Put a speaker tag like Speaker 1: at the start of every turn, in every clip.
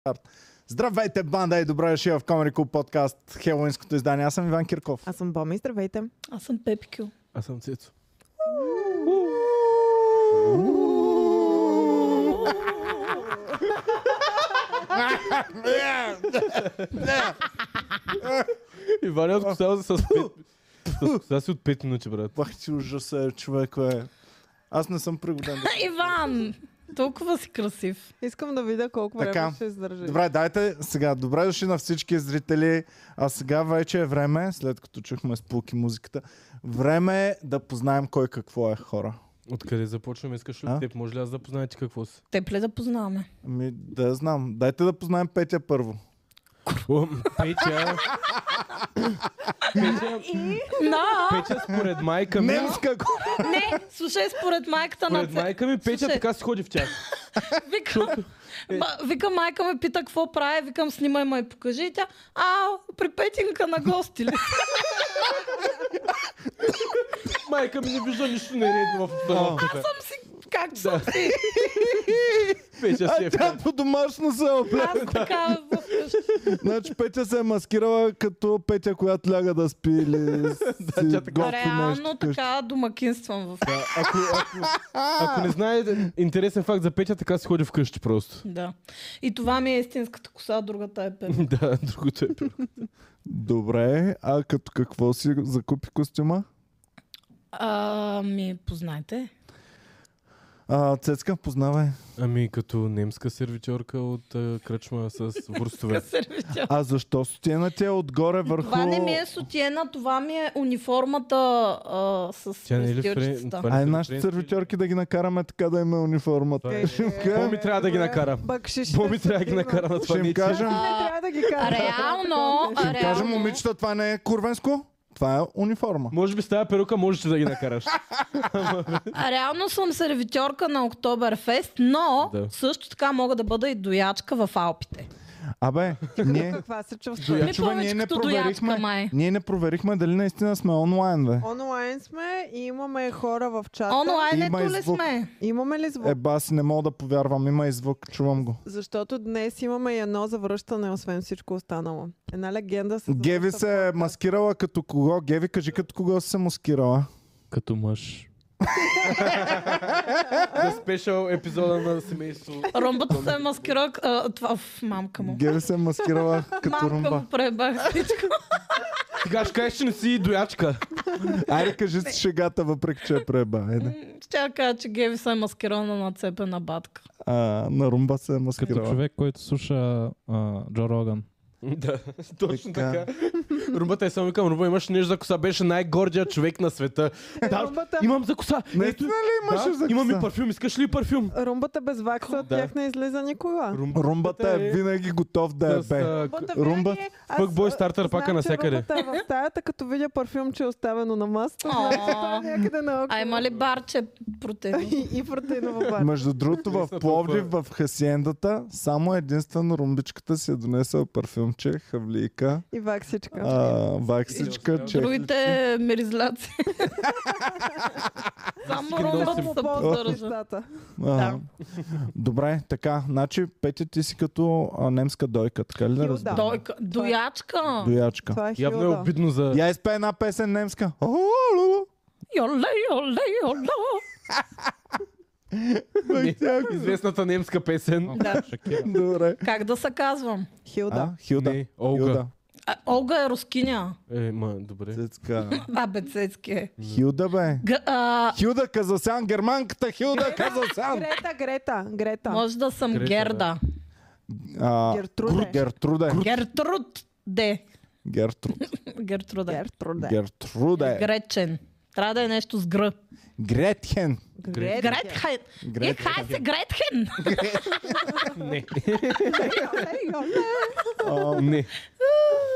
Speaker 1: старт. Здравейте, банда и добре дошли в Comedy Club подкаст Хелоинското издание. Аз съм Иван Кирков.
Speaker 2: Аз съм Боми, здравейте.
Speaker 3: Аз съм Пепкю.
Speaker 4: Аз съм Цецо. И Ваня от коса с 5... С коса си от 5 минути, брат.
Speaker 1: Бах ти ужаса, човек, бе. Аз не съм пригоден. да-
Speaker 3: Иван! Толкова си красив.
Speaker 2: Искам да видя колко
Speaker 1: Така.
Speaker 2: време ще издържи.
Speaker 1: Добре, дайте сега. Добре дошли на всички зрители. А сега вече е време, след като чухме с пулки музиката, време е да познаем кой какво е хора.
Speaker 4: Откъде започваме? Искаш ли
Speaker 1: А?
Speaker 4: от теб? Може ли аз да познае ти какво си?
Speaker 3: Тепле да познаваме.
Speaker 1: Ами, да я знам. Дайте да познаем Петя първо.
Speaker 4: О, Петя,
Speaker 3: Да!
Speaker 4: Петя според майка ми...
Speaker 1: Немска го!
Speaker 3: Не, слушай, според майката на
Speaker 4: Според майка ми Петя
Speaker 3: Слушай.
Speaker 4: така си ходи в тях.
Speaker 3: Викам,
Speaker 4: е-
Speaker 3: ма, викам, майка ме пита какво прави, викам, снимай ма и покажи. И тя, а, при петинка на гости ли?
Speaker 4: Майка ми не вижда нищо нередно в обстановката.
Speaker 3: Съм си, както съм си.
Speaker 4: Петя си е
Speaker 1: А
Speaker 4: в
Speaker 1: тя
Speaker 4: тях.
Speaker 1: по домашно се опле.
Speaker 3: Аз така вкъщи.
Speaker 1: Значи Петя се е маскирала като Петя, която ляга да спи или си
Speaker 4: тя така.
Speaker 1: готви нещо
Speaker 3: Реално
Speaker 1: вкъщи.
Speaker 3: така домакинствам в...
Speaker 4: Да, ако, ако, ако не знаете интересен факт за Петя, така си ходи вкъщи просто.
Speaker 3: Да. И това ми е истинската коса, другата е пепел.
Speaker 4: да, другото е пирко.
Speaker 1: Добре, а като какво си закупи костюма?
Speaker 3: А, ми, познайте.
Speaker 1: А, Цецка, познавай.
Speaker 4: Ами като немска сервитьорка от а, кръчма с вурстове.
Speaker 3: Сервитьор.
Speaker 1: А защо стена ти е отгоре върху...
Speaker 3: Това не ми е сотиена, това ми е униформата а, с
Speaker 4: Тя не е ли
Speaker 3: пистиорчицата.
Speaker 4: френ- това
Speaker 1: Ай,
Speaker 4: не са
Speaker 1: нашите
Speaker 4: френски?
Speaker 1: сервитьорки да ги накараме така да има униформата.
Speaker 4: Това е-
Speaker 1: Ще им кажем-
Speaker 4: Боми трябва да ги накара.
Speaker 2: Бакшиш.
Speaker 4: Боми трябва да ги накара на това
Speaker 1: Ще
Speaker 4: е
Speaker 1: им
Speaker 4: нече.
Speaker 1: кажем,
Speaker 2: Не трябва да ги кажа.
Speaker 3: Реално,
Speaker 1: ще им кажем,
Speaker 3: реално.
Speaker 1: момичета, това не е курвенско, това е униформа.
Speaker 4: Може би с тази перука можеш да ги накараш.
Speaker 3: А реално съм сервитьорка на Октоберфест, но
Speaker 4: Да.
Speaker 3: също така мога да бъда и доячка в Алпите.
Speaker 1: Абе, ние...
Speaker 2: Каква се
Speaker 1: Чува,
Speaker 2: чувства?
Speaker 3: Ми
Speaker 1: ние не
Speaker 3: повече като
Speaker 1: проверихме,
Speaker 3: доячка, май.
Speaker 1: ние не проверихме дали наистина сме онлайн, бе.
Speaker 2: Онлайн сме и имаме хора в чата.
Speaker 3: Онлайн ето
Speaker 1: Има и
Speaker 3: ли
Speaker 1: звук.
Speaker 3: сме?
Speaker 2: Имаме ли звук?
Speaker 1: Е, баси, не мога да повярвам, има и звук, чувам го.
Speaker 2: Защото днес имаме и едно завръщане, освен всичко останало. Една легенда се
Speaker 1: Геви
Speaker 2: завръща
Speaker 1: се е
Speaker 2: в подкаст.
Speaker 1: маскирала като кого? Геви, кажи като кого си се маскирала.
Speaker 4: Като мъж. За спешъл епизода на семейство.
Speaker 3: Румбата се е маскира... а, това, в мамка му.
Speaker 1: Геви се е маскирала като
Speaker 3: Мамка
Speaker 1: румба.
Speaker 3: му пребах всичко.
Speaker 4: Сега ще кажеш, че не си доячка.
Speaker 1: Айде кажи си шегата, въпреки че е преба. Айде.
Speaker 3: Ще я кажа, че Геви се е маскирана на цепена батка.
Speaker 1: А, на румба се е
Speaker 5: Като
Speaker 1: маскирала.
Speaker 5: човек, който слуша а, Джо Роган.
Speaker 4: Да, точно
Speaker 1: Така.
Speaker 4: така. Румбата е само викам, Румба, имаш нещо за коса, беше най-гордият човек на света. Да,
Speaker 2: Румбата,
Speaker 4: имам за коса.
Speaker 1: Наистина ли имаше
Speaker 4: да,
Speaker 1: за коса?
Speaker 4: Имам и парфюм, искаш ли парфюм?
Speaker 2: румбата без вакса от
Speaker 4: Да.
Speaker 2: тях не излиза никога.
Speaker 1: Румбата е винаги готов да е
Speaker 4: с,
Speaker 1: бе.
Speaker 4: а,
Speaker 2: Румбата
Speaker 1: Румба-
Speaker 2: винаги е- аз,
Speaker 4: Fuckboy
Speaker 2: а,
Speaker 4: стартер
Speaker 2: знам,
Speaker 4: пака
Speaker 2: че
Speaker 4: навсякъде.
Speaker 2: Румбата е в стаята, като видя парфюм, че е оставено на масата.
Speaker 3: О.
Speaker 2: значи той е някъде наоколо.
Speaker 3: А има ли барче протеин?
Speaker 2: И, и протеинова бар.
Speaker 1: Между другото, в
Speaker 4: Наистина
Speaker 1: Пловдив,
Speaker 4: толкова
Speaker 1: в Хасиендата, само единствено румбичката си е донесла парфюмче, хавлийка,
Speaker 2: И ваксичка.
Speaker 1: а, ваксичка,
Speaker 4: Другите-
Speaker 1: че...
Speaker 3: Другите миризляци. Само
Speaker 4: Всеки
Speaker 3: румбата
Speaker 4: носим.
Speaker 3: се
Speaker 2: По-ползва
Speaker 3: поддържа.
Speaker 2: нещата.
Speaker 1: А, Добре, така, значи Петя ти си като а, немска дойка, така ли да
Speaker 2: Хилда.
Speaker 1: разбирам?
Speaker 3: Дойка. Доячка.
Speaker 1: Доячка.
Speaker 2: Това е
Speaker 4: Явно е
Speaker 2: хилда.
Speaker 4: обидно за...
Speaker 1: Я изпе една песен немска. Олу!
Speaker 3: Йоле, йоле, йоле.
Speaker 1: е
Speaker 4: Не, Известната немска песен.
Speaker 3: Да.
Speaker 5: Шакира.
Speaker 1: Добре.
Speaker 3: Как да се казвам?
Speaker 2: Хилда.
Speaker 1: А, Хилда.
Speaker 4: Не, Олга.
Speaker 3: А, Олга е рускиня.
Speaker 4: Е, ма, добре.
Speaker 1: Цецка.
Speaker 3: Абецецки е.
Speaker 1: Хилда, бе.
Speaker 3: Г- а,
Speaker 1: Хилда Казасян, германката Хилда Казасян.
Speaker 2: Грета, Грета, Грета.
Speaker 3: може да съм
Speaker 4: Грета,
Speaker 3: Герда.
Speaker 1: А,
Speaker 2: Гертруде.
Speaker 1: Гру- Гертруде.
Speaker 3: Гертруд де.
Speaker 1: Гертруд.
Speaker 3: Гертруда. е.
Speaker 2: Гертруде.
Speaker 1: Гертруде.
Speaker 3: Гречен. Трябва да е нещо с гр.
Speaker 1: Гретхен.
Speaker 2: Грет.
Speaker 3: Гретхен. Е,
Speaker 1: Гретхен.
Speaker 3: хай се Гретхен.
Speaker 4: Не,
Speaker 1: А,
Speaker 4: не.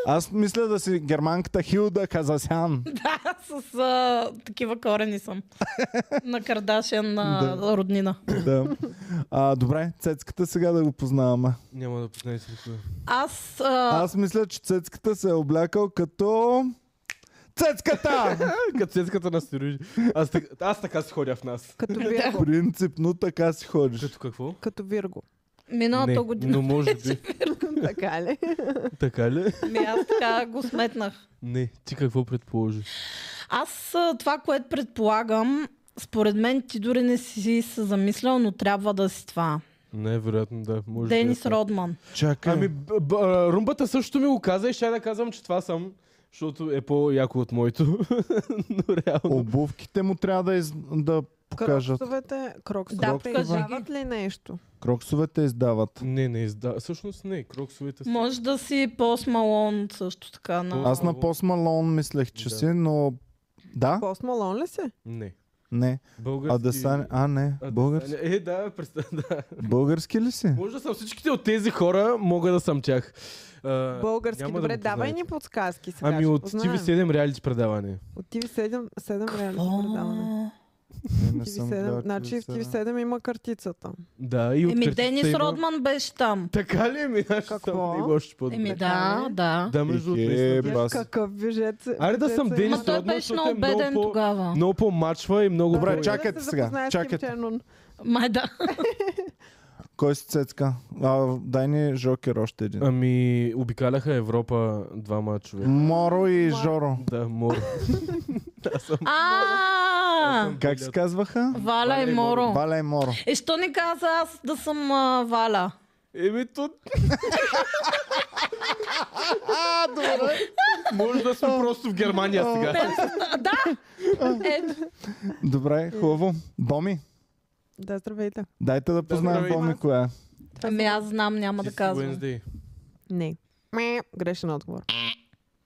Speaker 1: Аз мисля да си германката Хилда Казасян.
Speaker 3: Да, с а, такива корени съм. На Кардашен на роднина.
Speaker 1: Да. А, добре, Цецката сега да го познаваме.
Speaker 4: Няма да познаете никога.
Speaker 3: Аз... а,
Speaker 1: Аз мисля, че Цецката се е облякал като... Цецката!
Speaker 4: Като сецката на стероиди. Аз, так- аз така си ходя в нас.
Speaker 2: Като Вирго.
Speaker 1: Принципно така си ходиш.
Speaker 4: Като какво?
Speaker 2: Като Вирго.
Speaker 3: Миналата година.
Speaker 4: но може би.
Speaker 2: така ли?
Speaker 4: така ли?
Speaker 3: Ми аз така го сметнах.
Speaker 4: Не, ти какво предположи?
Speaker 3: Аз а, това, което предполагам, според мен ти дори не си се замислял, но трябва да си това.
Speaker 4: Най-вероятно, да. Може би е
Speaker 3: Денис
Speaker 4: това.
Speaker 3: Родман.
Speaker 1: Чакай.
Speaker 4: Ами, б- б- а, румбата също ми го каза и ще да казвам, че това съм, защото е по-яко от моето. Но реално.
Speaker 1: Обувките му трябва да, из... да покажат.
Speaker 2: Кроксовете,
Speaker 3: Да,
Speaker 2: кроксовете
Speaker 3: покажи
Speaker 2: издават ли нещо?
Speaker 1: Кроксовете издават.
Speaker 4: Не, не изда. Всъщност не, кроксовете са.
Speaker 3: Може да си по-смалон също така. На...
Speaker 1: Аз на Post Malone мислех, че
Speaker 4: Да.
Speaker 1: си, но... Да?
Speaker 2: Постмалон ли се?
Speaker 4: Не.
Speaker 1: Не.
Speaker 4: Български.
Speaker 1: А да стане... А, не.
Speaker 4: а да
Speaker 1: Български.
Speaker 4: стане- Е, да, представя. Да.
Speaker 1: Български ли си?
Speaker 4: Може да съм всичките от тези хора, мога да съм тях. А,
Speaker 2: Български.
Speaker 4: няма да
Speaker 2: Добре,
Speaker 4: ме
Speaker 2: давай
Speaker 4: познаете.
Speaker 2: ни подсказки сега.
Speaker 4: Ами
Speaker 2: ще
Speaker 4: от
Speaker 2: познаем.
Speaker 4: TV7 реалити предаване.
Speaker 2: От TV7, 7 реално предаване.
Speaker 3: Какво?
Speaker 1: Не, не съм гледал
Speaker 2: TV7, значи в TV7 има картицата.
Speaker 4: Да, и от
Speaker 3: Еми,
Speaker 4: картицата
Speaker 3: Денис
Speaker 4: има-
Speaker 3: Родман беше там.
Speaker 4: Така ли е, ми наш
Speaker 2: Какво?
Speaker 4: съм него още по-добре?
Speaker 3: Еми,
Speaker 2: Така
Speaker 3: да,
Speaker 2: ли?
Speaker 3: да.
Speaker 4: Да, между
Speaker 1: Е,
Speaker 4: наистина
Speaker 1: ба, Бас.
Speaker 2: Какъв бюджет?
Speaker 4: Аре да
Speaker 2: бюджет
Speaker 4: съм
Speaker 2: са
Speaker 4: Денис
Speaker 2: имали?
Speaker 3: Ма той
Speaker 4: Родман,
Speaker 3: беше
Speaker 4: защото е
Speaker 3: много
Speaker 4: много
Speaker 3: беден
Speaker 4: по-
Speaker 3: тогава.
Speaker 4: Много по-мачва и много
Speaker 1: Добре, чакай.
Speaker 4: по-
Speaker 2: да
Speaker 1: чакайте
Speaker 2: се
Speaker 1: сега,
Speaker 2: запознаеш с Ким
Speaker 1: чакайте.
Speaker 2: Чен Ун.
Speaker 3: Май да.
Speaker 1: Кой си Цецка? А, дай ни Жокер още един.
Speaker 4: Ами, обикаляха Европа двама човека.
Speaker 1: Моро и
Speaker 2: Ма-
Speaker 1: Жоро.
Speaker 4: Да, море.
Speaker 3: А,
Speaker 1: Как се казваха?
Speaker 3: Валя и Моро.
Speaker 1: Валя и Моро.
Speaker 3: Е, що не каза аз да съм а, Валя?
Speaker 4: Еми, тут
Speaker 1: А, добре.
Speaker 4: може да сме просто в Германия сега.
Speaker 3: Да! Е,
Speaker 1: Добре, хубаво. Боми,
Speaker 2: Да, здравейте.
Speaker 1: дайте да познаем
Speaker 4: здравей.
Speaker 1: Боми коя е.
Speaker 3: ами аз знам, няма да
Speaker 4: Ти си
Speaker 3: казвам.
Speaker 4: Wednesday.
Speaker 2: Не. Ме, Грешен отговор.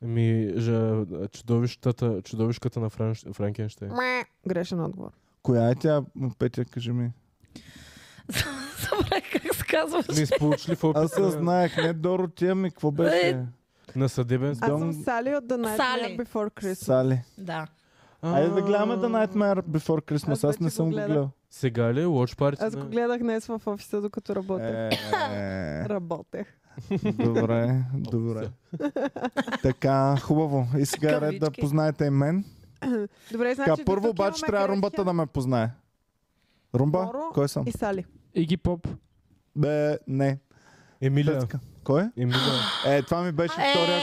Speaker 4: Ами, жа, чудовищата, чудовишката на Франш, Франкенштейн.
Speaker 2: Ме, Грешен отговор.
Speaker 1: Коя е тя, Петя, кажи ми.
Speaker 3: Добре, как се казваш?
Speaker 4: Не сполучили Ами, в
Speaker 1: Аз
Speaker 4: опита
Speaker 1: се
Speaker 4: на,
Speaker 1: знаех, не Доротия ми, какво беше?
Speaker 4: на съдебен с-
Speaker 2: Аз
Speaker 1: Дом-
Speaker 2: съм Сали от The Nightmare
Speaker 3: Сали.
Speaker 2: Before Christmas.
Speaker 1: Сали.
Speaker 3: Да.
Speaker 1: Айде да гледаме The Nightmare Before
Speaker 2: Аз
Speaker 1: Christmas, аз не
Speaker 2: вече
Speaker 1: съм
Speaker 2: го
Speaker 1: го
Speaker 2: гледах.
Speaker 1: гледал.
Speaker 4: Сега ли? е Watch Party?
Speaker 2: Аз
Speaker 4: на-
Speaker 2: го гледах днес в офиса, докато работех.
Speaker 1: Е,
Speaker 2: Работех.
Speaker 1: Добре, добре. Така, хубаво. И сега е ред да
Speaker 3: Кавички.
Speaker 1: познаете и мен.
Speaker 2: Добре,
Speaker 1: Така,
Speaker 2: значи
Speaker 1: първо обаче трябва румбата да ме познае. Румба?
Speaker 2: Моро
Speaker 1: Кой съм?
Speaker 2: И Е, Сали.
Speaker 5: Иги Поп.
Speaker 1: Бе, не.
Speaker 4: Емилия.
Speaker 1: Петка. Кой е?
Speaker 4: Емилия.
Speaker 1: Е, това ми беше втория.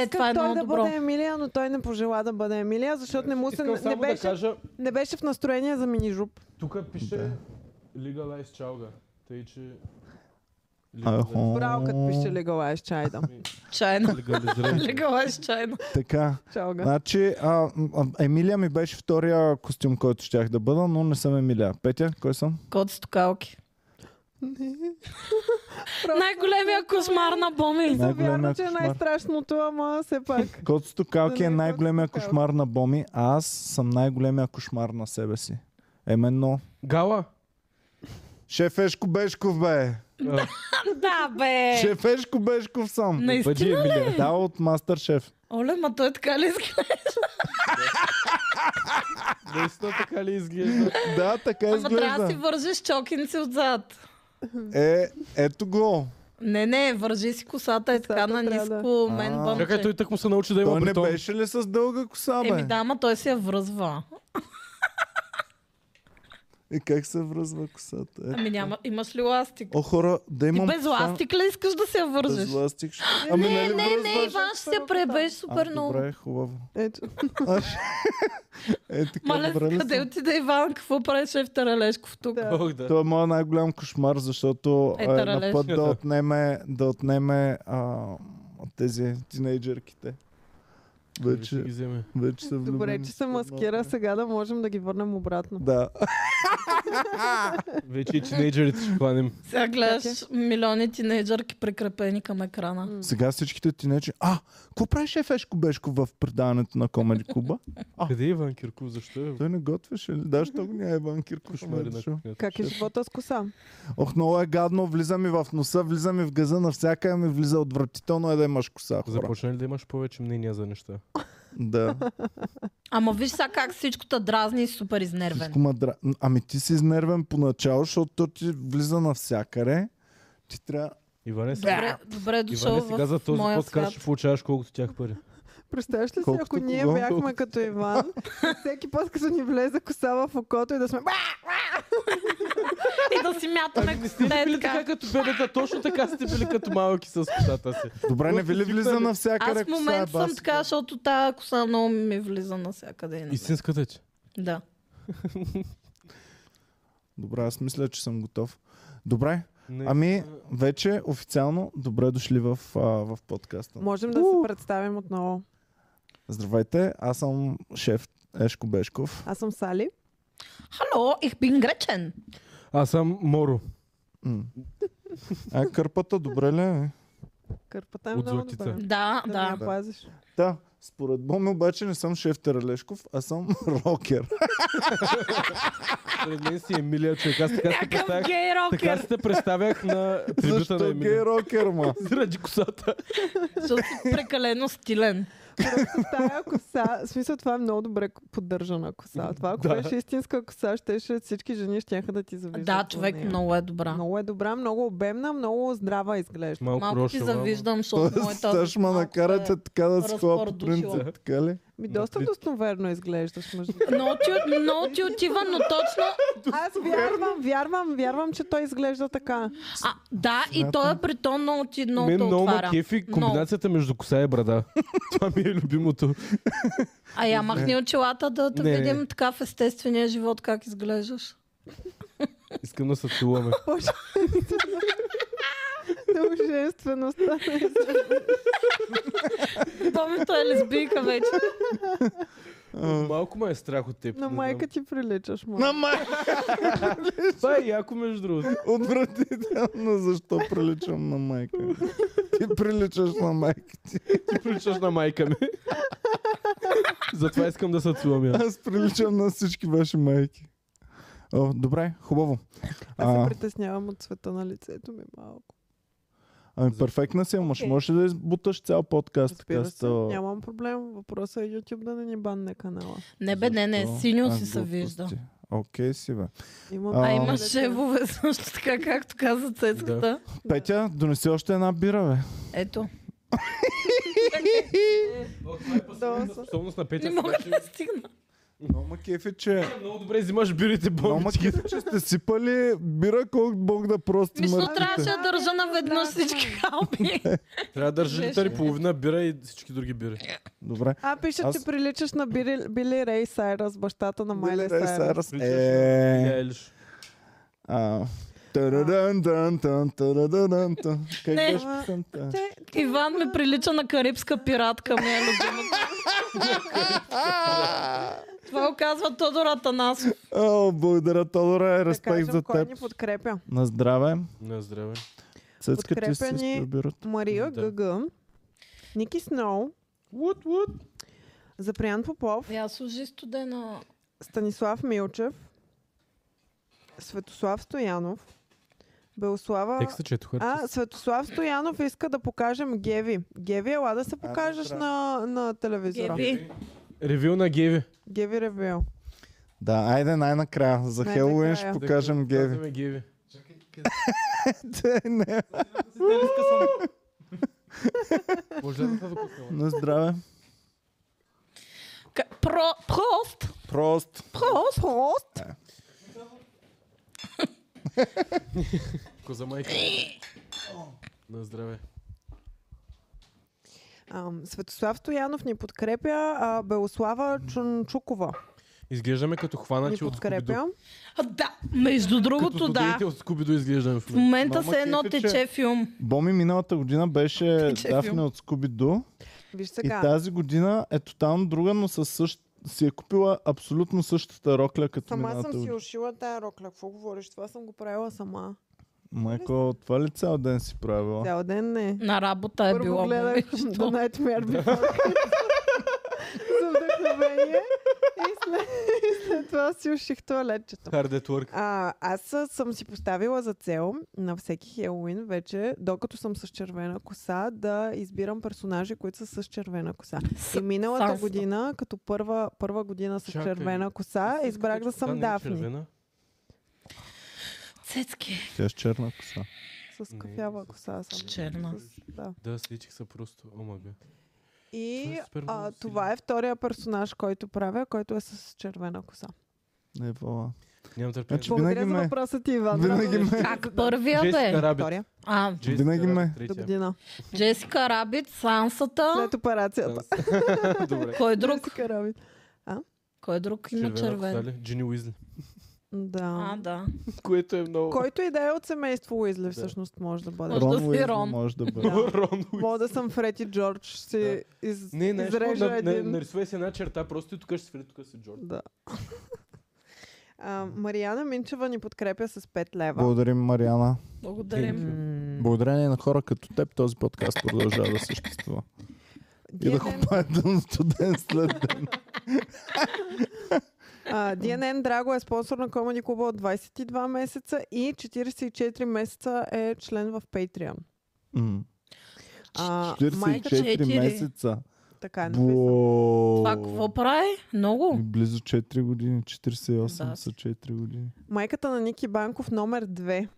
Speaker 3: Е, това е
Speaker 2: той
Speaker 3: много
Speaker 2: да
Speaker 3: добро.
Speaker 2: бъде Емилия, но той не пожела да бъде Емилия, защото не му се...
Speaker 4: Искам
Speaker 2: Не
Speaker 4: само да
Speaker 2: беше,
Speaker 4: кажа,
Speaker 2: не беше в настроение за мини-жуп.
Speaker 4: тук
Speaker 1: Да.
Speaker 4: пише Legalize Chalga. Тъй, че...
Speaker 1: Ахо.
Speaker 2: Браво, като пише Legalize Чайда.
Speaker 3: Чайна.
Speaker 4: Легализирай.
Speaker 3: Легала с чайна.
Speaker 1: Така.
Speaker 2: Чалга.
Speaker 1: Значи, а, а, Емилия ми беше втория костюм, който щях да бъда, но не съм Емилия. Петя, кой съм?
Speaker 3: Кот с токалки. Най-големия кошмар на Боми.
Speaker 1: Най-големия
Speaker 2: Вярно, че е
Speaker 1: кошмар.
Speaker 2: най-страшното, ама все пак.
Speaker 1: Кот Стокалки
Speaker 2: Да
Speaker 1: е
Speaker 2: не е
Speaker 1: най-големия
Speaker 2: Кот Стокалки.
Speaker 1: кошмар на Боми, а аз съм най-големия кошмар на себе си. Е, Именно.
Speaker 4: Гала.
Speaker 1: Шефешко Бешков, бе!
Speaker 4: а,
Speaker 3: Да, бе.
Speaker 1: Шефешко Бешков съм!
Speaker 4: бъди
Speaker 3: Наистина.
Speaker 4: Емилия.
Speaker 1: Да, от Мастер Шеф.
Speaker 3: Оле, ма той така ли изглежда?
Speaker 4: Наистина така ли изглежда?
Speaker 1: Да, така
Speaker 3: Ама трябва да си
Speaker 1: изглежда.
Speaker 3: вържиш чокинци отзад.
Speaker 1: Е, ето го.
Speaker 3: Не, не, вържи си косата е така
Speaker 2: Косата
Speaker 3: на
Speaker 2: трябва да-
Speaker 3: ниско
Speaker 1: А.
Speaker 3: мен
Speaker 4: Чакай,
Speaker 3: бъмче.
Speaker 4: той так му се научи да има
Speaker 1: Той не
Speaker 4: бретон.
Speaker 1: беше ли с дълга коса, бе?
Speaker 3: Еми да, ма той си я връзва.
Speaker 1: И как се връзва косата? Е.
Speaker 3: Ами няма, имаш ли ластик?
Speaker 1: О, хора, да
Speaker 3: Ти
Speaker 1: имам...
Speaker 3: без
Speaker 1: коса-
Speaker 3: ластик ли искаш да се я вържеш?
Speaker 1: Без ластик. ще- Ами,
Speaker 3: не,
Speaker 1: нали
Speaker 3: не, не,
Speaker 1: връзваш?
Speaker 3: Иван ще се
Speaker 2: първо
Speaker 3: пребеш супер
Speaker 1: а,
Speaker 3: много.
Speaker 1: Добре, хубаво.
Speaker 2: Ето.
Speaker 1: Е, така,
Speaker 3: Мале,
Speaker 1: добре ли
Speaker 3: къде
Speaker 1: съм?
Speaker 3: отиде Иван? Какво прави шеф Таралешков тук?
Speaker 2: Да.
Speaker 4: Ох, да.
Speaker 1: Това е моят най-голям кошмар, защото е,
Speaker 3: Е,
Speaker 1: на
Speaker 3: таралежката.
Speaker 1: път да отнеме, да отнеме а, тези тинейджерките.
Speaker 4: Ще
Speaker 1: Вече,
Speaker 4: ги вземе.
Speaker 1: вече са влюбени.
Speaker 2: Добре, че се маскира сега да можем да ги върнем обратно.
Speaker 1: Да.
Speaker 4: Вече и тинейджерите ще хванем.
Speaker 3: Сега гледаш милиони тинейджърки прикрепени към екрана.
Speaker 1: Сега всичките тинейджери... А, какво правиш Ефешко Бешко в предаването на Комеди Куба?
Speaker 4: Къде е Иван Кирков? Защо е?
Speaker 1: Той не готвеше ли? Да, що го няма Иван Кирков.
Speaker 4: Кошмари на
Speaker 1: дошъл.
Speaker 4: кухнята.
Speaker 2: Как е живота с коса?
Speaker 1: Ох, много е гадно. Влиза ми в носа, влиза ми в газа, навсякъде ми влиза. Отвратително е да имаш коса, хора.
Speaker 4: Започна ли да имаш повече мнения за неща?
Speaker 1: Да.
Speaker 3: Ама виж сега как всичко те дразни и супер изнервен.
Speaker 1: Всичко ма дра... Ами ти си изнервен поначало, защото то ти влиза навсякъде. Ти трябва...
Speaker 4: Иване, сега,
Speaker 3: Добре, добре е дошъл
Speaker 4: Иване, сега за
Speaker 3: в
Speaker 4: този
Speaker 3: моя
Speaker 4: подкаст
Speaker 3: свят.
Speaker 4: ще получаваш колкото тях пари.
Speaker 2: Представяш ли си,
Speaker 1: Колкото
Speaker 2: ако ние
Speaker 1: кого,
Speaker 2: бяхме
Speaker 1: колкото-
Speaker 2: като Иван, всеки път, като ни влезе коса в окото и да сме...
Speaker 3: и да си мятаме
Speaker 4: Ами не сте ли
Speaker 3: да е
Speaker 4: били така
Speaker 3: така.
Speaker 4: като бебета? Точно така сте били като малки с косата си.
Speaker 1: Добре, не ви ли влиза навсякъде?
Speaker 3: Аз в
Speaker 1: ако са
Speaker 3: момента съм
Speaker 1: баси?
Speaker 3: така, защото тази коса много ми влиза навсякъде. и навън.
Speaker 4: Истинската ти.
Speaker 3: Да.
Speaker 1: Добре, аз мисля, че съм готов. Добре,
Speaker 4: Не.
Speaker 1: ами вече официално добре дошли в, а, в подкаста.
Speaker 2: Можем да
Speaker 4: Уу.
Speaker 2: се представим отново.
Speaker 1: Здравейте, аз съм шеф Ешко Бешков.
Speaker 2: Аз съм Сали.
Speaker 3: Хало, их бин гречен.
Speaker 4: Аз съм Моро.
Speaker 1: М. А кърпата, добре ли? е?
Speaker 2: Кърпата е много
Speaker 4: Отзлатица.
Speaker 2: добра.
Speaker 3: Да,
Speaker 2: Да.
Speaker 4: Ами,
Speaker 3: да.
Speaker 2: я пазиш.
Speaker 1: Да, според Боми обаче не съм шеф Тералешков, а съм рокер.
Speaker 4: Пред мен си Емилия човек. Аз така се
Speaker 3: Някакъв
Speaker 4: представях.
Speaker 3: гей
Speaker 4: Така
Speaker 3: рокер.
Speaker 4: се те представях на трибюта на
Speaker 1: Защо гей
Speaker 4: Емилия.
Speaker 1: рокер, ма?
Speaker 4: Заради косата.
Speaker 3: Защото си прекалено стилен.
Speaker 2: С тая коса, в смисъл това е много добре поддържана коса. Това ако
Speaker 4: Да.
Speaker 2: беше истинска коса, щеше всички жени щяха да ти завиждат.
Speaker 3: Да,
Speaker 2: на
Speaker 3: човек
Speaker 2: нея.
Speaker 3: много е добра.
Speaker 2: Много е добра, много обемна, много здрава изглежда.
Speaker 3: Малко ти
Speaker 4: рошева, ама.
Speaker 3: завиждам, защото
Speaker 4: е
Speaker 1: Тоест,
Speaker 3: моята...
Speaker 1: тъж ма
Speaker 3: малко
Speaker 1: накарате
Speaker 3: е-
Speaker 1: така да си хова по
Speaker 3: разпоредушила.
Speaker 1: принцип, така ли?
Speaker 2: Ми доста
Speaker 4: Напред.
Speaker 2: достоверно изглеждаш, между
Speaker 3: Много е- ти, много ти отива, но точно...
Speaker 2: Аз вярвам, вярвам, вярвам, че той изглежда така.
Speaker 3: А, да, и
Speaker 1: Смятам.
Speaker 3: той е при то много ти много
Speaker 4: Мен
Speaker 3: те
Speaker 4: много ме
Speaker 3: отваря.
Speaker 4: кефи комбинацията между коса и брада. Това ми е любимото.
Speaker 3: А я махни очилата да те
Speaker 4: Не, не.
Speaker 3: видим така в естествения живот как изглеждаш.
Speaker 4: Искам да се целуваме.
Speaker 2: Боже, Дължествеността.
Speaker 3: Бомито е лесбийка вече.
Speaker 4: Малко ме е страх от теб.
Speaker 2: На майка ти приличаш, му.
Speaker 1: На май!
Speaker 4: Това е яко между другото.
Speaker 1: Отвратително, защо приличам на майка ми? Ти приличаш на майка ти.
Speaker 4: Ти приличаш на майка ми. Затова искам да се целуваме.
Speaker 1: Аз приличам на всички ваши майки. О, добре, хубаво.
Speaker 2: Аз се
Speaker 1: А,
Speaker 2: притеснявам от цвета на лицето ми малко.
Speaker 1: ами перфектна си, ама ще
Speaker 2: Окей.
Speaker 1: можеш ли да избуташ цял подкаст така
Speaker 2: Разбира
Speaker 1: с
Speaker 2: се,
Speaker 1: това?
Speaker 2: нямам проблем. Въпросът е YouTube да не ни банне канала.
Speaker 3: Не бе, не, не,
Speaker 1: Защо?
Speaker 3: синьо
Speaker 1: А,
Speaker 3: си се
Speaker 1: глупости.
Speaker 3: вижда.
Speaker 1: Окей си, бе.
Speaker 2: Имам
Speaker 1: А,
Speaker 3: А
Speaker 1: А,
Speaker 3: има
Speaker 2: Лице.
Speaker 3: шевове също така, както каза цецката.
Speaker 1: Петя, донеси още една бира, бе.
Speaker 3: Ето.
Speaker 2: Да, с-
Speaker 4: е Способност на
Speaker 3: Не
Speaker 4: Петя. Значи,
Speaker 3: мога да стигна.
Speaker 1: Много ма кефи, че...
Speaker 4: Много добре взимаш бирите,
Speaker 1: Много ма
Speaker 4: бомбички.
Speaker 1: кефи, че сте сипали бира, колко бог да прости
Speaker 3: Мисля,
Speaker 1: мъртвите.
Speaker 3: трябваше да държа наведнъж
Speaker 2: Здраве.
Speaker 3: всички халби.
Speaker 4: Трябва да държи
Speaker 3: Беше.
Speaker 4: литър и половина бира и всички други бири.
Speaker 1: Добре.
Speaker 2: А, пише,
Speaker 1: Аз-
Speaker 2: че приличаш на Били, Били Рей Сайрас, бащата на Майли
Speaker 1: Били Рей
Speaker 2: Сайрас.
Speaker 1: Сайрас.
Speaker 4: Приличаш
Speaker 1: Е,
Speaker 4: Я Елиш.
Speaker 1: а. Тарадан, тан, тан, тарадан, тан. Как
Speaker 3: Не.
Speaker 1: беше песента?
Speaker 2: Те-
Speaker 3: Иван ми прилича на карибска пиратка, ми е любимата. Това го казва Тодор Атанасов.
Speaker 1: О, благодаря, Тодора. е,
Speaker 2: Да
Speaker 1: Респект за
Speaker 2: кажем, кой
Speaker 1: теб.
Speaker 2: ни подкрепя.
Speaker 1: На здраве.
Speaker 4: На здраве.
Speaker 1: Цецка ти
Speaker 2: Подкрепя
Speaker 1: се
Speaker 2: ни-
Speaker 1: прибират.
Speaker 2: Мария
Speaker 4: Да.
Speaker 2: ГГ, Ники Сноу,
Speaker 4: What, what?
Speaker 2: Запрян Попов,
Speaker 3: Я служи студена.
Speaker 2: Станислав Милчев, Светослав Стоянов, Белослава...
Speaker 4: Текста четох.
Speaker 2: А, Светослав Стоянов иска да покажем Геви. Геви, ела да се покажеш
Speaker 1: добре.
Speaker 2: на, на телевизора. Геви,
Speaker 3: Геби.
Speaker 4: Ревю на Геви.
Speaker 2: Геви ревел.
Speaker 1: Да, айде най-накрая. За
Speaker 2: Най-накрая.
Speaker 1: Хелуин ще покажем Геви.
Speaker 4: Казваме Геви.
Speaker 1: Те, не.
Speaker 4: Може ли да се докосна?
Speaker 1: На здраве.
Speaker 3: Ка- Про, прост.
Speaker 1: Прост.
Speaker 3: Прост. Прост.
Speaker 4: Коза майка. На здраве.
Speaker 2: Ам, Светослав Стоянов ни подкрепя, а Белослава Чунчукова
Speaker 4: Изглеждаме като
Speaker 2: ни
Speaker 4: хванати Значи от Скубидо.
Speaker 2: подкрепя.
Speaker 3: А, Да, между
Speaker 4: Като
Speaker 3: другото, да.
Speaker 4: злодеите от Скубидо изглеждаме в
Speaker 3: В
Speaker 4: момента.
Speaker 3: момента
Speaker 1: Мама
Speaker 3: се едно
Speaker 1: кефи, че-
Speaker 3: тече филм.
Speaker 1: Боми миналата година беше
Speaker 3: Тече
Speaker 1: Дафне
Speaker 3: филм.
Speaker 1: от Скуби-Ду.
Speaker 2: Виж
Speaker 1: И
Speaker 2: сега.
Speaker 1: тази година е тотално друга, но със същ... си е купила абсолютно същата рокля като
Speaker 2: Сама
Speaker 1: миналата
Speaker 2: съм си
Speaker 1: година.
Speaker 2: ушила тая рокля. Какво говориш? Това съм го правила сама.
Speaker 1: Майко, това ли цял ден си правила?
Speaker 2: Цял ден не.
Speaker 3: На работа е
Speaker 2: Първо
Speaker 3: било.
Speaker 2: гледах The
Speaker 3: момичето.
Speaker 2: Nightmare Before Christmas за вдъхновение и след, и след това си уших туалетчето.
Speaker 4: Hard at work.
Speaker 2: А, аз съм си поставила за цел на всеки Хелоуин вече, докато съм с червена коса, да избирам персонажи, които са с червена коса. И миналата
Speaker 3: Санса.
Speaker 2: година, като първа, първа година с
Speaker 4: Чакай.
Speaker 2: червена коса, избрах да съм
Speaker 4: Да, не е
Speaker 2: Дафни.
Speaker 4: червена.
Speaker 3: Цецки.
Speaker 1: Тя е с черна коса.
Speaker 2: С
Speaker 4: Не,
Speaker 2: кафява
Speaker 4: с-
Speaker 2: коса съм.
Speaker 3: черна.
Speaker 2: С- Да.
Speaker 4: Да, всички са просто. Омага. Това
Speaker 2: И
Speaker 4: е супер много
Speaker 2: а, това е втория персонаж, който правя, който е с червена коса.
Speaker 1: Не, вала.
Speaker 4: Нямам търпение.
Speaker 1: Значи
Speaker 2: Благодаря
Speaker 1: винаги
Speaker 2: за
Speaker 1: ме...
Speaker 2: въпроса ти, Иван.
Speaker 1: Винаги ме...
Speaker 3: Как първия бе?
Speaker 4: Джесика Рабит.
Speaker 2: Втория.
Speaker 3: А,
Speaker 4: Джесика
Speaker 1: Винаги
Speaker 4: Рабит,
Speaker 1: ме-
Speaker 4: третия.
Speaker 2: До година.
Speaker 3: Джесика Рабит, Сансата.
Speaker 2: След операцията.
Speaker 4: Добре.
Speaker 3: Кой друг?
Speaker 2: Джесика Рабит.
Speaker 3: Кой друг има червен?
Speaker 4: червена. Джини Уизли.
Speaker 3: А,
Speaker 2: Да.
Speaker 3: да.
Speaker 4: Което е много...
Speaker 2: Който и да е от семейство Уизли всъщност може да бъде.
Speaker 3: Може да си
Speaker 1: Рон Уизли
Speaker 3: е Рон.
Speaker 1: може да бъде.
Speaker 2: Да.
Speaker 4: Рон Уизли.
Speaker 2: Мога да съм Фред и Джордж, си из...
Speaker 4: Не, не,
Speaker 2: изрежа
Speaker 4: на, на,
Speaker 2: един...
Speaker 4: нарисувай си една черта, просто и тук ще свири, тук си Джордан.
Speaker 2: Да. А, Марияна Минчева ни подкрепя с 5 лева.
Speaker 1: Благодарим, Мариана.
Speaker 3: Благодарим.
Speaker 2: М,
Speaker 1: Благодарение на хора като теб този подкаст продължава да съществува. И да
Speaker 2: DNN
Speaker 1: хупае дъното ден след ден.
Speaker 2: А, DNN Драго е спонсор на Комани Клуба от 22 месеца и 44 месеца е член в Patreon.
Speaker 1: М.
Speaker 2: А, майка, че-
Speaker 1: 44
Speaker 3: четири.
Speaker 1: месеца.
Speaker 2: така е написано.
Speaker 1: Бо...
Speaker 3: Това какво прави? Много.
Speaker 1: Близо 4 години, 48
Speaker 3: Да.
Speaker 1: са 4 години.
Speaker 2: Майката на Ники Банков номер 2.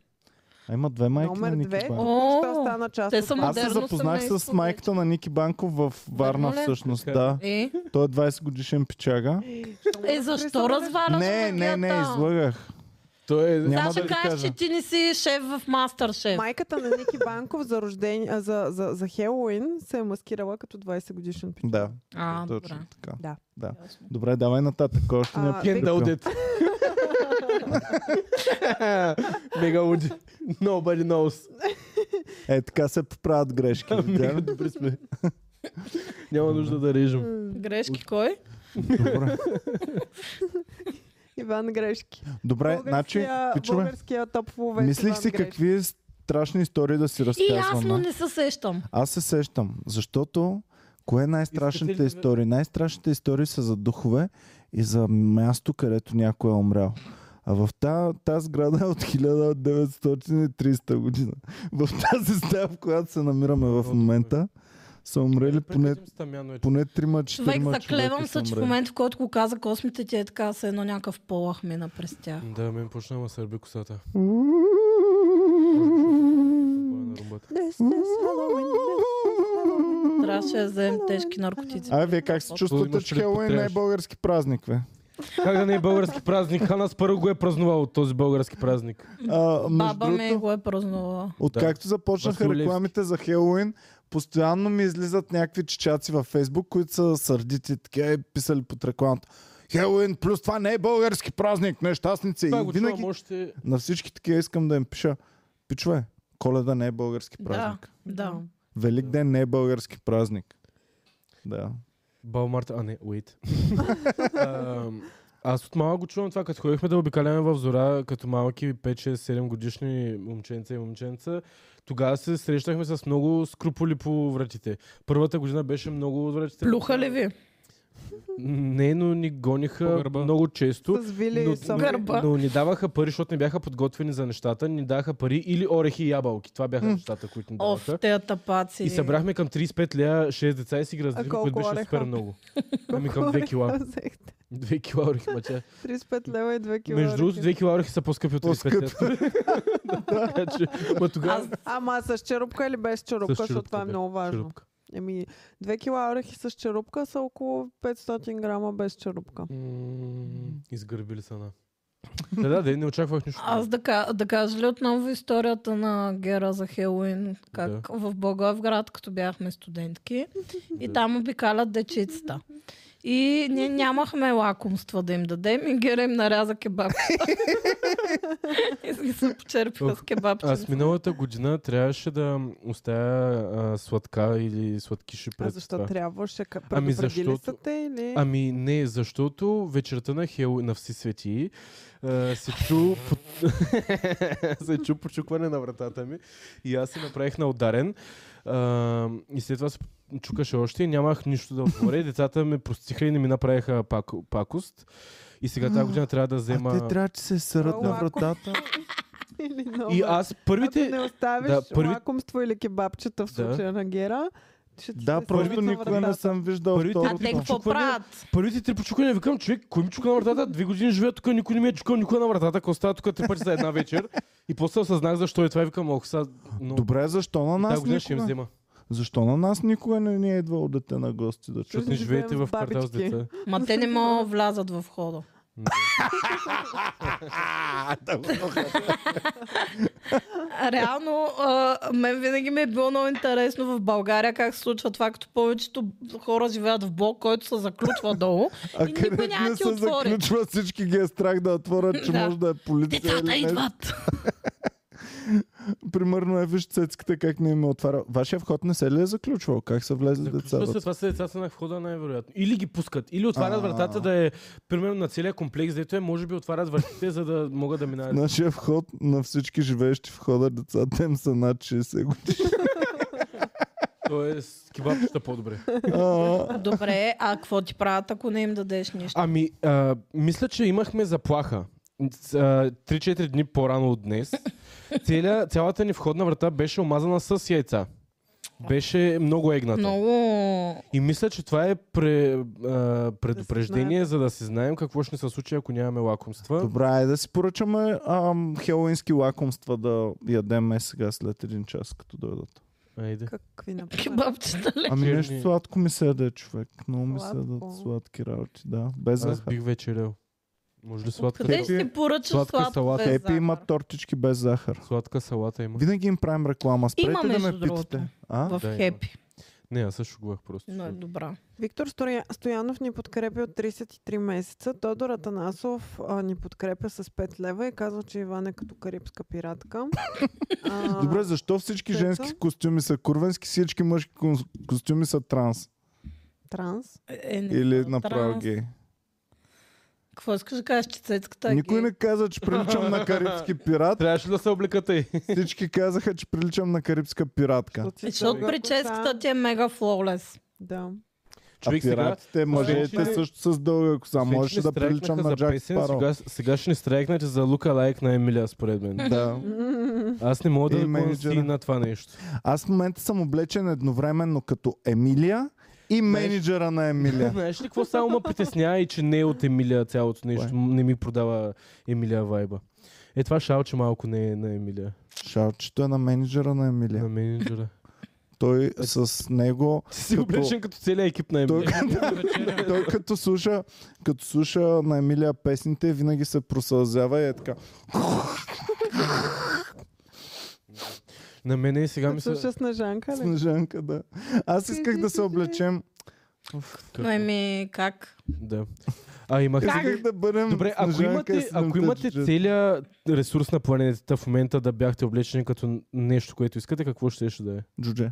Speaker 1: А има две майки
Speaker 2: номер
Speaker 1: на Ники
Speaker 2: 2.
Speaker 1: Банков.
Speaker 3: О,
Speaker 2: Що стана част
Speaker 3: те
Speaker 2: от
Speaker 3: са
Speaker 2: нас.
Speaker 1: Аз се
Speaker 3: Модерно
Speaker 1: запознах с
Speaker 3: семейство, Нали?
Speaker 1: майката на Ники Банков в Варна
Speaker 3: Верно ли?
Speaker 1: всъщност,
Speaker 4: Така.
Speaker 1: да.
Speaker 3: Е,
Speaker 1: Той е 20 годишен пичага.
Speaker 2: Що му
Speaker 3: е
Speaker 2: разкриса,
Speaker 3: защо
Speaker 2: бе?
Speaker 3: разваляш
Speaker 1: Не, не, не,
Speaker 3: магията?
Speaker 1: излъгах.
Speaker 4: Той е...
Speaker 1: Няма
Speaker 3: Сега
Speaker 1: да
Speaker 3: ще
Speaker 1: ви
Speaker 3: кажеш,
Speaker 1: кажа.
Speaker 3: че ти не си шеф в мастер шеф.
Speaker 2: Майката на Ники Банков за, рожден... а, за, за, за Хелоуин се е маскирала като 20 годишен пич.
Speaker 1: Да,
Speaker 3: А, добре.
Speaker 1: точно така.
Speaker 2: Да.
Speaker 1: да. Добре, давай нататък. кой Още не е
Speaker 2: А,
Speaker 4: Кендал
Speaker 1: подкрепил?
Speaker 4: Дет. Мега луди. Nobody knows.
Speaker 1: Е, така се поправят грешки. видя
Speaker 4: Мега
Speaker 1: ли?
Speaker 4: добри сме. Няма нужда да режем.
Speaker 3: Грешки кой?
Speaker 1: Добре,
Speaker 2: Иван Грешки.
Speaker 1: Добре
Speaker 2: Българския-
Speaker 1: значи, пичове,
Speaker 2: Българския топ ловец
Speaker 1: мислих
Speaker 2: Иван
Speaker 1: си
Speaker 2: Грешки.
Speaker 1: какви страшни истории да си
Speaker 3: И аз, но
Speaker 1: разказвам. а?
Speaker 3: не се сещам.
Speaker 1: Аз се сещам, защото кое е
Speaker 4: Искате
Speaker 1: най-страшните
Speaker 4: ли да-
Speaker 1: истории? Най-страшните истории са за духове и за място, където някой е умрял. А в тази та сграда е от 1930 година. В тази стая, в която се намираме в
Speaker 4: О,
Speaker 1: момента, са умрели поне,
Speaker 4: поне...
Speaker 1: поне 3-4
Speaker 3: Човек, заклевам се, че в момента, в който го каза космите, ти е така, се едно някакъв полах мина през тях.
Speaker 4: Да, мен почна ма сърби косата. е на румбата.
Speaker 2: This is Halloween, this is Halloween.
Speaker 3: Трябваше да вземем тежки наркотици.
Speaker 1: А, вие как се чувствате,
Speaker 4: имаш
Speaker 1: че
Speaker 4: предпотребаш?
Speaker 1: Хелоуин не е български празник, бе?
Speaker 4: Как да не е български празник? Хана Спаро го е празнувал от този български празник.
Speaker 1: А, между
Speaker 3: Баба ми
Speaker 1: другото,
Speaker 3: го е празнувала.
Speaker 1: Откакто започнаха
Speaker 4: Василевски.
Speaker 1: рекламите за Хелоуин, постоянно ми излизат някакви чичаци във Фейсбук, които са сърдити, така и писали под рекламата. Хелоуин, плюс това не е български празник, нещастници.
Speaker 4: Това
Speaker 1: Е, И
Speaker 4: го
Speaker 1: винаги
Speaker 4: чувам още...
Speaker 1: на всички такива искам да им пиша. Пичове, коледа не е български празник.
Speaker 3: Да.
Speaker 1: Велик ден не е български празник. Да.
Speaker 4: Бал Марта, а не, wait. Ам, Аз от малък го чувам това, като ходихме да обикаляме в зора, като малки 5-6-7 годишни момченца и момченца, тогава се срещахме с много скрупули по вратите. Първата година беше много от вратите.
Speaker 3: Плюха ли ви?
Speaker 4: Не, но ни
Speaker 5: По
Speaker 4: гониха
Speaker 5: гърба.
Speaker 4: много често.
Speaker 2: С Вили
Speaker 4: Но,
Speaker 2: и Софи.
Speaker 3: Гърба.
Speaker 4: но, но ни даваха пари, защото не бяха подготвени за нещата. Ни даваха пари или орехи и ябълки. Това бяха нещата, които ни
Speaker 3: Оф,
Speaker 4: даваха.
Speaker 3: те тапаци.
Speaker 4: И събрахме към 35 лея 6 деца и си ги разделихме,
Speaker 2: колко
Speaker 4: което беше
Speaker 2: ореха?
Speaker 4: супер много. Ами към
Speaker 2: Колко
Speaker 4: 2 кила.
Speaker 2: Взехте
Speaker 4: 2 кила орехи, мача.
Speaker 2: 35 лева и 2 кила.
Speaker 4: Между другото,
Speaker 2: орехи.
Speaker 4: 2 кила орехи са по-скъпи от 35 Да, така че, Ма тогава...
Speaker 3: Аз
Speaker 2: Ама с черупка или без черупка,
Speaker 4: С черупка,
Speaker 2: защото това е
Speaker 4: бе.
Speaker 2: много важно.
Speaker 4: черупка.
Speaker 2: Еми, 2 кила орехи с черупка са около 500 грама без черупка.
Speaker 4: М, Изгърбили са на. Да, да, да, не очаквах нищо.
Speaker 3: Аз да, ка- да кажа ли отново историята на Гера за Хелуин, как
Speaker 4: Да.
Speaker 3: в Благоевград, като бяхме студентки, и там обикалят дечицата. И ние нямахме лакомства да им дадем и Гера им наряза кебаб. и се почерпиха с кебабче.
Speaker 4: Аз миналата година трябваше да оставя а, сладка или сладкиши пред
Speaker 2: А защо
Speaker 4: това.
Speaker 2: трябваше? Ка-
Speaker 4: Ами
Speaker 2: предупредили
Speaker 4: защото-
Speaker 2: са те или...
Speaker 4: Ами не, защото вечерта на Хел на Вси свети а, се чу, по... се чу почукване на вратата ми и аз се направих на ударен. А, и след това се чукаше още и нямах нищо да отворя. И Децата ме простиха и не ми направиха пак, пакост. И сега тази година трябва да взема...
Speaker 1: А те трябва да се сърат
Speaker 2: Много
Speaker 1: на
Speaker 2: лако.
Speaker 1: вратата.
Speaker 2: или много.
Speaker 4: И аз
Speaker 2: Ако не
Speaker 4: първите...
Speaker 2: оставиш
Speaker 4: да, първи-
Speaker 2: лакомство или кебабчета в
Speaker 4: Да.
Speaker 2: случая на Гера, ще ти
Speaker 1: Да,
Speaker 2: се
Speaker 1: просто
Speaker 2: сърби на
Speaker 1: никога не
Speaker 2: вратата.
Speaker 1: съм виждал
Speaker 4: Първите
Speaker 3: А
Speaker 1: второто.
Speaker 3: те какво
Speaker 4: Почукване.
Speaker 3: правят?
Speaker 4: Първите три почуквания викам, човек, кой ми чука на вратата? Две години живея тук, никой не ми е чукал, никой на вратата, ако остава тук три пъти за една вечер. И после осъзнах защо е това и викам, ох, сега... Но...
Speaker 1: Добре, защо на
Speaker 4: Тази
Speaker 1: нас
Speaker 4: година ще им
Speaker 1: никога?
Speaker 4: взема.
Speaker 1: Защо на нас никога не ни е идвало дете на гости да чуем?
Speaker 4: Защото не
Speaker 2: живеем
Speaker 4: живеете
Speaker 2: с
Speaker 4: в квартал с
Speaker 2: бабички.
Speaker 4: деца.
Speaker 3: Ма те не могат да влязат в хода. Реално, а, мен винаги ми е било много интересно в България как се случва това, като повечето хора живеят в блок, който се заключва долу.
Speaker 1: А
Speaker 3: И никой
Speaker 1: къде
Speaker 3: няма
Speaker 1: не
Speaker 3: да ти
Speaker 1: се
Speaker 3: отвори.
Speaker 1: заключва, всички ги е страх да отворят, че
Speaker 3: Да.
Speaker 1: може да е полиция.
Speaker 3: Децата
Speaker 1: Или нещо.
Speaker 3: идват.
Speaker 1: Примерно е виж цецката как не им е отваря. Вашия вход не се ли е заключвал? Как са влезли
Speaker 4: Заключва се,
Speaker 1: децата?
Speaker 4: това са децата на входа най-вероятно. Или ги пускат, или отварят
Speaker 1: А.
Speaker 4: вратата да е, примерно на целия комплекс, дето е, може би отварят вратите, за да могат да минават.
Speaker 1: Нашия вход на всички живеещи в хода децата им са над 60 години.
Speaker 4: Тоест, е кебабчета по-добре.
Speaker 1: А,
Speaker 3: Добре, а какво ти правят, ако не им дадеш нищо?
Speaker 4: Ами, а, мисля, че имахме заплаха. С, а, 3-4 дни по-рано от днес. Целя, цялата ни входна врата беше омазана с яйца. Беше много егната.
Speaker 3: Много...
Speaker 4: И мисля, че това е пре, а, предупреждение, за да си знаем какво ще ни се случи, ако нямаме лакомства.
Speaker 1: Добре, айде да си поръчаме ам, хелоински лакомства да ядем е сега след един час, като дойдат.
Speaker 4: Айде.
Speaker 2: Какви направи?
Speaker 3: Кебабчета ли?
Speaker 1: Ами
Speaker 4: Е, Черни.
Speaker 1: нещо сладко ми се яде, човек. Много ми се
Speaker 2: Сладко.
Speaker 1: ядат сладки работи, да. Без
Speaker 4: Аз
Speaker 1: захар.
Speaker 4: бих вечерял. Може ли сладка
Speaker 3: Къде
Speaker 4: салата?
Speaker 3: ще си поръчаш
Speaker 4: сладка
Speaker 3: сладко
Speaker 4: салата.
Speaker 3: без
Speaker 1: Хепи
Speaker 3: захар?
Speaker 1: имат тортички без захар.
Speaker 4: Сладка салата има.
Speaker 1: Винаги им правим реклама. Спрете
Speaker 3: Има,
Speaker 1: да
Speaker 3: между
Speaker 1: ме
Speaker 3: другото.
Speaker 1: питате. А?
Speaker 3: В
Speaker 4: Да, има.
Speaker 3: хепи.
Speaker 4: Не, аз също шугувах просто.
Speaker 3: Но е добра.
Speaker 2: Виктор Стоя- Стоянов ни подкрепи от 33 месеца. Тодор Атанасов а, ни подкрепя с 5 лева и казва, че Иван е като карибска пиратка. А,
Speaker 1: Добре, защо всички
Speaker 2: Трето?
Speaker 1: женски костюми са курвенски, всички мъжки кос- костюми са транс?
Speaker 2: Транс.
Speaker 3: Е, не
Speaker 1: Или
Speaker 3: са
Speaker 1: направо
Speaker 3: транс.
Speaker 1: гей?
Speaker 3: Какво искаш да кажеш, че цецката е
Speaker 1: Никой
Speaker 3: гей?
Speaker 1: не каза, че приличам на карибски пират.
Speaker 4: Трябваше да се облеката и.
Speaker 1: Всички казаха, че приличам на карибска пиратка.
Speaker 2: Защото си
Speaker 3: Е, Защото
Speaker 2: дълга коса.
Speaker 3: прическата ти е мега флоулес.
Speaker 2: Да.
Speaker 1: А
Speaker 4: Човек сега.
Speaker 1: пиратите, мъжете
Speaker 4: Вече-
Speaker 1: също с дълга коса.
Speaker 4: вече
Speaker 1: Можеше
Speaker 4: ни
Speaker 1: да приличам
Speaker 4: страйкнаха
Speaker 1: на
Speaker 4: за
Speaker 1: Джак
Speaker 4: песен,
Speaker 1: Спаро.
Speaker 4: Сега, сега ще ни страйкнете за лука лайк на Емилия, според мен.
Speaker 1: Да.
Speaker 4: Аз не мога
Speaker 1: И
Speaker 4: да го
Speaker 1: Е, менеджера.
Speaker 4: си на това нещо.
Speaker 1: Аз в момента съм облечен едновременно като Емилия и менеджера на Емилия.
Speaker 4: Знаеш ли какво само ме притеснява и че не е от Емилия цялото нещо?
Speaker 1: Кое?
Speaker 4: Не ми продава Емилия вайба. Е това шалче малко не е на Емилия.
Speaker 1: Шалчето е на менеджера на
Speaker 4: На
Speaker 1: Емилия.
Speaker 4: менеджера.
Speaker 1: Той с него
Speaker 4: Ти си облечен като целият екип на
Speaker 1: Той,
Speaker 4: Емилия.
Speaker 1: той като, слуша, като слуша на Емилия песните, винаги се просълзява и е така.
Speaker 4: На мене и сега ми се...
Speaker 2: Слуша е Снежанка ли?
Speaker 1: Снежанка, да. Аз исках да се облечем.
Speaker 4: Какво?
Speaker 3: Но еми, Ами, как?
Speaker 4: Да. А имах...
Speaker 1: Исках да бъдем
Speaker 4: Добре, ако
Speaker 1: Снежанка и
Speaker 4: имате, ако
Speaker 1: седемте
Speaker 4: имате
Speaker 1: джуджета.
Speaker 4: целия ресурс на планетата в момента да бяхте облечени като нещо, което искате, какво ще ще да е?
Speaker 1: Джудже.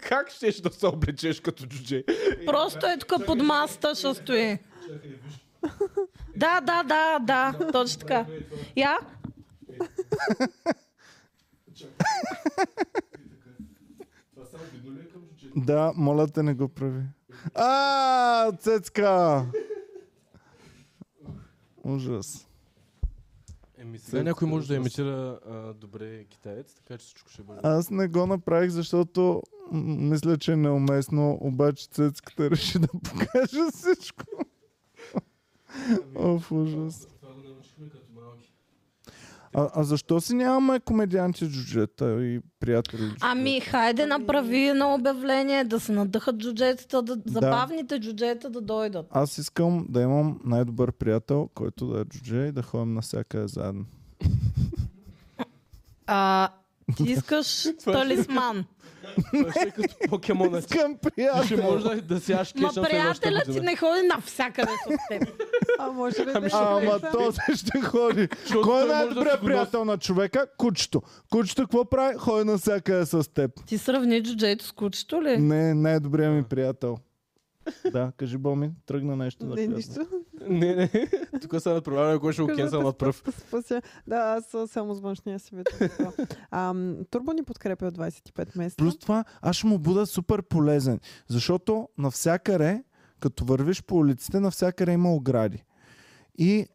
Speaker 4: Как ще да се облечеш като джудже?
Speaker 3: Просто е тук под масата ще стои. Да, да, да, да, точно така. Я?
Speaker 1: Да, моля те не го прави. А, цецка! Ужас.
Speaker 4: Еми, сега Е, някой може да имитира а, добре китаец, така че всичко ще бъде.
Speaker 1: Аз не го направих, защото м, мисля, че е неуместно, обаче цецката реши да покаже всичко. Оф, ужас.
Speaker 4: Това го научихме като малки.
Speaker 1: А, а защо си нямаме комедианти джуджета и приятели? джуджета?
Speaker 3: Ами, хайде, направи на обявление да се надъхат джуджетата, да, забавните джуджета да дойдат.
Speaker 1: Аз искам да имам най-добър приятел, който да е джудже и да ходим навсякъде заедно.
Speaker 3: А, ти искаш талисман.
Speaker 4: Това ще е като покемон.
Speaker 1: Искам
Speaker 4: Ще
Speaker 1: приятел!
Speaker 4: може да, да сяш
Speaker 3: Ма
Speaker 4: кеша
Speaker 1: е
Speaker 3: приятелят ти не ходи навсякъде с теб.
Speaker 2: А може ли да
Speaker 4: Ами
Speaker 2: е
Speaker 4: ще
Speaker 1: Ама
Speaker 2: Алекса?
Speaker 1: то се ще ходи.
Speaker 4: Защото
Speaker 1: Кой е
Speaker 4: той може да
Speaker 1: най-добрият
Speaker 4: си го
Speaker 1: приятел на човека? Кучето. Кучето какво прави? Ходи навсякъде с теб.
Speaker 3: Ти сравни джуджето с кучето
Speaker 2: Е.
Speaker 3: ли?
Speaker 1: Не, е най-добрият ми приятел. Да, кажи Боми, тръгна нещо да
Speaker 2: Не,
Speaker 1: кажа.
Speaker 2: нищо.
Speaker 4: Не, не. Тук се надправляме, кой ще го
Speaker 1: е
Speaker 2: Кажете,
Speaker 4: кенсъл над пръв.
Speaker 2: Да спася. Да, аз а, само с външния си вид. Ам, Турбо ни подкрепя от 25 месеца.
Speaker 1: Плюс това, аз ще му бъда супер полезен. Защото навсякъде, като вървиш по улиците, навсякъде има огради. И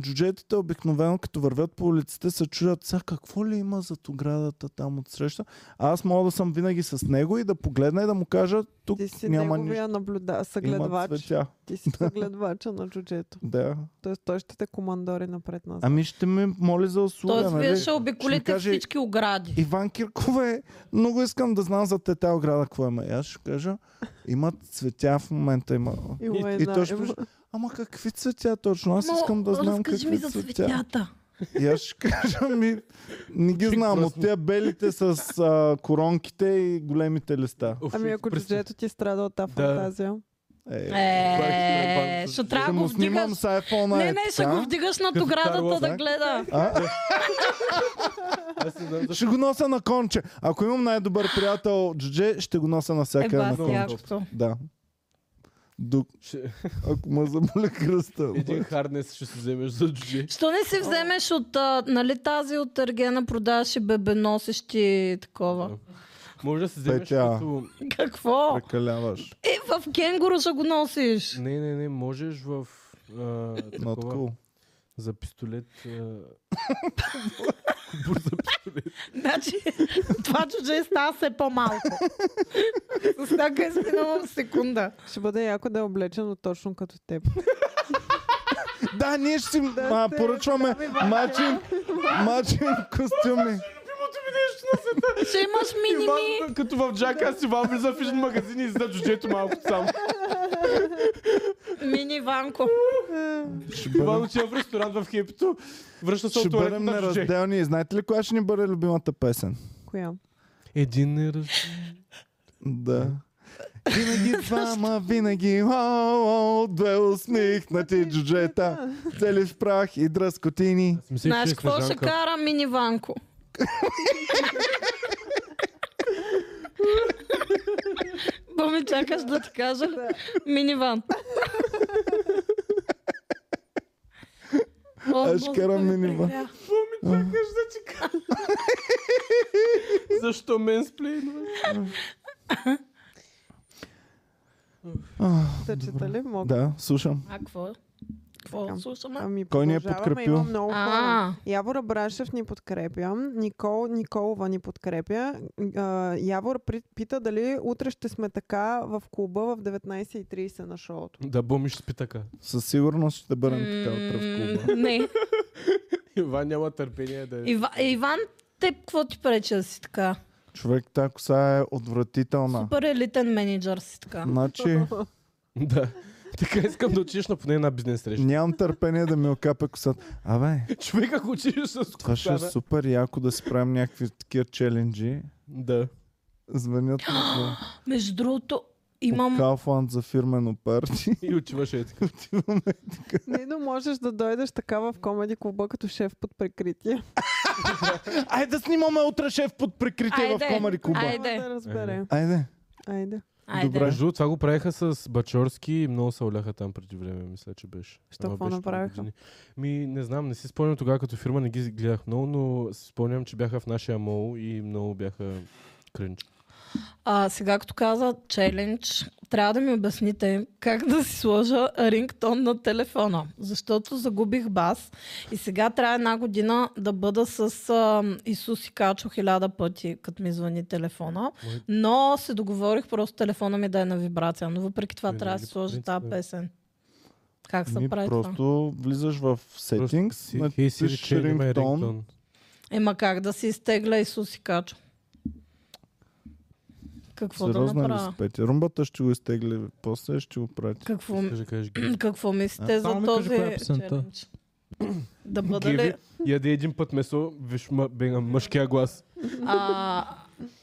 Speaker 1: джуджетите обикновено, като вървят по улиците, се чудят сега какво ли има зад оградата там от среща. А аз мога да съм винаги с него и да погледна и да му кажа, тук
Speaker 2: Ти си
Speaker 1: няма нищо.
Speaker 2: неговия наблюда...
Speaker 1: Има
Speaker 2: съгледвач.
Speaker 1: цветя.
Speaker 2: Ти си съгледвача на джуджето.
Speaker 1: Да.
Speaker 2: Тоест той ще те командори напред нас.
Speaker 1: Ами ще ме моли за услуга,
Speaker 3: Тоест, вие
Speaker 1: нали?
Speaker 3: ще обиколите
Speaker 1: каже-
Speaker 3: всички огради.
Speaker 1: Иван Киркове, много искам да знам за тета ограда какво има. И аз ще кажа, имат цветя в момента. Има...
Speaker 2: Има
Speaker 1: и
Speaker 2: една,
Speaker 1: точно
Speaker 2: има-
Speaker 1: беше, Ама какви цветя точно? Аз искам да знам
Speaker 3: разкажи
Speaker 1: какви
Speaker 3: ми за
Speaker 1: цветя.
Speaker 3: цветята.
Speaker 1: И аз ще кажа ми, не ги
Speaker 4: Ти
Speaker 1: знам. От
Speaker 4: просто-
Speaker 1: тя белите с а, коронките и големите листа.
Speaker 4: Оф,
Speaker 2: Ами ако
Speaker 4: представ-
Speaker 2: джето ти страда от тази фантазия.
Speaker 1: Е,
Speaker 3: Е, ще трябва да
Speaker 1: ще
Speaker 3: го
Speaker 1: му снимам
Speaker 3: вдигаш.
Speaker 1: с iPhone.
Speaker 3: Не, не, ще го
Speaker 1: а?
Speaker 3: вдигаш над
Speaker 4: Като Star
Speaker 3: оградата
Speaker 4: Wars,
Speaker 3: да
Speaker 1: а?
Speaker 3: гледа.
Speaker 1: А?
Speaker 4: Аз не знам защо.
Speaker 1: Ще го нося на конче. Ако имам най-добър приятел Джудже, ще го нося на
Speaker 3: Е,
Speaker 1: всяка на
Speaker 3: бас,
Speaker 4: много
Speaker 1: конче.
Speaker 3: якото.
Speaker 1: Да. Дук,
Speaker 4: Ще...
Speaker 1: ако ме заболя кръста.
Speaker 4: Един харнес ще си вземеш за джудже.
Speaker 3: Що не си вземеш от, а, нали тази от Ергена продаваш и бебеносещи такова?
Speaker 4: Може да си вземеш
Speaker 1: Петя.
Speaker 4: като...
Speaker 3: Какво?
Speaker 1: Прекаляваш.
Speaker 3: Е, в кенгуру ще го носиш.
Speaker 4: Не, не, не, можеш в... А,
Speaker 1: Not
Speaker 4: такова,
Speaker 1: cool.
Speaker 4: За пистолет... А... Кубур за пистолет.
Speaker 3: Значи, това чудже става все по-малко. С всяка изминала секунда.
Speaker 2: Ще бъде яко да е облечено точно като теб.
Speaker 1: Да, ние ще си
Speaker 2: Да,
Speaker 1: а,
Speaker 2: те,
Speaker 1: поръчваме мачин, мачин костюми.
Speaker 3: Ще имаш миними.
Speaker 4: Иван, като в джака, аз Иван влиза в един магазин и за джуджето малко само.
Speaker 3: Мини Ванко.
Speaker 1: Ще
Speaker 4: Иван
Speaker 1: бъдем,
Speaker 4: отива в ресторант в хепито, връща се
Speaker 1: ще
Speaker 3: е
Speaker 4: от туалет
Speaker 1: бъдем
Speaker 4: на джудже.
Speaker 1: неразделни. И Знаете ли коя ще ни бъде любимата песен?
Speaker 2: Коя?
Speaker 4: Един неразделен.
Speaker 1: Да. Винаги двама, винаги о, о, две усмихнати джуджета, цели в прах и дръскотини.
Speaker 3: Знаеш какво ще кара мини Ванко? Боми, чакаш да ти кажа ли? Мини Ван. О, е
Speaker 1: Аз ще карам
Speaker 3: Господи,
Speaker 1: мини Ван.
Speaker 3: прегрях.
Speaker 4: Защо мен сплейнува?
Speaker 2: Тъчета ли? Мога.
Speaker 1: Да, слушам.
Speaker 3: А, какво? Какво
Speaker 2: Така.
Speaker 3: слушаме?
Speaker 2: Ами,
Speaker 1: Кой ни е
Speaker 2: продължаваме,
Speaker 1: подкрепил?
Speaker 2: Има много хора.
Speaker 3: А,
Speaker 2: Явор Абрашев ни подкрепя. Никол Николова ни подкрепя. А, Явор при- пита дали утре ще сме така в клуба в 19.30 на шоуто.
Speaker 4: Да, бомиш спи така.
Speaker 1: Със сигурност ще бъдем така утре в клуба.
Speaker 3: м, не.
Speaker 4: Иван няма търпение да е.
Speaker 3: Ива, Иван, теб какво ти пречи да си така?
Speaker 1: Човек, тази коса е отвратителна.
Speaker 3: Супер елитен менеджер си така.
Speaker 1: Значи,
Speaker 4: Да. Така искам да учиш на поне една бизнес среща.
Speaker 1: нямам търпение да ми окапе косата. Абе,
Speaker 4: Човек, ако учиш с
Speaker 1: това ще е
Speaker 4: косана...
Speaker 1: супер яко да си правим някакви такива челенджи.
Speaker 4: Да.
Speaker 1: Звънят ми за-
Speaker 3: Между другото,
Speaker 1: от
Speaker 3: имам...
Speaker 1: Kaufland за фирмено парти.
Speaker 4: И отиваш е така.
Speaker 2: Не, но можеш да дойдеш така в комеди клуба като шеф под прикритие.
Speaker 1: Айде да снимаме утре шеф под прикритие
Speaker 3: Айде,
Speaker 1: в Комари Куба. Айде.
Speaker 3: айде.
Speaker 2: Айде. Да разбере.
Speaker 1: айде.
Speaker 2: Айде.
Speaker 3: Айде.
Speaker 1: Добре.
Speaker 4: Между другото, това го правиха с Бачорски и много се оляха там преди време, мисля, че беше.
Speaker 2: Що,
Speaker 4: Ама
Speaker 2: какво
Speaker 4: беше
Speaker 2: направиха?
Speaker 4: преди години. Ми, не знам, не си спомням тогава като фирма, не ги гледах много, но си спомням, че бяха в нашия мол и много бяха кринч.
Speaker 3: А, сега като каза челендж, трябва да ми обясните как да си сложа рингтон на телефона. Защото загубих бас и сега трябва една година да бъда с а, Исус и Качо хиляда пъти, като ми звъни телефона.
Speaker 4: Мой-
Speaker 3: Но се договорих просто телефона ми да е на вибрация. Но въпреки това
Speaker 4: Е,
Speaker 3: трябва да
Speaker 4: нали,
Speaker 3: си сложа
Speaker 4: по принцип,
Speaker 3: тази
Speaker 4: да.
Speaker 3: песен. Как се
Speaker 1: Ми
Speaker 3: прави това?
Speaker 1: Ами, просто влизаш в settings,
Speaker 4: Просто си- Hey Siri,
Speaker 1: натискаш
Speaker 4: change my
Speaker 1: рингтон.
Speaker 4: ringtone.
Speaker 3: Ема как да си изтегля Исус и Качо? Какво да
Speaker 1: Сериозна ли
Speaker 3: направя?
Speaker 1: си, Петя? е Румбата ще го изтегли, после ще го прати.
Speaker 3: Какво,
Speaker 4: Искаш да кажеш ги.
Speaker 3: какво мислите
Speaker 5: А,
Speaker 3: за
Speaker 5: само ми кажи
Speaker 3: този
Speaker 5: коя е песента.
Speaker 3: челендж? да бъда
Speaker 4: Геви,
Speaker 3: ли...
Speaker 4: яде един път месо, виж ма- бега мъжкия глас.
Speaker 3: А,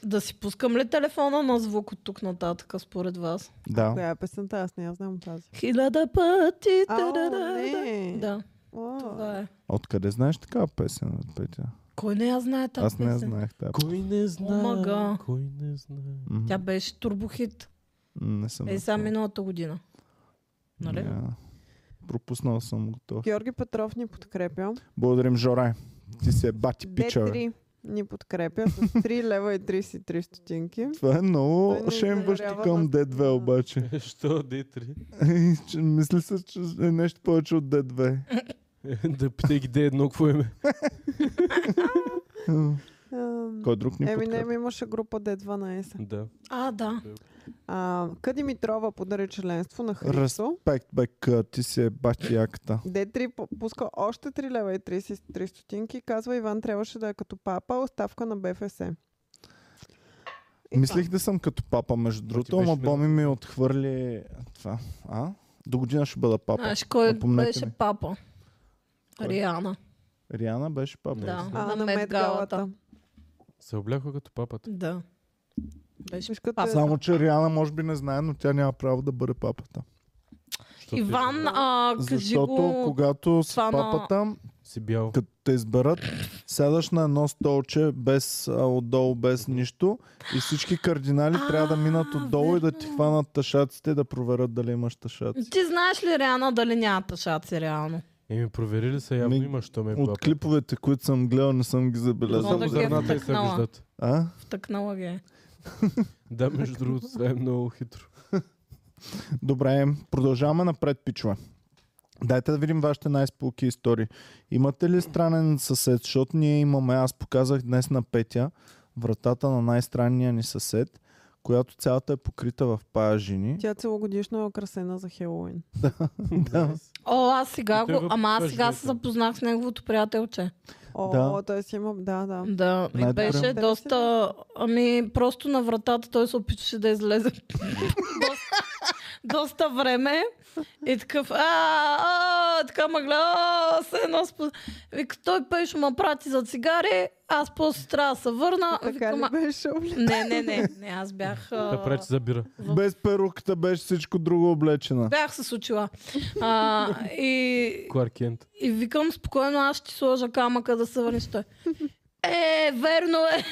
Speaker 3: да си пускам ли телефона на звук от тук нататък, според вас?
Speaker 1: Да.
Speaker 2: Коя е песента? Аз не я знам тази.
Speaker 3: Хиляда пъти...
Speaker 2: А,
Speaker 3: та-да-да-да.
Speaker 2: не.
Speaker 3: Да,
Speaker 2: О,
Speaker 3: това е.
Speaker 1: Откъде знаеш такава песен, Петя?
Speaker 3: Кой не я знае тази
Speaker 1: Аз не я
Speaker 3: песен?
Speaker 1: знаех тази.
Speaker 4: Кой не знае?
Speaker 3: мага.
Speaker 4: Кой не знае?
Speaker 1: Мгм.
Speaker 3: Тя беше турбохит.
Speaker 1: Не съм.
Speaker 3: Е, сега
Speaker 1: чувал.
Speaker 3: миналата година. Нали?
Speaker 1: Ня. Пропуснал съм го това.
Speaker 2: Георги Петров ни подкрепя.
Speaker 1: Благодарим, Жорай. Ти си е бати пича. бе.
Speaker 2: Д3 ни подкрепя с 3 лева и 33 стотинки.
Speaker 1: Това е
Speaker 2: Той
Speaker 1: много
Speaker 2: не
Speaker 1: шемващо
Speaker 2: изневерява
Speaker 1: към
Speaker 2: на-
Speaker 1: D2 обаче.
Speaker 4: Що, D3?
Speaker 1: Ей,
Speaker 3: Е.
Speaker 1: че- Мисля се, че е нещо повече от D2.
Speaker 4: да питай ги D1, какво е. име?
Speaker 2: Ам,
Speaker 1: Кой друг ни
Speaker 2: Еми, не,
Speaker 1: подкрепя?
Speaker 2: ми имаше група D12.
Speaker 4: Да.
Speaker 3: А, да.
Speaker 2: А, Къди Митрова подари членство на Христо.
Speaker 1: Респект, бе, къ, ти си е бати яката.
Speaker 2: D3 пу- пуска още 3 лева и 33 стотинки. Казва, Иван трябваше да е като папа, оставка на БФС. И
Speaker 1: Мислих да съм като папа, между
Speaker 4: ти
Speaker 1: другото,
Speaker 4: беше
Speaker 1: ама
Speaker 4: минал.
Speaker 1: Боми ми отхвърли това. А? До година ще бъда папа.
Speaker 3: Знаеш, кой
Speaker 1: Напомнете
Speaker 3: беше
Speaker 1: ми.
Speaker 3: папа?
Speaker 1: Кой?
Speaker 3: Риана.
Speaker 1: Риана беше папа.
Speaker 3: Да,
Speaker 2: А,
Speaker 3: на
Speaker 2: на Мед
Speaker 3: медгалата.
Speaker 2: Галата.
Speaker 4: Се обляха като папата.
Speaker 3: Да. Беше
Speaker 2: Виж като
Speaker 3: папа.
Speaker 2: е-
Speaker 1: Само, че Риана може би не знае, но тя няма право да бъде папата.
Speaker 4: Защото
Speaker 3: Иван, а, кажи
Speaker 1: Защото
Speaker 3: го...
Speaker 1: когато си
Speaker 3: това на-
Speaker 1: папата,
Speaker 4: Си бял.
Speaker 1: като те изберат, сядаш на едно столче без а, отдолу, без нищо и всички кардинали
Speaker 3: А,
Speaker 1: трябва да минат отдолу и да ти
Speaker 3: верно.
Speaker 1: хванат тъшаците и да проверят дали имаш тъшаци.
Speaker 3: Ти знаеш ли Риана дали няма пашаци реално?
Speaker 4: Еми, Е, проверили са, явно
Speaker 1: Ми-
Speaker 4: има, що ме е била
Speaker 1: От клиповете, които съм гледал, не съм ги забелязал.
Speaker 3: Мога
Speaker 4: Само
Speaker 3: да ги е
Speaker 4: зърната и се
Speaker 3: втъкнала.
Speaker 4: виждат.
Speaker 1: А?
Speaker 3: Втъкнала ги е.
Speaker 4: Да, между другото, това е много хитро.
Speaker 1: Добре, продължаваме напред, пичове. Дайте да видим вашите най-спулки истории. Имате ли странен съсед? Защото ние имаме, аз показах днес на Петя, вратата на най-странния ни съсед, която цялата е покрита в паяжини.
Speaker 2: Тя целогодишно е украсена за Хелоуин.
Speaker 1: Да.
Speaker 3: О, аз сега
Speaker 4: И те
Speaker 3: го...
Speaker 4: го
Speaker 3: Ама аз
Speaker 4: покажеш
Speaker 3: сега
Speaker 4: вече.
Speaker 3: се запознах с неговото приятелче.
Speaker 2: О,
Speaker 1: Да.
Speaker 2: да. той си има... Да, да.
Speaker 3: Да, и
Speaker 1: Най-добре.
Speaker 3: беше
Speaker 2: Интересен.
Speaker 3: доста... Ами, просто на вратата той се опитваше да излезе. доста, доста време. И такъв... А, а, така ма гледа, а, се едно спо... Вика, той пеше ма прати за цигари, аз после трябва да се върна.
Speaker 2: Така
Speaker 3: Вика,
Speaker 2: ли
Speaker 3: ма...
Speaker 2: беше облечена?
Speaker 3: Не, не, не, не, аз бях...
Speaker 4: Да
Speaker 3: а,
Speaker 4: пречи забира.
Speaker 1: Без перуката беше всичко друго облечена.
Speaker 3: Бях се случила. А, и,
Speaker 4: Кларкент.
Speaker 3: и викам спокойно, аз ще ти сложа камъка да се върнеш той. Е, верно е.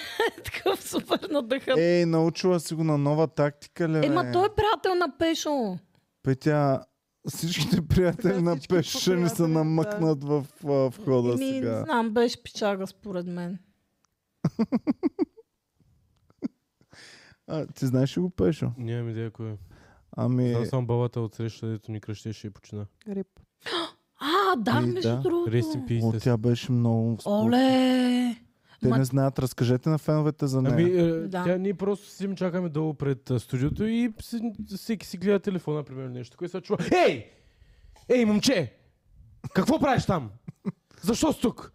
Speaker 3: Такъв супер надъхан.
Speaker 1: Ей, научила си го на нова тактика, ли?
Speaker 3: Ема
Speaker 1: бе?
Speaker 3: той е приятел на Пешо.
Speaker 1: Петя,
Speaker 3: е
Speaker 1: всичките приятели
Speaker 2: Така,
Speaker 1: на
Speaker 2: всички
Speaker 1: Пешо ще ни се
Speaker 2: приятели, да.
Speaker 1: намъкнат в а, входа
Speaker 3: Еми, не
Speaker 1: сега.
Speaker 3: знам, беше печага според мен.
Speaker 1: А, ти знаеш ли го Пешо?
Speaker 4: Нямам идея кой е.
Speaker 1: Ами...
Speaker 4: Знам само бабата от среща, дето ни кръщеше и почина.
Speaker 2: Рип.
Speaker 3: А, да,
Speaker 1: Е,
Speaker 3: между
Speaker 1: да.
Speaker 3: другото.
Speaker 4: Rest in
Speaker 1: О,
Speaker 4: peace.
Speaker 1: тя беше много... спорт.
Speaker 3: Оле.
Speaker 1: Те
Speaker 3: Ма-
Speaker 1: не знаят. Разкажете на феновете за нея.
Speaker 4: Ами, е,
Speaker 3: Да.
Speaker 4: тя ние просто си чакаме долу пред а, студиото и си- всеки си гледа телефона, примерно нещо, което се чува. Ей! Ей, момче! Какво правиш там? Защо си тук?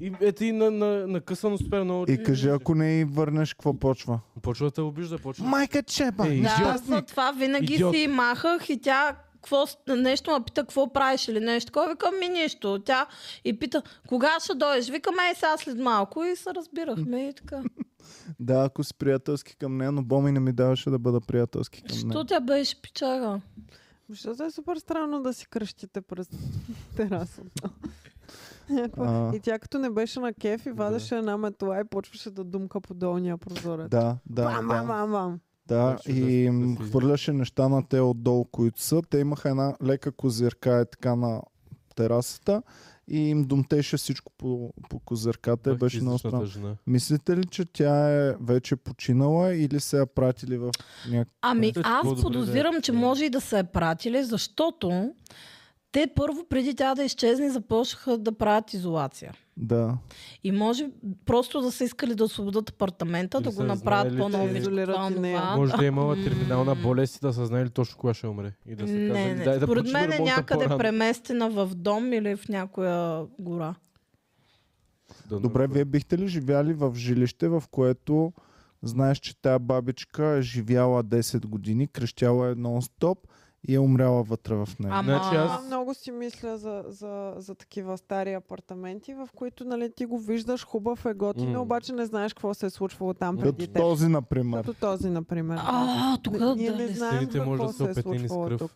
Speaker 4: И ето и на, на, на късано спер много.
Speaker 1: И кажи, ако не й върнеш, какво почва?
Speaker 4: Почва да те обижда, почва.
Speaker 1: Майка чепа!
Speaker 4: Ей,
Speaker 3: Да, аз
Speaker 1: нещастник!
Speaker 3: за това винаги
Speaker 4: Идиот.
Speaker 3: си махах и тя какво, с- нещо ме пита, какво правиш или нещо. Такова викам ми нищо. Тя и пита, кога ще дойдеш? Викам, ей сега след малко и се разбирахме и така.
Speaker 1: Да, ако си приятелски към нея, но Боми не ми даваше да бъда приятелски към
Speaker 3: Що
Speaker 1: нея.
Speaker 3: тя беше печага?
Speaker 2: Защото е супер странно да си кръщите през терасата. Някаква-
Speaker 1: А.
Speaker 2: И тя като не беше на кеф и вадеше една метла и почваше да думка по долния прозорец.
Speaker 1: Да, да,
Speaker 2: бам, бам,
Speaker 1: да,
Speaker 2: бам, бам.
Speaker 1: да.
Speaker 4: Ще
Speaker 1: И
Speaker 4: Значи, да-
Speaker 1: м,
Speaker 4: да си-
Speaker 1: хвърляше неща на те отдолу, които са. Те имаха една лека козирка е така на терасата и им думтеше всичко по, по козирката и
Speaker 4: Бах ти
Speaker 1: беше много
Speaker 4: излишната
Speaker 1: странно.
Speaker 4: жена.
Speaker 1: Мислите ли, че тя е вече починала или се я пратили в някакъв...
Speaker 3: Ами
Speaker 4: Което е
Speaker 3: аз
Speaker 4: по-добре да е.
Speaker 3: подозирам, че може и да са я пратили, защото те първо преди тя да изчезне започнаха да правят изолация.
Speaker 1: Да.
Speaker 3: И може просто да са искали да освободят апартамента,
Speaker 4: Или
Speaker 3: да
Speaker 4: са
Speaker 3: го направят
Speaker 4: знаели,
Speaker 3: по-новичко.
Speaker 2: че-
Speaker 3: това,
Speaker 2: Изолират и нея.
Speaker 3: онова.
Speaker 4: Може да е имала
Speaker 3: М.
Speaker 4: терминална болест и да са знаели точно кога ще умре. И да са
Speaker 3: Не,
Speaker 4: казали,
Speaker 3: не.
Speaker 4: дай да
Speaker 3: Според
Speaker 4: почне
Speaker 3: мен е
Speaker 4: ремонта
Speaker 3: някъде
Speaker 4: по-рано.
Speaker 3: преместена в дом или в някоя гора.
Speaker 4: Да, но-
Speaker 1: Добре, вие бихте ли живяли в жилище, в което знаеш, че тая бабичка е живяла 10 години, крещяла е нон-стоп и е умряла вътре в нея?
Speaker 3: Ама...
Speaker 4: Значи
Speaker 2: Аз
Speaker 4: аз-
Speaker 2: много си мисля за, за, за такива стари апартаменти, в които нали, ти го виждаш хубав е готин,
Speaker 4: М.
Speaker 2: обаче не знаеш какво се е случвало там
Speaker 4: М.
Speaker 1: Като
Speaker 2: преди те.
Speaker 1: този, например.
Speaker 2: Като този, например.
Speaker 3: А, тук
Speaker 2: Н-
Speaker 3: да
Speaker 2: Ние не
Speaker 3: ли са?
Speaker 2: знаем
Speaker 4: Стените
Speaker 2: какво
Speaker 4: може да са
Speaker 2: се е
Speaker 4: опетнени с
Speaker 2: случвало
Speaker 4: кръв.
Speaker 2: тук.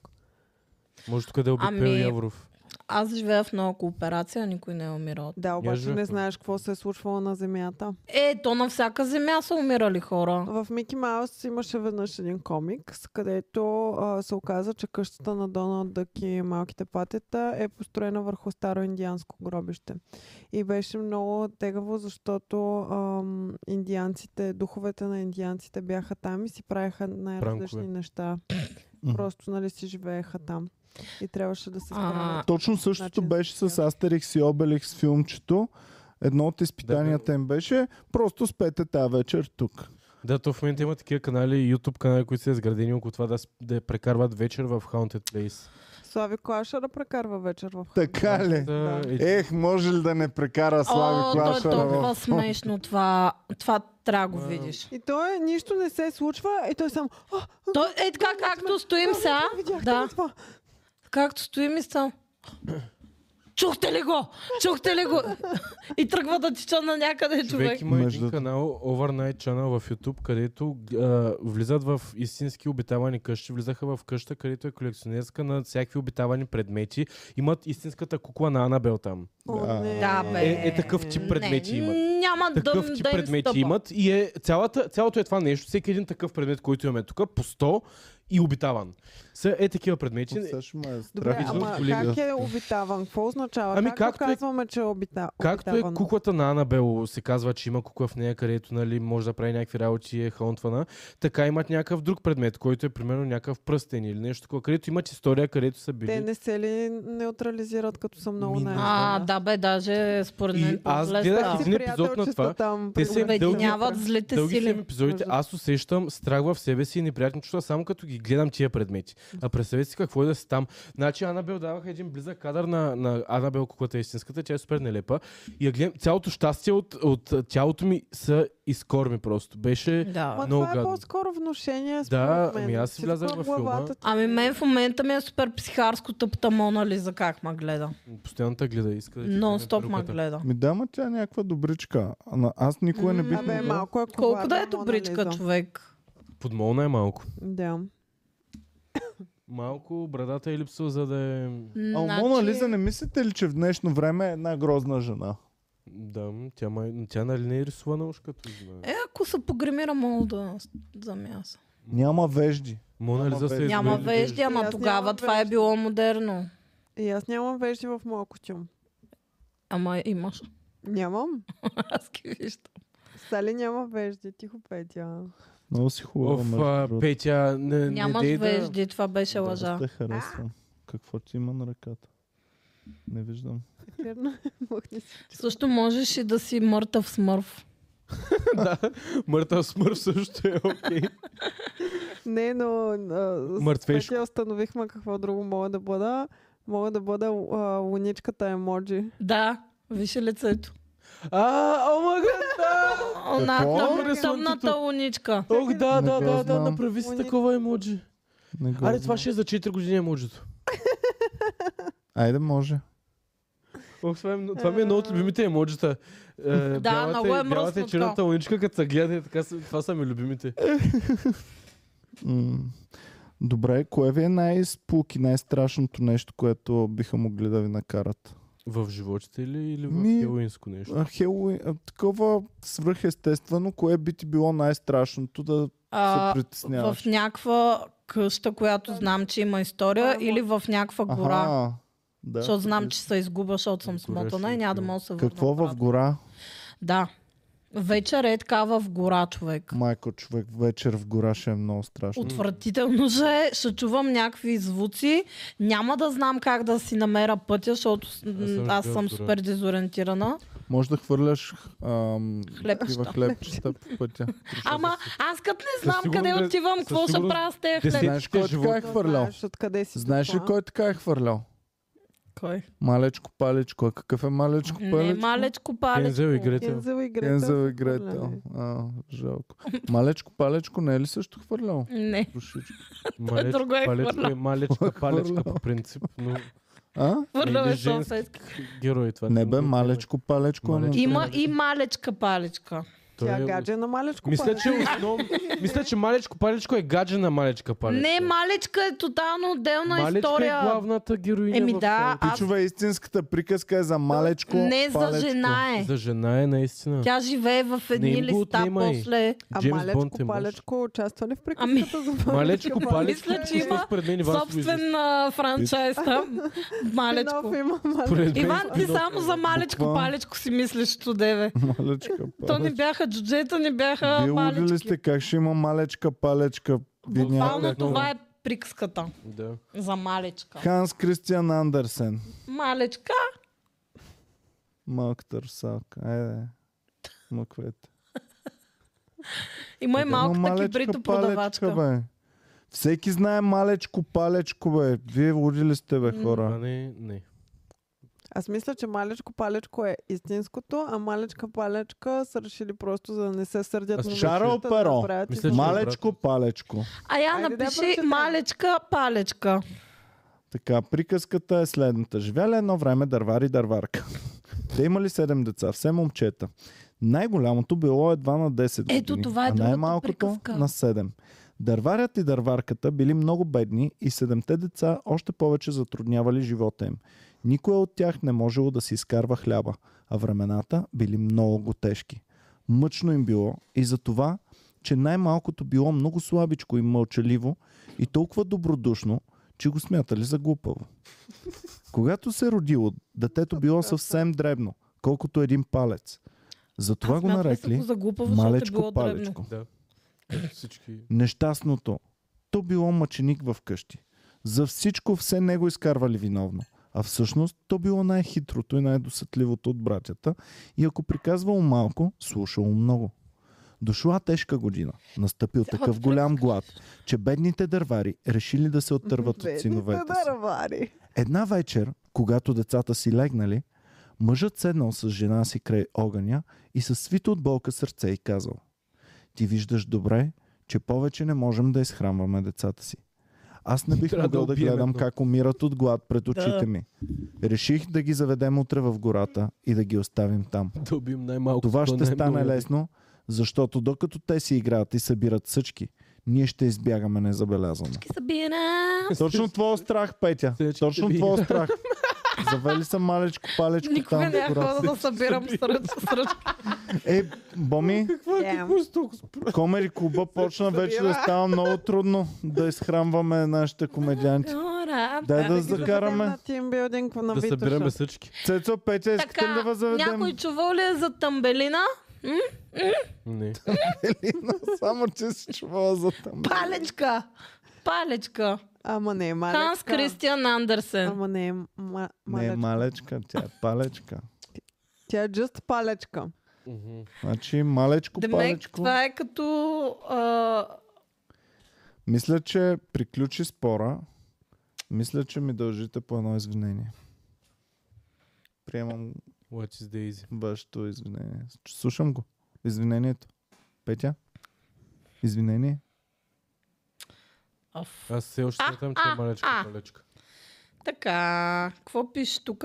Speaker 4: Може тук да е обипел
Speaker 3: Ами,
Speaker 4: Явров.
Speaker 3: Аз живея в нова кооперация, никой не е умирал.
Speaker 2: Да, обаче
Speaker 4: живех
Speaker 2: не
Speaker 4: там.
Speaker 2: знаеш какво се е случвало на земята.
Speaker 3: Е, то на всяка земя са умирали хора.
Speaker 2: В Мики Маус имаше веднъж един комикс, където а, се оказа, че къщата на Доналд Дък и малките патета е построена върху старо индианско гробище. И беше много тегаво, защото ам, индианците, духовете на индианците бяха там и си правеха най-различни
Speaker 4: Пранкове.
Speaker 2: неща.
Speaker 1: Мгм.
Speaker 2: Просто нали си живееха там. И трябваше да се
Speaker 3: А,
Speaker 2: справят.
Speaker 1: Точно същото
Speaker 2: Значи,
Speaker 1: беше с
Speaker 2: да.
Speaker 1: Астерикс и Обеликс филмчето. Едно от изпитанията им беше просто спете тази вечер тук.
Speaker 4: Да, то в момента има такива канали, YouTube канали, които са изградени около това да, с- да прекарват вечер в Haunted Place.
Speaker 2: Слави Клаша да прекарва вечер в
Speaker 1: Така ли?
Speaker 4: Да, е,
Speaker 1: Ех, може ли да не прекара
Speaker 3: О,
Speaker 1: Слави
Speaker 3: то е
Speaker 1: Клашара?
Speaker 3: толкова
Speaker 1: в-
Speaker 3: смешно това. Това трябва да го
Speaker 4: Вау.
Speaker 3: видиш.
Speaker 2: И той нищо не се случва и той само... А,
Speaker 3: То, е така, както стоим сега.
Speaker 2: видях
Speaker 3: Да.
Speaker 2: това.
Speaker 3: както стоим и стам. Чухте ли го? Чухте ли го? И тръгва да тича на някъде човек.
Speaker 4: Човек има
Speaker 1: Е, Между-
Speaker 4: един канал, Overnight Channel в YouTube, където а, влизат в истински обитавани къщи. Влизаха в къща, където е колекционерска на всякакви обитавани предмети. Имат истинската кукла на Анабел там.
Speaker 2: О,
Speaker 1: Да.
Speaker 2: не.
Speaker 3: Да, бе.
Speaker 4: Е, е такъв тип предмети
Speaker 3: не,
Speaker 4: имат.
Speaker 3: Няма
Speaker 4: Такъв
Speaker 3: да,
Speaker 4: тип
Speaker 3: да им
Speaker 4: предмети
Speaker 3: стъпа.
Speaker 4: имат и е цялата, цялото е това нещо. Всеки един такъв предмет, който имаме тук, по 100 и обитаван. Са е такива предмети.
Speaker 1: Сега ще ме е страх.
Speaker 2: Добре,
Speaker 4: Трагично
Speaker 2: ама
Speaker 4: големи.
Speaker 2: как е обитаван? Какво означава?
Speaker 4: Ами
Speaker 2: как
Speaker 4: както е-
Speaker 2: казваме, че е обита...
Speaker 4: Както е
Speaker 2: обитавано?
Speaker 4: куклата на Анабел, се казва, че има кукла в нея, където нали, може да прави някакви работи и е хълнтвана, така имат някакъв друг предмет, който е примерно някакъв пръстен или нещо такова, където имат история, където са били.
Speaker 2: Те не се ли неутрализират, като са много
Speaker 4: Ми,
Speaker 2: на
Speaker 3: А, да бе, даже според
Speaker 4: И
Speaker 3: мен
Speaker 4: аз
Speaker 3: по-зле
Speaker 4: гледах
Speaker 3: става.
Speaker 4: един епизод на това.
Speaker 2: Там,
Speaker 4: Те се
Speaker 2: примерно.
Speaker 3: Обединяват злите
Speaker 4: Дълги
Speaker 3: сили.
Speaker 4: са им епизодите,
Speaker 2: Между-
Speaker 4: аз усещам страх в себе си и неприятни чувства, само като ги гледам тия предмети. А представете си какво е да си там. Значи Анабел даваха един близък кадър на, на Анабел, куклата е истинската, тя е супер нелепа. И я гледам, цялото щастие от, от а, тялото ми са изкорми просто. Беше...
Speaker 3: Да.
Speaker 2: Ма
Speaker 4: Много
Speaker 2: това е
Speaker 4: гадно.
Speaker 2: по-скоро внушение, според
Speaker 4: Да,
Speaker 2: мен.
Speaker 4: ами аз си
Speaker 2: Всичко
Speaker 4: влязах
Speaker 2: е
Speaker 4: във
Speaker 2: главата
Speaker 4: филма.
Speaker 2: ти.
Speaker 3: Ами мен в момента ми е супер психарско тъпта Мона Лиза как ма гледа.
Speaker 4: Постоянно те гледа, иска да Е, ти е
Speaker 3: Нон-стоп
Speaker 4: вземе
Speaker 3: ма
Speaker 4: перуката.
Speaker 3: гледа.
Speaker 1: Ми да, ма тя е някаква добричка. Ана- Аз никога не бих
Speaker 2: Абе,
Speaker 1: могла.
Speaker 2: малко е
Speaker 3: Колко да е
Speaker 2: коварна Мона
Speaker 3: добричка
Speaker 2: Лиза.
Speaker 3: човек.
Speaker 4: Подмолна е малко.
Speaker 2: Да.
Speaker 4: Малко брадата е липсва, за да е...
Speaker 1: А
Speaker 2: Значи,
Speaker 1: у Мона
Speaker 3: Значи-
Speaker 1: Лиза не мислите ли, че в днешно време е една грозна жена?
Speaker 4: Да, тя, май... тя нали не е рисувана уж като знае.
Speaker 3: Е, ако се погремира, мога да замяса.
Speaker 1: Няма вежди.
Speaker 4: Мона
Speaker 1: Няма
Speaker 4: Лиза се
Speaker 1: вежди.
Speaker 4: е
Speaker 3: Няма
Speaker 4: измерила-
Speaker 3: вежди,
Speaker 2: Аз
Speaker 3: ама
Speaker 2: нямам
Speaker 3: тогава това е
Speaker 2: вежди.
Speaker 3: било модерно.
Speaker 2: И аз нямам вежди в моя костюм.
Speaker 3: Ама имаш.
Speaker 2: Нямам.
Speaker 3: Аз ги виждам.
Speaker 2: Сали няма вежди, тихо петя.
Speaker 1: Много си хубава.
Speaker 4: Оф,
Speaker 1: между
Speaker 4: а,
Speaker 1: другото.
Speaker 4: Петя,
Speaker 1: Е,
Speaker 4: не,
Speaker 3: Нямаш
Speaker 4: не дей да-
Speaker 3: вежди, това беше лъжа.
Speaker 1: Аз те харесвам. Какво ти има на ръката? Не виждам.
Speaker 2: Верно, махни си.
Speaker 3: Също можеш и да си мъртъв смърв.
Speaker 4: Мъртъв смърт също е окей.
Speaker 2: Не, но а, с
Speaker 4: Мъртвешко.
Speaker 2: Петя установихме какво друго мога да бъда. Мога да бъда а, луничката емоджи.
Speaker 3: Да, виж лицето.
Speaker 4: А, о май
Speaker 3: Она
Speaker 1: Какво?
Speaker 3: тъм,
Speaker 4: Рисунките.
Speaker 3: тъмната луничка.
Speaker 4: Ох, да,
Speaker 1: Не
Speaker 4: да,
Speaker 1: го
Speaker 4: да, да,
Speaker 1: знам.
Speaker 4: направи си
Speaker 2: Луни-
Speaker 4: такова емоджи.
Speaker 1: Не го
Speaker 4: Аре,
Speaker 1: знам.
Speaker 4: това ще е за 4 години емоджито.
Speaker 1: Айде, може.
Speaker 4: Ох, това, е, това ми е едно от любимите емоджита. Е, да,
Speaker 3: много е
Speaker 4: Бялата и
Speaker 3: мръсно
Speaker 4: черната
Speaker 3: така.
Speaker 4: луничка, като се гледа, е така, са- това са ми любимите.
Speaker 1: М, Добре, кое ви е най-спуки, най-страшното нещо, което биха могли да ви накарат?
Speaker 4: В животите или, или в
Speaker 1: Ми-
Speaker 4: хелуинско нещо?
Speaker 1: А, Хелуин, а, такова свръхестествено, кое би ти било най-страшното да
Speaker 3: А,
Speaker 1: се
Speaker 3: в
Speaker 1: притесняваш?
Speaker 3: някаква къща, която знам, че има история, или в някаква гора.
Speaker 1: Аха, да.
Speaker 3: Защото знам, че се изгуба, защото съм
Speaker 4: Горещия
Speaker 3: смотана и няма да
Speaker 4: филм.
Speaker 3: мога да се върна.
Speaker 1: Какво в
Speaker 3: обратно.
Speaker 1: гора?
Speaker 3: Да. Вечер е така в гора, човек.
Speaker 1: Майко, човек, вечер в гора ще е много страшно.
Speaker 3: Отвратително же е, ще чувам някакви звуци. Няма да знам как да си намеря пътя, защото с- м,
Speaker 4: Аз съм
Speaker 3: аз съм
Speaker 4: дезориентиран.
Speaker 3: супер дезориентирана.
Speaker 1: Може да хвърляш ам,
Speaker 3: Хлебчета.
Speaker 1: такива хлебчета по пътя.
Speaker 3: Ама аз като не знам
Speaker 4: сигурност
Speaker 3: къде
Speaker 4: да-
Speaker 3: отивам,
Speaker 4: със
Speaker 3: какво ще
Speaker 4: сигурност
Speaker 3: правя с тези
Speaker 4: десет-
Speaker 3: хлеб?
Speaker 1: Знаеш кой така е
Speaker 4: животни.
Speaker 1: хвърлял?
Speaker 2: Знаеш откъде си
Speaker 1: Знаеш ли
Speaker 2: дошла?
Speaker 1: кой така е хвърлял?
Speaker 3: Кой?
Speaker 1: Малечко палечко. А какъв е малечко
Speaker 3: Не, е
Speaker 1: палечко?
Speaker 3: малечко
Speaker 4: Ензел и
Speaker 3: палечко.
Speaker 4: Гретел.
Speaker 2: Ензел и Гретел.
Speaker 1: Кензел и
Speaker 2: хвърляли.
Speaker 1: Гретел. А, жалко. Малечко палечко не е ли също хвърлял?
Speaker 3: Не.
Speaker 1: Душичко.
Speaker 4: Малечко,
Speaker 3: друго е
Speaker 4: палечко
Speaker 3: хвърлял.
Speaker 4: и малечка, палечка
Speaker 1: Хвърлял.
Speaker 4: по принцип, но
Speaker 1: А?
Speaker 3: Върляме
Speaker 4: Или женски.
Speaker 3: сосески.
Speaker 4: герой е това.
Speaker 1: Не бе, малечко палечко. ама-
Speaker 4: Малечко.
Speaker 3: Има и малечка палечка.
Speaker 4: Той
Speaker 2: Тя
Speaker 4: е-
Speaker 2: гадже на малечко
Speaker 4: Мисля,
Speaker 2: пале.
Speaker 4: че основ... Мисля, че малечко палечко е гадже на малечка палечко.
Speaker 3: Не, малечка е тотално отделна
Speaker 4: малечка
Speaker 3: история.
Speaker 4: е главната героиня
Speaker 3: Еми
Speaker 4: в
Speaker 3: да,
Speaker 4: цялото.
Speaker 3: аз...
Speaker 1: Пичове, истинската приказка е за малечко
Speaker 3: не за
Speaker 1: палечко.
Speaker 3: жена е.
Speaker 4: За жена е наистина.
Speaker 3: Тя живее в едни
Speaker 4: им го
Speaker 3: листа
Speaker 4: отнемай.
Speaker 3: после.
Speaker 2: А
Speaker 4: Джеймс
Speaker 2: малечко
Speaker 4: Бонд е мъж.
Speaker 2: палечко участва ли в приказката за
Speaker 4: Малечко палечко.
Speaker 3: Мисля, че има
Speaker 4: според мен Иван Стоилов.
Speaker 3: Собствен а, франчайз там. Малечко.
Speaker 2: Нов има малечко.
Speaker 4: Според мен-
Speaker 3: Иван, ти само за малечко
Speaker 1: Буквално.
Speaker 3: палечко си мислиш, чудеве.
Speaker 1: Малечка
Speaker 3: То не
Speaker 1: палечко.
Speaker 3: бяха джуджета, не
Speaker 1: Вие
Speaker 3: бяха
Speaker 1: луди ли
Speaker 3: малечки.
Speaker 1: сте? Как ще има малечка палечка? Вие няма-
Speaker 3: Буквално
Speaker 4: Някак,
Speaker 3: това
Speaker 4: да.
Speaker 3: е прикската
Speaker 4: Да.
Speaker 3: за малечка.
Speaker 1: Ханс Кристиан Андерсен.
Speaker 3: Малечка.
Speaker 1: Малката русалка. Айде. Мъквете.
Speaker 3: Има и е
Speaker 1: Ама
Speaker 3: малката
Speaker 1: малечка палечка,
Speaker 3: кибрито продавачка.
Speaker 1: бе. Всеки знае малечко палечко, бе. Вие луди ли сте, бе,
Speaker 4: А
Speaker 1: хора?
Speaker 4: не, е- не.
Speaker 2: Аз мисля, че малечко палечко е истинското, а малечка палечка са решили просто за да не се сърдят.
Speaker 4: Аз
Speaker 2: на
Speaker 1: Шарл
Speaker 2: момичетата, да
Speaker 1: Перо.
Speaker 2: направят
Speaker 4: Мисля,
Speaker 2: и-
Speaker 4: че-
Speaker 1: Малечко палечко.
Speaker 3: А я
Speaker 2: Хайде да
Speaker 3: напиши
Speaker 2: прочетем.
Speaker 3: малечка палечка.
Speaker 1: Така, приказката е следната. Живяли едно време дървар и дърварка. Те имали 7 деца, все момчета. Най-голямото било едва на 10 години,
Speaker 3: Ето това е
Speaker 1: а
Speaker 3: другата
Speaker 1: най-малкото
Speaker 3: приказка.
Speaker 1: на 7. Дърварят и дърварката били много бедни и седемте деца още повече затруднявали живота им. Никой от тях не можело да си изкарва хляба, а времената били много тежки. Мъчно им било и за това, че най-малкото било много слабичко и мълчаливо и толкова добродушно, че го смятали за глупаво. Когато се родило, детето било съвсем дребно, колкото един палец. Затова
Speaker 3: Аз
Speaker 1: го
Speaker 3: смятам, че съм
Speaker 1: нарекли
Speaker 3: го за глупаво, защото е било
Speaker 1: малечко
Speaker 3: дребно.
Speaker 1: палечко.
Speaker 4: Да. Като Всички.
Speaker 1: Нещастното. То било мъченик в къщи. За всичко все него изкарвали виновно. А всъщност то било най-хитрото и най-досетливото от братята и ако приказвало малко, слушало много. Дошла тежка година. Настъпил
Speaker 3: Цяла
Speaker 1: такъв голям
Speaker 3: приказка.
Speaker 1: глад, че бедните дървари решили да се оттърват от
Speaker 2: Бедните
Speaker 1: синовете си.
Speaker 2: дървари.
Speaker 1: Една вечер, когато децата си легнали, мъжът седнал с жена си край огъня и със свито от болка сърце и казал Ти виждаш добре, че повече не можем да изхранваме децата си. Аз не бих
Speaker 4: Трябва да
Speaker 1: могъл да,
Speaker 4: убием
Speaker 1: гледам
Speaker 4: едно.
Speaker 1: как умират от глад пред очите ми. Реших да ги заведем утре в гората и да ги оставим там.
Speaker 4: Да убием най-малко.
Speaker 1: Това ще стане
Speaker 4: е.
Speaker 1: лесно, защото докато те си играят и събират съчки, ние ще избягаме незабелязано.
Speaker 3: Ки събира.
Speaker 1: Точно твой страх, Петя.
Speaker 4: Всичките
Speaker 1: Точно
Speaker 4: ми.
Speaker 1: твой страх. Завели съм малечко палечко
Speaker 3: Никога
Speaker 1: там.
Speaker 3: не е
Speaker 1: в гората.
Speaker 3: хода да събирам сръчка.
Speaker 1: Е, Боми,
Speaker 4: Какво
Speaker 2: Е.
Speaker 4: е? Какво ще толкова спра?
Speaker 1: комери клуба почна вече да става много трудно да изхранваме нашите комедианти. Дай да
Speaker 2: Да ходим
Speaker 1: закараме.
Speaker 2: на тимбилдинг на
Speaker 4: Да събираме
Speaker 2: Витоша.
Speaker 4: всички.
Speaker 1: Цецо, Петя, искате ли да
Speaker 3: Така,
Speaker 1: вас заведем?
Speaker 3: някой чувал ли е за тъмбелина?
Speaker 4: Не.
Speaker 1: Само, че си чувала за там.
Speaker 3: Палечка! Палечка!
Speaker 2: Ама не е малечка.
Speaker 3: Ханс Кристиан Андерсен.
Speaker 2: Ама не е ма-
Speaker 1: Не е
Speaker 2: малечка.
Speaker 1: малечка, тя е палечка.
Speaker 2: Тя е just палечка.
Speaker 4: Мгм.
Speaker 1: Значи малечко
Speaker 3: Демек,
Speaker 1: палечко.
Speaker 3: това е като... а,
Speaker 1: Мисля, че приключи спора. Мисля, че ми дължите по едно извинение. Приемам
Speaker 4: What is Daisy?
Speaker 1: вашето извинение. Ч- Слушам го. Извинението. Петя? Извинение?
Speaker 3: оф.
Speaker 4: Аз все още
Speaker 3: А,
Speaker 4: смятам, че е
Speaker 3: а,
Speaker 4: малечка
Speaker 3: а.
Speaker 4: палечка.
Speaker 3: Така, какво пише тук?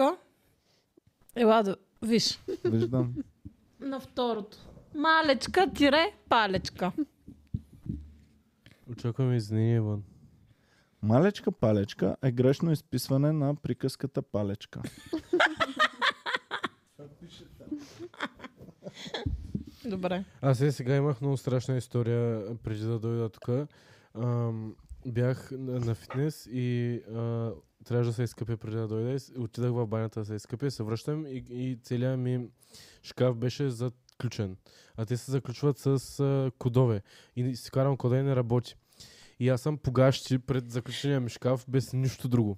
Speaker 3: Ела да, виж.
Speaker 1: Виждам.
Speaker 3: На второто. Малечка тире палечка.
Speaker 4: Очакваме извинение, Иван.
Speaker 1: Малечка палечка е грешно изписване на приказката палечка.
Speaker 3: Добре.
Speaker 4: Аз е, сега имах много страшна история а, преди да дойда тук. Ам, бях на, на фитнес и а, трябваше да се изкъпя преди да дойда. и с- Отидах в банята да се изкъпя, се връщам и, и целият ми шкаф беше заключен. А те се заключват с а, кодове. И ни- си карам кода и не работи. И аз съм погащи пред заключения ми шкаф без нищо друго.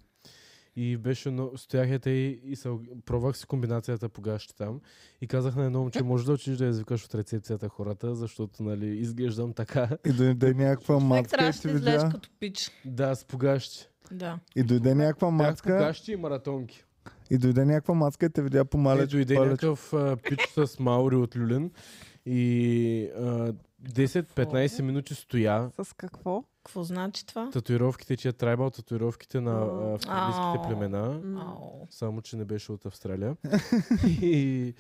Speaker 4: И беше, но стоях е те и, и се, ог- пробвах си комбинацията погащи там. И казах на едно момче, може да отидеш да извикаш от рецепцията хората, защото нали, изглеждам така.
Speaker 1: И дойде някаква
Speaker 3: Човек
Speaker 1: мацка и
Speaker 3: трябваше
Speaker 1: ти
Speaker 3: да излезеш
Speaker 1: видя.
Speaker 3: като пич.
Speaker 4: Да, с погащи.
Speaker 3: Да.
Speaker 1: И дойде някаква
Speaker 4: Бях с
Speaker 1: мацка.
Speaker 4: погащи и маратонки.
Speaker 1: И дойде някаква мацка и те видя по
Speaker 4: Мале,
Speaker 1: малечко
Speaker 4: Е, дойде
Speaker 1: палечко.
Speaker 4: някакъв а, пич с маури от Люлин и а, 10-15 минути стоя.
Speaker 2: С какво?
Speaker 3: Какво значи това?
Speaker 4: Татуировките, че трайбал татуировките на а,
Speaker 3: Ау.
Speaker 4: австралийските племена.
Speaker 2: М.
Speaker 3: Ау.
Speaker 4: Само, че не беше от Австралия. и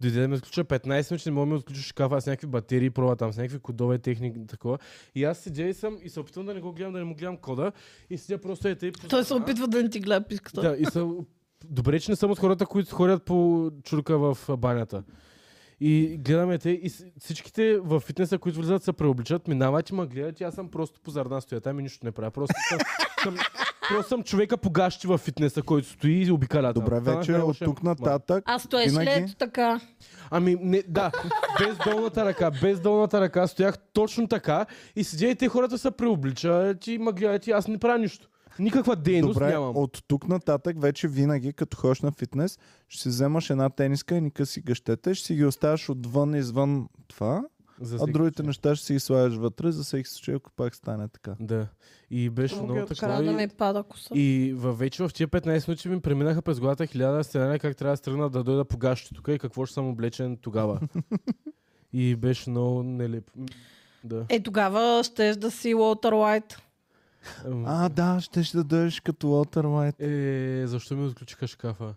Speaker 4: дойде да ме отключа 15 минути, не мога да ми отключиш шкафа, аз някакви батерии пробва там, с някакви кодове, техники, такова. И аз седя и съм и се опитвам да не го гледам, да не му гледам кода и седя просто е тъй. по
Speaker 3: Той се
Speaker 4: страна.
Speaker 3: опитва да не ти гледа писката.
Speaker 4: Да, и са... Добре, че не съм от хората, които ходят по чурка в а, банята. И гледаме те и с- всичките в фитнеса, които влизат, се преобличат, минават и ма гледат и аз съм просто позарна стоя там и нищо не правя. Просто съм, съм, просто съм човека погащи в фитнеса, който стои и обикаля там.
Speaker 1: Добре
Speaker 4: Станах
Speaker 1: вечер, от
Speaker 4: най-лошия
Speaker 1: тук
Speaker 4: мусулман.
Speaker 1: нататък.
Speaker 3: А стоеш ли
Speaker 1: Винаги?
Speaker 3: ето така?
Speaker 4: Ами, не, да, без долната ръка, без долната ръка стоях точно така и седя и те хората се преобличат и ма гледат и аз не правя нищо. Никаква дейност
Speaker 1: Добре,
Speaker 4: Е, нямам.
Speaker 1: от тук нататък вече винаги, като ходиш на фитнес, ще си вземаш една тениска и ни къси гъщете, ще си ги оставяш отвън, извън това,
Speaker 4: За
Speaker 1: а
Speaker 4: всеки
Speaker 1: другите
Speaker 4: случай.
Speaker 1: неща ще си ги слагаш вътре, за всеки случай, ако пак стане така.
Speaker 4: Да. И беше
Speaker 2: Мога
Speaker 4: много
Speaker 2: от
Speaker 4: така.
Speaker 2: края
Speaker 3: Трябва да
Speaker 4: и-
Speaker 3: ми пада коса.
Speaker 4: И във вече в тия 15 минути ми преминаха през главата хиляда сценария как трябва да тръгна да дойда по гащето тук и какво ще съм облечен тогава. и беше много нелеп. М, Да.
Speaker 3: Е, тогава щеш да си Уолтер Уайт.
Speaker 1: А, да, ще ще да дойдеш като Уолтер Уайт.
Speaker 4: Е, защо ми отключиха шкафа?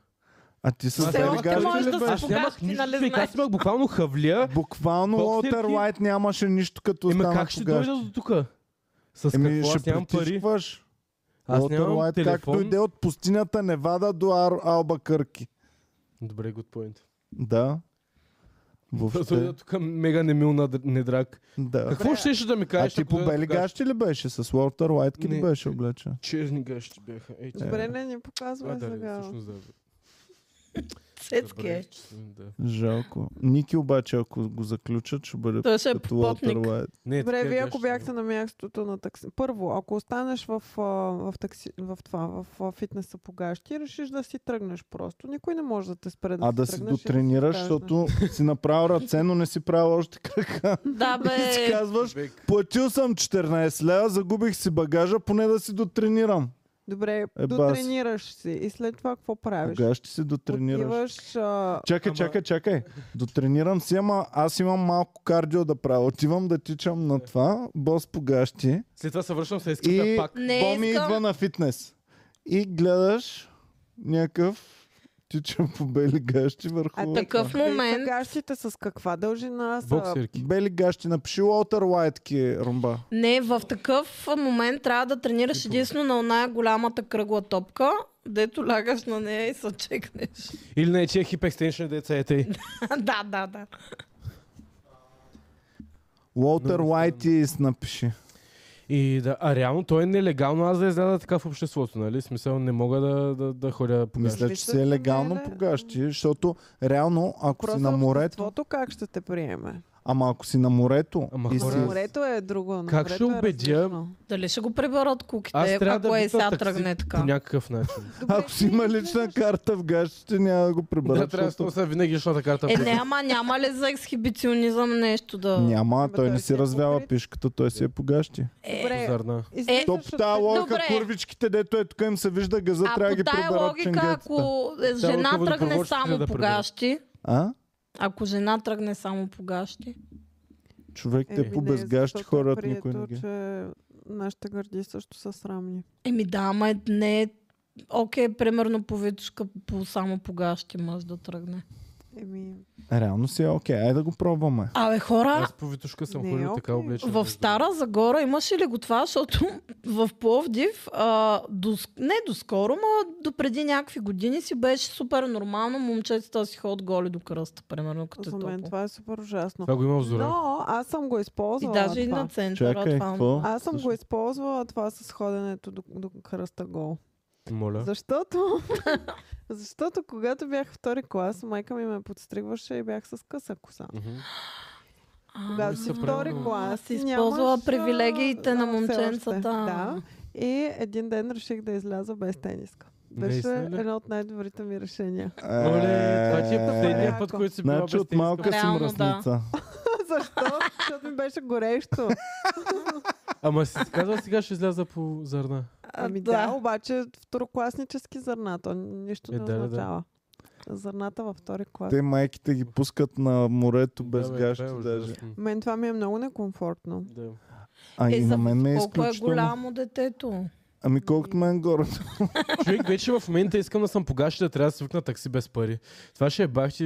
Speaker 1: А ти с
Speaker 4: Аз
Speaker 3: Все
Speaker 4: не
Speaker 3: още
Speaker 4: кажа,
Speaker 1: веригажите
Speaker 3: можеш
Speaker 1: ли
Speaker 3: да се
Speaker 1: беше?
Speaker 4: Аз нямах
Speaker 3: погашки,
Speaker 4: нищо,
Speaker 3: нали
Speaker 4: човек.
Speaker 3: знаеш?
Speaker 4: Аз имах буквално хавлия.
Speaker 1: Буквално
Speaker 4: Боксерки?
Speaker 1: Уолтер Уайт нямаше нищо като
Speaker 4: Ема
Speaker 1: остана
Speaker 4: как ще дойда до тук? С
Speaker 1: Еми,
Speaker 4: какво? Аз
Speaker 1: ще
Speaker 4: нямам пари.
Speaker 1: притискваш.
Speaker 4: Аз
Speaker 1: Уолтер
Speaker 4: нямам
Speaker 1: Уайт как
Speaker 4: телефон.
Speaker 1: дойде е от пустинята Невада до Ар... Алба Кърки.
Speaker 4: Добре, good point.
Speaker 1: Да.
Speaker 4: Той е
Speaker 1: Въобще,
Speaker 4: тук мега немил на др- недрак.
Speaker 1: да.
Speaker 4: Какво ще ще да ми
Speaker 1: А
Speaker 4: кажеш?
Speaker 1: ти
Speaker 4: ако
Speaker 1: по
Speaker 4: дойда
Speaker 1: бели
Speaker 4: тогава?
Speaker 1: гащи ли беше? С Уолтер Уайт ли
Speaker 4: Не.
Speaker 1: беше облечен?
Speaker 4: Черни гащи бяха. Ей,
Speaker 1: Е.
Speaker 4: че-
Speaker 2: Добре, не ни
Speaker 4: А,
Speaker 2: показва
Speaker 4: да, не,
Speaker 2: сега.
Speaker 4: е всъщност да.
Speaker 3: Цецки
Speaker 4: Добре,
Speaker 3: е.
Speaker 4: че- да.
Speaker 1: Жалко. Ники обаче, ако го заключат, ще бъде
Speaker 3: Той ще е
Speaker 1: като Уолтер
Speaker 3: потник.
Speaker 1: Уайт.
Speaker 4: Не,
Speaker 2: Добре,
Speaker 4: така
Speaker 2: вие ако
Speaker 4: гащи
Speaker 2: бяхте
Speaker 4: бяха.
Speaker 2: на мястото на такси... Първо, ако останеш в, а, в, такси... в това, в, а, фитнеса по гащи, решиш да си тръгнеш просто. Никой не може да те спре да
Speaker 1: А да си
Speaker 2: тръгнеш. и
Speaker 1: дотренираш,
Speaker 2: кажеш,
Speaker 1: защото си направил ръце, но не си правил още крака.
Speaker 3: Да,
Speaker 1: И си
Speaker 3: бе.
Speaker 1: казваш,
Speaker 4: Човек,
Speaker 1: платил съм 14 лева, загубих си багажа, поне да си дотренирам.
Speaker 2: Добре,
Speaker 1: Е, бас.
Speaker 2: дотренираш си. И след това какво правиш?
Speaker 1: Кога ще си дотренираш?
Speaker 2: Отиваш... А...
Speaker 1: Чакай,
Speaker 4: Ама-
Speaker 1: чакай, чакай. Дотренирам си, ама аз имам малко кардио да правя. Отивам да тичам на това, бос по гащи.
Speaker 4: След това се връщам с
Speaker 1: И
Speaker 4: еската пак.
Speaker 3: Не
Speaker 1: Боми
Speaker 3: искам.
Speaker 1: идва на фитнес. И гледаш някакъв тича по бели гащи върху...
Speaker 2: А
Speaker 3: Такъв
Speaker 2: Тъй, са
Speaker 3: момент.
Speaker 2: Гащите с каква дължина са?
Speaker 4: Боксерки.
Speaker 1: Бели гащи. Напиши Уолтер Уайтки, Румба.
Speaker 3: Не, в такъв момент трябва да тренираш единствено на оная голямата кръгла топка, дето лягаш на нея и се чекнеш.
Speaker 4: Или не, че е хип екстеншън деца е тъй.
Speaker 3: да, да, да.
Speaker 1: Уолтер
Speaker 4: Много
Speaker 1: Уайтис напиши.
Speaker 4: И да, а реално той е нелегално аз да изляза така в обществото, нали? В Смисъл не мога да, да, да ходя по гащи.
Speaker 1: Мисля, че
Speaker 2: Виждаш
Speaker 1: си е
Speaker 2: ли,
Speaker 1: легално
Speaker 2: не, не?
Speaker 1: по гащи, защото реално, ако си
Speaker 2: Просто
Speaker 1: на морето,
Speaker 2: обществото как ще те приеме?
Speaker 1: ама ако си на морето
Speaker 4: Ама
Speaker 1: и
Speaker 4: хора,
Speaker 1: си
Speaker 2: На морето е друго. на
Speaker 4: Как
Speaker 2: морето
Speaker 4: ще
Speaker 2: е
Speaker 4: убедя-
Speaker 2: различно.
Speaker 3: Дали ще го приберат куките,
Speaker 4: Аз трябва
Speaker 3: ако
Speaker 4: да
Speaker 3: е
Speaker 4: бутна
Speaker 3: сега
Speaker 4: такси
Speaker 3: тръгне
Speaker 4: по
Speaker 3: така.
Speaker 4: някакъв начин.
Speaker 2: е Добре,
Speaker 1: Ако си има
Speaker 2: ти
Speaker 1: лична
Speaker 2: излизаш.
Speaker 1: карта в гащите, няма да го прибера.
Speaker 4: Да, трябва да
Speaker 1: защото
Speaker 4: нося винаги личната карта.
Speaker 3: Е, не, ама няма ли за ексхибиционизъм нещо да...
Speaker 1: Няма,
Speaker 2: Ама
Speaker 1: той
Speaker 2: той
Speaker 1: не
Speaker 2: си
Speaker 1: си
Speaker 2: е
Speaker 1: развява
Speaker 2: покрит.
Speaker 1: пишката, той си е по гащи.
Speaker 3: Е,
Speaker 2: Добре,
Speaker 4: Зарна.
Speaker 2: излизаш
Speaker 1: То
Speaker 2: от
Speaker 1: по тази логика,
Speaker 3: Добре.
Speaker 1: курвичките, дето е тук им се вижда газа,
Speaker 3: а
Speaker 1: трябва да
Speaker 3: по
Speaker 1: ги
Speaker 3: тая
Speaker 1: приберат
Speaker 3: логика,
Speaker 1: ченгетата.
Speaker 3: ако е, жена
Speaker 4: логика
Speaker 3: тръгне
Speaker 4: водопроводчиците
Speaker 3: само
Speaker 4: да
Speaker 3: по
Speaker 4: приберат.
Speaker 3: гащи,
Speaker 1: А?
Speaker 3: ако жена тръгне само по гащи,
Speaker 1: Човек, те
Speaker 2: Еми
Speaker 1: по
Speaker 2: не,
Speaker 1: безгащи
Speaker 2: защото е
Speaker 1: хората никой не
Speaker 2: прието,
Speaker 1: ги.
Speaker 2: че нашите гърди също са срамни.
Speaker 3: еми да, ама е- не е... Окей, примерно по витушка, по само по гащи мъж да тръгне.
Speaker 2: Еми,
Speaker 1: Реално си е окей, айде да го пробваме.
Speaker 3: Абе, хора,
Speaker 4: Аз по Витушка съм
Speaker 2: Не,
Speaker 4: ходил така
Speaker 2: окей.
Speaker 4: облечен.
Speaker 3: В Стара Загора имаше ли го това, защото в Пловдив, а, до, не доскоро, но до преди някакви години си беше супер нормално момчетата да си ходят голи до кръста, примерно като е
Speaker 2: за мен
Speaker 3: топло.
Speaker 2: това е супер ужасно.
Speaker 4: Това го има в Зоран.
Speaker 2: Но аз съм го
Speaker 3: И
Speaker 2: използвала
Speaker 3: даже и
Speaker 2: това. е
Speaker 3: на центъра
Speaker 1: Чакай,
Speaker 3: това.
Speaker 1: какво?
Speaker 2: Аз съм го използвала това с ходенето до, до кръста гол.
Speaker 4: Моля.
Speaker 2: Защото, защото когато бях втори клас, майка ми ме подстригваше и бях с къса коса.
Speaker 4: Мгм.
Speaker 3: А, ами
Speaker 2: Когато си
Speaker 4: Супер.
Speaker 2: втори
Speaker 4: Ама
Speaker 2: клас,
Speaker 3: си
Speaker 2: ти
Speaker 3: използвала
Speaker 2: нямаш, а,
Speaker 3: привилегиите на
Speaker 2: да, все още.
Speaker 3: момченцата.
Speaker 2: Да. И един ден реших да изляза без тениска. Беше
Speaker 4: Наистина ли?
Speaker 2: едно от най-добрите ми решения.
Speaker 4: Оле, това ти е последния
Speaker 2: Е,
Speaker 4: път, който си била
Speaker 1: Значи
Speaker 4: без
Speaker 1: от
Speaker 4: тениска.
Speaker 1: малка си
Speaker 3: Реално да.
Speaker 1: мръсница.
Speaker 2: Защо? Защото ми беше горещо.
Speaker 4: Ама си си казал, сега ще изляза по зърна.
Speaker 2: Ами да. да, обаче второкласнически зърна, то нищо не
Speaker 4: Е, да, да, да.
Speaker 2: означава. Зърната във втори клас.
Speaker 1: Те майките ги пускат на морето без
Speaker 4: Да, бе,
Speaker 1: гащи
Speaker 4: това е
Speaker 1: даже.
Speaker 4: ужасно.
Speaker 2: Мен това ми е много некомфортно.
Speaker 4: Да.
Speaker 1: А и
Speaker 3: за
Speaker 1: на мен ме е
Speaker 3: колко е
Speaker 1: изключително.
Speaker 3: голямо детето.
Speaker 1: Ами колкото мен горе.
Speaker 4: Човек, вече в момента искам да съм погащи, да трябва да свикна такси без пари. Това ще е бахти.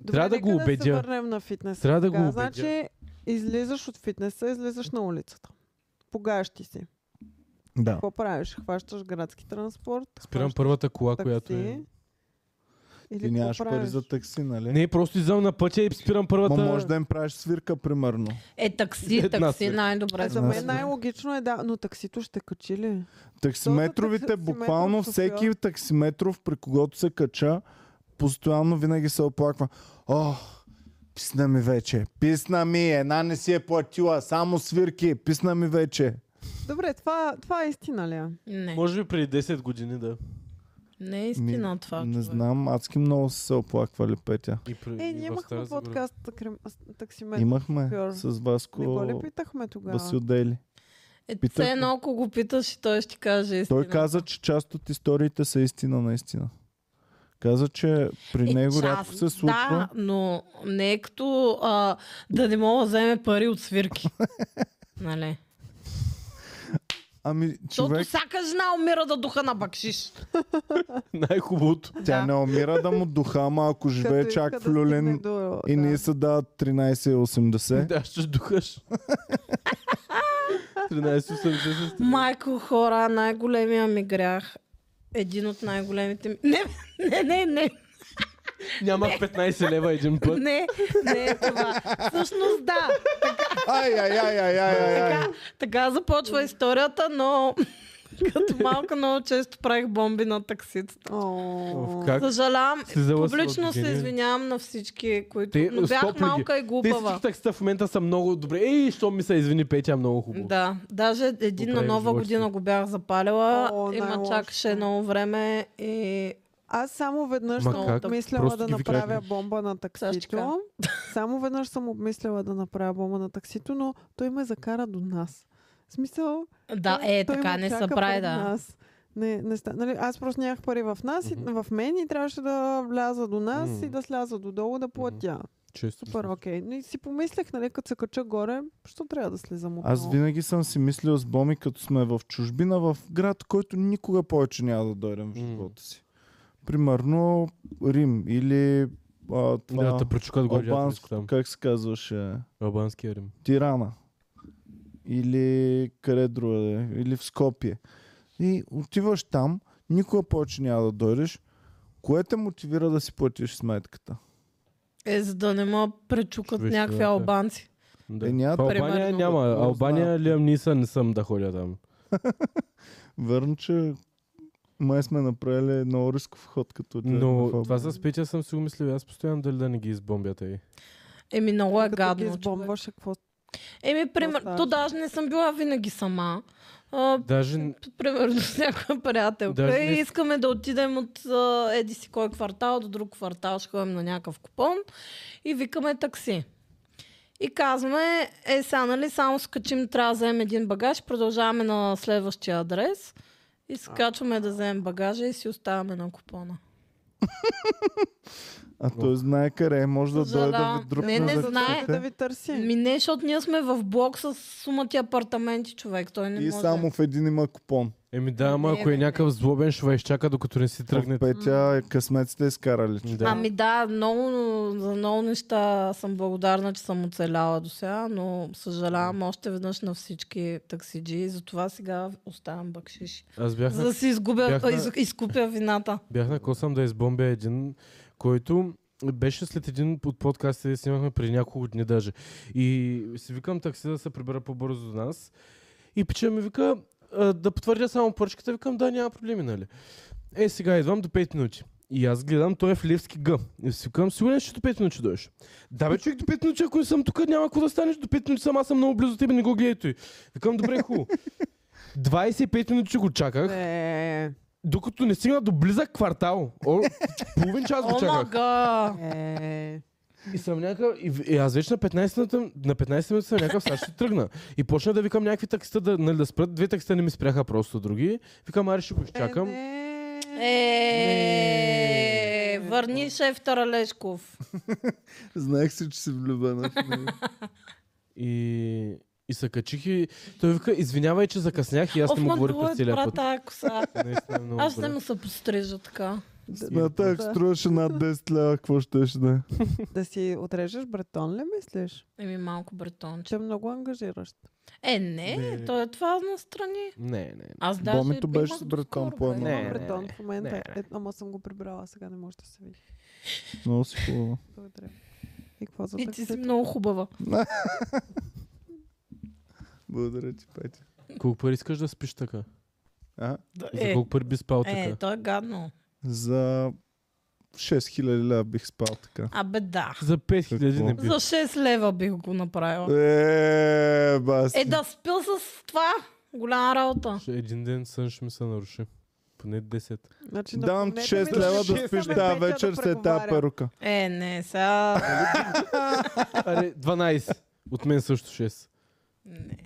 Speaker 2: Добре,
Speaker 4: Трябва да
Speaker 2: нека
Speaker 4: го
Speaker 2: Да се
Speaker 4: убедя.
Speaker 2: върнем на фитнес.
Speaker 4: Трябва да го убедя.
Speaker 2: Значи, излизаш от фитнеса, излизаш на улицата. Погаш ти си.
Speaker 1: Да.
Speaker 2: Какво правиш? Хващаш градски транспорт?
Speaker 4: Спирам
Speaker 2: хващаш
Speaker 4: първата кола,
Speaker 2: такси,
Speaker 4: която е.
Speaker 2: Или
Speaker 1: Ти
Speaker 2: какво
Speaker 1: нямаш пари
Speaker 2: правиш?
Speaker 1: за такси, нали?
Speaker 4: Не, просто излизам на пътя и спирам първата.
Speaker 1: Ма може да им правиш свирка, примерно.
Speaker 3: Е, такси,
Speaker 4: Една
Speaker 3: такси,
Speaker 4: свирка.
Speaker 2: А
Speaker 3: най-добре.
Speaker 2: Е, за
Speaker 1: Аз
Speaker 2: мен
Speaker 1: съм.
Speaker 2: най-логично е да, но таксито ще качи ли?
Speaker 1: Таксиметровите,
Speaker 2: таксиметров
Speaker 1: буквално
Speaker 2: шофьор.
Speaker 1: всеки таксиметров, при когото се кача, постоянно винаги се оплаква. О, писна ми вече. Писна ми, една не си е платила, само свирки. Писна ми вече.
Speaker 2: Добре, това, това е истина ли? е?
Speaker 3: Не,
Speaker 4: Може би преди 10 години, да.
Speaker 3: не е истина
Speaker 1: Ми,
Speaker 3: това.
Speaker 1: не
Speaker 3: човек.
Speaker 1: знам, адски много са се оплаквали, Петя.
Speaker 4: И при...
Speaker 2: Е,
Speaker 4: и
Speaker 2: ние
Speaker 4: в Стара
Speaker 2: имахме
Speaker 4: Загора.
Speaker 2: подкаст такрим- с- таксиметр.
Speaker 1: Имахме
Speaker 2: шофьор.
Speaker 1: с
Speaker 2: Не го ли
Speaker 1: Васко
Speaker 2: питахме тогава?
Speaker 1: Васил Дели.
Speaker 3: Е,
Speaker 1: Питах го.
Speaker 3: все едно, ако го питаш и той ще ти каже истина.
Speaker 1: Той каза, че част от историите са истина наистина. Каза, че при него рядко е се случва.
Speaker 3: Е, Да, но не е като а, да не мога да вземе пари от свирки. нали?
Speaker 1: Ами,
Speaker 3: Защото
Speaker 1: човек,
Speaker 3: всяка жена умира да духа на бакшиш.
Speaker 4: Най-хубавото.
Speaker 1: тя
Speaker 3: да.
Speaker 1: не умира да му духа, ама ако
Speaker 2: Като
Speaker 1: живее
Speaker 2: иска
Speaker 1: е чак
Speaker 2: да
Speaker 1: в люлен
Speaker 2: стигне до-
Speaker 1: и
Speaker 2: да.
Speaker 1: ние се дават 13,80.
Speaker 4: Да, ще духаш. 13,80
Speaker 3: Майко хора, най-големия ми грях. Един от най-големите ми... Не, не, не, не,
Speaker 4: Нямах 15 лева един път.
Speaker 3: не, не е това. Всъщност да,
Speaker 1: Ай, ай, ай, ай, ай, ай, ай.
Speaker 3: така, така започва историята, но като малка много често правих бомби на таксицата.
Speaker 2: О,
Speaker 4: Оф, как?
Speaker 3: Съжалявам,
Speaker 4: Слизала си
Speaker 3: публично
Speaker 4: от
Speaker 3: се
Speaker 4: гения.
Speaker 3: извинявам на всички, които...
Speaker 4: Те-
Speaker 3: но бях
Speaker 4: стоп, Лиги.
Speaker 3: малка и
Speaker 4: Те
Speaker 3: глупава.
Speaker 4: всички таксита в момента са много добре. Ей, що ми се извини, Петя, много хубаво.
Speaker 3: Да, даже един на
Speaker 4: Покрай
Speaker 3: нова
Speaker 4: живота.
Speaker 3: година го бях запалила
Speaker 2: О,
Speaker 3: и ме
Speaker 2: най-лошо.
Speaker 3: чакаше много време и
Speaker 2: Аз само веднъж
Speaker 4: Ма
Speaker 2: съм
Speaker 4: как?
Speaker 2: обмисляла
Speaker 4: Просто
Speaker 2: да
Speaker 4: ги викай,
Speaker 2: направя бомба на
Speaker 3: Сашка.
Speaker 2: таксито. Само веднъж съм обмисляла да направя бомба на таксито, но той ме закара до нас. В смисъл,
Speaker 3: да,
Speaker 2: той-
Speaker 3: е,
Speaker 2: той
Speaker 3: така
Speaker 2: ме
Speaker 3: не се
Speaker 2: чака
Speaker 3: прави,
Speaker 2: пред
Speaker 3: да.
Speaker 2: Нас. Не, не ста... нали, аз просто нямах пари в нас, mm-hmm. в мен и трябваше да вляза до нас mm-hmm. и
Speaker 4: Мгм.
Speaker 2: да сляза додолу да платя. Mm-hmm.
Speaker 4: Често.
Speaker 2: Супер, окей. Но и си помислех, нали, като се кача горе, що трябва да слизам отново?
Speaker 1: Аз винаги съм си мислил с Боми, като сме в чужбина, в град, който никога повече няма да дойдем в
Speaker 4: М.
Speaker 1: живота си. Примерно Рим или а, това,
Speaker 4: Да, те пречукат гладиаторите
Speaker 1: албанското,
Speaker 4: там.
Speaker 1: как се казваше,
Speaker 4: Албанския Рим.
Speaker 1: Тирана. Или къде другаде, или в Скопие. И отиваш там, никога повече няма да дойдеш. Кое те мотивира да си платиш сметката?
Speaker 3: Е, за да не ме пречукат
Speaker 4: Виж,
Speaker 3: някакви
Speaker 4: да, да.
Speaker 3: албанци.
Speaker 4: Да.
Speaker 1: Е, няма
Speaker 4: В Албания
Speaker 3: примерно.
Speaker 4: няма.
Speaker 1: Да,
Speaker 4: Албания,
Speaker 1: знам.
Speaker 4: Лиам Ниса не съм да ходя там.
Speaker 1: Верно, че май сме направили много рисков ход, като отидем е, в
Speaker 4: Но
Speaker 1: Албания.
Speaker 4: това с Петя съм си го мислил. и Аз постоянно дали да не ги избомбят и.
Speaker 3: Еми, много е
Speaker 2: като ги
Speaker 3: гадно. човек.
Speaker 2: избомбваше, какво
Speaker 3: Еми, пример,
Speaker 2: става?
Speaker 3: то даже не съм била винаги сама. А,
Speaker 4: Даже
Speaker 3: примерно с някоя приятелка.
Speaker 4: Даже
Speaker 3: и
Speaker 4: не-
Speaker 3: искаме да отидем от а, еди си кой квартал до друг квартал, ще ходим на някакъв купон и викаме такси. И казваме, е сега нали само скачим, трябва да вземем един багаж, продължаваме на следващия адрес и скачваме да вземем багажа и си оставаме на купона.
Speaker 1: А той знае къде е, може да дойде да
Speaker 3: Съжалявам.
Speaker 1: ви друпне
Speaker 3: Не, не
Speaker 1: за
Speaker 3: знае.
Speaker 1: краката.
Speaker 2: да ви
Speaker 1: Е.
Speaker 2: търси?
Speaker 3: Ми не, защото ние сме в блок с сума ти апартаменти, човек. Той не
Speaker 1: И
Speaker 3: може.
Speaker 1: само в един има купон.
Speaker 4: Еми да, ама
Speaker 3: Не,
Speaker 4: ако е
Speaker 3: бе, не.
Speaker 4: някакъв злобен, ще ва изчака докато не си тръгне.
Speaker 1: Тръгне. Петя, късмет сте изкарали. че-
Speaker 4: Да.
Speaker 3: Ами да, много, за много неща съм благодарна, че съм оцеляла до сега, но съжалявам още веднъж на всички таксиджи. Затова сега оставям бакшиш.
Speaker 4: Аз бях
Speaker 3: За
Speaker 4: на,
Speaker 3: да си изгубя,
Speaker 4: Бяхме-
Speaker 3: из, изкупя вината.
Speaker 4: бях на косъм да избомбя един, който беше след един от подкастите, снимахме преди няколко дни даже. И си викам такси да се прибера по-бързо до нас. И пича ми вика, а, да потвърдя само поръчката, викам да, няма проблеми, нали? Е, сега идвам до 5 минути. И аз гледам, той е в Левски Г. И си викам, сигурен ли си, че до 5 минути ще дойдеш. Да, бе, човек, до 5 минути, ако не съм тук, няма какво да станеш. До 5 минути съм, аз съм много близо до теб, не го гледай той. Викам, добре, хубаво. 25 минути го чаках.
Speaker 2: Е,
Speaker 4: Докато не стигна до близък квартал. О, половин час го
Speaker 3: О,
Speaker 4: чаках.
Speaker 3: мага!
Speaker 2: е.
Speaker 4: И съм някакъв... И, в- и аз вече на 15 минути, на 15 минути съм някакъв, сега ще тръгна. И почна да викам някакви таксита да, нали, да спрат. Две таксита не ми спряха просто други. Викам, аре ще го изчакам.
Speaker 2: Е, не.
Speaker 3: Е, върни шеф Таралешков.
Speaker 1: Знаех си, че си влюбена. в него.
Speaker 4: И, и се качих и той вика, извинявай, че закъснях и аз
Speaker 3: Оф,
Speaker 4: не му
Speaker 3: ма
Speaker 4: говорих
Speaker 3: дуле,
Speaker 4: през целия
Speaker 3: бра,
Speaker 4: път.
Speaker 3: тая коса.
Speaker 4: Наистина е много
Speaker 3: е Аз ще
Speaker 4: добре.
Speaker 3: му се пострижа така.
Speaker 1: Смята, ако
Speaker 2: Да.
Speaker 1: струваше над 10 лева, какво ще ще да е?
Speaker 2: Да си отрежеш бретон ли мислиш?
Speaker 3: Еми малко бретонче.
Speaker 2: Че е много ангажиращ.
Speaker 3: Е, не,
Speaker 4: Не.
Speaker 3: той е това настрани.
Speaker 4: Не, не, не.
Speaker 3: Аз даже
Speaker 1: Бомито
Speaker 3: имах
Speaker 1: беше с
Speaker 3: доскоро
Speaker 1: бретон по едно.
Speaker 3: бретон.
Speaker 2: Имам
Speaker 4: не,
Speaker 2: бретон
Speaker 4: не,
Speaker 2: в момента.
Speaker 4: не,
Speaker 2: Е, ама съм го прибрала, сега не може да се види.
Speaker 1: Много си хубава.
Speaker 2: Благодаря. И какво за
Speaker 3: И ти си
Speaker 2: таксито?
Speaker 3: много хубава.
Speaker 1: Благодаря ти, Петя.
Speaker 4: Колко пари искаш да спиш така?
Speaker 1: А?
Speaker 4: За
Speaker 3: Е,
Speaker 4: колко пари би спал
Speaker 3: е,
Speaker 4: така?
Speaker 3: то е гадно.
Speaker 1: За 6000 лева бих спал така.
Speaker 3: Абе да.
Speaker 4: За 5000 не
Speaker 1: Какво?
Speaker 4: би.
Speaker 3: За 6 лева бих го направила.
Speaker 1: Е, баси.
Speaker 3: Е, да спил с това. Голяма работа.
Speaker 4: Ще Един ден сън ще ми се наруши. Поне 10.
Speaker 2: Значи,
Speaker 1: Давам ти
Speaker 2: напомнете ми
Speaker 1: 6 лева
Speaker 2: напишете
Speaker 1: да спиш
Speaker 2: ме
Speaker 1: тази
Speaker 2: Петя да
Speaker 1: вечер след тази
Speaker 2: преговарям.
Speaker 1: перука.
Speaker 3: Е, не, сега...
Speaker 4: Аре, 12. От мен също 6.
Speaker 3: не.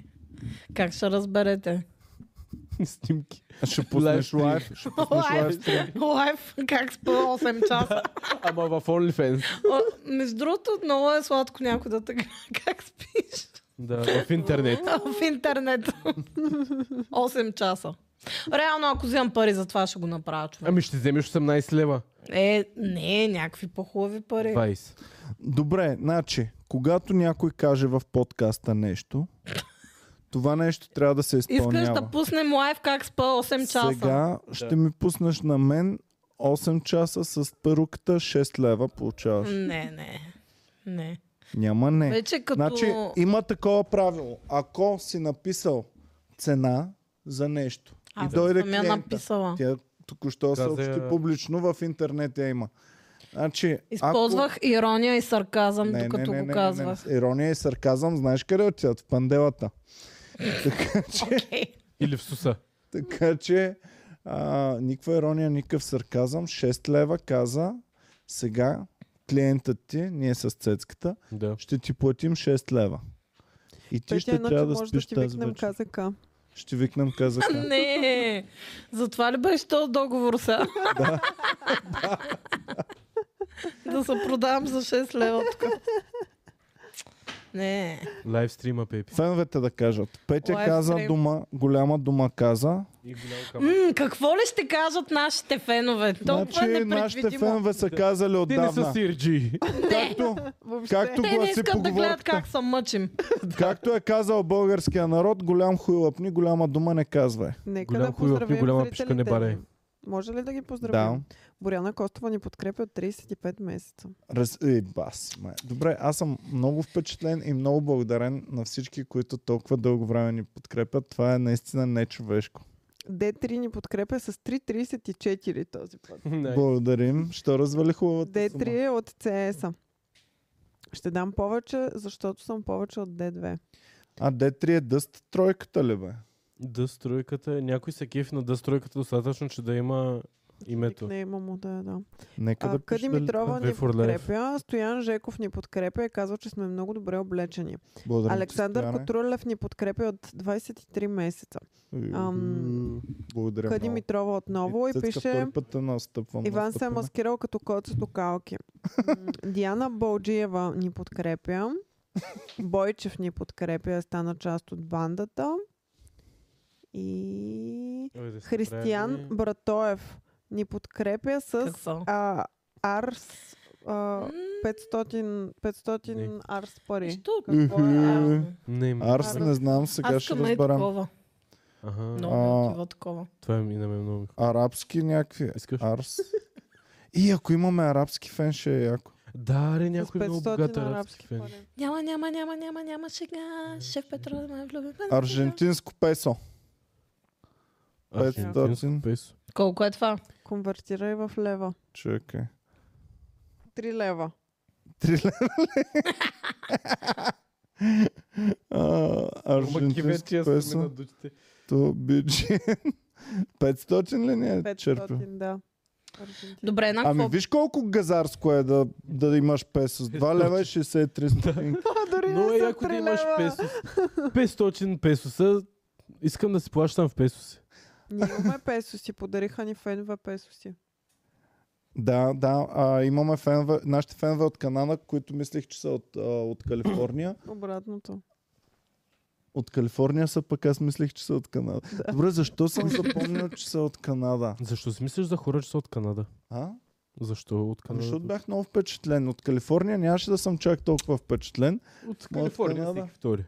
Speaker 3: Как ще разберете?
Speaker 4: Снимки.
Speaker 1: Ще пуснеш
Speaker 4: Лайв
Speaker 1: лайф. Ще пуснеш лайф.
Speaker 3: Лайф, лайф, как спа 8 часа.
Speaker 4: Ама в OnlyFans.
Speaker 3: О, Между другото, много е сладко някой да така как спиш.
Speaker 4: Да, в интернет.
Speaker 3: в интернет. 8 часа. Реално, ако вземам пари за това, ще го направя, човек.
Speaker 4: Ами ще вземеш 18 лева.
Speaker 3: Е, не, някакви по-хубави пари.
Speaker 4: 20.
Speaker 1: Добре, значи, когато някой каже в подкаста нещо, това нещо трябва да се е изпълнява.
Speaker 3: Искаш да пуснем лайв как спа 8 часа.
Speaker 1: Сега ще ми пуснеш на мен 8 часа с перуката 6 лева получаваш.
Speaker 3: Не, не. Не.
Speaker 1: Няма не.
Speaker 3: Вече като...
Speaker 1: Значи има такова правило. Ако си написал цена за нещо
Speaker 3: Аз
Speaker 1: и дойде
Speaker 3: съм я
Speaker 1: клиента,
Speaker 3: написала.
Speaker 1: тя току-що
Speaker 4: Каза
Speaker 1: съобщи
Speaker 4: я-
Speaker 1: публично в интернет я има. Значи,
Speaker 3: Използвах ирония и сарказъм,
Speaker 1: ако...
Speaker 3: докато го казвах.
Speaker 1: Не, не, Ирония и сарказъм, знаеш къде отиват? В панделата.
Speaker 3: Окей.
Speaker 4: Или в суса.
Speaker 1: Така че, а, никаква ирония, никакъв сарказъм. 6 лева каза, сега клиентът ти, ние с цецката,
Speaker 4: Да.
Speaker 1: ще ти платим 6 лева. И ти
Speaker 2: Той
Speaker 1: ще
Speaker 4: значи
Speaker 2: иначе
Speaker 1: трябва да
Speaker 2: може да
Speaker 1: спиш
Speaker 2: ти
Speaker 1: тази
Speaker 2: викнем
Speaker 1: вечер.
Speaker 2: КЗК.
Speaker 1: Ще викнем казака.
Speaker 3: Не, затова ли беше този договор сега? да се продавам за 6 лева тук. Не.
Speaker 4: Лайв стрима, пепи.
Speaker 1: Феновете да кажат. Петя
Speaker 3: Лайв
Speaker 1: каза
Speaker 3: стрим.
Speaker 1: дума, голяма дума каза.
Speaker 4: И голям камък.
Speaker 3: М, какво ли ще кажат нашите фенове? Толкова
Speaker 1: значи нашите
Speaker 3: е непредвидимо.
Speaker 1: фенове са казали
Speaker 4: Те не са
Speaker 1: отдавна.
Speaker 4: сирджи.
Speaker 1: Както,
Speaker 2: Въобще.
Speaker 1: както,
Speaker 3: Те не
Speaker 1: гласи
Speaker 3: искат да гледат
Speaker 1: поговорката,
Speaker 3: как се мъчим.
Speaker 1: както е казал българския народ, голям хуй лъпни, голяма дума не казвай.
Speaker 2: Нека
Speaker 4: Голям
Speaker 2: да
Speaker 4: хуй в
Speaker 2: поздравим
Speaker 4: голяма
Speaker 2: зрителите
Speaker 4: пичка не баре.
Speaker 2: ни. Може ли да ги поздравим?
Speaker 1: Да.
Speaker 2: Боряна Костова ни подкрепя от 35 месеца.
Speaker 1: Раз... Е, баси, май. Добре, аз съм много впечатлен и много благодарен на всички, които толкова дълго време ни подкрепят. Това е наистина нечовешко.
Speaker 2: Д3 ни подкрепя с 3.34 този път.
Speaker 4: Не.
Speaker 1: Благодарим. Ще развали хубавата сума.
Speaker 2: Д3 е от CS. Ще дам повече, защото съм повече от Д2.
Speaker 1: А D3 е дъст тройката ли бе?
Speaker 4: Дъстройката. е- Някой се кефи на дъстройката достатъчно, че да има името.
Speaker 2: Не имам му да я дам.
Speaker 1: Нека
Speaker 2: А,
Speaker 1: да
Speaker 2: Къди
Speaker 1: пише дали-
Speaker 2: Митрова
Speaker 4: Две
Speaker 2: ни
Speaker 4: for life.
Speaker 2: подкрепя, Стоян Жеков ни подкрепя и казва, че сме много добре облечени.
Speaker 1: Благодарим ти,
Speaker 2: Александър
Speaker 1: Стояне.
Speaker 2: Котрулев ни подкрепя от 23 месеца. Ам,
Speaker 1: Благодаря
Speaker 2: Къди
Speaker 1: много.
Speaker 2: Митрова отново и
Speaker 1: Цецка,
Speaker 2: пише...
Speaker 1: втори път е те настъпвам,
Speaker 2: Иван се е
Speaker 1: настъпваме.
Speaker 2: маскирал като кот с токалки. М, Диана Болджиева ни подкрепя. Бойчев ни подкрепя, стана част от бандата. И
Speaker 4: Ой, да се
Speaker 2: Християн
Speaker 4: правим.
Speaker 2: Братоев ни подкрепя с
Speaker 3: Какво?
Speaker 2: а, Арс а, 500, 500
Speaker 4: Не.
Speaker 2: Арс пари.
Speaker 3: Нищо.
Speaker 2: Какво е Арс?
Speaker 4: Не има.
Speaker 1: Арс не знам, сега
Speaker 3: Аз
Speaker 1: ще
Speaker 3: към е
Speaker 1: разберем.
Speaker 3: такова.
Speaker 4: Аха.
Speaker 3: Много
Speaker 1: А.
Speaker 3: ми е отива такова.
Speaker 4: Това ми на мен много. ми
Speaker 1: Арабски някакви.
Speaker 4: Искаш?
Speaker 1: Арс. И ако имаме арабски фен, ще е яко.
Speaker 4: Да, ре,
Speaker 2: С
Speaker 4: някой много
Speaker 2: 500
Speaker 4: богат
Speaker 2: арабски
Speaker 4: арабски фен.
Speaker 2: пари.
Speaker 3: Няма, няма, няма, няма, няма шега. Шеф е Петро да ме влюби.
Speaker 1: Аржентинско песо. 500.
Speaker 4: песо.
Speaker 3: Колко е това?
Speaker 2: Конвертирай в лева.
Speaker 1: Чакай.
Speaker 2: 3 лева.
Speaker 1: Три лева ли? А, Аржентинско песо. То бюджет. 500 ли не е черпил?
Speaker 2: 500, да. Аржентина.
Speaker 3: Добре, една
Speaker 1: Ами
Speaker 3: какво-
Speaker 1: виж колко газарско е да, да имаш песо. С 2 лева и 63 стотинки.
Speaker 2: А, дори
Speaker 4: Но
Speaker 2: не
Speaker 4: е
Speaker 2: са
Speaker 4: яко да
Speaker 2: три
Speaker 4: имаш
Speaker 2: лева.
Speaker 4: песос. 500 песоса. Искам да си плащам в песоси.
Speaker 2: Ние имаме песоси, подариха ни фенове песоси.
Speaker 1: Да, да. А, имаме фенове, нашите фенове от Канада, които мислих, че са от, а, от Калифорния.
Speaker 2: Обратното.
Speaker 1: От Калифорния са, пък аз мислих, че са от Канада. Добре, защо съм запомнил, че са от Канада?
Speaker 4: Защо си мислиш за хора, че са от Канада?
Speaker 1: А?
Speaker 4: Защо от Канада?
Speaker 1: Ами, Защото бях много впечатлен. От Калифорния нямаше да съм чак толкова впечатлен.
Speaker 4: От
Speaker 1: Калифорния
Speaker 4: Калифорния
Speaker 1: Канада.
Speaker 4: всеки втори.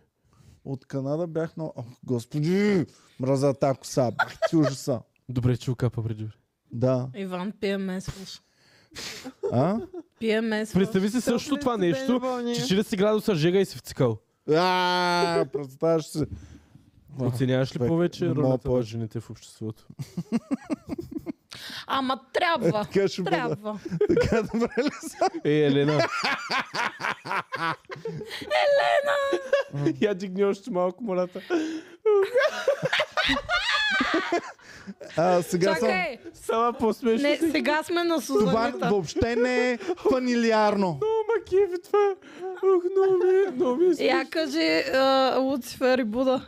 Speaker 1: От Канада бях много... О, господи! Мраза тази коса. Бах ти ужаса.
Speaker 4: Добре, че окапа преди.
Speaker 1: Да.
Speaker 3: Иван пие месваш.
Speaker 1: А?
Speaker 3: Пие месваш.
Speaker 4: Представи си също това нещо. 40 градуса жега и си вцикал.
Speaker 1: А, представяш си.
Speaker 4: Оценяваш ли
Speaker 1: човек,
Speaker 4: повече
Speaker 1: много
Speaker 4: ролята на
Speaker 1: повече.
Speaker 4: жените в обществото?
Speaker 3: Ама трябва.
Speaker 1: Така е, ще бъда.
Speaker 3: Трябва.
Speaker 1: Така добре ли са?
Speaker 4: Е, Елена. Елена! Я дигни още малко молята.
Speaker 1: А, сега съм...
Speaker 3: Чакай.
Speaker 4: Сама по-смешно.
Speaker 3: Не, сега сме на
Speaker 1: Това
Speaker 3: Сузанита.
Speaker 1: въобще не е фамилиарно.
Speaker 4: Много ма кефи това. е. Ох, много ми, много ми е
Speaker 3: Я кажи а, Луцифер и Буда.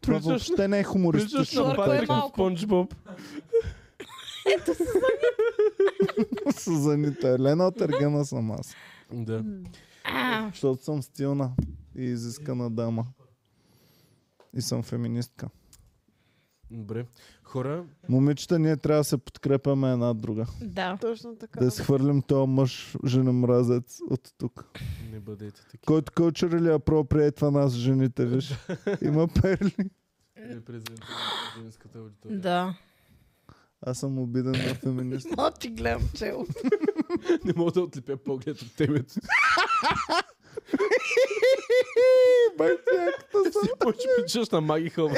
Speaker 1: Това
Speaker 4: Приличаш на-
Speaker 1: въобще не е
Speaker 4: Приличаш
Speaker 1: хумористично.
Speaker 4: на
Speaker 3: Сорко е
Speaker 4: Патрик от
Speaker 3: малко.
Speaker 4: Спонж Боб.
Speaker 1: Сузанита Елена от Ергена съм аз.
Speaker 4: Да.
Speaker 3: А,
Speaker 1: Защото съм стилна и изискана дама. и съм феминистка.
Speaker 4: Добре. Хора,
Speaker 1: Момичета, ние трябва да се подкрепяме една друга.
Speaker 3: Да.
Speaker 2: Точно така.
Speaker 1: Да схвърлим този мъж, женомразец от тук.
Speaker 4: не бъдете такива.
Speaker 1: Който кълчер ли апроприетва нас, жените, виж. Има перли.
Speaker 3: Е.
Speaker 4: Репрезентирайте женската аудитория.
Speaker 3: Да.
Speaker 1: Аз съм обиден на феминист.
Speaker 3: Мога ти гледам е чело.
Speaker 4: Не мога да отлепя поглед от темето. Си повече причаш на маги хълва.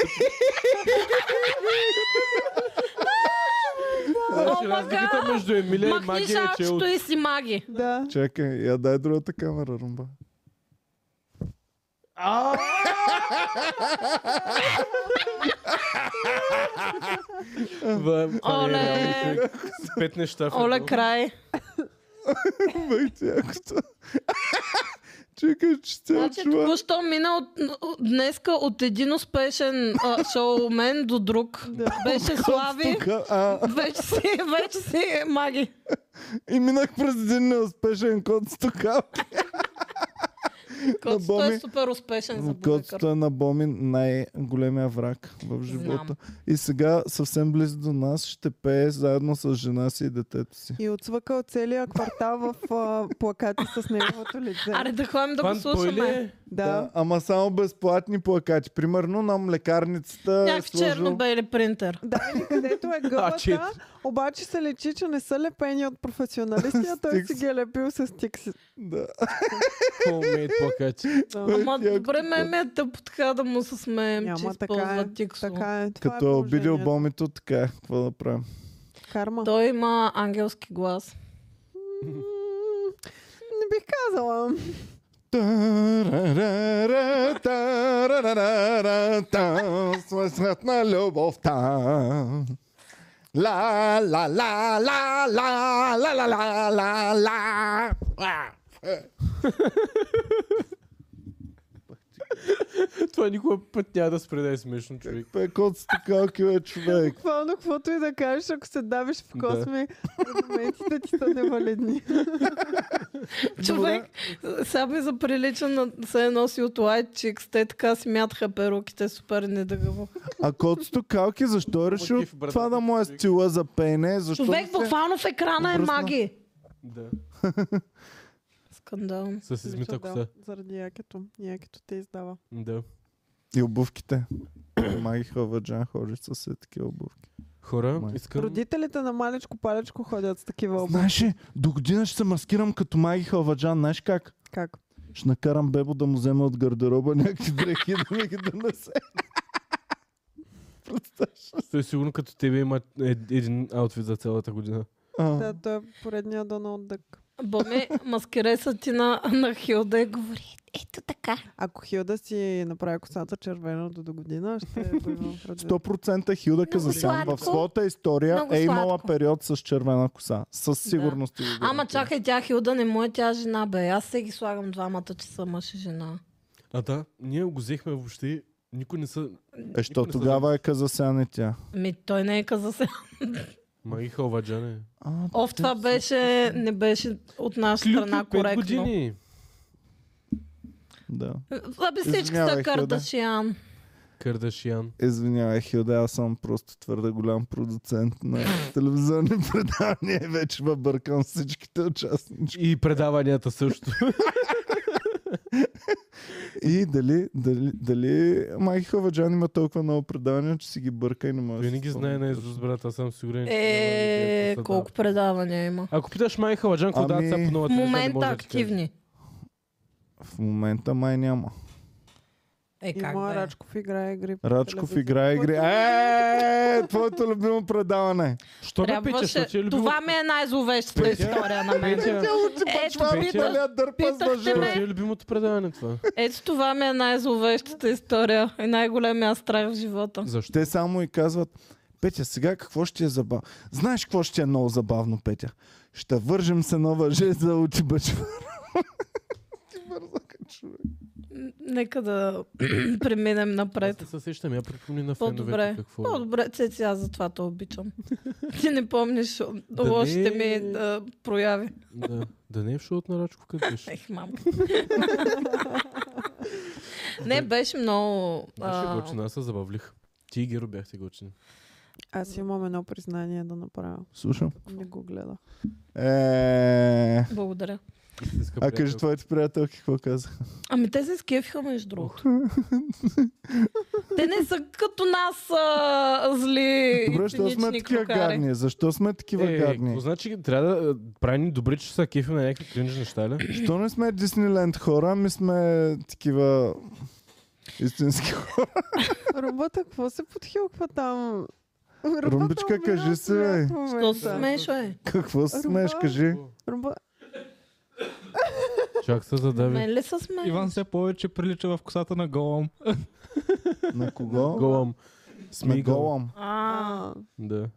Speaker 4: Значи
Speaker 3: О,
Speaker 4: разликата
Speaker 3: мага!
Speaker 4: между Емилия и
Speaker 3: Махни
Speaker 4: магия е, че от...
Speaker 3: шапчето и си маги.
Speaker 2: Да.
Speaker 1: Чакай, я дай другата камера, Румба.
Speaker 4: А! Ва- това не е
Speaker 3: Оле!
Speaker 4: реално, човек. С Пет неща в
Speaker 3: Оле,
Speaker 4: едно.
Speaker 3: край.
Speaker 1: Байте, якото. Чакай, че тя
Speaker 3: Значи,
Speaker 1: чува.
Speaker 3: току-що мина от, от, днеска от един успешен а, шоумен до друг. Беше Слави,
Speaker 1: Тук, а,
Speaker 3: вече си, вече си маги.
Speaker 1: и минах през един неуспешен код с тука.
Speaker 3: Котсто
Speaker 1: Боми.
Speaker 3: е супер успешен за Бубекър.
Speaker 1: Котото е на Боми най-големия враг в живота.
Speaker 3: Знам.
Speaker 1: И сега съвсем близо до нас ще пее заедно с жена си и детето си.
Speaker 2: И отсвъка от целия квартал в а, плакати с неговото лице.
Speaker 3: Аре да ходим да го
Speaker 4: Фан той ли
Speaker 3: слушаме.
Speaker 4: е?
Speaker 2: Да.
Speaker 1: Ама само безплатни плакати. Примерно на млекарницата е
Speaker 3: Някакъв
Speaker 1: сложил...
Speaker 3: черно-бели принтер.
Speaker 2: Да, или където е
Speaker 4: чет.
Speaker 2: гъбата, обаче се лечи, че не са лепени от професионалисти, а той си
Speaker 1: Стикс.
Speaker 2: ги е лепил с тикси.
Speaker 1: Да.
Speaker 4: Homemade плакати.
Speaker 2: Да.
Speaker 3: Ама
Speaker 1: Ой, тя-
Speaker 3: добре ме ми е тъпо така да му се смеем, че
Speaker 2: Няма така
Speaker 3: използва
Speaker 2: е.
Speaker 3: тиксо.
Speaker 2: Така е. Това
Speaker 1: Като
Speaker 2: е
Speaker 1: е обидил
Speaker 2: положението.
Speaker 1: Бомито, така е. Какво да правим?
Speaker 2: Карма.
Speaker 3: Той има ангелски глас.
Speaker 2: М, Не бих казала.
Speaker 1: Тарарара, тарарара, та, свой свят на любовта. Ла, ла, ла, ла, ла, ла, ла, ла, ла, ла. А, е.
Speaker 4: Това никога път няма да спре да е смешно, човек.
Speaker 1: Пе, кот с такалки, бе, човек.
Speaker 2: Буквално каквото и да кажеш, ако се давиш в
Speaker 4: Да.
Speaker 2: косми, аргументите ти са невалидни.
Speaker 3: Човек, сега ми заприлича на се е носил от White Chicks. Те така си мятаха перуките супер недъгаво.
Speaker 1: А кот с токалки, защо е решил
Speaker 4: кеф, брат,
Speaker 1: това да му е
Speaker 4: човек.
Speaker 1: стила за пеене? Защо
Speaker 3: Човек
Speaker 1: да се-
Speaker 3: буквално в екрана е
Speaker 1: Обръсна.
Speaker 3: маги.
Speaker 4: Да.
Speaker 3: Скандал.
Speaker 4: С измита
Speaker 2: Да,
Speaker 4: коса.
Speaker 2: Заради якето. Якето те издава.
Speaker 4: Да.
Speaker 1: И обувките. Маги Хаваджан ходи с е такива обувки.
Speaker 4: Хора,
Speaker 1: Май.
Speaker 4: искам...
Speaker 2: Родителите на малечко палечко ходят с такива обувки.
Speaker 1: Знаеш ли, до година ще се маскирам като Маги Халваджан, знаеш как?
Speaker 2: Как?
Speaker 1: Ще накарам Бебо да му вземе от гардероба някакви дрехи да ми ги донесе. Представяш? ли?
Speaker 4: Той сигурно като тебе има ед- един аутфит за цялата година.
Speaker 1: А,
Speaker 2: Да, той е поредния Доналд Дък.
Speaker 3: Боми, маскирай са ти на, на Хилда и говори. Ето така.
Speaker 2: Ако Хилда си направи косата червена до до година, ще го имам предвид.
Speaker 1: 100% Хилда Казасян в
Speaker 3: сладко.
Speaker 1: своята история
Speaker 3: Много
Speaker 1: е имала
Speaker 3: сладко.
Speaker 1: период с червена коса. Със сигурност. ти го
Speaker 3: Ама
Speaker 1: гарантирам.
Speaker 3: чакай, тя Хилда не му е тя жена, бе. Аз се ги слагам двамата, че са мъж и жена.
Speaker 4: А да, ние го взехме въобще. Никой не са...
Speaker 1: Е, що
Speaker 4: никой не са-
Speaker 1: тогава е Казасян и тя?
Speaker 3: Ми, той не е каза се.
Speaker 4: Маги Халваджан е.
Speaker 1: А,
Speaker 3: Оф, това беше, не беше от наша страна
Speaker 4: Клюки, пет
Speaker 3: коректно.
Speaker 4: години.
Speaker 1: да.
Speaker 3: Аби всички
Speaker 1: Извинявай,
Speaker 3: са
Speaker 1: Хилда.
Speaker 3: Кардашиан.
Speaker 4: Кардашиан.
Speaker 1: Извинявай, Хилда, аз съм просто твърде голям продуцент на телевизионни предавания. и Вече бъркам всичките участници.
Speaker 4: И предаванията също.
Speaker 1: И дали, дали, дали Майки Хаваджан има толкова много предавания, че си ги бърка и не може. да
Speaker 4: Той
Speaker 1: си
Speaker 4: не ги знае
Speaker 1: спомня
Speaker 4: на
Speaker 1: точно.
Speaker 4: Исус, брат, аз съм сигурен. че няма да ги
Speaker 3: Е,
Speaker 4: е посадал.
Speaker 3: колко предавания има.
Speaker 4: Ако питаш Май Халваджан, какво
Speaker 1: Ами-
Speaker 4: дава сега по
Speaker 3: В
Speaker 4: новата
Speaker 3: момента активни.
Speaker 1: В момента май няма.
Speaker 3: Е,
Speaker 2: И
Speaker 3: как
Speaker 2: моя
Speaker 3: бе?
Speaker 2: Рачков играе игри. по
Speaker 1: Рачков
Speaker 2: телевизията.
Speaker 1: играе игри. Е, твоето любимо предаване.
Speaker 4: Що ме питаш? Това ти е
Speaker 3: Трябваше...
Speaker 4: любимо.
Speaker 3: Това ми е най-зловещата
Speaker 4: Петя,
Speaker 3: история на мен.
Speaker 4: Петя,
Speaker 3: Ето,
Speaker 1: Това
Speaker 4: Петя,
Speaker 1: дали я дърпа
Speaker 3: питахте
Speaker 1: за жена.
Speaker 4: това ти е любимото предаване това.
Speaker 3: ето това ми е най-зловещата история и най-големия страх в живота.
Speaker 4: Защо?
Speaker 1: Те само и казват, Петя, сега какво ще е забавно? Знаеш какво ще е много забавно, Петя? Ще вържем се нова въже за очи бачва. Ти бързака човек.
Speaker 3: М, Нека да преминем
Speaker 4: Аз
Speaker 3: напред.
Speaker 4: не се сещам, я припомни на феновете
Speaker 3: По-добре.
Speaker 4: какво е.
Speaker 3: По-добре, Цеци, аз затова те обичам. Ти не помниш
Speaker 4: Да
Speaker 3: лошите
Speaker 4: не.
Speaker 3: ми да, прояви.
Speaker 4: Да, да не е в шоуто на Рачков, като беше.
Speaker 3: Ех, мамка. Не, беше много...
Speaker 4: Беше
Speaker 3: а,
Speaker 4: готина, аз се забавлих. Ти и Геро бяхте готини.
Speaker 2: Аз имам едно признание да направя.
Speaker 1: Слушам.
Speaker 2: Не го гледах.
Speaker 1: Е...
Speaker 3: Благодаря.
Speaker 4: Истинска
Speaker 1: А кажи
Speaker 4: приятелка.
Speaker 1: твоите приятелки, какво каза?
Speaker 3: Ами те се скефиха между другото. те не са като нас а, зли
Speaker 1: Добре, защо сме
Speaker 3: Е, цинични
Speaker 1: такива
Speaker 3: клюкари.
Speaker 1: гадни? Защо сме такива
Speaker 4: Е,
Speaker 1: гадни?
Speaker 4: какво значи трябва да е, правим добре, че са кефим на някакви кринж неща ли?
Speaker 1: Защо не сме Дисниленд хора, ми сме такива истински хора?
Speaker 2: Румбата, какво се подхилква там? Румбата
Speaker 1: Румбичка,
Speaker 2: умира
Speaker 1: кажи
Speaker 2: от
Speaker 1: се,
Speaker 2: смях
Speaker 1: бе.
Speaker 2: в
Speaker 1: Що
Speaker 2: момента.
Speaker 3: Що се смешва е?
Speaker 1: Какво се
Speaker 2: Руба?
Speaker 1: смееш, кажи?
Speaker 2: Румба...
Speaker 4: Чак се задави.
Speaker 3: Мен ли са сме?
Speaker 5: Иван все повече прилича в косата на Голъм.
Speaker 1: На кого?
Speaker 4: Голам.
Speaker 1: Сме
Speaker 4: Сми голам.
Speaker 1: голам.
Speaker 3: А,
Speaker 2: А,
Speaker 4: Да.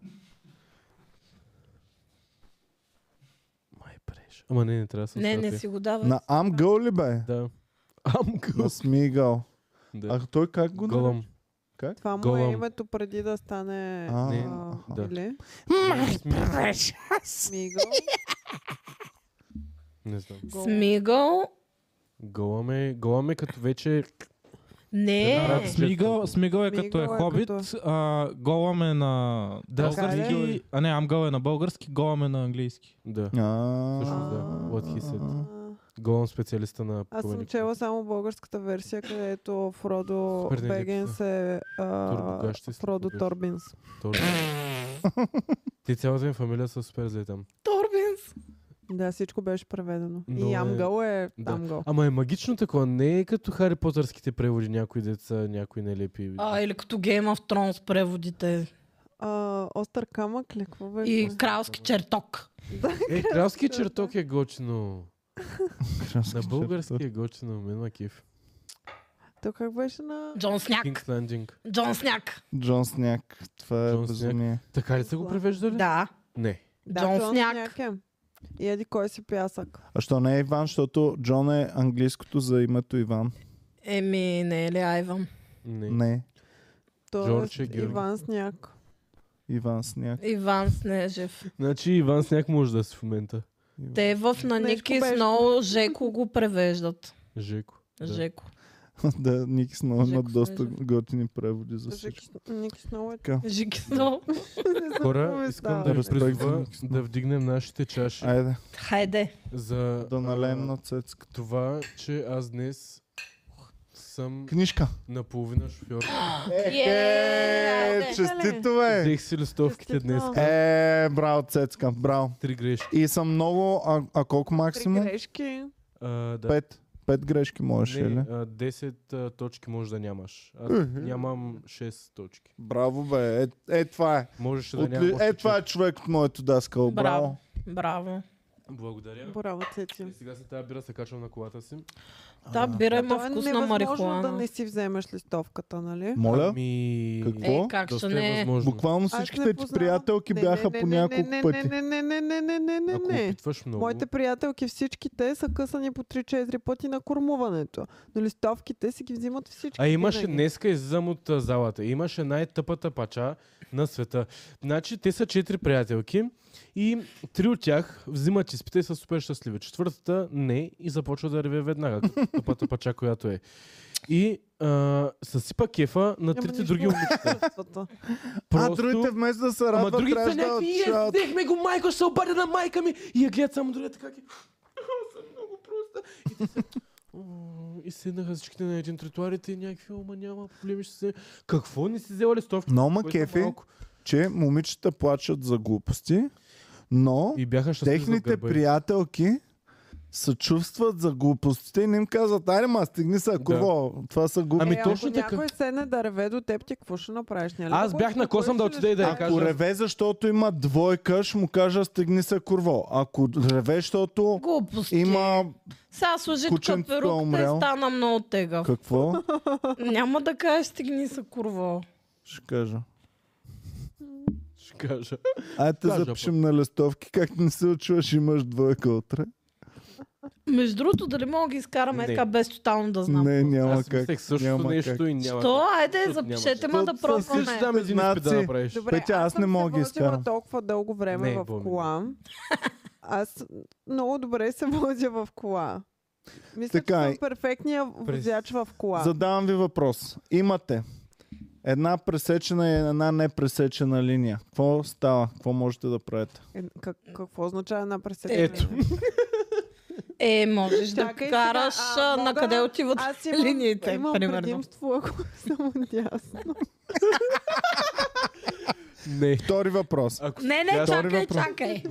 Speaker 4: Май преж. Ама не, не трябва да се
Speaker 3: не, не
Speaker 4: срати.
Speaker 3: си го давай.
Speaker 1: На Ам Гъл ли бе?
Speaker 4: Да. Ам
Speaker 1: На
Speaker 4: гъл.
Speaker 1: Смигъл.
Speaker 4: Да.
Speaker 1: А той как го нарича?
Speaker 4: Голам.
Speaker 2: това му е
Speaker 4: Голам.
Speaker 2: името преди да стане...
Speaker 1: А,
Speaker 4: Не,
Speaker 2: а,
Speaker 1: да.
Speaker 2: Или? Мигъл.
Speaker 4: Не знам.
Speaker 3: Смигъл?
Speaker 4: Голам е, голам е като вече...
Speaker 3: Не.
Speaker 4: Една Е.
Speaker 5: Смигъл, смигъл е като е
Speaker 2: Смигъл е
Speaker 5: хобит,
Speaker 2: като-
Speaker 5: а, Голъм е на
Speaker 4: Да,
Speaker 5: български,
Speaker 4: Смигъл е-
Speaker 5: а не, Амгъл е на български, Голъм е на английски.
Speaker 4: Да.
Speaker 1: А,
Speaker 4: Всъщност да. What he said. Голам специалиста на
Speaker 2: Аз съм
Speaker 4: промените.
Speaker 2: чела само българската версия, където Фродо
Speaker 4: Супер
Speaker 2: Бегенс е а,
Speaker 4: Турбогащи са
Speaker 2: Фродо
Speaker 4: турбогащи.
Speaker 2: Торбинс.
Speaker 4: Тоже. Ти цялата им фамилия са супер зле там.
Speaker 3: Торбинс.
Speaker 2: Да, всичко беше преведено.
Speaker 4: Но
Speaker 2: И
Speaker 4: е-
Speaker 2: Амгъл е
Speaker 4: да.
Speaker 2: Амгъл.
Speaker 4: Ама е магично такова. Не е като Хари Потърските преводи. Някои деца, някои нелепи. Е,
Speaker 3: А, или като Game of Thrones преводите.
Speaker 2: А, Остър камък ли? Какво беше?
Speaker 3: И кралски черток.
Speaker 4: Е, кралски черток е гочно.
Speaker 1: кралски
Speaker 4: На
Speaker 1: чертог.
Speaker 4: български е гочно. Мен макив.
Speaker 2: То как беше на...
Speaker 3: Джон Сняк.
Speaker 4: Кинг Ландинг.
Speaker 3: Джон Сняк.
Speaker 1: Джон Сняк. Това е
Speaker 4: Джон Сняк.
Speaker 1: безумие.
Speaker 4: Така ли са го превеждали?
Speaker 3: Да.
Speaker 4: Не.
Speaker 2: Да,
Speaker 3: Джон Сняк.
Speaker 2: е. И еди кой си пясък.
Speaker 1: А що не е Иван, защото Джон е английското за името Иван.
Speaker 3: Еми, не е ли Айван?
Speaker 4: Не.
Speaker 1: Не,
Speaker 2: Тоест
Speaker 4: Джордж е Георги.
Speaker 2: Иван Сняк.
Speaker 1: Иван Сняк.
Speaker 3: Иван Снежев.
Speaker 4: Значи Иван Сняк може да си в момента.
Speaker 3: Те в на
Speaker 2: Нещо
Speaker 3: Ники
Speaker 2: беше.
Speaker 3: Сноу Жеко го превеждат.
Speaker 4: Жеко. Да.
Speaker 3: Жеко.
Speaker 1: да, Ники Сноу има
Speaker 3: Жеко
Speaker 1: доста
Speaker 3: Снежев.
Speaker 1: готини преводи за всичко.
Speaker 2: Ник Сноу е...
Speaker 3: Жеки Сноу.
Speaker 4: Хора, искам
Speaker 2: Ами,
Speaker 4: да ви
Speaker 1: Респект за
Speaker 4: призова
Speaker 1: Ники Сноу.
Speaker 4: да вдигнем нашите чаши
Speaker 1: Айде,
Speaker 3: Хайде.
Speaker 4: за
Speaker 1: да налеем на
Speaker 4: а,
Speaker 1: цецка.
Speaker 4: това, че аз днес съм
Speaker 1: Книжка.
Speaker 4: наполовина шофьор.
Speaker 3: Е,
Speaker 1: Е, честито, бе!
Speaker 4: Взех си листовките
Speaker 2: Честито.
Speaker 4: днес.
Speaker 1: Е, браво, цецка, браво.
Speaker 4: Три грешки.
Speaker 1: И съм много, а, а колко
Speaker 2: Три
Speaker 1: максимум?
Speaker 2: грешки.
Speaker 4: А, да. Нали?
Speaker 1: Пет. Пет грешки можеш,
Speaker 4: Не,
Speaker 1: ли?
Speaker 4: а, 10 а, точки може да нямаш. Аз нямам 6 точки.
Speaker 1: Браво, бе. Е, е това е.
Speaker 4: Можеше да нямам.
Speaker 1: Отли...
Speaker 4: още
Speaker 1: Е, това
Speaker 4: четири.
Speaker 1: е човек от моето даскало. Браво.
Speaker 3: Браво. Браво.
Speaker 1: е-
Speaker 4: Благодаря.
Speaker 2: Браво,
Speaker 4: И
Speaker 2: Цети.
Speaker 4: сега се тази бира се качвам на колата си.
Speaker 3: Та бира има
Speaker 2: То е
Speaker 3: вкус на
Speaker 2: невъзможно да
Speaker 3: марихуана.
Speaker 2: не си вземеш листовката, нали?
Speaker 1: Моля?
Speaker 4: Ами...
Speaker 1: Какво?
Speaker 3: Е, как ще
Speaker 4: Доста
Speaker 3: не
Speaker 4: е
Speaker 3: е?
Speaker 4: възможно.
Speaker 1: Буквално
Speaker 2: Аз не
Speaker 1: всичките ти
Speaker 2: познавам.
Speaker 1: приятелки
Speaker 2: Не,
Speaker 1: бяха
Speaker 2: не,
Speaker 1: по
Speaker 2: не, не,
Speaker 1: няколко
Speaker 2: не,
Speaker 1: пъти.
Speaker 2: Не, не, не, не, не, не, не,
Speaker 4: Ако
Speaker 2: не.
Speaker 4: опитваш много...
Speaker 2: Моите приятелки всичките са късани по 3-4 пъти на кормуването. Но листовките си ги взимат всички.
Speaker 4: А имаше,
Speaker 2: винаги.
Speaker 4: днеска излизам от а, залата, имаше най-тъпата пача на света. Значи, те са четири приятелки и три от тях взимат изпита и са супер щастливи. Четвъртата не и започва да реве веднага, като тъпата пача, която е. И а, съсипа кефа на
Speaker 2: Ама
Speaker 4: трите
Speaker 2: нищо
Speaker 4: други
Speaker 2: не
Speaker 4: момичета.
Speaker 2: чувствата.
Speaker 1: А другите вместо да се
Speaker 4: Ама
Speaker 1: радват,
Speaker 4: другите
Speaker 1: трябваше
Speaker 4: са
Speaker 1: да
Speaker 4: някакви,
Speaker 1: отшават.
Speaker 4: «Е, взехме го, майко, ще се обадя на майка ми. И я гледат само другия така ги... «О, съм много проста. И те са, «О, И седнаха всичките на един тротуарите и някакви, ама няма проблеми, ще се... Какво не си взела листовките?
Speaker 1: Но ма
Speaker 4: Което е
Speaker 1: кефи,
Speaker 4: малко.
Speaker 1: че момичета плачат за глупости, но
Speaker 4: И бяха щастливи за
Speaker 1: техните
Speaker 4: гърба им.
Speaker 1: приятелки се чувстват за глупостите и не им казват, аре ма, стигни се, курво, това са глупости.
Speaker 4: Ами
Speaker 2: Е,
Speaker 4: точно
Speaker 2: ако
Speaker 4: така.
Speaker 2: някой седне да реве до теб, ти какво ще направиш? Няма ли
Speaker 4: Аз
Speaker 2: да
Speaker 4: бях
Speaker 2: ходиш
Speaker 4: на косъм да
Speaker 2: ходиш
Speaker 4: отида и да я
Speaker 2: ще
Speaker 4: кажа.
Speaker 1: Ако реве, защото има двойка, ще му кажа стигни се курво. Ако реве, защото
Speaker 3: Глупости.
Speaker 1: има...
Speaker 3: Сега сложи
Speaker 1: Кученцето е
Speaker 3: каперуката
Speaker 1: умрял.
Speaker 3: и стана много тегав.
Speaker 1: Какво?
Speaker 3: Няма да кажеш стигни са курво.
Speaker 1: Ще кажа.
Speaker 4: Ще кажа.
Speaker 1: Айде те
Speaker 4: Кажа
Speaker 1: запишем на листовки, как не се очуваш, имаш двойка утре.
Speaker 3: Между другото, дали мога да ги изкараме
Speaker 4: Не.
Speaker 3: така без тотално да знам?
Speaker 1: Не, Е, няма
Speaker 4: Аз
Speaker 1: как.
Speaker 4: мислех същото
Speaker 1: няма как.
Speaker 4: нещо и няма.
Speaker 3: Що?
Speaker 4: как.
Speaker 3: Айде,
Speaker 4: Защото
Speaker 3: запишете
Speaker 1: няма
Speaker 3: ма да
Speaker 1: как.
Speaker 3: пробваме.
Speaker 4: Ще дам един изпит да
Speaker 1: Знаци.
Speaker 4: направиш.
Speaker 2: Добре,
Speaker 1: Петя, аз
Speaker 2: съм
Speaker 1: не
Speaker 2: се
Speaker 1: мога да ги
Speaker 2: возила
Speaker 1: изкарам.
Speaker 2: толкова дълго време
Speaker 4: Не,
Speaker 2: в
Speaker 4: Боми, не.
Speaker 2: кола. Аз много добре се возя в кола. Мисля,
Speaker 1: Така
Speaker 2: че
Speaker 1: е.
Speaker 2: съм перфектния
Speaker 5: През-
Speaker 2: возяч в кола.
Speaker 1: Задавам ви въпрос. Имате една пресечена и една непресечена линия. Какво става? Какво можете да правите?
Speaker 2: Е, как, какво означава една пресечена?
Speaker 4: Ето.
Speaker 3: Е, можеш да
Speaker 2: Чакай сега,
Speaker 3: караш
Speaker 2: а,
Speaker 3: а,
Speaker 2: мога-
Speaker 3: на къде отиват
Speaker 2: Аз имам,
Speaker 3: линиите,
Speaker 2: имам
Speaker 3: примерно.
Speaker 2: предимство, ако съм дясно.
Speaker 4: Не.
Speaker 1: Втори въпрос.
Speaker 4: Ако
Speaker 3: Не, не,
Speaker 4: Аз-
Speaker 3: чакай,
Speaker 1: въпрос.
Speaker 3: чакай.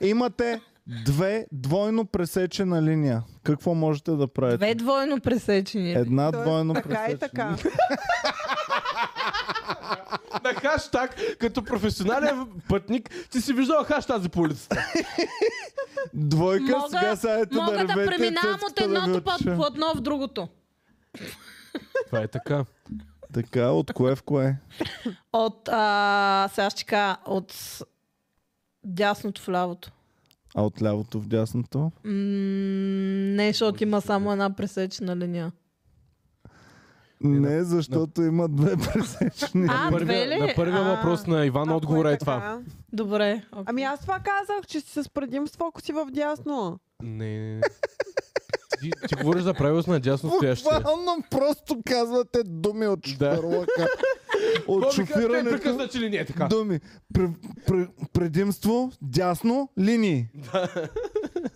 Speaker 1: Имате две двойно пресечена линия. Какво можете да правите?
Speaker 3: Две двойно пресечени.
Speaker 1: Една
Speaker 2: Тоест,
Speaker 1: двойно
Speaker 2: така е.
Speaker 1: пресечена.
Speaker 2: и така.
Speaker 4: На хаштаг, като професионален пътник, ти си виждал хаштаг за по улицата.
Speaker 1: Двойка,
Speaker 3: Мога-
Speaker 1: сега сядете да
Speaker 3: Мога да
Speaker 1: ревете
Speaker 3: преминавам от
Speaker 1: цецката да ви
Speaker 3: едното път
Speaker 1: отче.
Speaker 3: платно в другото.
Speaker 4: Това е така.
Speaker 1: Така, от кое в кое?
Speaker 3: От, а, сега ще кажа, от с- дясното в лявото.
Speaker 1: А от лявото в дясното?
Speaker 3: М, не, защото има само една пресечена линия.
Speaker 4: Не,
Speaker 1: Не, защото има две пресечни.
Speaker 3: А, две
Speaker 4: Първия,
Speaker 3: ли?
Speaker 4: на първия
Speaker 3: А,
Speaker 4: въпрос на Иван
Speaker 2: Ако
Speaker 4: отговора е това.
Speaker 2: така.
Speaker 3: Добре. окей.
Speaker 2: Ами аз това казах, че си с предимство, ако си в дясно.
Speaker 4: Не, не, не. Ти, ти говориш за правилото на дясно стоящите.
Speaker 1: Буквално просто казвате думи от шоферлъка. От шофирането.
Speaker 4: Прекъсна, че ли не е така?
Speaker 1: Думи. Пр- пр- предимство, дясно, линии.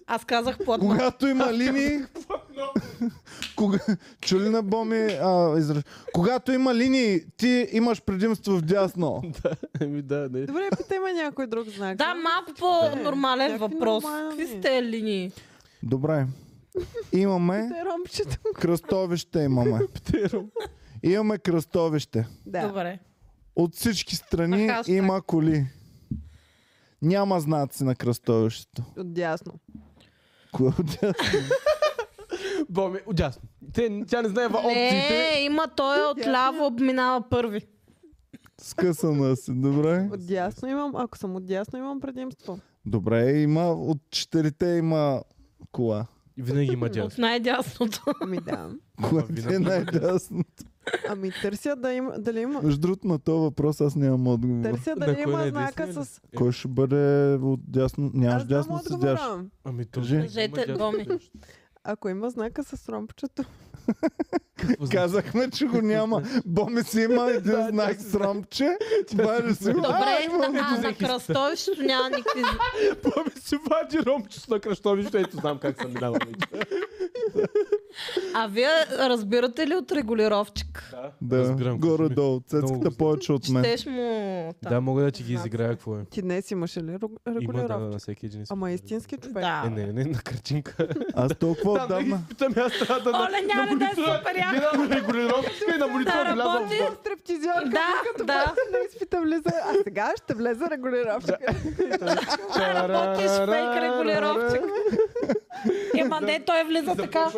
Speaker 3: Аз казах платно.
Speaker 1: Когато има линии... Кога... Чули на Боми а, израж... Когато има линии, ти имаш предимство в дясно.
Speaker 4: Ами да, не.
Speaker 2: Добре, питай ме някой друг знак.
Speaker 3: Да, малко по-нормален
Speaker 2: Някакви
Speaker 3: въпрос.
Speaker 2: нормални.
Speaker 3: Какви сте тези линии?
Speaker 1: Добре. Имаме
Speaker 2: Те ромчето.
Speaker 1: кръстовище имаме. Имаме кръстовище.
Speaker 2: Да.
Speaker 3: Добре.
Speaker 1: От всички страни
Speaker 3: На хаштаг.
Speaker 1: има коли. Няма знаци на кръстовището.
Speaker 2: От дясно.
Speaker 1: Кое от дясно?
Speaker 4: Боми, отясно. Те, тя не знае ва опциите.
Speaker 3: Не, има той е от ляво обминава първи.
Speaker 1: Скъсана си, добре?
Speaker 2: От дясно имам, ако съм от дясно имам предимство.
Speaker 1: Добре, има от четирите има кола.
Speaker 4: Винаги има дясно.
Speaker 3: От най-дясното.
Speaker 2: Ами да.
Speaker 1: Което е
Speaker 4: винаги.
Speaker 1: най-дясно.
Speaker 2: Ами търся да има, дали има,
Speaker 1: Между другото на този въпрос аз нямам отговор.
Speaker 3: е
Speaker 2: търся
Speaker 4: На
Speaker 2: дали
Speaker 4: кой е
Speaker 2: има
Speaker 4: най-десния
Speaker 2: знака
Speaker 4: ли?
Speaker 2: с...
Speaker 1: Кой ще бъде от дясно? Нямаш
Speaker 2: Аз знам
Speaker 1: дясно седяш.
Speaker 2: отговора.
Speaker 4: Ами то.
Speaker 1: Кажи.
Speaker 4: винаги има
Speaker 3: Кажете,
Speaker 4: дясно
Speaker 3: Боми.
Speaker 4: стоящи.
Speaker 2: Ако има знака с ромбчето.
Speaker 4: Какво значи?
Speaker 1: Казахме, че го няма. Боми си има един знак с ромче. Това е ли си го?
Speaker 3: Добре,
Speaker 1: А, имам.
Speaker 3: а, на кръстовището няма никакви...
Speaker 4: Боми си вади ромчето на кръстовището. Ето знам как съм минава вече.
Speaker 3: А вие разбирате ли от регулировчик?
Speaker 1: Да,
Speaker 4: Разбирам, кажи ми.
Speaker 1: горе-долу. Цецката
Speaker 4: Много.
Speaker 1: повече от мен.
Speaker 3: Четеш му... там.
Speaker 4: Да, мога да ти ги изиграя какво е.
Speaker 2: Ти днес имаше ли ру-
Speaker 4: Има да,
Speaker 2: регулировка?
Speaker 4: на всеки един.
Speaker 2: Ама истински човек.
Speaker 3: Да.
Speaker 4: Е, не, не, на картинка.
Speaker 1: Аз толкова
Speaker 4: Там да ги
Speaker 1: отдавна.
Speaker 4: питаме, аз трябва да...
Speaker 3: Оле, няма да е супер яко.
Speaker 4: Гледам регулировка и на
Speaker 3: Да
Speaker 4: монитора влязам.
Speaker 3: работи.
Speaker 2: Съм стриптизьорка,
Speaker 3: Да, да.
Speaker 2: на изпита влиза. А сега ще влезе регулировка.
Speaker 3: Да работиш фейк регулировчик. Ема не, той влиза така.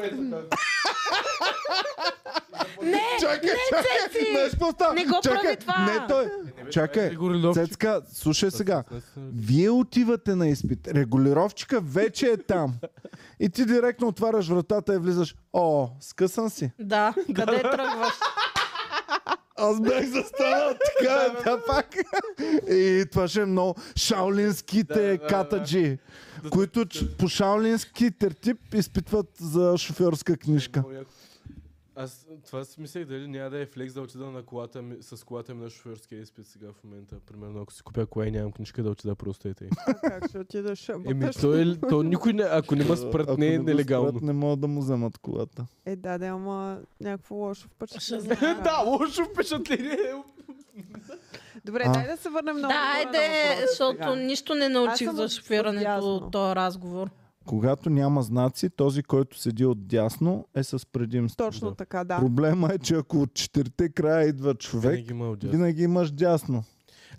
Speaker 3: Не,
Speaker 1: Чакай, чакай,
Speaker 3: Цеци!
Speaker 1: не ще поставя.
Speaker 3: Не го
Speaker 1: чакай,
Speaker 3: прави това!
Speaker 1: Не, той. Чакай,
Speaker 4: Регулировчик.
Speaker 1: Цецка, слушай сега. Вие отивате на изпит. Регулировчика вече е там. И ти директно отваряш вратата и влизаш. О, скъсан си.
Speaker 3: Да, къде тръгваш?
Speaker 1: Аз бях застанал така, е, тя пак. И това ще е много шаолинските
Speaker 4: Да, да, да.
Speaker 1: катаджи, които ч- по шаолински тертип изпитват за шофьорска книжка.
Speaker 4: Аз това си мислех дали няма да е флекс да отида на колата ми, с колата ми на шофьорския изпит сега в момента. Примерно, ако си купя кола и нямам книжка, да отида просто е тъй.
Speaker 2: Как ще отидеш?
Speaker 4: Еми,
Speaker 2: Буташ.
Speaker 4: то, е, то никой не, ако не ма спрат,
Speaker 1: Ако
Speaker 4: не е
Speaker 1: го
Speaker 4: нелегално.
Speaker 1: спрат, Не могат да му вземат колата.
Speaker 2: Е, да, да, ама някакво лошо
Speaker 3: Ще
Speaker 2: впечатление.
Speaker 3: знам.
Speaker 4: Да, лошо впечатление.
Speaker 2: Добре,
Speaker 1: А.
Speaker 2: дай да се върнем много.
Speaker 3: Да, айде, защото нищо не научих
Speaker 2: Аз съм
Speaker 3: за
Speaker 2: от-
Speaker 3: шофирането
Speaker 2: отдясно.
Speaker 3: от този разговор.
Speaker 1: Когато няма знаци, този, който седи от дясно, е с предимство.
Speaker 2: Точно така, да.
Speaker 1: Проблема е, че ако от четирите края идва човек, винаги,
Speaker 4: Винаги има от дясно.
Speaker 1: винаги имаш дясно.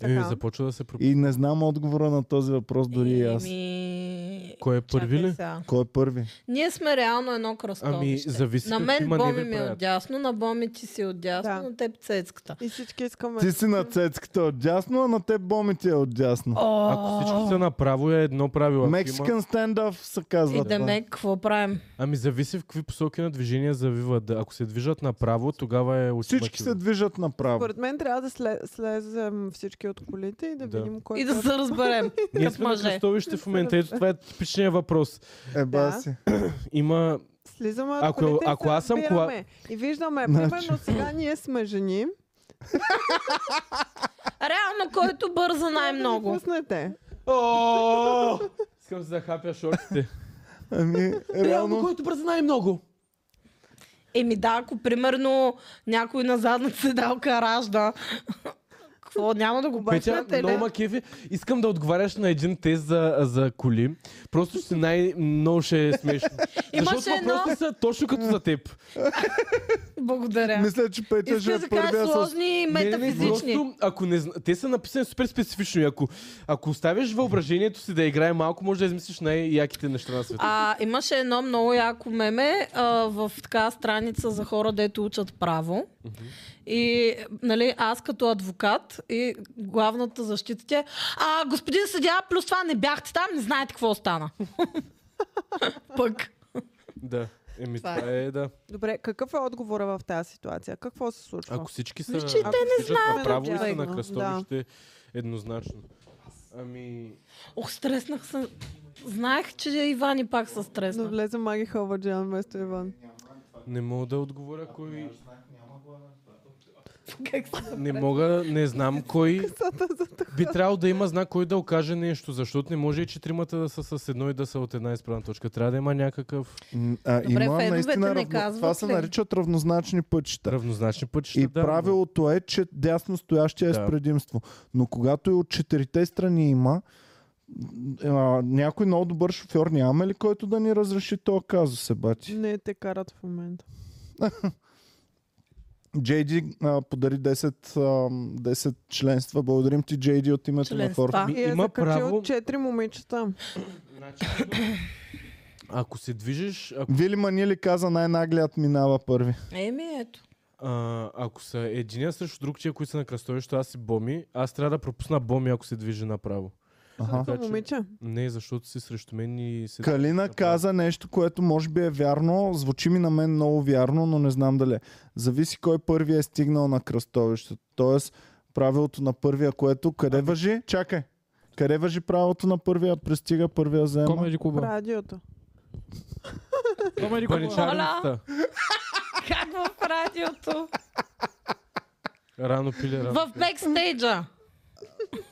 Speaker 4: Е,
Speaker 2: Така.
Speaker 4: започва да се пропи.
Speaker 1: И не знам отговора на този въпрос дори и аз.
Speaker 3: Еми...
Speaker 4: Кой е първи
Speaker 3: чакай
Speaker 4: ли?
Speaker 3: сега.
Speaker 1: Кой е първи?
Speaker 3: Ние сме реално едно
Speaker 4: Ами,
Speaker 3: кръстовище.
Speaker 4: зависи
Speaker 3: На
Speaker 4: какви
Speaker 3: мен Боми
Speaker 4: маневри
Speaker 3: ми е
Speaker 4: правят.
Speaker 3: отдясно, на Боми ти си отдясно,
Speaker 2: Да.
Speaker 3: на теб цецката.
Speaker 2: И всички искаме.
Speaker 1: Ти си на цецката от дясно, а на теб боми ти е от дясно.
Speaker 3: О,
Speaker 4: Ако всички са направо е едно правило. Ако има-
Speaker 1: Мексикан стендъв се
Speaker 3: И
Speaker 1: казва
Speaker 3: Е, да
Speaker 1: това.
Speaker 3: ме, какво правим?
Speaker 4: Ами зависи в какви посоки на движение завиват. Да, Ако се движат направо, тогава е
Speaker 1: Всички се
Speaker 4: ултимативно.
Speaker 1: движат направо.
Speaker 2: Според мен трябва да сле- слезем всички от колите и да,
Speaker 4: Да.
Speaker 2: видим кой
Speaker 3: И да
Speaker 2: път.
Speaker 3: се разберем.
Speaker 4: Ние
Speaker 3: като
Speaker 4: сме на
Speaker 3: мъже.
Speaker 4: кръстовище в момента. Ето това е типичният въпрос.
Speaker 1: Еба
Speaker 2: Да.
Speaker 1: си.
Speaker 4: Има
Speaker 2: Слизаме от
Speaker 4: Ако-
Speaker 2: колите и
Speaker 4: ако
Speaker 2: се
Speaker 4: аз съм кола-
Speaker 2: разбираме. И виждаме,
Speaker 1: Значи-
Speaker 2: примерно сега ние сме жени.
Speaker 3: Реално, който бърза най-много.
Speaker 2: Пуснете.
Speaker 4: О! Искам се да хапя шортите.
Speaker 1: Ами,
Speaker 3: Е,
Speaker 1: реално...
Speaker 4: който бърза най-много.
Speaker 3: Еми да, ако примерно някой на задната седалка ражда, какво няма да го
Speaker 4: Петя,
Speaker 3: бъдете
Speaker 4: много ма кефи. Искам да отговаряш на един тест за, за коли. Просто ще най-много ще е смешно.
Speaker 3: Имаше
Speaker 4: Защото
Speaker 3: едно-
Speaker 4: въпросите са точно като за теб.
Speaker 3: Благодаря.
Speaker 1: Мисля, че Петя ще
Speaker 3: Иска
Speaker 1: е
Speaker 3: да кажа
Speaker 1: първия с...
Speaker 3: сложни метафизични.
Speaker 4: просто, ако не, зна- те са написани супер специфично и ако, ако оставиш въображението си да играе малко, може да измислиш най-яките неща на света.
Speaker 3: А, имаше едно много яко меме а, в така страница за хора, дето учат право. И нали, аз като адвокат и главната защита ти е а, господин съдя, плюс това не бяхте там, не знаете какво стана. Пък.
Speaker 4: Да. Еми,
Speaker 3: Това
Speaker 4: това е, да.
Speaker 2: Добре, какъв е отговора в тази ситуация? Какво се случва?
Speaker 4: Ако всички са
Speaker 3: Значи те
Speaker 4: ако не
Speaker 2: знаят
Speaker 4: направо и са
Speaker 2: обикновено,
Speaker 4: на
Speaker 2: да.
Speaker 4: кръстовище, еднозначно. Ами...
Speaker 3: Ох, стреснах се. Знаех, че Ивани пак се
Speaker 2: Да
Speaker 1: Нали?
Speaker 3: стресна.
Speaker 2: влезе Маги Халваджан вместо Иван.
Speaker 4: Не мога да отговоря кой...
Speaker 3: Как се-
Speaker 4: Не мога, не знам кой... Би трябвало да има знак кой да окаже нещо, защото не може и четиримата да са с едно и да са от една изправна точка. Трябва да има някакъв
Speaker 1: М, А,
Speaker 3: Добре,
Speaker 1: има
Speaker 3: феновете не
Speaker 1: наистина равно... Това
Speaker 3: казват
Speaker 1: се
Speaker 3: ли?
Speaker 1: наричат равнозначни пътища.
Speaker 4: равнозначни пътища.
Speaker 1: И
Speaker 4: да, но-
Speaker 1: правилото е, че дясно стоящия е с
Speaker 4: Да.
Speaker 1: предимство. Но когато и от четирите страни има, а, някой много добър шофьор нямаме ли, който да ни разреши този казус, е,
Speaker 4: Значи-
Speaker 1: бати?
Speaker 2: Не те карат в момента.
Speaker 1: Джейди а, подари 10, а, 10 членства. Благодарим ти, Джейди, от името на
Speaker 3: Членства.
Speaker 1: хората.
Speaker 3: Ми,
Speaker 2: И е
Speaker 4: има
Speaker 2: закачил
Speaker 4: право-
Speaker 2: четири момичета.
Speaker 4: Значи, ако се движиш, ако,
Speaker 1: Вили Манили каза най-наглият минава първи.
Speaker 3: Еми, ето.
Speaker 4: а, ако са единия срещу друг, тия, които са на кръстовището, аз си боми, аз трябва да пропусна боми, ако се движи направо.
Speaker 1: Аха.
Speaker 2: Са момиче.
Speaker 4: Не, защото си срещу мен и се...
Speaker 1: Калина каза нещо, което може би е вярно. Звучи ми на мен много вярно, но не знам дали. е. Зависи кой първи е стигнал на кръстовището. Тоест, правилото на първия, което къде въжи? Чакай. Къде въжи правилото на първия? Пристига първия заема.
Speaker 5: Комеди
Speaker 2: В
Speaker 5: клуба.
Speaker 2: радиото.
Speaker 5: Комеди клуба.
Speaker 4: Паничарницата.
Speaker 3: Как в радиото?
Speaker 4: Рано пили, рано
Speaker 3: В бекстейджа.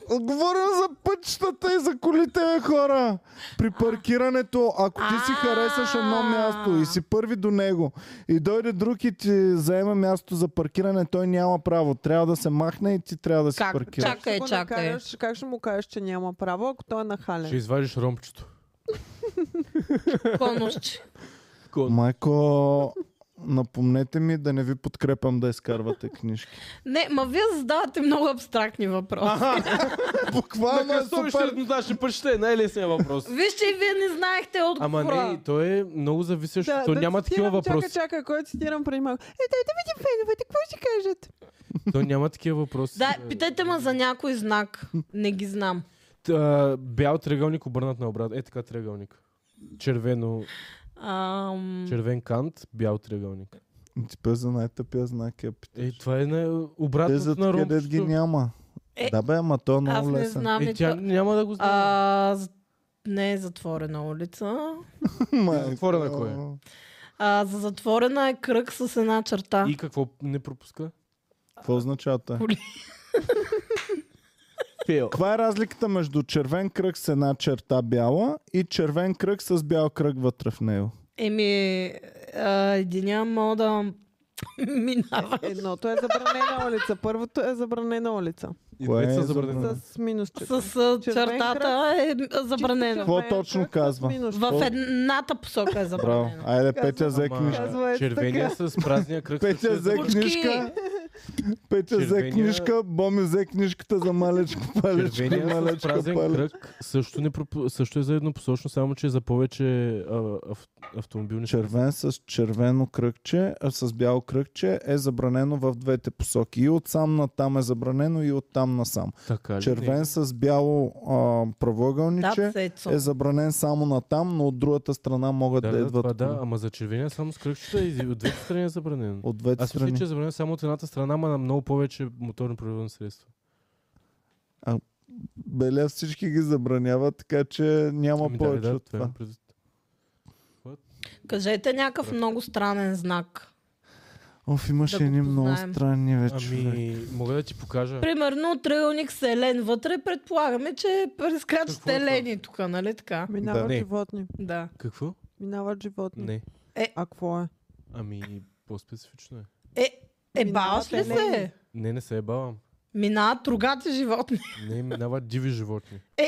Speaker 1: Говорим за пътищата и за колите, бе, хора. При паркирането, ако ти си
Speaker 3: А.
Speaker 1: харесаш едно място и си първи до него и дойде друг и ти заема място за паркиране, той няма право. Трябва да се махне и ти трябва да си
Speaker 3: Как?
Speaker 1: паркираш.
Speaker 2: Ще
Speaker 3: Чакай,
Speaker 2: го
Speaker 3: чакай.
Speaker 2: накараш- Как ще му кажеш, че няма право, ако той е
Speaker 4: Ще
Speaker 2: нахален?
Speaker 4: извадиш ромчето.
Speaker 3: Конощи.
Speaker 1: Майко, напомнете ми да не ви подкрепям да изкарвате книжки.
Speaker 3: Не, ма вие задавате много абстрактни въпроси.
Speaker 1: Буквално е супер.
Speaker 4: наши пъща е най-лесният въпрос.
Speaker 3: Вижте, и вие не знаехте
Speaker 4: Ама
Speaker 3: отговора.
Speaker 4: не, то е много зависещо. то няма такива
Speaker 2: цитирам,
Speaker 4: въпроси.
Speaker 2: Чакай, чакай, кой цитирам преди малко. Е, дайте видим феновете, какво ще кажат?
Speaker 4: То няма такива въпроси. Е,
Speaker 3: Да, питайте ме за някой знак. Не ги знам.
Speaker 4: Та, бял триъгълник обърнат на обрат. Е така триъгълник. Червено,
Speaker 3: Ам...
Speaker 4: червен кант, бял триъгълник.
Speaker 1: Типа за най-тъпия знак я питаш.
Speaker 4: Е, това е на
Speaker 1: Те за
Speaker 4: обратно на
Speaker 1: такива дет ги
Speaker 4: ромчето.
Speaker 1: няма.
Speaker 3: Е,
Speaker 1: Да бе, ама то е
Speaker 3: Аз
Speaker 1: много
Speaker 3: не
Speaker 1: лесен.
Speaker 3: знам.
Speaker 4: Е, тя
Speaker 3: то-
Speaker 4: няма да го знае.
Speaker 3: Ами, А, з- не е затворена улица.
Speaker 1: Майко.
Speaker 4: Затворена кое е?
Speaker 3: А, за затворена е кръг с една черта.
Speaker 4: И какво не пропуска?
Speaker 1: Какво означава това?
Speaker 4: Пел.
Speaker 1: Каква е разликата между червен кръг с една черта бяла и червен кръг с бял кръг вътре в него?
Speaker 3: Еми, а, единия мога да минава.
Speaker 2: Едното е забранена улица, първото е забранена улица.
Speaker 4: И
Speaker 1: Кое
Speaker 4: двете
Speaker 1: е
Speaker 4: са
Speaker 1: забранено?
Speaker 4: забранени.
Speaker 2: С минусчета.
Speaker 3: С а,
Speaker 2: Червен
Speaker 3: чертата е забранена.
Speaker 1: Какво точно казва?
Speaker 3: В едната посока е
Speaker 1: Браво.
Speaker 3: забранена.
Speaker 1: Айде,
Speaker 2: Казва-
Speaker 1: Петя, взе
Speaker 4: Ама,
Speaker 1: книжка.
Speaker 2: Казва, е
Speaker 4: Червения с празния кръг.
Speaker 1: Петя
Speaker 4: също е
Speaker 1: взе
Speaker 4: забранен.
Speaker 3: Пучки!
Speaker 1: книжка. Петя взе
Speaker 4: Червения-
Speaker 1: книжка, Боми взе книжката за малечко палечко,
Speaker 4: Червения с
Speaker 1: малечко
Speaker 4: празен
Speaker 1: палечко.
Speaker 4: кръг също, не пропу... също е за еднопосочно, само че е за повече а, ав... автомобилни
Speaker 1: Червен с червено кръгче, а с бяло кръгче е забранено в двете посоки. И отсам на там е забранено, и оттам насам.
Speaker 4: Така ли?
Speaker 1: Червен с бяло а,
Speaker 3: Да,
Speaker 1: правоъгълниче
Speaker 3: Цецо.
Speaker 1: е забранен само на там, но от другата страна могат
Speaker 4: Да,
Speaker 1: да,
Speaker 4: да, да,
Speaker 1: идват
Speaker 4: това, да,
Speaker 1: коли.
Speaker 4: ама за червения само с кръгчета и от двете страни е забранено.
Speaker 1: от двете
Speaker 4: Аз мисля,
Speaker 1: страни.
Speaker 4: че е забранено само от едната страна, ама на много повече моторни превозни средства.
Speaker 1: Беля всички ги забранява, така че няма
Speaker 4: Ами да,
Speaker 1: повече
Speaker 4: да,
Speaker 1: от
Speaker 4: имам
Speaker 1: това.
Speaker 4: предвид. What?
Speaker 3: Кажете някакъв много странен знак.
Speaker 1: Оф, имаше
Speaker 3: Да го
Speaker 1: едни много
Speaker 3: познаем.
Speaker 1: странни вече. човек.
Speaker 4: е. Ами, мога да ти покажа.
Speaker 3: Примерно триъгълник с елен вътре, предполагаме, че прескачат
Speaker 4: Какво е това?
Speaker 3: елени тук, нали така?
Speaker 2: Минават
Speaker 4: Не.
Speaker 2: животни.
Speaker 3: Да.
Speaker 4: Какво?
Speaker 2: Минават животни.
Speaker 4: Не.
Speaker 2: А какво е?
Speaker 4: Ами, по-специфично е.
Speaker 3: Е, е
Speaker 2: Минават
Speaker 3: баш ли
Speaker 2: елени.
Speaker 3: се?
Speaker 4: Не, не се ебавам.
Speaker 3: Минават другати животни.
Speaker 4: Не, минават диви животни.
Speaker 3: Е,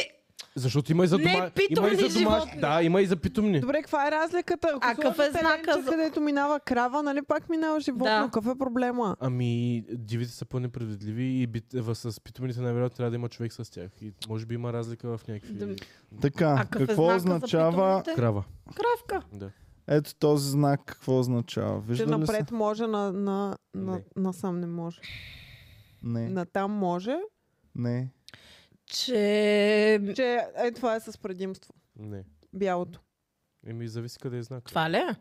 Speaker 4: Защото има и за
Speaker 3: Не,
Speaker 4: дома... има и
Speaker 3: питомни
Speaker 4: за домаш...
Speaker 3: животни.
Speaker 4: Да, има и за питомни.
Speaker 2: Добре, каква е разликата? Ако
Speaker 3: А какъв е
Speaker 2: сложат
Speaker 3: знака
Speaker 2: еленче,
Speaker 3: за-
Speaker 2: Където минава крава, нали пак минава животно?
Speaker 3: Да.
Speaker 2: Какъв е проблема?
Speaker 4: Ами, дивите са по-непредвидливи и бит... в- с питомните най-вероятно трябва да има човек с тях. И може би има разлика в някакви...
Speaker 3: Дом-
Speaker 1: Така,
Speaker 3: а
Speaker 1: какво
Speaker 3: е
Speaker 1: означава...
Speaker 4: Крава.
Speaker 3: Кравка.
Speaker 4: Да.
Speaker 1: Ето този знак какво означава.
Speaker 2: Че
Speaker 1: Вижда ли се?
Speaker 2: напред може, на, на, на,
Speaker 4: Не.
Speaker 2: насам не може.
Speaker 1: Не,
Speaker 2: Натам може,
Speaker 1: не.
Speaker 3: Че...
Speaker 2: че е това е с предимство.
Speaker 4: Не.
Speaker 2: Бялото.
Speaker 4: Еми, зависи къде е знак.
Speaker 3: Това ли е?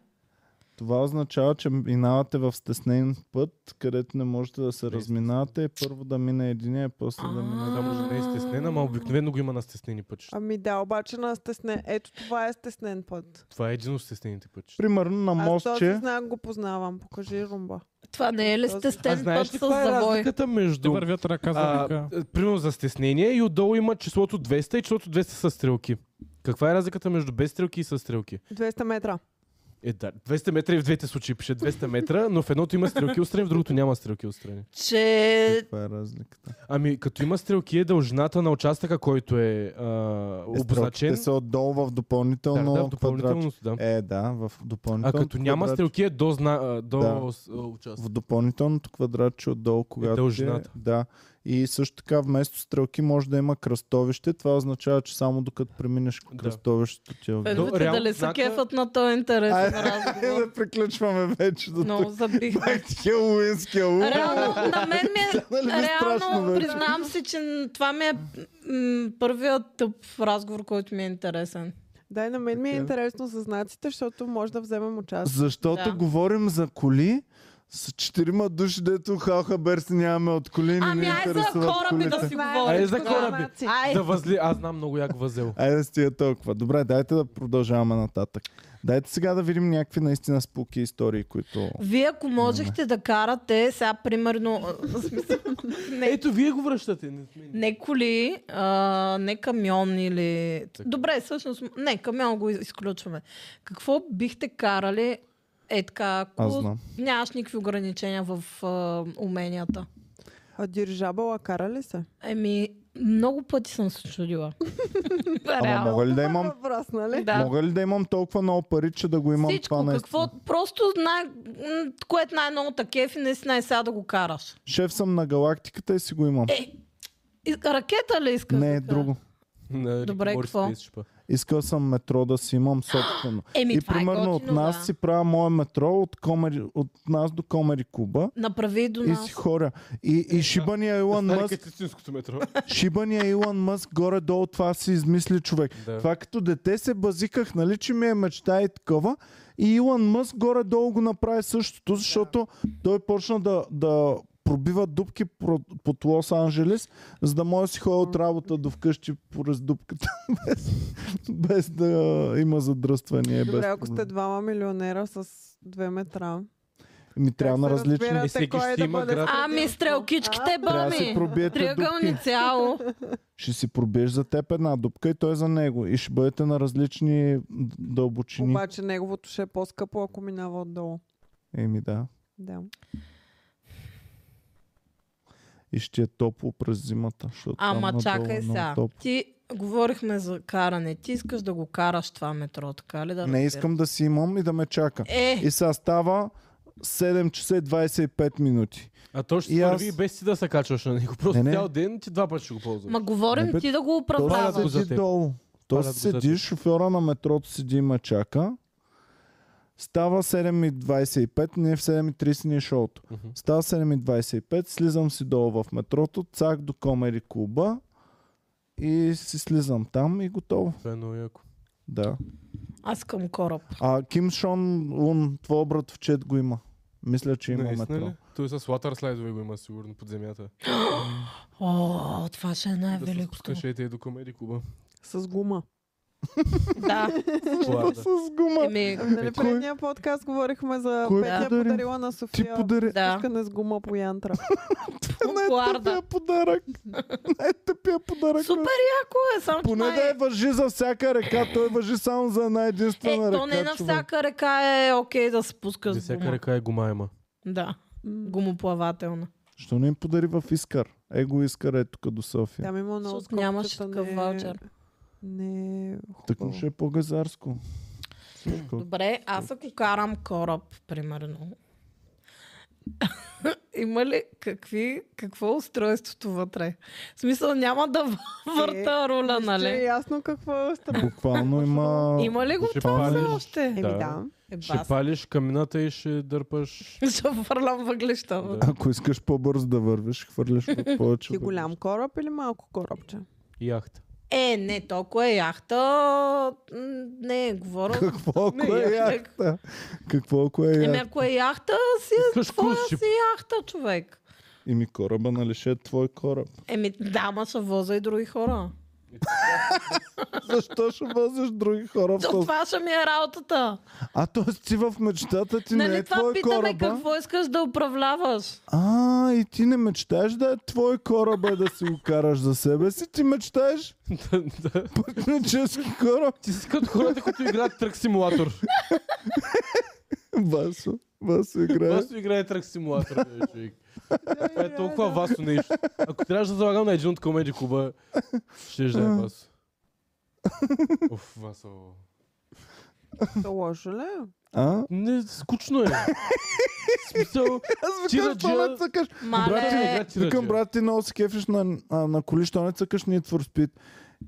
Speaker 1: Това означава, че минавате в стеснен път, където не можете да се
Speaker 4: Не е
Speaker 1: разминавате. Първо да мине единия, и после да мине.
Speaker 3: А.
Speaker 4: Да, може да не е стеснена, ама обикновено го има на стеснени пътища.
Speaker 2: Ами да, обаче на стеснен. Ето това е стеснен път.
Speaker 4: Това е един от стеснените пътища.
Speaker 1: Примерно на
Speaker 2: Аз този
Speaker 1: мостче.
Speaker 2: знак го познавам. Покажи румба.
Speaker 3: Това не е ли
Speaker 2: Този-
Speaker 4: А
Speaker 3: стестен път
Speaker 4: знаеш ли
Speaker 3: с
Speaker 4: каква е
Speaker 3: завой?
Speaker 4: разликата
Speaker 5: Ще
Speaker 4: между...
Speaker 5: вървят ръка за
Speaker 4: А, е,
Speaker 5: ръка.
Speaker 4: примерно за стеснение и отдолу има числото 200 и числото 200 са стрелки. Каква е разликата между без стрелки и с стрелки?
Speaker 2: 200 метра.
Speaker 4: Е, да, 200 метра и в двете случаи пише 200 метра, но в едното има стрелки отстрани, в другото няма стрелки отстрани.
Speaker 3: Че...
Speaker 1: Каква е разликата?
Speaker 4: Ами, като има стрелки е дължината на участъка, който е а,
Speaker 1: Те
Speaker 4: обозначен.
Speaker 1: са отдолу в
Speaker 4: да,
Speaker 1: допълнително
Speaker 4: да, в
Speaker 1: квадратче.
Speaker 4: допълнителното, да.
Speaker 1: Е, да, в
Speaker 4: А
Speaker 1: допълнителното
Speaker 4: като няма
Speaker 1: квадратче.
Speaker 4: стрелки е до, зна, а, до
Speaker 1: Да.
Speaker 4: с- а, участъка.
Speaker 1: В допълнителното квадратче отдолу, когато
Speaker 4: дължината.
Speaker 1: Е, да. И също така, вместо стрелки може да има кръстовище. Това означава, че само докато преминеш
Speaker 4: Да.
Speaker 1: кръстовището ти е в
Speaker 3: Феновете
Speaker 4: реално
Speaker 3: дали са
Speaker 4: знака-
Speaker 3: кефът на този
Speaker 1: Ай,
Speaker 3: интересен
Speaker 1: Е,
Speaker 3: разговор.
Speaker 1: да приключваме вече до тук.
Speaker 3: Много забих.
Speaker 1: Пак ти е хелуински алу.
Speaker 3: Реално, на мен ми е...
Speaker 1: Стана ли ви страшно
Speaker 3: Реално,
Speaker 1: вече?
Speaker 3: признавам си, че н- това ми е м, първият тъп разговор, който ми е интересен.
Speaker 2: Дай на мен ми е
Speaker 1: Така.
Speaker 2: интересно с знаците, защото може да вземем участие.
Speaker 1: Защото
Speaker 3: Да.
Speaker 1: говорим за коли, с четирима души, дето халха берси нямаме от коли, не
Speaker 3: Ами,
Speaker 1: ни
Speaker 3: ай за
Speaker 1: интересуват
Speaker 3: кораби
Speaker 1: колите.
Speaker 3: да си
Speaker 2: Знаем
Speaker 4: Айде
Speaker 3: говорим.
Speaker 4: за
Speaker 2: какво са
Speaker 4: кораби.
Speaker 2: знаци.
Speaker 3: Ай,
Speaker 4: Да възли, аз знам много як възел.
Speaker 1: Айде стига толкова. Добре, дайте да продължаваме нататък. Дайте сега да видим някакви наистина спуки истории, които...
Speaker 3: вие ако можехте да карате, сега примерно, в смисъл, не
Speaker 4: Ето, вие го връщате. Не, сме ние.
Speaker 3: Не коли, а, не камион или...
Speaker 4: Така.
Speaker 3: Добре, всъщност, не, камион го изключваме. Какво бихте карали, е така,
Speaker 1: Аз
Speaker 3: ако
Speaker 1: знам.
Speaker 3: нямаш никакви ограничения в а, уменията?
Speaker 2: А дирижабъла кара ли се?
Speaker 3: Еми, много пъти съм се чудила.
Speaker 1: Ама
Speaker 3: Реално.
Speaker 1: мога ли да
Speaker 2: Добър
Speaker 1: имам...
Speaker 2: въпрос, нали?
Speaker 3: Да.
Speaker 1: Мога ли да имам толкова много пари, че да го имам това
Speaker 3: Всичко,
Speaker 1: наистина?
Speaker 3: какво, просто най... м, което най-много те кефи, наистина е сега да го караш.
Speaker 1: Шеф съм на галактиката и си го имам.
Speaker 3: Е, и- ракета ли искаш?
Speaker 1: Не, е
Speaker 3: да караш?
Speaker 1: друго.
Speaker 4: На Рик
Speaker 3: Добре,
Speaker 4: и Морти
Speaker 3: какво?
Speaker 4: Space Ship-а.
Speaker 1: Искал съм метро да си имам собствено.
Speaker 3: Еми,
Speaker 1: и
Speaker 3: това
Speaker 1: примерно
Speaker 3: е
Speaker 1: от
Speaker 3: готино,
Speaker 1: нас
Speaker 3: да.
Speaker 1: си правя мое метро от, комери, от нас до Комери Куба.
Speaker 3: Направи и до
Speaker 1: И
Speaker 3: нас.
Speaker 1: си хора. И, и шибания Илон
Speaker 4: Стари
Speaker 1: Мъск,
Speaker 4: като истинското метро.
Speaker 1: шибания Илон Мъск горе-долу това си измисли човек.
Speaker 4: Да.
Speaker 1: Това като дете се базиках, нали, че ми е мечта и такова. И Илон Мъск горе-долу го направи същото, защото той почна да, да пробива дупки про- под Лос-Анджелес, за да може да си ходи от работа до вкъщи през дупката, без, без да има задръствания. Е, без
Speaker 2: Добре, ако сте
Speaker 1: проблем.
Speaker 2: двама милионера с две метра.
Speaker 1: Ми трябва на
Speaker 2: Как се Ами,
Speaker 1: различни...
Speaker 2: разбирате
Speaker 4: И всеки
Speaker 2: кой е
Speaker 4: ще
Speaker 2: да
Speaker 4: има
Speaker 2: бъде
Speaker 4: град.
Speaker 2: с
Speaker 3: Ами,
Speaker 2: предимство?
Speaker 3: стрелкичките,
Speaker 1: Трябва да си
Speaker 3: боми!
Speaker 1: пробиете дупки.
Speaker 3: Триъгълни цяло.
Speaker 1: Ще си пробиеш за теб една дупка и той за него. И ще бъдете на различни
Speaker 2: А,
Speaker 1: дълбочини.
Speaker 2: обаче неговото ще е по-скъпо, ако минава отдолу.
Speaker 1: Еми да.
Speaker 2: Да.
Speaker 1: И ще е топло през зимата. Защото там
Speaker 3: Ама
Speaker 1: надолу е
Speaker 3: чакай
Speaker 1: много
Speaker 3: сега.
Speaker 1: топло.
Speaker 3: Ти говорихме за каране. Ти искаш да го караш това метро, така ли? Да
Speaker 1: Не
Speaker 3: разбирам?
Speaker 1: искам да си имам и да ме чака.
Speaker 3: Е,
Speaker 1: И сега става 7 часа и 25 минути.
Speaker 4: А то ще
Speaker 1: И
Speaker 4: и
Speaker 1: аз-
Speaker 4: върви и без ти да се качваш на него. Просто
Speaker 1: Не, не.
Speaker 4: цял ден ти два пъти ще го ползваш.
Speaker 3: ма говорим
Speaker 1: Не, бе,
Speaker 3: ти да го
Speaker 1: Той
Speaker 4: Палят го
Speaker 1: си
Speaker 3: управляваш.
Speaker 4: за
Speaker 1: седи
Speaker 4: теб.
Speaker 1: долу. Той
Speaker 4: Палят
Speaker 1: си
Speaker 4: го за
Speaker 1: седи,
Speaker 4: теб.
Speaker 1: шофьора на метрото седи и ме чака. Става 7.25, ние в 7.30 ни е шоуто.
Speaker 4: Мгм.
Speaker 1: Става 7.25, слизам си долу в метрото, цак до Комери клуба и си слизам там и готово.
Speaker 4: Това е много яко.
Speaker 1: Да.
Speaker 3: Аз към кораб.
Speaker 1: А Ким Шон Лун, твой брат в чет го има. Мисля, че има
Speaker 4: Наистина
Speaker 1: метро.
Speaker 4: ли? Той с латър слайдове го има сигурно под земята.
Speaker 3: О, това ще е
Speaker 4: Да се
Speaker 3: най-великото.
Speaker 4: спускаш ете и до Комери Куба.
Speaker 2: С гума.
Speaker 3: Да.
Speaker 4: Плада.
Speaker 1: Е, С гума.
Speaker 3: Еми,
Speaker 2: Нали,
Speaker 1: Кой-
Speaker 2: предния подкаст говорихме за
Speaker 1: Кой
Speaker 2: Петя
Speaker 1: подари?
Speaker 2: подарила на
Speaker 1: Ти
Speaker 2: София
Speaker 1: подари.
Speaker 3: да.
Speaker 2: пускане с гума по янтра.
Speaker 3: Пларда.
Speaker 1: е Най-тъпия подарък. Най-тъпия подарък.
Speaker 3: Супер яко е, само че
Speaker 1: Поне
Speaker 3: това
Speaker 1: да
Speaker 3: е...
Speaker 1: е въжи за всяка река, той въжи само за една единствена
Speaker 3: Е,
Speaker 1: река.
Speaker 3: то не на
Speaker 1: човек.
Speaker 3: всяка река е окей да се пуска
Speaker 4: За
Speaker 3: с
Speaker 4: всяка
Speaker 3: гума.
Speaker 4: река е гумайма.
Speaker 3: Да,
Speaker 2: М,
Speaker 3: гумоплавателна.
Speaker 1: Що не им подари в Искър? Его Искър е тук до София.
Speaker 2: Там има много
Speaker 3: Сус, нямаше
Speaker 2: скопчета,
Speaker 3: такъв
Speaker 2: не- е-
Speaker 3: ваучер.
Speaker 2: Не, е хубаво.
Speaker 1: Тъкмо ще е по-газарско. Всичко.
Speaker 3: Добре, аз ако карам кораб, примерно, има ли какви, какво е устройството вътре? В смисъл няма да в- върта руля,
Speaker 2: Ще е
Speaker 3: нали?
Speaker 2: ясно какво е стъпка.
Speaker 1: Буквално има...
Speaker 3: Има ли Е, го
Speaker 4: Ще
Speaker 3: това все
Speaker 4: палиш.
Speaker 3: още?
Speaker 2: Еми
Speaker 4: Да.
Speaker 2: да.
Speaker 3: Е,
Speaker 4: Ще
Speaker 3: бас.
Speaker 4: палиш камината и ще дърпаш.
Speaker 3: Ще фърлям въглища. бе.
Speaker 4: Да.
Speaker 1: Ако искаш по-бързо да вървиш, хвърляш в повече.
Speaker 2: Ти голям кораб или малко корабче?
Speaker 4: Яхта.
Speaker 3: Е, не, толкова е яхта. м, Не, говоря.
Speaker 1: Какво
Speaker 3: Не,
Speaker 1: ако е
Speaker 3: яхта.
Speaker 1: яхта? Какво ако е
Speaker 3: Еми,
Speaker 1: яхта?
Speaker 3: ако е яхта, си е
Speaker 4: Искаш
Speaker 3: твоя
Speaker 4: куш, ще-
Speaker 3: си яхта, човек.
Speaker 1: И ми кораба, нали ще е твой кораб?
Speaker 3: Еми, да, ма ще воза и други хора.
Speaker 1: Защо ще возиш други хора в
Speaker 3: То,
Speaker 1: този...
Speaker 3: това ще ми е работата.
Speaker 1: А т.е. ти в мечтата ти не
Speaker 3: нали
Speaker 1: е
Speaker 3: това
Speaker 1: твой
Speaker 3: питаме
Speaker 1: кораба?
Speaker 3: какво искаш да управляваш?
Speaker 1: А, и ти не мечтаеш да е твой кораба и да си го караш за себе си? Ти мечтаеш
Speaker 4: Да, да.
Speaker 1: пътнически кораб?
Speaker 4: Ти си като хората, които играят трък симулатор.
Speaker 1: Васо, Васо играе.
Speaker 4: Просто играе трък симулатор, бе, човек. Това е толкова васо нещо. Ако трябваше да залагам на един от комеди клуба, ще да е васо. Оф, васо.
Speaker 2: Да лошо ли? е?
Speaker 1: А?
Speaker 4: Не, скучно е. В смисъл,
Speaker 1: Аз
Speaker 4: Ти
Speaker 1: викам,
Speaker 4: да
Speaker 1: що
Speaker 4: джа-
Speaker 1: не цъкаш?
Speaker 4: брат, ти не
Speaker 3: Мале,
Speaker 4: игра ти
Speaker 1: Викам, брат, ти много се кефиш на, а, на коли, що не цъкаш Need for Speed?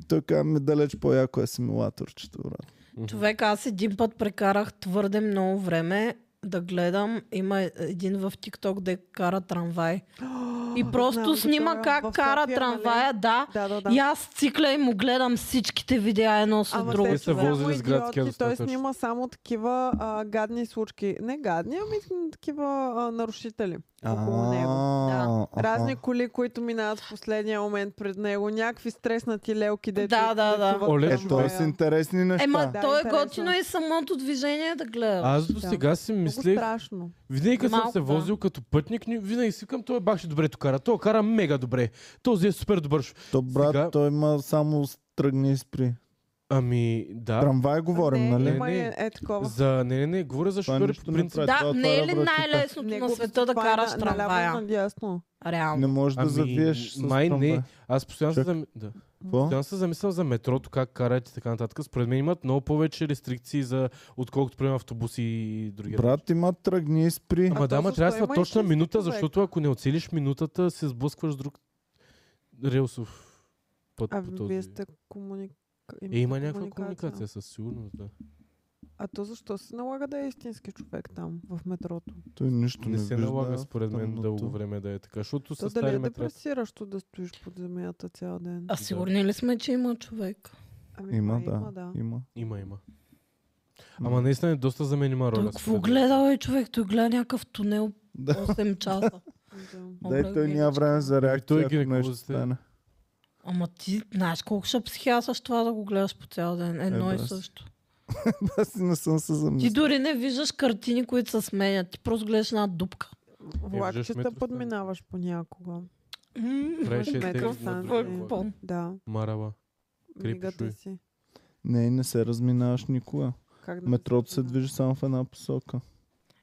Speaker 1: И Той казва ми далеч по-яко е симулаторчето, брат.
Speaker 3: човек, аз един път прекарах твърде много време да гледам. Има един в ТикТок, де кара трамвай. И
Speaker 2: Знам
Speaker 3: просто
Speaker 2: го
Speaker 3: снима
Speaker 2: това.
Speaker 3: как
Speaker 2: В
Speaker 3: кара
Speaker 2: София, нали?
Speaker 3: трамвая, да.
Speaker 2: Да, да, да.
Speaker 3: И аз цикля и му гледам всичките видеа едно след
Speaker 2: Ама
Speaker 3: друго.
Speaker 2: те
Speaker 4: Те са
Speaker 2: са
Speaker 4: возили
Speaker 2: само
Speaker 4: с градски
Speaker 2: идиоти, Той
Speaker 4: администрация.
Speaker 2: снима само такива а, гадни случки. Не гадни, ами такива а, нарушители около него.
Speaker 1: А, аха.
Speaker 2: Разни коли, които минават в последния момент пред него. Някакви стреснати лелки, дето...
Speaker 3: Да, да, да.
Speaker 2: излитуват
Speaker 4: Оле,
Speaker 1: Е,
Speaker 2: към
Speaker 1: той
Speaker 2: нея.
Speaker 1: е с интересни неща.
Speaker 3: Ема,
Speaker 2: Да,
Speaker 3: то е
Speaker 2: интересно.
Speaker 3: готино и самото движение да гледаш.
Speaker 4: Аз до сега си
Speaker 2: Много
Speaker 4: мислех,
Speaker 2: страшно.
Speaker 4: винаги като съм
Speaker 3: Малко,
Speaker 4: се
Speaker 3: да.
Speaker 4: возил като пътник, ни- винаги си към той бах ще добре то кара. Той кара мега добре. Този е супер добър.
Speaker 1: То, брат,
Speaker 4: Сега-
Speaker 1: той има само с- тръгни и спри.
Speaker 4: Ами, да.
Speaker 1: Трамвай говорим,
Speaker 2: не,
Speaker 1: нали?
Speaker 2: Има
Speaker 4: Не,
Speaker 2: и
Speaker 4: не.
Speaker 2: е, такова.
Speaker 4: За... Не, не, не, говоря за
Speaker 1: Това
Speaker 4: шофьори
Speaker 1: нищо
Speaker 4: по
Speaker 1: не
Speaker 4: принцип.
Speaker 1: прави.
Speaker 3: Да,
Speaker 1: това
Speaker 3: не е ли
Speaker 1: отваря вратите.
Speaker 3: най-лесното на
Speaker 2: Неговото
Speaker 3: света да
Speaker 2: това е
Speaker 3: караш
Speaker 2: на- наляво и
Speaker 3: трамвая?
Speaker 2: Надясно.
Speaker 1: Не
Speaker 3: Реално.
Speaker 1: можеш да
Speaker 4: Ами,
Speaker 1: завиеш с
Speaker 4: май
Speaker 1: трамвай.
Speaker 4: не. Аз постоянно се,
Speaker 1: Чак.
Speaker 4: зам... да.
Speaker 1: Какво?
Speaker 4: постоянно се замислям за метрото, как карат и така нататък. Според мен имат много повече рестрикции, за... отколкото примерно автобуси и други.
Speaker 1: Брат, има тръгни и спри.
Speaker 4: Ама
Speaker 2: А
Speaker 4: да,
Speaker 2: то
Speaker 4: ама
Speaker 2: защо
Speaker 4: трябва да
Speaker 2: има
Speaker 4: сме точна
Speaker 2: истински
Speaker 4: минута,
Speaker 2: човек?
Speaker 4: защото ако не оцелиш минутата, се сблъскваш с друг релсов път
Speaker 2: А
Speaker 4: по
Speaker 2: Ами, вие
Speaker 4: този.
Speaker 2: сте комуника...
Speaker 4: Е, има някаква комуникация, със сигурност, да.
Speaker 2: А то защо се налага да е истински човек там, в метрото?
Speaker 1: Той нищо не,
Speaker 4: Не се
Speaker 1: вижда
Speaker 4: налага,
Speaker 1: в
Speaker 4: според мен,
Speaker 1: тъмното.
Speaker 4: дълго време да е така, защото
Speaker 2: То
Speaker 4: са
Speaker 2: дали
Speaker 4: стари
Speaker 2: е
Speaker 4: метра.
Speaker 2: депресиращо да стоиш под земята цял ден?
Speaker 3: А сигурни ли сме, че има човек?
Speaker 2: Ами,
Speaker 1: Има,
Speaker 2: май
Speaker 1: да.
Speaker 2: Има, да.
Speaker 1: Има.
Speaker 4: Има, има. Ама наистина е доста заменима
Speaker 3: Той
Speaker 4: роля.
Speaker 3: какво
Speaker 4: според мен.
Speaker 3: гледа, е човек? Той гледа някакъв тунел
Speaker 1: Да.
Speaker 3: 8 часа.
Speaker 2: да.
Speaker 1: Да, и
Speaker 3: Обръг
Speaker 2: е
Speaker 1: той няма
Speaker 3: миличко.
Speaker 1: време за
Speaker 4: Той
Speaker 1: реакция,
Speaker 4: е
Speaker 1: ако нещо
Speaker 4: гинеколозът, е.
Speaker 1: стане.
Speaker 3: Ама ти знаеш колко ще психиасаш това да го гледаш по цял ден. Едно
Speaker 1: Е,
Speaker 3: и
Speaker 1: да, аз-
Speaker 3: също.
Speaker 1: Аз не съм се
Speaker 3: Ти
Speaker 1: замислил.
Speaker 3: дори не виждаш картини, които се сменят. Ти просто гледаш една дупка.
Speaker 2: Влакчета
Speaker 4: метро
Speaker 2: подминаваш понякога.
Speaker 4: Правиш
Speaker 2: Имаш
Speaker 4: естествено
Speaker 2: метров
Speaker 4: на
Speaker 2: стан.
Speaker 4: другия
Speaker 2: Е.
Speaker 4: влак.
Speaker 3: Пон.
Speaker 2: Да,
Speaker 4: Мараба. Крепиш
Speaker 2: мигата
Speaker 4: уи.
Speaker 2: си.
Speaker 1: Не, не се разминаваш никога.
Speaker 2: Как да не
Speaker 1: Метрото се
Speaker 2: запознаваш?
Speaker 1: движи само в една посока.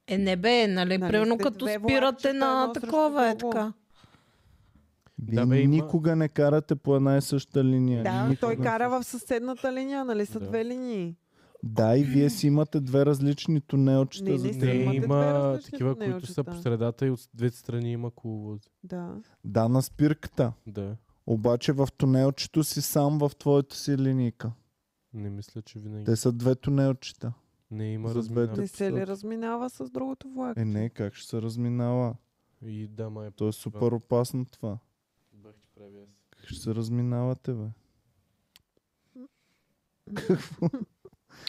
Speaker 3: Е, не бе, нали?
Speaker 2: Нали,
Speaker 3: Примерно
Speaker 2: сте
Speaker 3: като
Speaker 2: две
Speaker 3: спирате
Speaker 2: влакчета,
Speaker 3: на
Speaker 2: едно срещу
Speaker 3: такова е
Speaker 2: друго.
Speaker 3: така.
Speaker 1: Вие
Speaker 4: Да, бе, има.
Speaker 1: никога не карате по една и съща линия.
Speaker 2: Да,
Speaker 1: никога.
Speaker 2: той кара в съседната линия, нали са
Speaker 4: Да.
Speaker 2: две линии.
Speaker 1: Да, и вие си имате две различни тунелчета.
Speaker 2: Не, не
Speaker 1: за...
Speaker 2: си.
Speaker 4: Не,
Speaker 2: Имате две
Speaker 4: има
Speaker 2: различни
Speaker 4: такива, които
Speaker 2: тунелчета.
Speaker 4: са по средата и от двете страни има коловози.
Speaker 2: Да.
Speaker 1: Да, на спирката.
Speaker 4: Да.
Speaker 1: Обаче в тунелчето си сам в твоята си линийка.
Speaker 4: Не мисля, че винаги.
Speaker 1: Те са две тунелчета.
Speaker 4: Не има
Speaker 1: за
Speaker 4: разминаване.
Speaker 1: двете.
Speaker 2: Не се ли
Speaker 1: абсолютно.
Speaker 2: разминава с другото влак?
Speaker 1: Е, не, как ще се разминава?
Speaker 4: И да, май.
Speaker 1: То е супер опасно това.
Speaker 4: Бах ти прави аз.
Speaker 1: Как ще се разминавате, бе? Какво?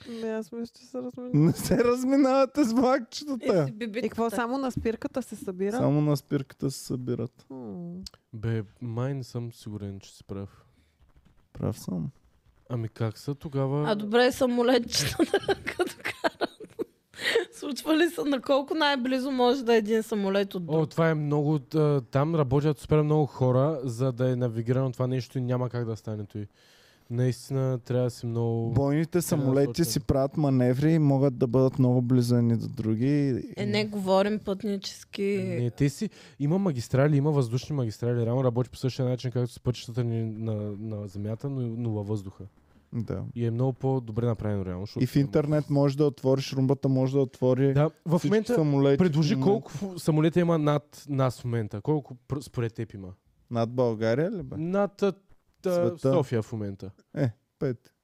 Speaker 2: Не, Ами, аз мисля, че се разминава.
Speaker 1: Не се разминавате с
Speaker 2: Е,
Speaker 3: Е,
Speaker 1: влакчетата.
Speaker 2: И какво само на спирката се събира?
Speaker 1: Само на спирката се събират.
Speaker 2: М.
Speaker 4: Бе, май не съм сигурен, че си прав.
Speaker 1: Прав съм.
Speaker 4: Ами как са тогава?
Speaker 3: А добре, самолетчета, като карат. Случва ли се на колко най-близо може да е един самолет от
Speaker 4: О,
Speaker 3: друг?
Speaker 4: това е много... а, Там работят супер много хора, за да е навигирано това нещо и няма как да стане той. Наистина трябва да си много...
Speaker 1: Бойните самолети си правят маневри и могат да бъдат много близо едни до други.
Speaker 3: Е, не говорим пътнически.
Speaker 4: Не, те си... Има магистрали, има въздушни магистрали. Реално работи по същия начин, както с пътищата ни на, на земята, но, но във въздуха.
Speaker 1: Да.
Speaker 4: И е много по-добре направено реално. защото-
Speaker 1: И в интернет може да отвориш румбата, може да отвори
Speaker 4: Да, в
Speaker 1: всички
Speaker 4: момента
Speaker 1: самолети. в
Speaker 4: предложи
Speaker 1: момента.
Speaker 4: колко фу- самолета има над нас в момента. Колко пр- според теб има?
Speaker 1: Над България ли бе?
Speaker 4: Над а, та,
Speaker 1: Света.
Speaker 4: София в момента.
Speaker 1: Пет.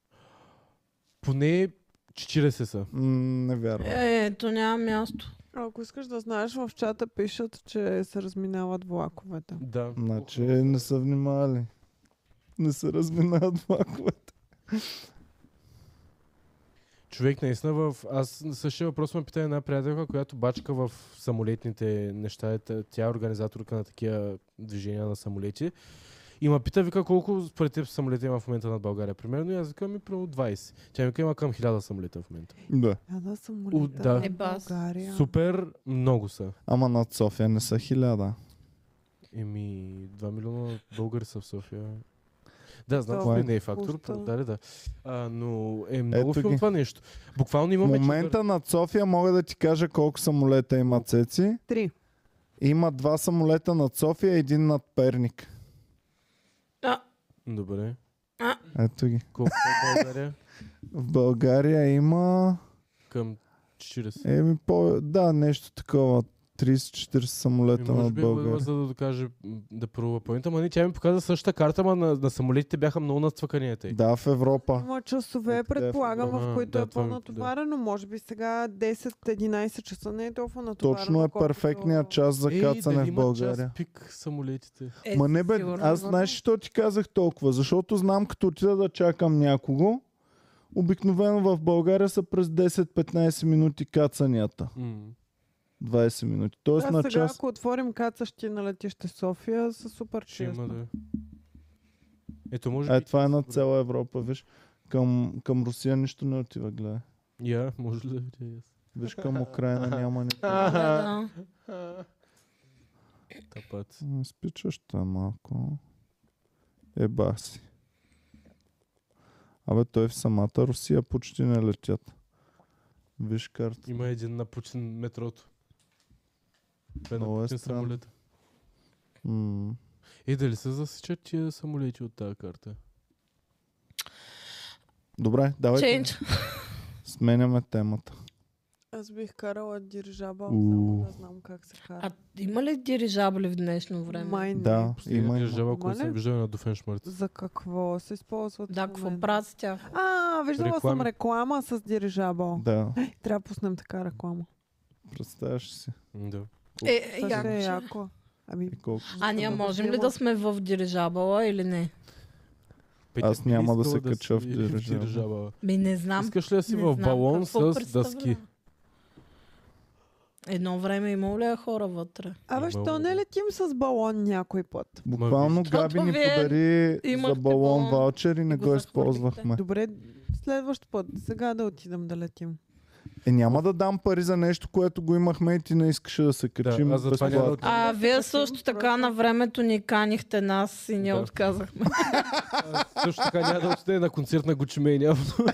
Speaker 4: Поне 40 са.
Speaker 1: М, не вярвам.
Speaker 3: Е, то няма място.
Speaker 2: Ако искаш да знаеш, в чата пишат, че се разминават влаковете.
Speaker 4: Да.
Speaker 1: Значи не са внимавали. Не се разминават влаковете.
Speaker 4: Човек наистина в... Аз същия въпрос ме пита една приятелка, която бачка в самолетните неща. Е, та- Тя е организаторка на такива движения на самолети. И ме пита, вика, колко според теб самолета има в момента над България. Примерно, и аз викам ми примерно 20. Тя ми вика, има към 1000 самолета в момента.
Speaker 1: Да.
Speaker 2: А Е, да, самолета.
Speaker 4: О, да.
Speaker 2: в
Speaker 3: Е, бас.
Speaker 2: България.
Speaker 4: Супер много са.
Speaker 1: Ама над София не са хиляда.
Speaker 4: Еми, 2 милиона българи са в София. Да, знам,
Speaker 2: Това
Speaker 4: че
Speaker 1: е
Speaker 4: не е фактор.
Speaker 2: пуста.
Speaker 4: Да, да, да. А, но е много
Speaker 1: Ето
Speaker 4: филм
Speaker 1: ги.
Speaker 4: това нещо. Буквално
Speaker 1: В
Speaker 4: имаме...
Speaker 1: момента над София мога да ти кажа колко самолета има Цеци.
Speaker 2: Три.
Speaker 1: Има два самолета над София, един над Перник.
Speaker 4: четвър- Добре.
Speaker 1: Ето ги.
Speaker 4: Колко е България?
Speaker 1: В България има...
Speaker 4: Към 40.
Speaker 1: Еми, по... да, нещо такова. 30-40
Speaker 4: Ми,
Speaker 1: самолета
Speaker 4: може
Speaker 1: над
Speaker 4: би е била,
Speaker 1: България.
Speaker 4: за да докаже м, да пробва поинта, ма не, тя ми показа същата карта, ма на, на самолетите бяха много нацвъканията. Да.
Speaker 1: Да, в Европа.
Speaker 2: Има часове,
Speaker 1: Ето, да,
Speaker 2: предполагам,
Speaker 4: ага,
Speaker 2: в които
Speaker 4: да,
Speaker 2: е
Speaker 4: това ми-
Speaker 2: по-натоварено. Може би сега 10-11 часа не е толкова натоварено.
Speaker 1: Точно е
Speaker 2: колкото-
Speaker 1: перфектният час за кацане в България.
Speaker 4: пик самолетите.
Speaker 3: Е,
Speaker 1: Ма не бе,
Speaker 3: сигурно,
Speaker 1: аз
Speaker 3: да.
Speaker 1: знаеш, що ти казах толкова, защото знам, като отида да чакам някого, обикновено в България са през 10-15 минути кацанията.
Speaker 4: м
Speaker 1: 20 минути. Тоест
Speaker 2: Да,
Speaker 1: на
Speaker 2: сега,
Speaker 1: час.
Speaker 2: ако отворим кацащи на летище София, са супер
Speaker 4: Ще има
Speaker 2: честно.
Speaker 4: да. Ето, може
Speaker 1: Е,
Speaker 4: би...
Speaker 1: това е на цяла Европа, виж. Към, към Русия нищо не отива, гледай.
Speaker 4: Я, може ли да видя аз?
Speaker 1: Виж към Украина няма никой.
Speaker 3: Да, да.
Speaker 4: Тапат.
Speaker 1: М, Спичаш там малко. Еба си. Абе, той в самата Русия почти не летят. Виж карта.
Speaker 4: Има един напучен метрото. Бе,
Speaker 1: Много е
Speaker 4: напучен
Speaker 1: странно.
Speaker 4: самолета.
Speaker 1: М.
Speaker 4: Е, дали се засичат тия самолети от тази карта?
Speaker 1: Добре,
Speaker 4: е
Speaker 1: давайте.
Speaker 3: Ченч.
Speaker 1: Сменяме темата.
Speaker 2: Аз бих карала дирижаба,
Speaker 1: Уу.
Speaker 2: само да знам как се кара.
Speaker 3: А ами, има ли дирижабли в държавно време?
Speaker 2: Май не.
Speaker 1: Да, има. има.
Speaker 4: Държава,
Speaker 2: Има
Speaker 4: ако
Speaker 2: ли?
Speaker 4: съм виждал на Дуфеншмърт.
Speaker 2: За какво се използват?
Speaker 3: Да,
Speaker 2: в
Speaker 3: какво
Speaker 2: момента?
Speaker 3: правят с тях?
Speaker 2: А, виждала съм
Speaker 4: Реклами.
Speaker 2: реклама с дирижабъл.
Speaker 1: Да,
Speaker 2: Трябва да пуснем така реклама.
Speaker 1: представяш си.
Speaker 4: Да.
Speaker 3: Е, Е,
Speaker 2: Това ще е
Speaker 3: як?
Speaker 2: яко. Ами,
Speaker 1: И колко...
Speaker 3: А ние
Speaker 2: Да
Speaker 3: можем ли
Speaker 2: снима.
Speaker 3: да сме в дирижабала или не?
Speaker 4: Петя,
Speaker 1: Аз
Speaker 4: би ли
Speaker 1: няма да
Speaker 4: искала
Speaker 1: се кача в
Speaker 4: си
Speaker 1: дирижабъл.
Speaker 3: Ми не знам.
Speaker 4: Искаш ли да си
Speaker 3: не
Speaker 4: в
Speaker 3: знам
Speaker 4: балон
Speaker 3: какво
Speaker 4: с
Speaker 3: представлява.
Speaker 4: дъски?
Speaker 3: Едно време имало ли е хора вътре?
Speaker 2: Абе,
Speaker 4: Имало
Speaker 2: що
Speaker 4: е.
Speaker 2: не летим с балон някой път?
Speaker 1: Буквално
Speaker 3: Защото
Speaker 1: Габи ни
Speaker 3: вие
Speaker 1: подари за
Speaker 3: е. имахте
Speaker 1: балон
Speaker 3: балон
Speaker 1: ваучер и не
Speaker 3: и го
Speaker 1: го
Speaker 3: захвърлихте.
Speaker 1: използвахме.
Speaker 2: Добре, следващ път. Сега да отидем да летим.
Speaker 1: Е, няма да дам пари за нещо, което го имахме и ти не искаше да се качим
Speaker 4: аз затова няма да
Speaker 1: безплатно.
Speaker 3: А, вие
Speaker 2: да
Speaker 3: също
Speaker 2: си
Speaker 3: така
Speaker 2: просто-
Speaker 3: на времето ни канихте нас и ние
Speaker 4: Да.
Speaker 3: отказахме.
Speaker 4: Аз Също така няма да отиде на концерт на Gucci Mania.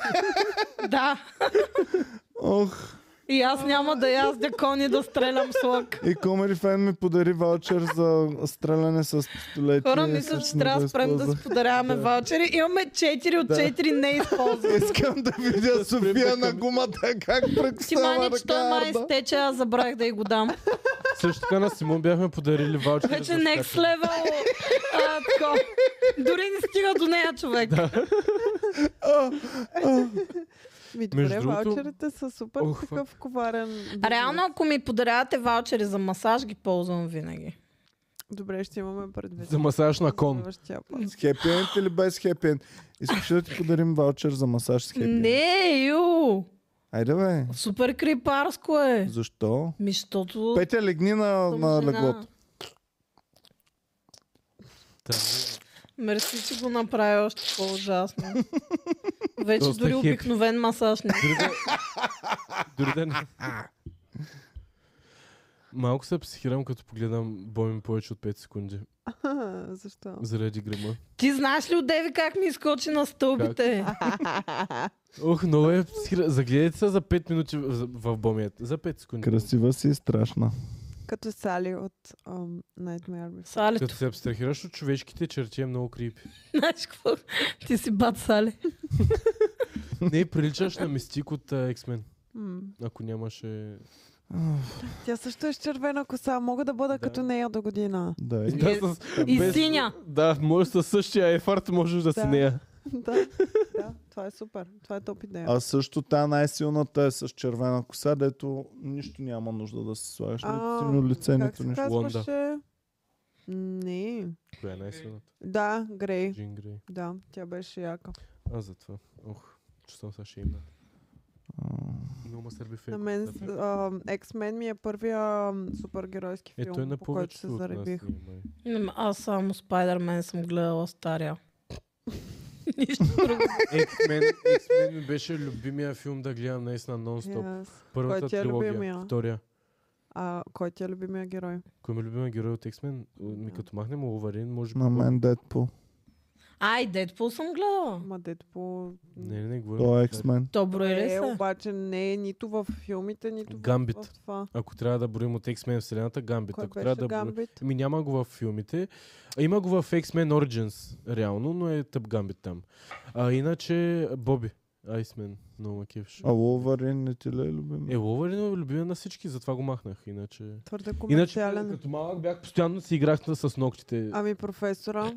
Speaker 3: да,
Speaker 1: Ох,
Speaker 3: и аз няма да яздя кони да стрелям с лък.
Speaker 1: и Комери Фен ми подари ваучер за стреляне с пистолети.
Speaker 3: Хора
Speaker 1: и
Speaker 3: мислят, че
Speaker 1: всъщност
Speaker 3: трябва
Speaker 1: го
Speaker 3: да спрем да си
Speaker 1: използвах.
Speaker 3: подаряваме ваучери. Имаме 4 от
Speaker 1: Да.
Speaker 3: 4 неизползвани.
Speaker 1: Искам да видя София на гумата, как
Speaker 3: Ти
Speaker 1: пръксава
Speaker 3: мани, че той е май
Speaker 1: ръка.
Speaker 3: изтече, аз забравих да й го дам.
Speaker 4: Също така на Симон бяхме подарили ваучер.
Speaker 3: Вече
Speaker 4: за
Speaker 3: next
Speaker 4: скачане.
Speaker 3: level. А, тако. Дори не стига до нея човек.
Speaker 2: Ми,
Speaker 4: Между
Speaker 2: добре,
Speaker 4: другото-
Speaker 2: ваучерите са супер
Speaker 4: Ох,
Speaker 2: такъв коварен. бизнес.
Speaker 3: Реално, ако ми подарявате ваучери за масаж, ги ползвам винаги.
Speaker 2: Добре, ще имаме предвид.
Speaker 4: За масаж на кон.
Speaker 2: Следващия път.
Speaker 1: С хепи енд или без хепи енд? Искаш ли да ти подарим ваучер за масаж с хепи енд?
Speaker 3: Не, ю!
Speaker 1: Айде бе,
Speaker 3: Супер крипарско е.
Speaker 1: защо?
Speaker 3: Ми, защото...
Speaker 1: Петя, легни на,
Speaker 3: съм
Speaker 1: на
Speaker 3: жена.
Speaker 1: леглото.
Speaker 4: Та,
Speaker 3: Мерси, че го направи още по-ужасно. Вече
Speaker 4: Доста
Speaker 3: дори
Speaker 4: хип.
Speaker 3: обикновен масаж не.
Speaker 4: Дори да... Дори да... не- Малко се психирам, като погледам Боми повече от 5 секунди.
Speaker 2: Защо?
Speaker 4: Заради грима.
Speaker 3: Ти знаеш ли от Деви как ми изкочи на стълбите?
Speaker 4: Ох, много е психира. Загледайте се за 5 минути в, за- в Бомият. За 5 секунди.
Speaker 1: Красива си и страшна.
Speaker 2: Като Сали от um, Nightmare Before.
Speaker 3: Салето.
Speaker 4: Като се абстрахираш от човешките черти е много крипи.
Speaker 3: Знаеш какво? Ти си бат
Speaker 4: Е,
Speaker 3: Сале.
Speaker 4: Не, приличаш на мистик от а, X-Men.
Speaker 2: М.
Speaker 4: Ако нямаше...
Speaker 2: Тя също е с червена коса. Мога да бъда
Speaker 4: Да.
Speaker 2: като нея до година.
Speaker 1: Да, и...
Speaker 4: Да, с...
Speaker 3: И синя.
Speaker 4: Да, може със същия ефарт можеш да, си
Speaker 2: Да.
Speaker 4: нея.
Speaker 2: да, да, това е супер. Това е топ идея.
Speaker 1: А също та най-силната е с червена коса, дето нищо няма нужда да се слагаш. Нито
Speaker 2: А,
Speaker 1: силно лице,
Speaker 2: как
Speaker 1: нито
Speaker 2: се
Speaker 1: нищо.
Speaker 4: Лонда.
Speaker 2: казваше? Не.
Speaker 4: Коя е най-силната?
Speaker 2: Да, Грей.
Speaker 4: Джин Грей.
Speaker 2: Да, тя беше яка.
Speaker 4: А, затова. Ох, чувствам сега ще има.
Speaker 1: А,
Speaker 4: Много ма сърби
Speaker 2: На
Speaker 4: фейк.
Speaker 2: мен
Speaker 4: Да,
Speaker 2: с-
Speaker 4: фейк.
Speaker 2: а, X-Men ми е първия м, супергеройски
Speaker 4: Е, той
Speaker 2: филм,
Speaker 4: на
Speaker 2: по който
Speaker 4: повечето
Speaker 2: се
Speaker 4: от нас
Speaker 2: заребих.
Speaker 4: ни има, е.
Speaker 3: Не, м- Аз само Спайдермен съм гледала стария. Нищо друго.
Speaker 4: X-Men, X-Men ми беше любимия филм да гледам наистина нон-стоп.
Speaker 2: Yes.
Speaker 4: Първата
Speaker 2: Кой ти е
Speaker 4: трилогия,
Speaker 2: любимия?
Speaker 4: втория.
Speaker 2: А кой ти е любимия герой?
Speaker 4: Кой ми е любимия герой от X-Men?
Speaker 2: Да.
Speaker 4: Ми като махнем Ловарин, може би...
Speaker 1: На мен Дедпул.
Speaker 3: Ай, Дедпул съм гледала.
Speaker 2: Ма Дедпул...
Speaker 4: Не, не, не говорим.
Speaker 1: Той е
Speaker 4: за
Speaker 1: X-Men.
Speaker 3: То брои ли
Speaker 2: Е,
Speaker 3: се?
Speaker 2: обаче не е нито в филмите, нито в,
Speaker 4: Гамбит.
Speaker 2: в това.
Speaker 4: Ако трябва да броим от X-Men вселената, Гамбит.
Speaker 2: Кой
Speaker 4: Ако трябва
Speaker 2: беше
Speaker 4: да броим...
Speaker 2: Гамбит?
Speaker 4: Ми няма го в филмите. А, има го в X-Men Origins, реално, но е тъп Гамбит там. А иначе Боби. Айсмен, много ме кефиш.
Speaker 1: А Ловарин не ти ли е любим?
Speaker 4: Е, Ловарин е любимия на всички, затова го махнах. Иначе...
Speaker 2: Твърде
Speaker 4: Иначе,
Speaker 2: комерциален.
Speaker 4: като малък бях, постоянно си играх на- с ногтите.
Speaker 2: Ами професора,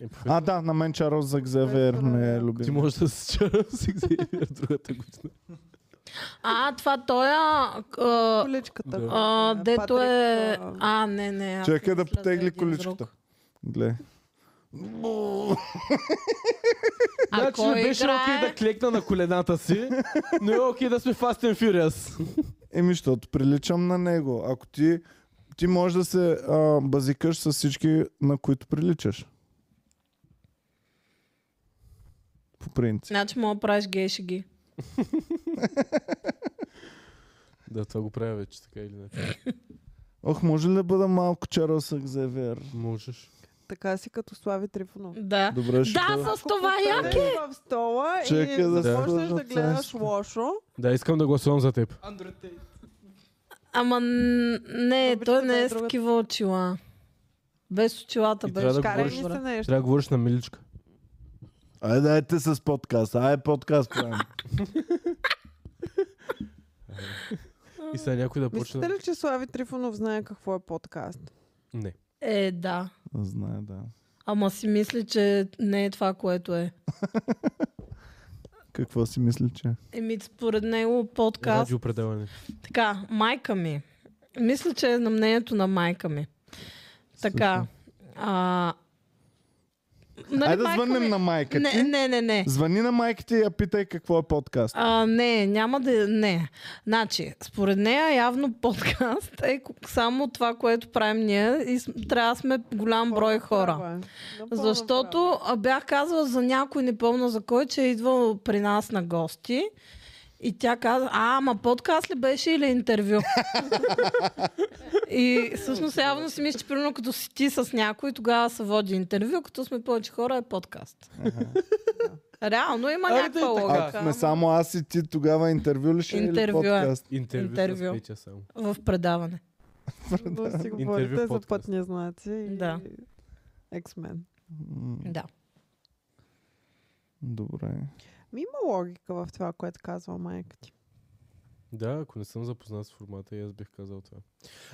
Speaker 4: Е, по-
Speaker 1: А, да, на мен Чарлз Загзевер ме е
Speaker 4: ти
Speaker 1: любим.
Speaker 4: можеш да се чарам с Xavier другата година.
Speaker 3: А, това той а, а,
Speaker 2: количката.
Speaker 4: Да.
Speaker 3: а,
Speaker 2: Патрик,
Speaker 3: дето е...
Speaker 2: а,
Speaker 3: А, не, не. аз
Speaker 1: Чакай да
Speaker 3: мисля за
Speaker 1: потегли
Speaker 3: един друг.
Speaker 1: количката. Гле.
Speaker 3: А
Speaker 4: Значи не
Speaker 3: кой
Speaker 4: беше окей
Speaker 3: играе?
Speaker 4: да клекна на колената си, но е окей да сме Fast and Furious.
Speaker 1: Еми, защото приличам на него. Ако ти, ти можеш да се а, базикаш с всички, на които приличаш. По принцип.
Speaker 3: Значи мога да правиш гей шеги.
Speaker 4: да, това го правя вече, така или иначе.
Speaker 1: Ох, може ли да бъда малко Чарлз Загзевер?
Speaker 4: Можеш.
Speaker 2: Така си като Слави Трифонов.
Speaker 3: Да.
Speaker 1: Добре, ще бъда.
Speaker 3: Да, с това
Speaker 2: Ако
Speaker 3: яки!
Speaker 2: поседнеш в стола
Speaker 1: Чакай
Speaker 2: и
Speaker 1: да
Speaker 2: започнеш
Speaker 1: сложа
Speaker 2: да гледаш
Speaker 1: ценза.
Speaker 2: лошо,
Speaker 4: Да, искам да гласувам за теб.
Speaker 5: Undertale.
Speaker 3: Ама н- не,
Speaker 2: Обичам
Speaker 3: той не е с
Speaker 2: най-другата.
Speaker 3: такива очила. Без очилата
Speaker 4: И
Speaker 3: беше.
Speaker 4: трябва да
Speaker 2: карай
Speaker 4: говориш.
Speaker 2: ни се нещо.
Speaker 4: Трябва да говориш на миличка.
Speaker 1: Айде, дайте с подкаст. Айде, подкаст правим.
Speaker 4: И сега някой да
Speaker 2: Мислите
Speaker 4: почне.
Speaker 2: ли, че Слави Трифонов знае какво е подкаст?
Speaker 4: Не.
Speaker 3: Е, да.
Speaker 1: Знае, да.
Speaker 3: Ама си мисли, че не е това, което е.
Speaker 1: Какво си мисли, че?
Speaker 3: Еми, според него подкаст.
Speaker 4: Радиопредаване.
Speaker 3: Така, майка ми. Мисля, че е на мнението на майка ми. Така. А... Нали,
Speaker 1: Айде да
Speaker 3: майка
Speaker 1: звъннем
Speaker 3: ми-
Speaker 1: на майка ти.
Speaker 3: Не, не, не, не.
Speaker 1: Звъни на майка ти и я питай какво е подкаст.
Speaker 3: А, не, няма да. Не. Значи, според нея явно подкаст е ко- само това, което правим ние и с- трябва да сме голям брой хора.
Speaker 2: Права е. Напълно
Speaker 3: Защото а, бях казала за някой, не помня за кой, че е идвал при нас на гости. И тя каза, а, ама подкаст ли беше или интервю? и всъщност явно си мисля, че примерно като си ти с някой, тогава се води интервю, като сме повече хора е подкаст. Реално има
Speaker 4: Айде
Speaker 3: някаква
Speaker 4: така.
Speaker 3: логика.
Speaker 1: Ако сме само аз и ти, тогава интервю ли ще е или
Speaker 3: Интервю е.
Speaker 1: подкаст?
Speaker 4: Интервю,
Speaker 3: Интервю.
Speaker 4: с Петя само.
Speaker 3: в предаване.
Speaker 2: права. Но си говорите
Speaker 4: Интервю
Speaker 2: за
Speaker 4: подкаст.
Speaker 2: пътни знаци и
Speaker 3: Да.
Speaker 2: X-Men.
Speaker 1: М,
Speaker 3: Да.
Speaker 1: Добре.
Speaker 2: Ми има логика в това, което казва майка ти.
Speaker 4: Да, ако не съм запознат с формата, и аз бих казал това.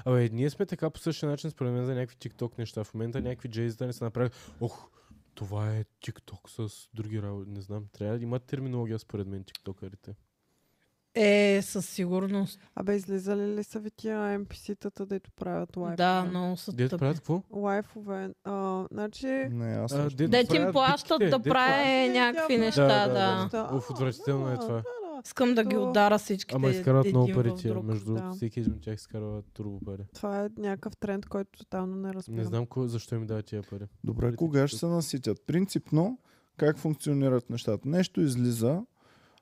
Speaker 4: Абе, ние сме така по същия начин, според мен, за някакви TikTok неща. В момента някакви джейзи да не са направили. Ох, това е TikTok с други работи. Не знам, трябва да има терминология, според мен, тиктокарите.
Speaker 3: Е, със сигурност.
Speaker 2: Абе, излизали ли са ви тия NPC-тата, дето правят лайф?
Speaker 3: Да, много са
Speaker 4: Дето
Speaker 3: тъпи.
Speaker 4: правят какво?
Speaker 2: Лайфове. А, значи...
Speaker 1: Не, аз
Speaker 4: А,
Speaker 1: също.
Speaker 4: дето
Speaker 3: Дето им
Speaker 4: правят
Speaker 3: плащат
Speaker 4: битките,
Speaker 3: да
Speaker 4: дето
Speaker 3: прави
Speaker 2: правят-
Speaker 3: е някакви
Speaker 2: Да,
Speaker 3: неща, да.
Speaker 4: Оф, отвратително е това.
Speaker 2: Да, да.
Speaker 3: Искам да ги
Speaker 2: То-
Speaker 3: удара всичките.
Speaker 4: Ама изкарват
Speaker 3: един
Speaker 4: много
Speaker 3: в
Speaker 4: пари тия.
Speaker 3: друг.
Speaker 4: Между
Speaker 2: да.
Speaker 4: всеки един от тях изкарва турбо пари.
Speaker 2: Това е някакъв тренд, който тотално не разбирам.
Speaker 4: Не знам кой, защо им дава тия пари.
Speaker 1: Добре,
Speaker 4: Преди
Speaker 1: кога ще
Speaker 4: тук.
Speaker 1: се наситят? Принципно, как функционират нещата? Нещо излиза,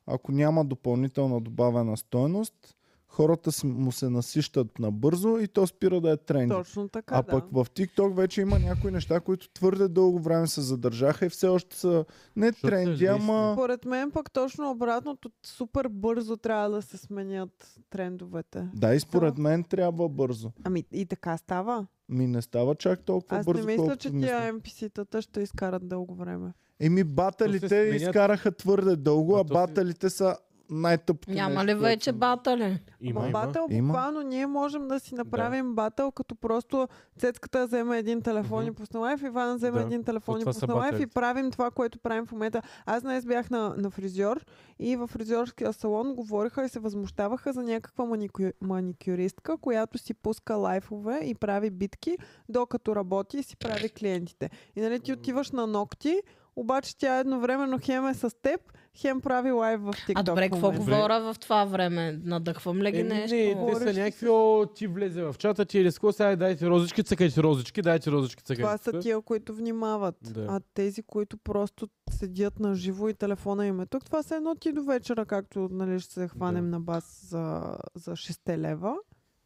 Speaker 1: ако няма допълнителна добавена стойност, хората си- му се насищат набързо и то спира да е тренд.
Speaker 2: Точно така,
Speaker 1: А
Speaker 2: да.
Speaker 1: пък в TikTok вече има някои неща, които твърде дълго време се задържаха и все още са не
Speaker 4: Защото са
Speaker 1: тренди,
Speaker 4: лесни.
Speaker 1: ама...
Speaker 2: Според мен пък точно обратното, супер бързо трябва да се сменят трендовете.
Speaker 1: Да, и според мен трябва бързо.
Speaker 2: Ами и така става.
Speaker 1: Ми не става чак толкова
Speaker 2: Аз
Speaker 1: бързо,
Speaker 2: не мисля,
Speaker 1: колкото
Speaker 2: че е-
Speaker 1: мисля.
Speaker 2: тия NPC-тата ще изкарат дълго време.
Speaker 1: Еми, баталите
Speaker 4: То се сменят.
Speaker 1: изкараха твърде дълго, а,
Speaker 4: А то се-
Speaker 1: баталите са най-тъпкото
Speaker 3: Няма
Speaker 1: нещо,
Speaker 3: ли
Speaker 1: което
Speaker 3: вече
Speaker 1: съм-
Speaker 3: батали?
Speaker 4: Има,
Speaker 2: Ама
Speaker 4: има.
Speaker 2: батъл,
Speaker 1: Има.
Speaker 2: буквално ние можем да си направим батъл, като просто Цецката взема един телефон и
Speaker 4: Мгм.
Speaker 2: пусна лайф, Иван взема
Speaker 4: Да.
Speaker 2: един телефон
Speaker 4: То
Speaker 2: и
Speaker 4: това са
Speaker 2: пусна лайф и
Speaker 4: батълите.
Speaker 2: правим това, което правим в момента. Аз днес бях на, на фризьор и в фризьорския салон говориха и се възмущаваха за някаква маникю... маникюристка, която си пуска лайфове и прави битки, докато работи и си прави клиентите. И нали ти отиваш на ногти, обаче тя едновременно хем е с теб, хем прави лайв в TikTok.
Speaker 3: А добре,
Speaker 2: в
Speaker 3: какво
Speaker 2: момента.
Speaker 3: говоря в това време? Надъхвам
Speaker 2: е
Speaker 3: ли ги
Speaker 4: Еми,
Speaker 3: нещо?
Speaker 4: Е, не, те са
Speaker 2: Говориш
Speaker 4: някакви, о, ти влезе в чата, ти е риско, сега дайте розички, цъкайте розички, дайте розички, цъкайте.
Speaker 2: Това са тия, които внимават. Да.
Speaker 4: Да.
Speaker 2: А тези, които просто седят на живо и телефона им е тук, това са едно ти до вечера, както нали, ще се хванем
Speaker 4: Да.
Speaker 2: на бас за, за 6 лева,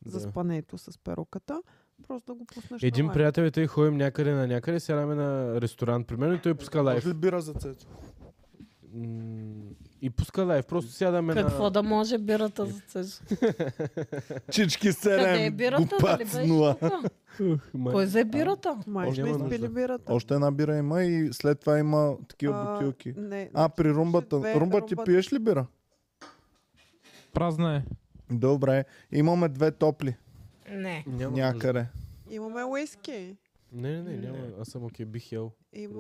Speaker 2: за
Speaker 4: Да.
Speaker 2: спането с перуката. Просто да го пуснеш
Speaker 4: Един
Speaker 2: на лайв.
Speaker 4: приятел, и тъй ходим някъде на някъде, сядаме на ресторант, примерно, и той пуска лайф.
Speaker 1: Може ли бира за цето?
Speaker 4: М, И пуска лайф, просто сядаме
Speaker 3: Какво
Speaker 4: на...
Speaker 3: да може бирата за цезо?
Speaker 1: Чички 7,
Speaker 3: Къде е бирата? Дали беше тука? Кой взе бирата?
Speaker 2: Май
Speaker 4: Още
Speaker 2: сме
Speaker 4: няма
Speaker 2: изпили
Speaker 4: нужда.
Speaker 2: бирата.
Speaker 1: Още една бира има и след това има такива
Speaker 2: А,
Speaker 3: значи
Speaker 1: бутилки.
Speaker 2: Не,
Speaker 1: А, при румбата.
Speaker 2: две,
Speaker 1: Румба, ти
Speaker 2: румба-
Speaker 1: пиеш ли бира?
Speaker 5: Празна е.
Speaker 1: Добре. Имаме две топли
Speaker 3: Не.
Speaker 4: Няма нужда.
Speaker 1: някъде.
Speaker 2: имаме уиски.
Speaker 4: Не, не, не, няма. Аз съм окей, бих ял.
Speaker 2: Имаме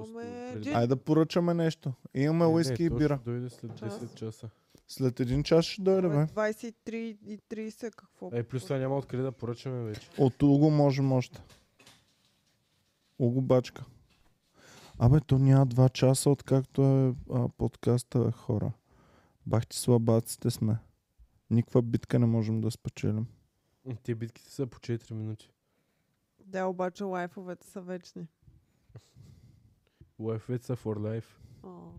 Speaker 4: Просто
Speaker 2: джин.
Speaker 1: Айде да поръчаме нещо. Имаме
Speaker 4: Не, не,
Speaker 1: уиски и
Speaker 4: то
Speaker 1: бира.
Speaker 4: ще Дойде след
Speaker 2: Час.
Speaker 4: 10 часа.
Speaker 1: След един час ще дойде, бе.
Speaker 2: 23 и 30 какво?
Speaker 4: Е, плюс това няма откъде да поръчаме вече.
Speaker 1: От Уго можем още. Уго бачка. Абе, то няма два часа, откакто е а, подкаста, бе, хора. Бах ти слабаците сме. Никаква битка не можем да спечелим.
Speaker 4: М, Те битките са по 4 минути.
Speaker 2: Да, обаче лайфовете са вечни.
Speaker 4: Life it са for life.
Speaker 2: О.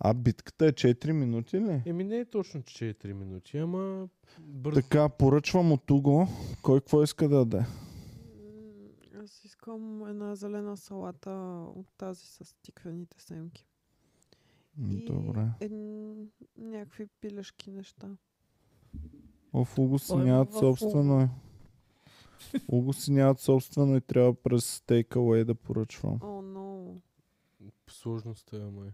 Speaker 1: А битката е 4 минути ли?
Speaker 4: Еми не е точно 4 минути, ама бързо.
Speaker 1: Така, поръчвам от Уго. Кой какво иска да даде?
Speaker 2: М, Аз искам една зелена салата от тази с тиквените семки.
Speaker 1: М, Ами, Добре.
Speaker 2: И ед- някакви пилешки неща.
Speaker 1: Оф, Уго си
Speaker 3: Кой
Speaker 1: нямат
Speaker 3: в Уго?
Speaker 1: собствено. е. Уго си нямат собствено и трябва през Takeaway да поръчвам.
Speaker 2: О, но.
Speaker 4: Сложността е, май.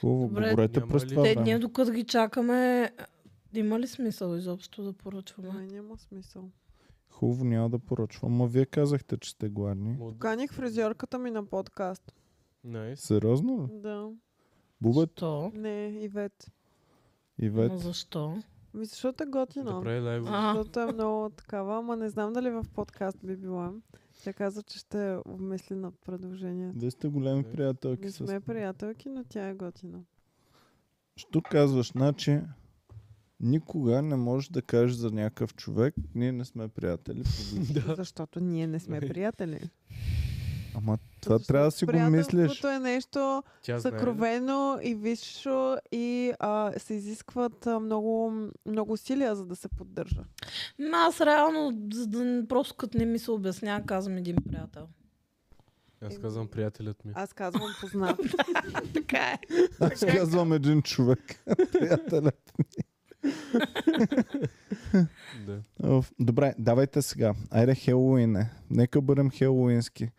Speaker 1: Хубаво,
Speaker 3: Добре.
Speaker 1: говорете
Speaker 4: Няма
Speaker 1: през
Speaker 4: ли-
Speaker 1: това
Speaker 3: Те
Speaker 1: време.
Speaker 3: ние докато ги чакаме, има ли смисъл изобщо да поръчваме?
Speaker 2: Май няма смисъл.
Speaker 1: Хубаво, няма да поръчвам. Ма вие казахте, че сте гладни.
Speaker 4: Мога да-
Speaker 2: Каних фризьорката ми на подкаст.
Speaker 4: Найс.
Speaker 1: Сериозно ли?
Speaker 2: Да.
Speaker 1: Бубет,
Speaker 3: Защо?
Speaker 2: Не, Ивет.
Speaker 1: Ивет.
Speaker 3: Ама защо?
Speaker 2: Ми защото е
Speaker 4: Да
Speaker 2: готина.
Speaker 4: прави лайв.
Speaker 3: А,
Speaker 2: Защото е много такава, ама не знам дали в подкаст би била. Тя каза, че ще обмисли над предложението.
Speaker 1: Вие сте големи
Speaker 4: Не.
Speaker 1: приятелки
Speaker 2: Не
Speaker 1: с...
Speaker 2: сме приятелки, но тя е готина.
Speaker 1: Що казваш? Значи, никога не можеш да кажеш за някакъв човек, ние не сме приятели. публично.
Speaker 2: Защото ние не сме приятели.
Speaker 1: Ама това
Speaker 2: Защото
Speaker 1: трябва да си го мислиш.
Speaker 2: Приятелството е нещо
Speaker 4: Тя знае. ли?
Speaker 2: съкровено и висше и а, се изискват а, много, много усилия, за да се поддържа.
Speaker 3: ма аз реално, за да не- просто като не ми се обясня, казвам един приятел.
Speaker 4: Аз казвам приятелят ми.
Speaker 2: Аз казвам познат.
Speaker 3: Така е.
Speaker 1: Аз казвам един човек. Приятеля.
Speaker 4: Да.
Speaker 1: Оф, Добре, давайте сега. Айде Хелоуин е. Нека бъдем хелоуински.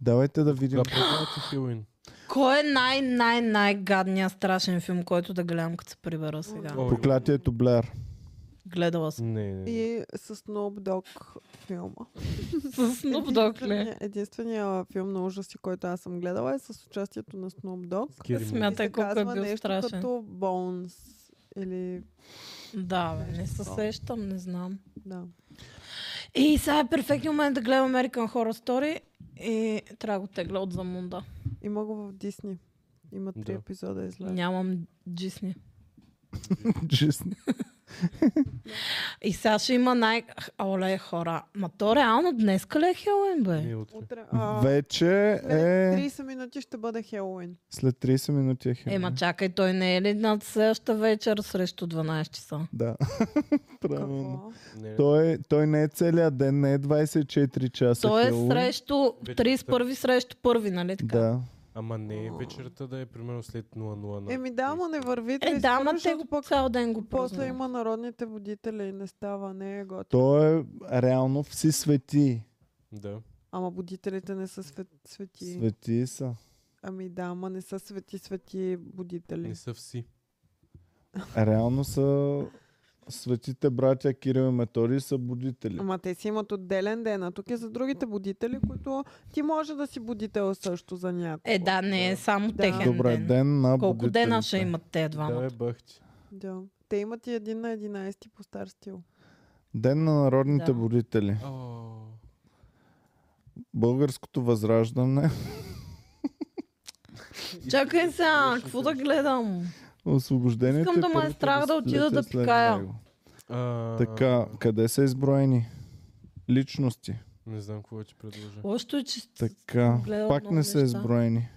Speaker 1: Давайте да видим.
Speaker 4: Да, познавате Хилуин.
Speaker 3: Кой е най-най-най-гадният страшен филм, който да гледам, като се прибера сега?
Speaker 4: О,
Speaker 1: Проклятието Блер.
Speaker 3: Гледала съм.
Speaker 4: Не, не, не.
Speaker 2: и е- с Snoop Dogg филма.
Speaker 3: С Snoop Dogg ли?
Speaker 2: Единствения, единствения филм на ужаси, който аз съм гледала е с участието на Snoop Dogg.
Speaker 4: Кири
Speaker 2: И
Speaker 3: Смят-
Speaker 4: му.
Speaker 2: се
Speaker 3: Смятай колко е
Speaker 2: казва
Speaker 3: бил
Speaker 2: нещо
Speaker 3: страшен.
Speaker 2: като Bones. Или,
Speaker 3: Да, бе, не се сещам, не знам.
Speaker 2: да.
Speaker 3: И сега е перфектният момент да гледам American Horror Story и трябва да го тегля от Замунда.
Speaker 2: Има го в Дисни. Има три
Speaker 4: Да.
Speaker 2: епизода излезе.
Speaker 3: Нямам джисни.
Speaker 1: Честно.
Speaker 3: И сега ще има най... Оле, хора. Ма то реално днеска ли е Хелуин, бе?
Speaker 4: Ние утре.
Speaker 2: Утре, а,
Speaker 1: Вече е...
Speaker 2: след 30 минути ще бъде Хелоуин.
Speaker 1: След 30 минути е хем.
Speaker 3: Ема чакай, той не е ли над следващата вечер срещу 12 часа?
Speaker 1: Да. Правилно.
Speaker 2: Какво?
Speaker 4: Не, не.
Speaker 1: Той, той не е целият ден, не е 24 часа.
Speaker 3: Той е
Speaker 1: Хелоуин.
Speaker 3: срещу 31 срещу първи, нали така?
Speaker 1: Да.
Speaker 4: Ама не вечерта да е примерно след 00 на...
Speaker 2: Еми да, ма не върви.
Speaker 3: Е,
Speaker 2: 31,
Speaker 3: да, ма те
Speaker 2: защото
Speaker 3: го
Speaker 2: пък
Speaker 3: цял ден го
Speaker 2: После
Speaker 3: празнуват.
Speaker 2: има народните водители и не става, не е готино.
Speaker 1: Той е реално всі свети.
Speaker 4: Да.
Speaker 2: Ама будителите не са свет, свети.
Speaker 1: Свети са.
Speaker 2: Ами да, ама не са свети, свети будители.
Speaker 4: Не са вси.
Speaker 1: Реално са светите братя Кирил и Методий са будители.
Speaker 2: Ама те си имат отделен ден, а тук е за другите будители, които ти може да си будител също за някого.
Speaker 3: Е, да, не е само
Speaker 2: Да.
Speaker 3: техен
Speaker 1: Добре
Speaker 3: ден.
Speaker 1: ден на
Speaker 3: Колко дена ще
Speaker 1: будителите.
Speaker 3: имат те
Speaker 4: Да,
Speaker 3: двамата?
Speaker 4: е бахти.
Speaker 2: Да. Те имат и един на 11 по стар стил.
Speaker 1: Ден на народните
Speaker 3: Да.
Speaker 1: будители.
Speaker 4: О,
Speaker 1: Българското възраждане
Speaker 2: е,
Speaker 3: Чакай сега, какво да гледам?
Speaker 1: Освобождението.
Speaker 3: Искам
Speaker 1: и
Speaker 3: да ме е
Speaker 1: първото
Speaker 3: страх да отида да
Speaker 1: десетилетие след
Speaker 3: пикая.
Speaker 1: него.
Speaker 4: а,
Speaker 1: Така, къде са изброени? Личности.
Speaker 4: Не знам какво ти предложа.
Speaker 3: Лошото е, че
Speaker 1: Така,
Speaker 3: гледал
Speaker 1: пак
Speaker 3: много
Speaker 1: не са
Speaker 3: неща.
Speaker 1: изброени.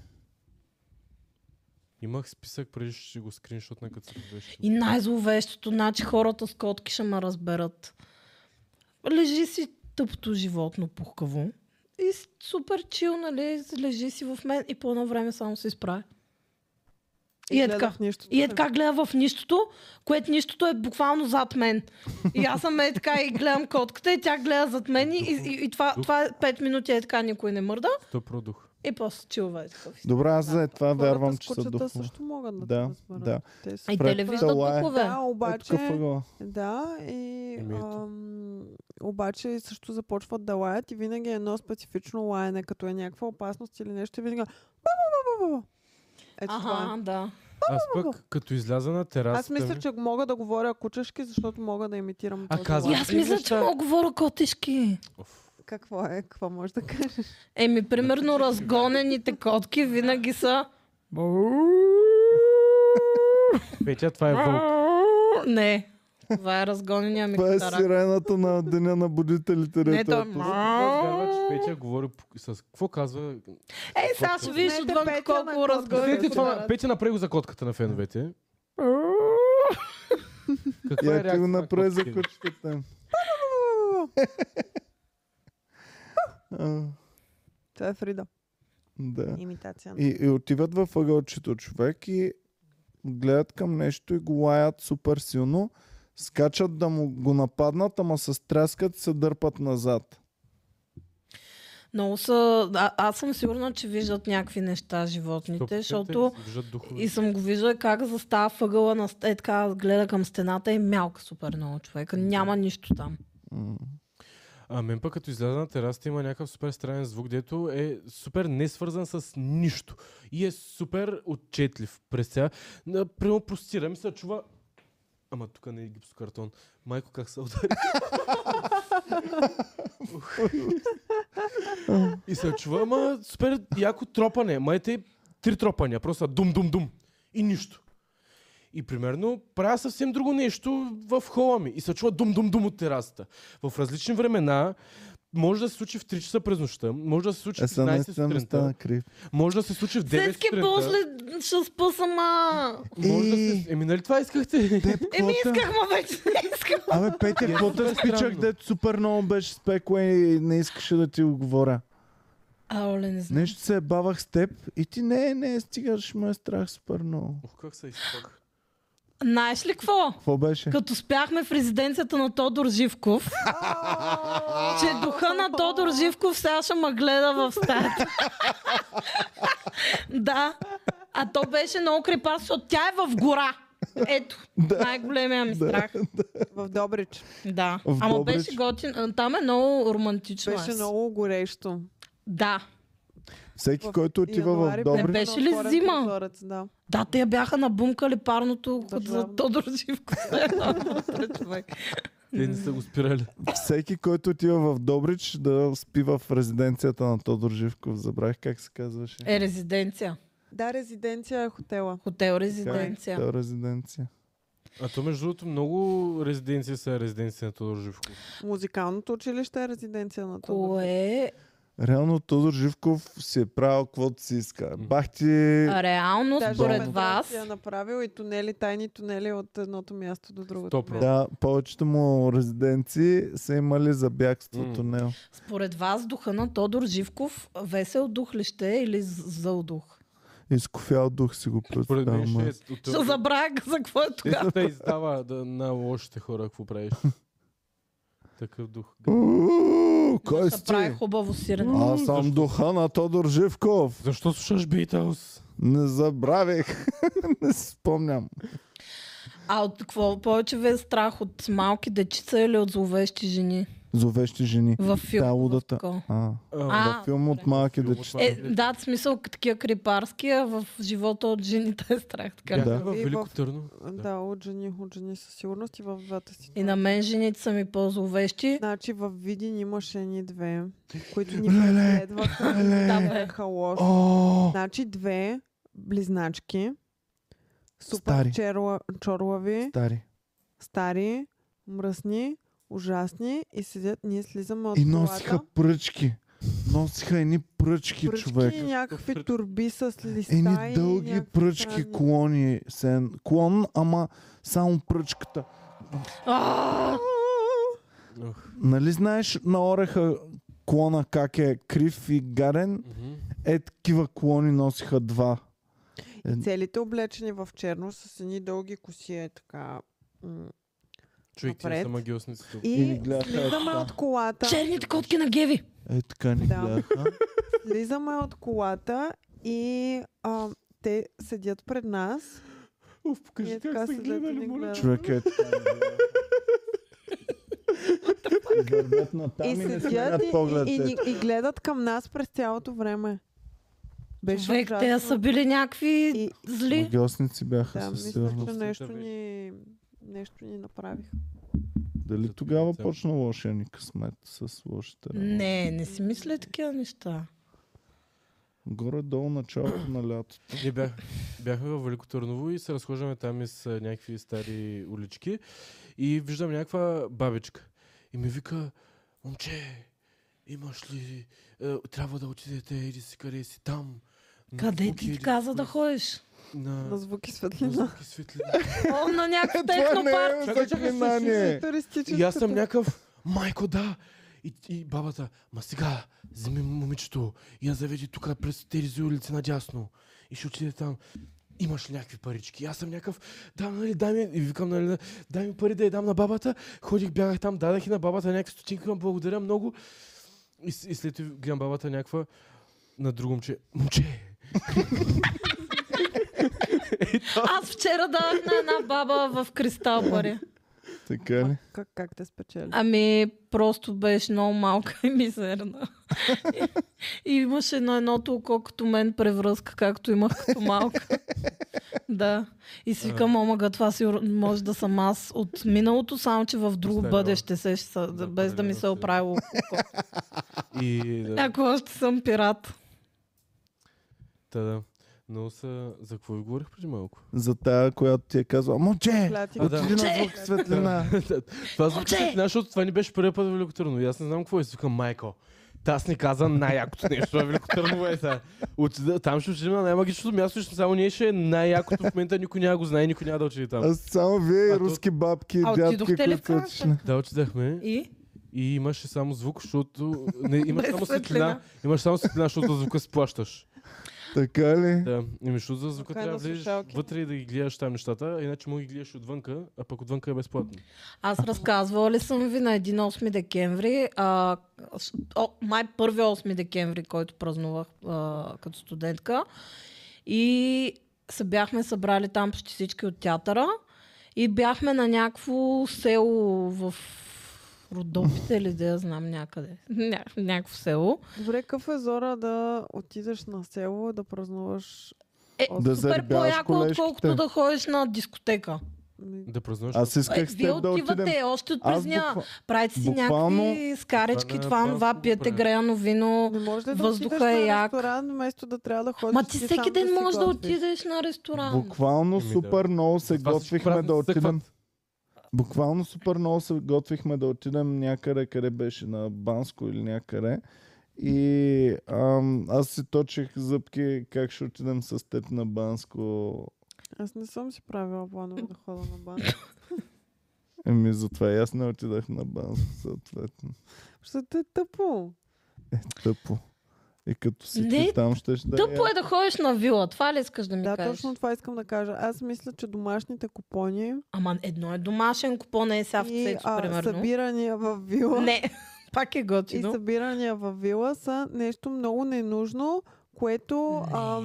Speaker 4: Имах списък преди, ще си го скриншотна, като се побежиш.
Speaker 3: И най-зловещото, значи хората с котки ще ме разберат. Лежи си тъпото животно пухкаво и с- супер чил, нали, лежи си в мен и по едно време само се изправя. И, е
Speaker 2: гледах
Speaker 3: така.
Speaker 2: Нищо,
Speaker 3: И е така гледа в нищото, което нищото е буквално зад мен. И аз съм е така и гледам котката и тя гледа зад мен и, и, и, и това, това е 5 минути е така никой не мърда
Speaker 4: То продух.
Speaker 3: и после чилва е такъв.
Speaker 1: Добре, аз за това
Speaker 2: Хората
Speaker 1: вярвам,
Speaker 2: с
Speaker 1: че са
Speaker 2: кучета
Speaker 1: духове.
Speaker 2: също могат да,
Speaker 1: Да,
Speaker 2: те разберат.
Speaker 1: да.
Speaker 2: Те са...
Speaker 3: А и
Speaker 1: Спред
Speaker 3: те ли виждат
Speaker 1: тала е.
Speaker 3: духове?
Speaker 2: Да,
Speaker 1: Е,
Speaker 2: обаче...
Speaker 1: тук въгъла.
Speaker 2: Да, и
Speaker 4: Еми ето.
Speaker 2: ам, обаче също започват да лаят и винаги е едно специфично лаяне, като е някаква опасност или нещо и винаги е ба, ба, ба, ба, ба. Ето това
Speaker 3: Аха,
Speaker 2: е.
Speaker 3: да.
Speaker 4: Аз пък, като изляза на терасата...
Speaker 2: Аз мисля,
Speaker 4: ми-
Speaker 2: че мога да говоря кучешки, защото мога да имитирам
Speaker 4: А,
Speaker 2: този
Speaker 4: казвам-
Speaker 3: И
Speaker 2: лай.
Speaker 3: аз мисля, че мога говоря котишки.
Speaker 4: Оф.
Speaker 2: Какво е? Какво може да кажеш?
Speaker 3: Еми, примерно, разгонените котки винаги са...
Speaker 4: Петя, това е вълк.
Speaker 3: Не, това е разгонения ми
Speaker 1: Това е сирената на деня на будителите.
Speaker 3: Не,
Speaker 1: дето е
Speaker 3: той
Speaker 1: пусна.
Speaker 4: Аз че Петя говори по- с... Какво казва?
Speaker 3: Ей, сега ще видиш
Speaker 2: Пуснете
Speaker 3: отвън
Speaker 2: Петя на
Speaker 3: колко
Speaker 2: котка.
Speaker 3: разгонени
Speaker 4: Петя,
Speaker 2: Пуснете
Speaker 3: са.
Speaker 4: това... Петя направи го за котката на феновете.
Speaker 1: И
Speaker 4: Каква е
Speaker 1: ето
Speaker 4: реакция
Speaker 1: го
Speaker 4: на
Speaker 1: направи за
Speaker 4: котките?
Speaker 1: кучетата. А,
Speaker 2: Това е Фрида.
Speaker 1: Да.
Speaker 2: Имитация. на-
Speaker 1: И, и отиват във ъгълчето човек и гледат към нещо и го лаят супер силно. Скачат да му го нападнат, ама се стряскат и се дърпат назад.
Speaker 3: Много са... А, аз съм сигурна, че виждат някакви неща животните,
Speaker 4: 100%
Speaker 3: защото
Speaker 4: Виждат духове.
Speaker 3: и съм го виждала как застава въгъла на... ст- Е така, гледа към стената и мялка супер много човека. Няма нищо там.
Speaker 1: М. е,
Speaker 4: А мен пък като изляза на терасата има някакъв супер странен звук, дето е супер несвързан с нищо. И е супер отчетлив през сега. На- Прямо простирам се, чува... Ама тук не е гипсокартон. Майко, как се удари? и се чува, ама супер яко тропане. Ма е те три тропания, просто дум-дум-дум. И нищо. И примерно правя съвсем друго нещо в хола ми. И се чува дум-дум-дум от терасата. В различни времена може да се случи в 3 часа през нощта, може да се случи в
Speaker 1: Е, сега
Speaker 4: 15
Speaker 1: наистина ми стана
Speaker 4: сутринта,
Speaker 1: крив.
Speaker 4: може да се случи в 9
Speaker 3: Сетски после
Speaker 4: сутринта.
Speaker 3: ще спа сама.
Speaker 4: Може да се...
Speaker 1: И-
Speaker 4: Еми, нали това искахте?
Speaker 3: Еми исках, ма вече не искам.
Speaker 1: Абе, Петя, какво
Speaker 4: Е, това
Speaker 1: те
Speaker 4: е
Speaker 1: спичах,
Speaker 4: странно.
Speaker 1: дето супер много беше спекла и не искаше да ти го говоря.
Speaker 3: А, оле, не знам.
Speaker 1: Нещо се е бавах с теб и ти не, не, стигаш, ме е страх супер много.
Speaker 4: Ох, как се изпък.
Speaker 3: Знаеш ли какво?
Speaker 1: Какво беше?
Speaker 3: Като спяхме в резиденцията на Тодор Живков, че духа на Тодор Живков сега ще ме гледа в стаята. да. А то беше много крепа, защото тя е в гора. Ето, най-големия ми страх.
Speaker 2: В Добрич.
Speaker 3: Да.
Speaker 1: В
Speaker 3: Ама
Speaker 1: Добрич.
Speaker 3: беше готин. а, Там е много романтично.
Speaker 2: Беше
Speaker 3: аз.
Speaker 2: много горещо.
Speaker 3: Да.
Speaker 1: Всеки,
Speaker 2: в
Speaker 1: който отива в
Speaker 2: Януари
Speaker 1: Добри,
Speaker 3: бе.
Speaker 2: примерно,
Speaker 3: Беше ли
Speaker 2: отворен
Speaker 3: зима?
Speaker 2: прозорец, Да.
Speaker 3: Да, те я бяха набумкали парното
Speaker 2: Държавно.
Speaker 3: за Тодор Живков. Е, човек.
Speaker 4: Те не са го спирали.
Speaker 1: всеки, който отива в Добрич, да спива в резиденцията на Тодор Живков. Забравих как се казваше.
Speaker 3: Е, резиденция.
Speaker 2: Да, резиденция е хотела.
Speaker 3: Хотел
Speaker 1: Как? е.
Speaker 3: резиденция.
Speaker 1: Та резиденция.
Speaker 4: А то между другото много резиденции са резиденции на Тодор Живков.
Speaker 2: Музикалното училище е резиденция на това.
Speaker 3: Кое?
Speaker 1: Реално Тодор Живков си е правил каквото си иска.
Speaker 4: М.
Speaker 1: Бах ти...
Speaker 3: Реално,
Speaker 1: Даже
Speaker 3: според
Speaker 1: мен
Speaker 3: вас,
Speaker 2: Си е направил и тунели, тайни тунели от едното място до другото.
Speaker 4: Сто
Speaker 2: място.
Speaker 1: Да, повечето му резиденции са имали за бягството.
Speaker 4: М.
Speaker 1: Mm. Нел.
Speaker 3: според вас духа на Тодор Живков весел дух ли ще е или з- зъл дух?
Speaker 1: Изкофял дух си го
Speaker 4: Според мен
Speaker 1: представям.
Speaker 4: ще
Speaker 1: аз.
Speaker 4: е... от-
Speaker 3: Ще забравя за какво е тогава.
Speaker 4: Да издава да, на лошите хора, какво правиш. Такъв дух.
Speaker 1: Уу, Кой
Speaker 3: Ще
Speaker 1: си
Speaker 3: прави
Speaker 1: ти?
Speaker 3: хубаво сирене.
Speaker 1: Аз съм духа на Тодор Живков.
Speaker 4: Защо слушаш Beatles?
Speaker 1: Не забравих. Не си спомням.
Speaker 3: А от какво повече ви е страх? От малки дечица или от зловещи жени?
Speaker 1: Зовещи жени.
Speaker 3: В
Speaker 1: Та
Speaker 3: филм. в
Speaker 1: лудата.
Speaker 3: такова.
Speaker 1: А,
Speaker 3: А,
Speaker 1: филм от малки
Speaker 4: Филм от
Speaker 1: дечица.
Speaker 4: малки.
Speaker 3: Е, да, в смисъл к- такива крипарски, а в живота от жените е страх. Така.
Speaker 4: Бяхме
Speaker 1: Да.
Speaker 4: в
Speaker 2: И
Speaker 4: Велико
Speaker 2: в-
Speaker 4: Търно.
Speaker 2: Да, от жени, от жени със сигурност и в двата си.
Speaker 3: И на мен жените са ми по-зловещи.
Speaker 2: Значи в Видин имаше ни две, които
Speaker 1: Леле,
Speaker 2: ни преследваха.
Speaker 1: леле.
Speaker 2: Да, бяха лоши.
Speaker 1: О,
Speaker 2: Значи две близначки, супер
Speaker 1: Стари.
Speaker 2: черла, чорлави,
Speaker 1: стари.
Speaker 2: стари, мръсни, ужасни и седят, ние слизаме от
Speaker 1: И
Speaker 2: колата.
Speaker 1: носиха пръчки. Носиха едни пръчки,
Speaker 2: пръчки
Speaker 1: човек.
Speaker 2: и някакви турби с листа
Speaker 1: Едни
Speaker 2: и
Speaker 1: дълги
Speaker 2: някакви
Speaker 1: пръчки,
Speaker 2: странни-
Speaker 1: клони. Сен. Клон, ама само пръчката.
Speaker 3: А,
Speaker 1: Нали знаеш на ореха клона как е крив и гарен?
Speaker 4: Мгм.
Speaker 1: Е, такива клони носиха два. Е,
Speaker 2: Целите облечени в черно с едни дълги коси е така. м.
Speaker 4: Човек, тя
Speaker 2: Напред.
Speaker 4: са магиосниците.
Speaker 1: И ни
Speaker 2: И
Speaker 1: гледаха
Speaker 2: слизаме
Speaker 1: така.
Speaker 2: от колата.
Speaker 3: черните котки на Геви.
Speaker 1: е така ни
Speaker 2: Да.
Speaker 1: гледаха.
Speaker 2: Слизаме от колата и а, те седят пред нас.
Speaker 4: Уф,
Speaker 2: Ние
Speaker 4: покажи
Speaker 2: така
Speaker 4: как са
Speaker 2: седят и
Speaker 4: гледали,
Speaker 2: ни
Speaker 4: моля.
Speaker 2: гледат.
Speaker 1: Човек е така ни гледаха. Вървят натам
Speaker 2: и
Speaker 1: и не
Speaker 2: седят
Speaker 1: сменят
Speaker 2: и,
Speaker 1: поглед. Е,
Speaker 2: и, и, ни-
Speaker 1: ето.
Speaker 2: и гледат към нас през цялото време. Беше
Speaker 3: Човек, те
Speaker 2: ужасно.
Speaker 3: са били някакви
Speaker 2: И-
Speaker 3: зли.
Speaker 1: Магиосници бяха
Speaker 2: Да,
Speaker 1: със
Speaker 2: мисля,
Speaker 1: сигурност.
Speaker 2: че нещо
Speaker 4: Беше.
Speaker 2: ни, нещо ни направих.
Speaker 1: Дали
Speaker 4: Като
Speaker 1: тогава
Speaker 4: деца.
Speaker 1: почна лошия ни късмет с лошите работи?
Speaker 3: Не, не си мисля такива неща.
Speaker 1: Горе-долу началото на лятото.
Speaker 4: Ние бях, бяхме в Велико Търново и се разхождаме там из а, някакви стари улички и виждам някаква бабичка. И ми вика, момче, имаш ли... Е, трябва да отидете или си къде си там. на
Speaker 3: Къде
Speaker 4: звуки
Speaker 3: ти
Speaker 4: еди
Speaker 3: ти каза
Speaker 4: кой
Speaker 3: да
Speaker 4: си,
Speaker 3: ходиш?
Speaker 4: На,
Speaker 2: На
Speaker 4: на
Speaker 2: звуки светлина.
Speaker 4: звуки светлина.
Speaker 3: О, на някакъв
Speaker 1: Това не
Speaker 3: технопарк.
Speaker 1: е
Speaker 4: Чакай, чакай,
Speaker 1: заклинание.
Speaker 4: И аз съм някакъв, майко да! И, и бабата, ма сега, вземи момичето и я заведи тук през тези улици надясно. И ще отиде там. Имаш ли някакви парички? И аз съм някакъв, да, нали, дай ми, и викам, нали, да, дай ми пари да я дам на бабата. Ходих, бягах там, дадах и на бабата някакви стотинки, викам, благодаря много. И, с- и след това гледам бабата някаква на друго момче. Момче!
Speaker 1: е.
Speaker 3: Аз вчера дадах на една баба в кристал пари.
Speaker 1: Така е. ли?
Speaker 2: Как, как те спечели?
Speaker 3: Ами, просто беше много малка и мизерна. И, и имаше на едното око като мен превръзка, както имах като малка. да. И си викам, омага, това си може да съм аз от миналото, само че в друго
Speaker 4: Старо.
Speaker 3: бъдеще, се ще са,
Speaker 4: Да,
Speaker 3: без да ми се е
Speaker 4: паралелно си.
Speaker 3: оправило. око.
Speaker 4: И, да,
Speaker 3: Ако още съм пират.
Speaker 4: та, да. Но са... За какво ви говорих преди малко?
Speaker 1: За тая, която ти е казала, момче,
Speaker 2: Клятих.
Speaker 4: А, да.
Speaker 1: отиди на
Speaker 3: Момче!
Speaker 1: звук светлина.
Speaker 4: Да. това звук
Speaker 3: Момче!
Speaker 4: светлина, защото това ни беше първият път в Велико Търново. И аз не знам какво е. Си Викам, майко, та аз ни каза най-якото нещо на Велико Търново е сега. Отида, там ще отидем на най-магичното място, и ще само ние ще е най-якото в момента, никой няма го знае, никой няма да отиде там.
Speaker 1: Аз само вие
Speaker 4: А
Speaker 1: и
Speaker 4: то-
Speaker 1: руски бабки и
Speaker 3: А
Speaker 1: дядки,
Speaker 3: отидохте ли в
Speaker 1: които
Speaker 3: Кранча?
Speaker 1: отишли.
Speaker 4: Да, отидахме
Speaker 3: И?
Speaker 4: и имаше само звук, защото... Не, имаш
Speaker 3: Без
Speaker 4: само
Speaker 3: светлина.
Speaker 4: светлина, имаш само светлина, защото за звука си плащаш.
Speaker 1: Така ли?
Speaker 4: Да, и между другото, за
Speaker 3: е
Speaker 4: звука
Speaker 2: Окей,
Speaker 4: трябва
Speaker 2: на
Speaker 4: да влезеш
Speaker 2: слушалки.
Speaker 4: вътре и да ги гледаш там нещата, а иначе му ги гледаш отвънка, а пък отвънка е безплатно.
Speaker 3: Аз разказвала ли съм ви на 1-8 декември, а, с- о, май първи 8 декември, който празнувах а, като студентка. И се бяхме събрали там почти всички от театъра. И бяхме на някакво село в Родопите или да я знам някъде. Ня, някакво село.
Speaker 2: Добре, какъв е зора да отидеш на село и да празнуваш
Speaker 3: Е,
Speaker 2: От-
Speaker 1: Да
Speaker 3: супер
Speaker 1: заребяваш
Speaker 3: по-яко,
Speaker 1: колежките.
Speaker 3: отколкото да ходиш на дискотека.
Speaker 2: Ми,
Speaker 4: Да празнуваш.
Speaker 1: Аз
Speaker 3: Е,
Speaker 1: исках с
Speaker 3: вие
Speaker 1: теб да отидем.
Speaker 3: отивате още от
Speaker 1: Аз
Speaker 3: призня.
Speaker 1: буква-
Speaker 3: Правите си
Speaker 1: буквално-
Speaker 3: някакви скаречки,
Speaker 4: Това не
Speaker 3: това,
Speaker 4: е
Speaker 3: това,
Speaker 4: панско,
Speaker 3: пиете
Speaker 4: добре.
Speaker 3: греяно вино.
Speaker 2: Не може ли да
Speaker 3: Въздуха
Speaker 2: отидеш
Speaker 3: е
Speaker 2: на
Speaker 3: як.
Speaker 2: ресторант, вместо да трябва да ходиш
Speaker 3: Ма ти
Speaker 2: сам
Speaker 3: всеки ден
Speaker 2: си
Speaker 3: можеш да
Speaker 2: готвиш?
Speaker 3: отидеш на ресторант.
Speaker 1: Буквално
Speaker 4: Еми да.
Speaker 1: супер много се
Speaker 4: Затова всички
Speaker 1: готвихме
Speaker 4: празни
Speaker 1: да
Speaker 4: се
Speaker 1: отидем.
Speaker 4: съхват.
Speaker 1: Буквално супер много се готвихме да отидем някъде, къде беше на Банско или някъде. И ам, аз си точех зъбки как ще отидем с теб на Банско.
Speaker 2: Аз не съм си правила планове да хода на бан.
Speaker 1: Еми, затова и аз не отидах на Банско, съответно.
Speaker 2: Защото е тъпо.
Speaker 1: Е, тъпо. И като си
Speaker 3: Не,
Speaker 1: там ще ще
Speaker 3: Тъпо е да ходиш на вила, това ли искаш да ми
Speaker 2: Да,
Speaker 3: кажеш?
Speaker 2: точно това искам да кажа. Аз мисля, че домашните купони
Speaker 3: Ама едно е домашен купон, е сега в
Speaker 2: и
Speaker 3: цецо,
Speaker 2: а,
Speaker 3: примерно.
Speaker 2: събирания в вила
Speaker 3: Не, пак е
Speaker 2: и
Speaker 3: готино.
Speaker 2: събирания в вила са нещо много ненужно, което а,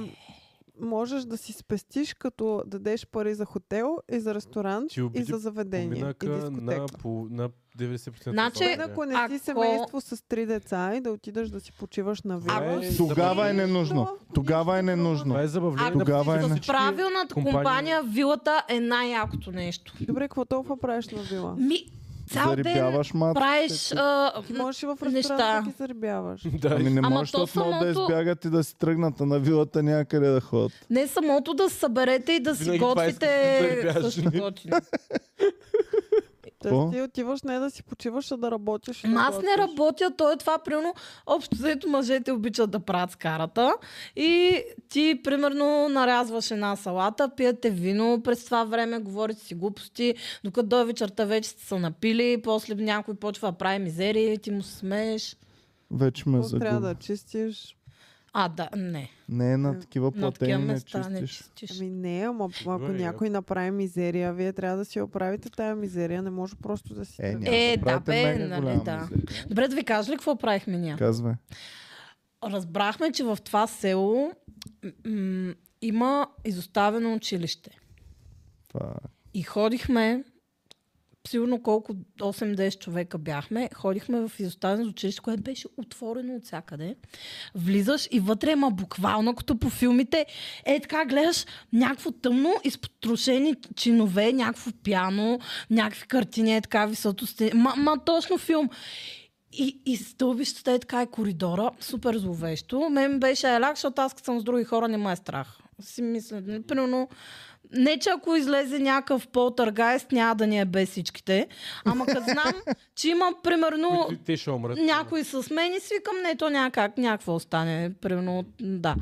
Speaker 2: можеш да си спестиш, като дадеш пари за хотел и за ресторант
Speaker 4: Ти
Speaker 2: и
Speaker 4: обиди
Speaker 2: за заведение и
Speaker 4: Поминъка на,
Speaker 2: дискотека.
Speaker 4: по, на 90%.
Speaker 3: Значи,
Speaker 2: Освен ако не
Speaker 3: ако-
Speaker 2: си семейство с три деца и да отидеш да си почиваш на
Speaker 4: Ако
Speaker 2: вила.
Speaker 4: си-
Speaker 1: Тогава е
Speaker 2: Нищо,
Speaker 1: ненужно. Тогава е
Speaker 2: нищо
Speaker 1: ненужно.
Speaker 4: Това е забавление.
Speaker 3: Ако
Speaker 4: на
Speaker 1: Тогава е
Speaker 4: всички-
Speaker 1: не.
Speaker 3: С правилната
Speaker 4: компании-
Speaker 3: компания вилата е най-якото нещо.
Speaker 2: Добре, какво толкова правиш на вила?
Speaker 3: Ми, цял ден
Speaker 1: Зарибяваш мат.
Speaker 3: правиш... А,
Speaker 2: Можеш и в
Speaker 3: Неща.
Speaker 2: ресторант да ги заребяваш.
Speaker 4: Да,
Speaker 1: Ами не
Speaker 3: Ама
Speaker 1: можеш,
Speaker 3: то
Speaker 1: защото могат да
Speaker 3: самото-
Speaker 1: избягат и да си тръгнат, а на вилата някъде да ходят.
Speaker 3: не самото да се съберете и да си
Speaker 4: Винаги това е искаш да
Speaker 3: готвите
Speaker 4: заребяваш.
Speaker 3: също готино.
Speaker 1: Какво?
Speaker 2: Тоест ти отиваш не да си почиваш, а да работиш. и да
Speaker 3: Ма аз не
Speaker 2: готвиш.
Speaker 3: работя, то е това, примерно, общо заето мъжете обичат да правят с карата и ти, примерно, нарязваш една салата, пиете вино през това време, говорите си глупости, докато до вечерта вече сте се напили, после някой почва да прави мизери, ти му се смееш.
Speaker 1: Вече ме
Speaker 2: Какво Трябва да
Speaker 1: загуби.
Speaker 2: чистиш.
Speaker 3: А, да, не.
Speaker 1: Не е на такива
Speaker 3: На такива
Speaker 1: платени, не
Speaker 3: места не
Speaker 1: чистиш.
Speaker 3: чистиш.
Speaker 2: Ами не, ама п- ако
Speaker 4: Добре, я.
Speaker 2: някой направи мизерия, вие трябва да си я оправите тая мизерия, не може просто да си
Speaker 1: Е,
Speaker 2: тръгнеш.
Speaker 1: няма
Speaker 3: Е,
Speaker 1: да
Speaker 3: да,
Speaker 1: правите
Speaker 3: бе,
Speaker 1: мега
Speaker 3: нали,
Speaker 1: голяма
Speaker 3: да.
Speaker 1: мизерия.
Speaker 3: Добре, да ви кажа ли какво правихме ние?
Speaker 1: Казвай.
Speaker 3: Разбрахме, че в това село м- м- има изоставено училище.
Speaker 1: Това е.
Speaker 3: И ходихме, сигурно колко 8-10 човека бяхме, ходихме в изоставено училище, което беше отворено от всякъде. Влизаш и вътре, ма буквално, като по филмите, е така гледаш някакво тъмно, изпотрошени чинове, някакво пяно, някакви картини, е така високо сте. Ма, ма точно филм. И, и стълбищата е така и коридора, супер зловещо. Мен беше елак, защото аз като съм с други хора, не ме е страх. Си мисля, н- примерно, не че ако излезе някакъв полтъргайст, няма да ни е без всичките. Ама като знам, че има примерно
Speaker 4: които и Те ще умрат.
Speaker 3: някой с мен и свикам, не, то някак, някакво остане, примерно, да.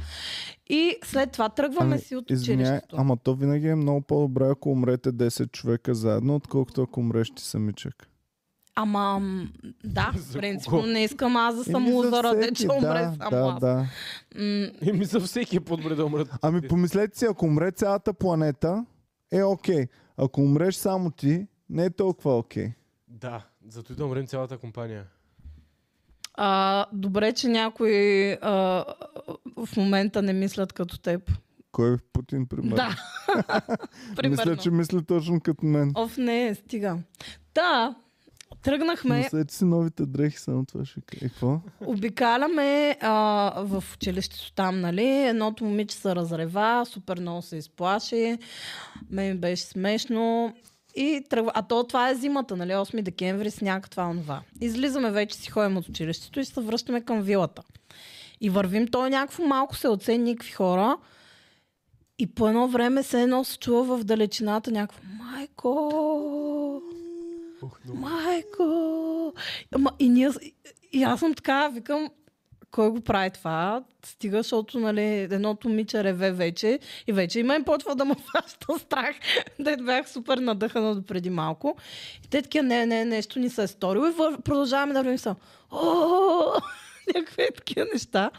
Speaker 3: И след това
Speaker 1: Ами,
Speaker 3: тръгваме си от
Speaker 1: извиняй,
Speaker 3: училището.
Speaker 1: ама то винаги е много по-добре, ако умрете 10 човека заедно, отколкото ако умреш ти самичък.
Speaker 3: Ама, м, да,
Speaker 4: За
Speaker 3: принципно
Speaker 4: кого?
Speaker 3: не искам аз да съм
Speaker 1: Еми, Ами за
Speaker 3: лузъра, де,
Speaker 1: всеки,
Speaker 3: че умре
Speaker 1: да,
Speaker 3: само
Speaker 1: да,
Speaker 3: аз.
Speaker 1: да.
Speaker 3: М,
Speaker 4: Еми за всеки е по-добре да умрат.
Speaker 1: Ами помислете си, ако умре цялата планета, е окей. Ако умреш само ти, не е толкова окей.
Speaker 4: Да, зато и да умрем цялата компания.
Speaker 3: А, добре, че някои а, в момента не мислят като теб.
Speaker 1: Кой е Путин, примерно?
Speaker 3: Да. Примерно.
Speaker 1: Мисля, че мисли точно като мен.
Speaker 3: Оф, не, стига. Та, тръгнахме,
Speaker 1: Мисля, че си новите дрехи, само това ще кажа. Е, Какво?
Speaker 3: обикаляме а, в училището там, нали? Едното момиче се разрева, супер много се изплаши. Мен ми беше смешно. И тръгва. А то това е зимата, нали? 8 декември, сняг, това, онова. Излизаме вече, си ходим от училището и се връщаме към вилата. И вървим, той някакво малко се оцени никакви хора. И по едно време се едно се чува в далечината някакво Майко!
Speaker 4: Ох, но...
Speaker 3: Майко! Ама и, ние, и аз съм така, викам, кой го прави това? Стига, защото нали, едното момиче реве вече и вече и мен почва да му фаща страх. да бях супер надъхана до преди малко. И те такива, не, не, нещо ни се е сторило и вър- продължаваме да вървим само. О, някакви такива неща.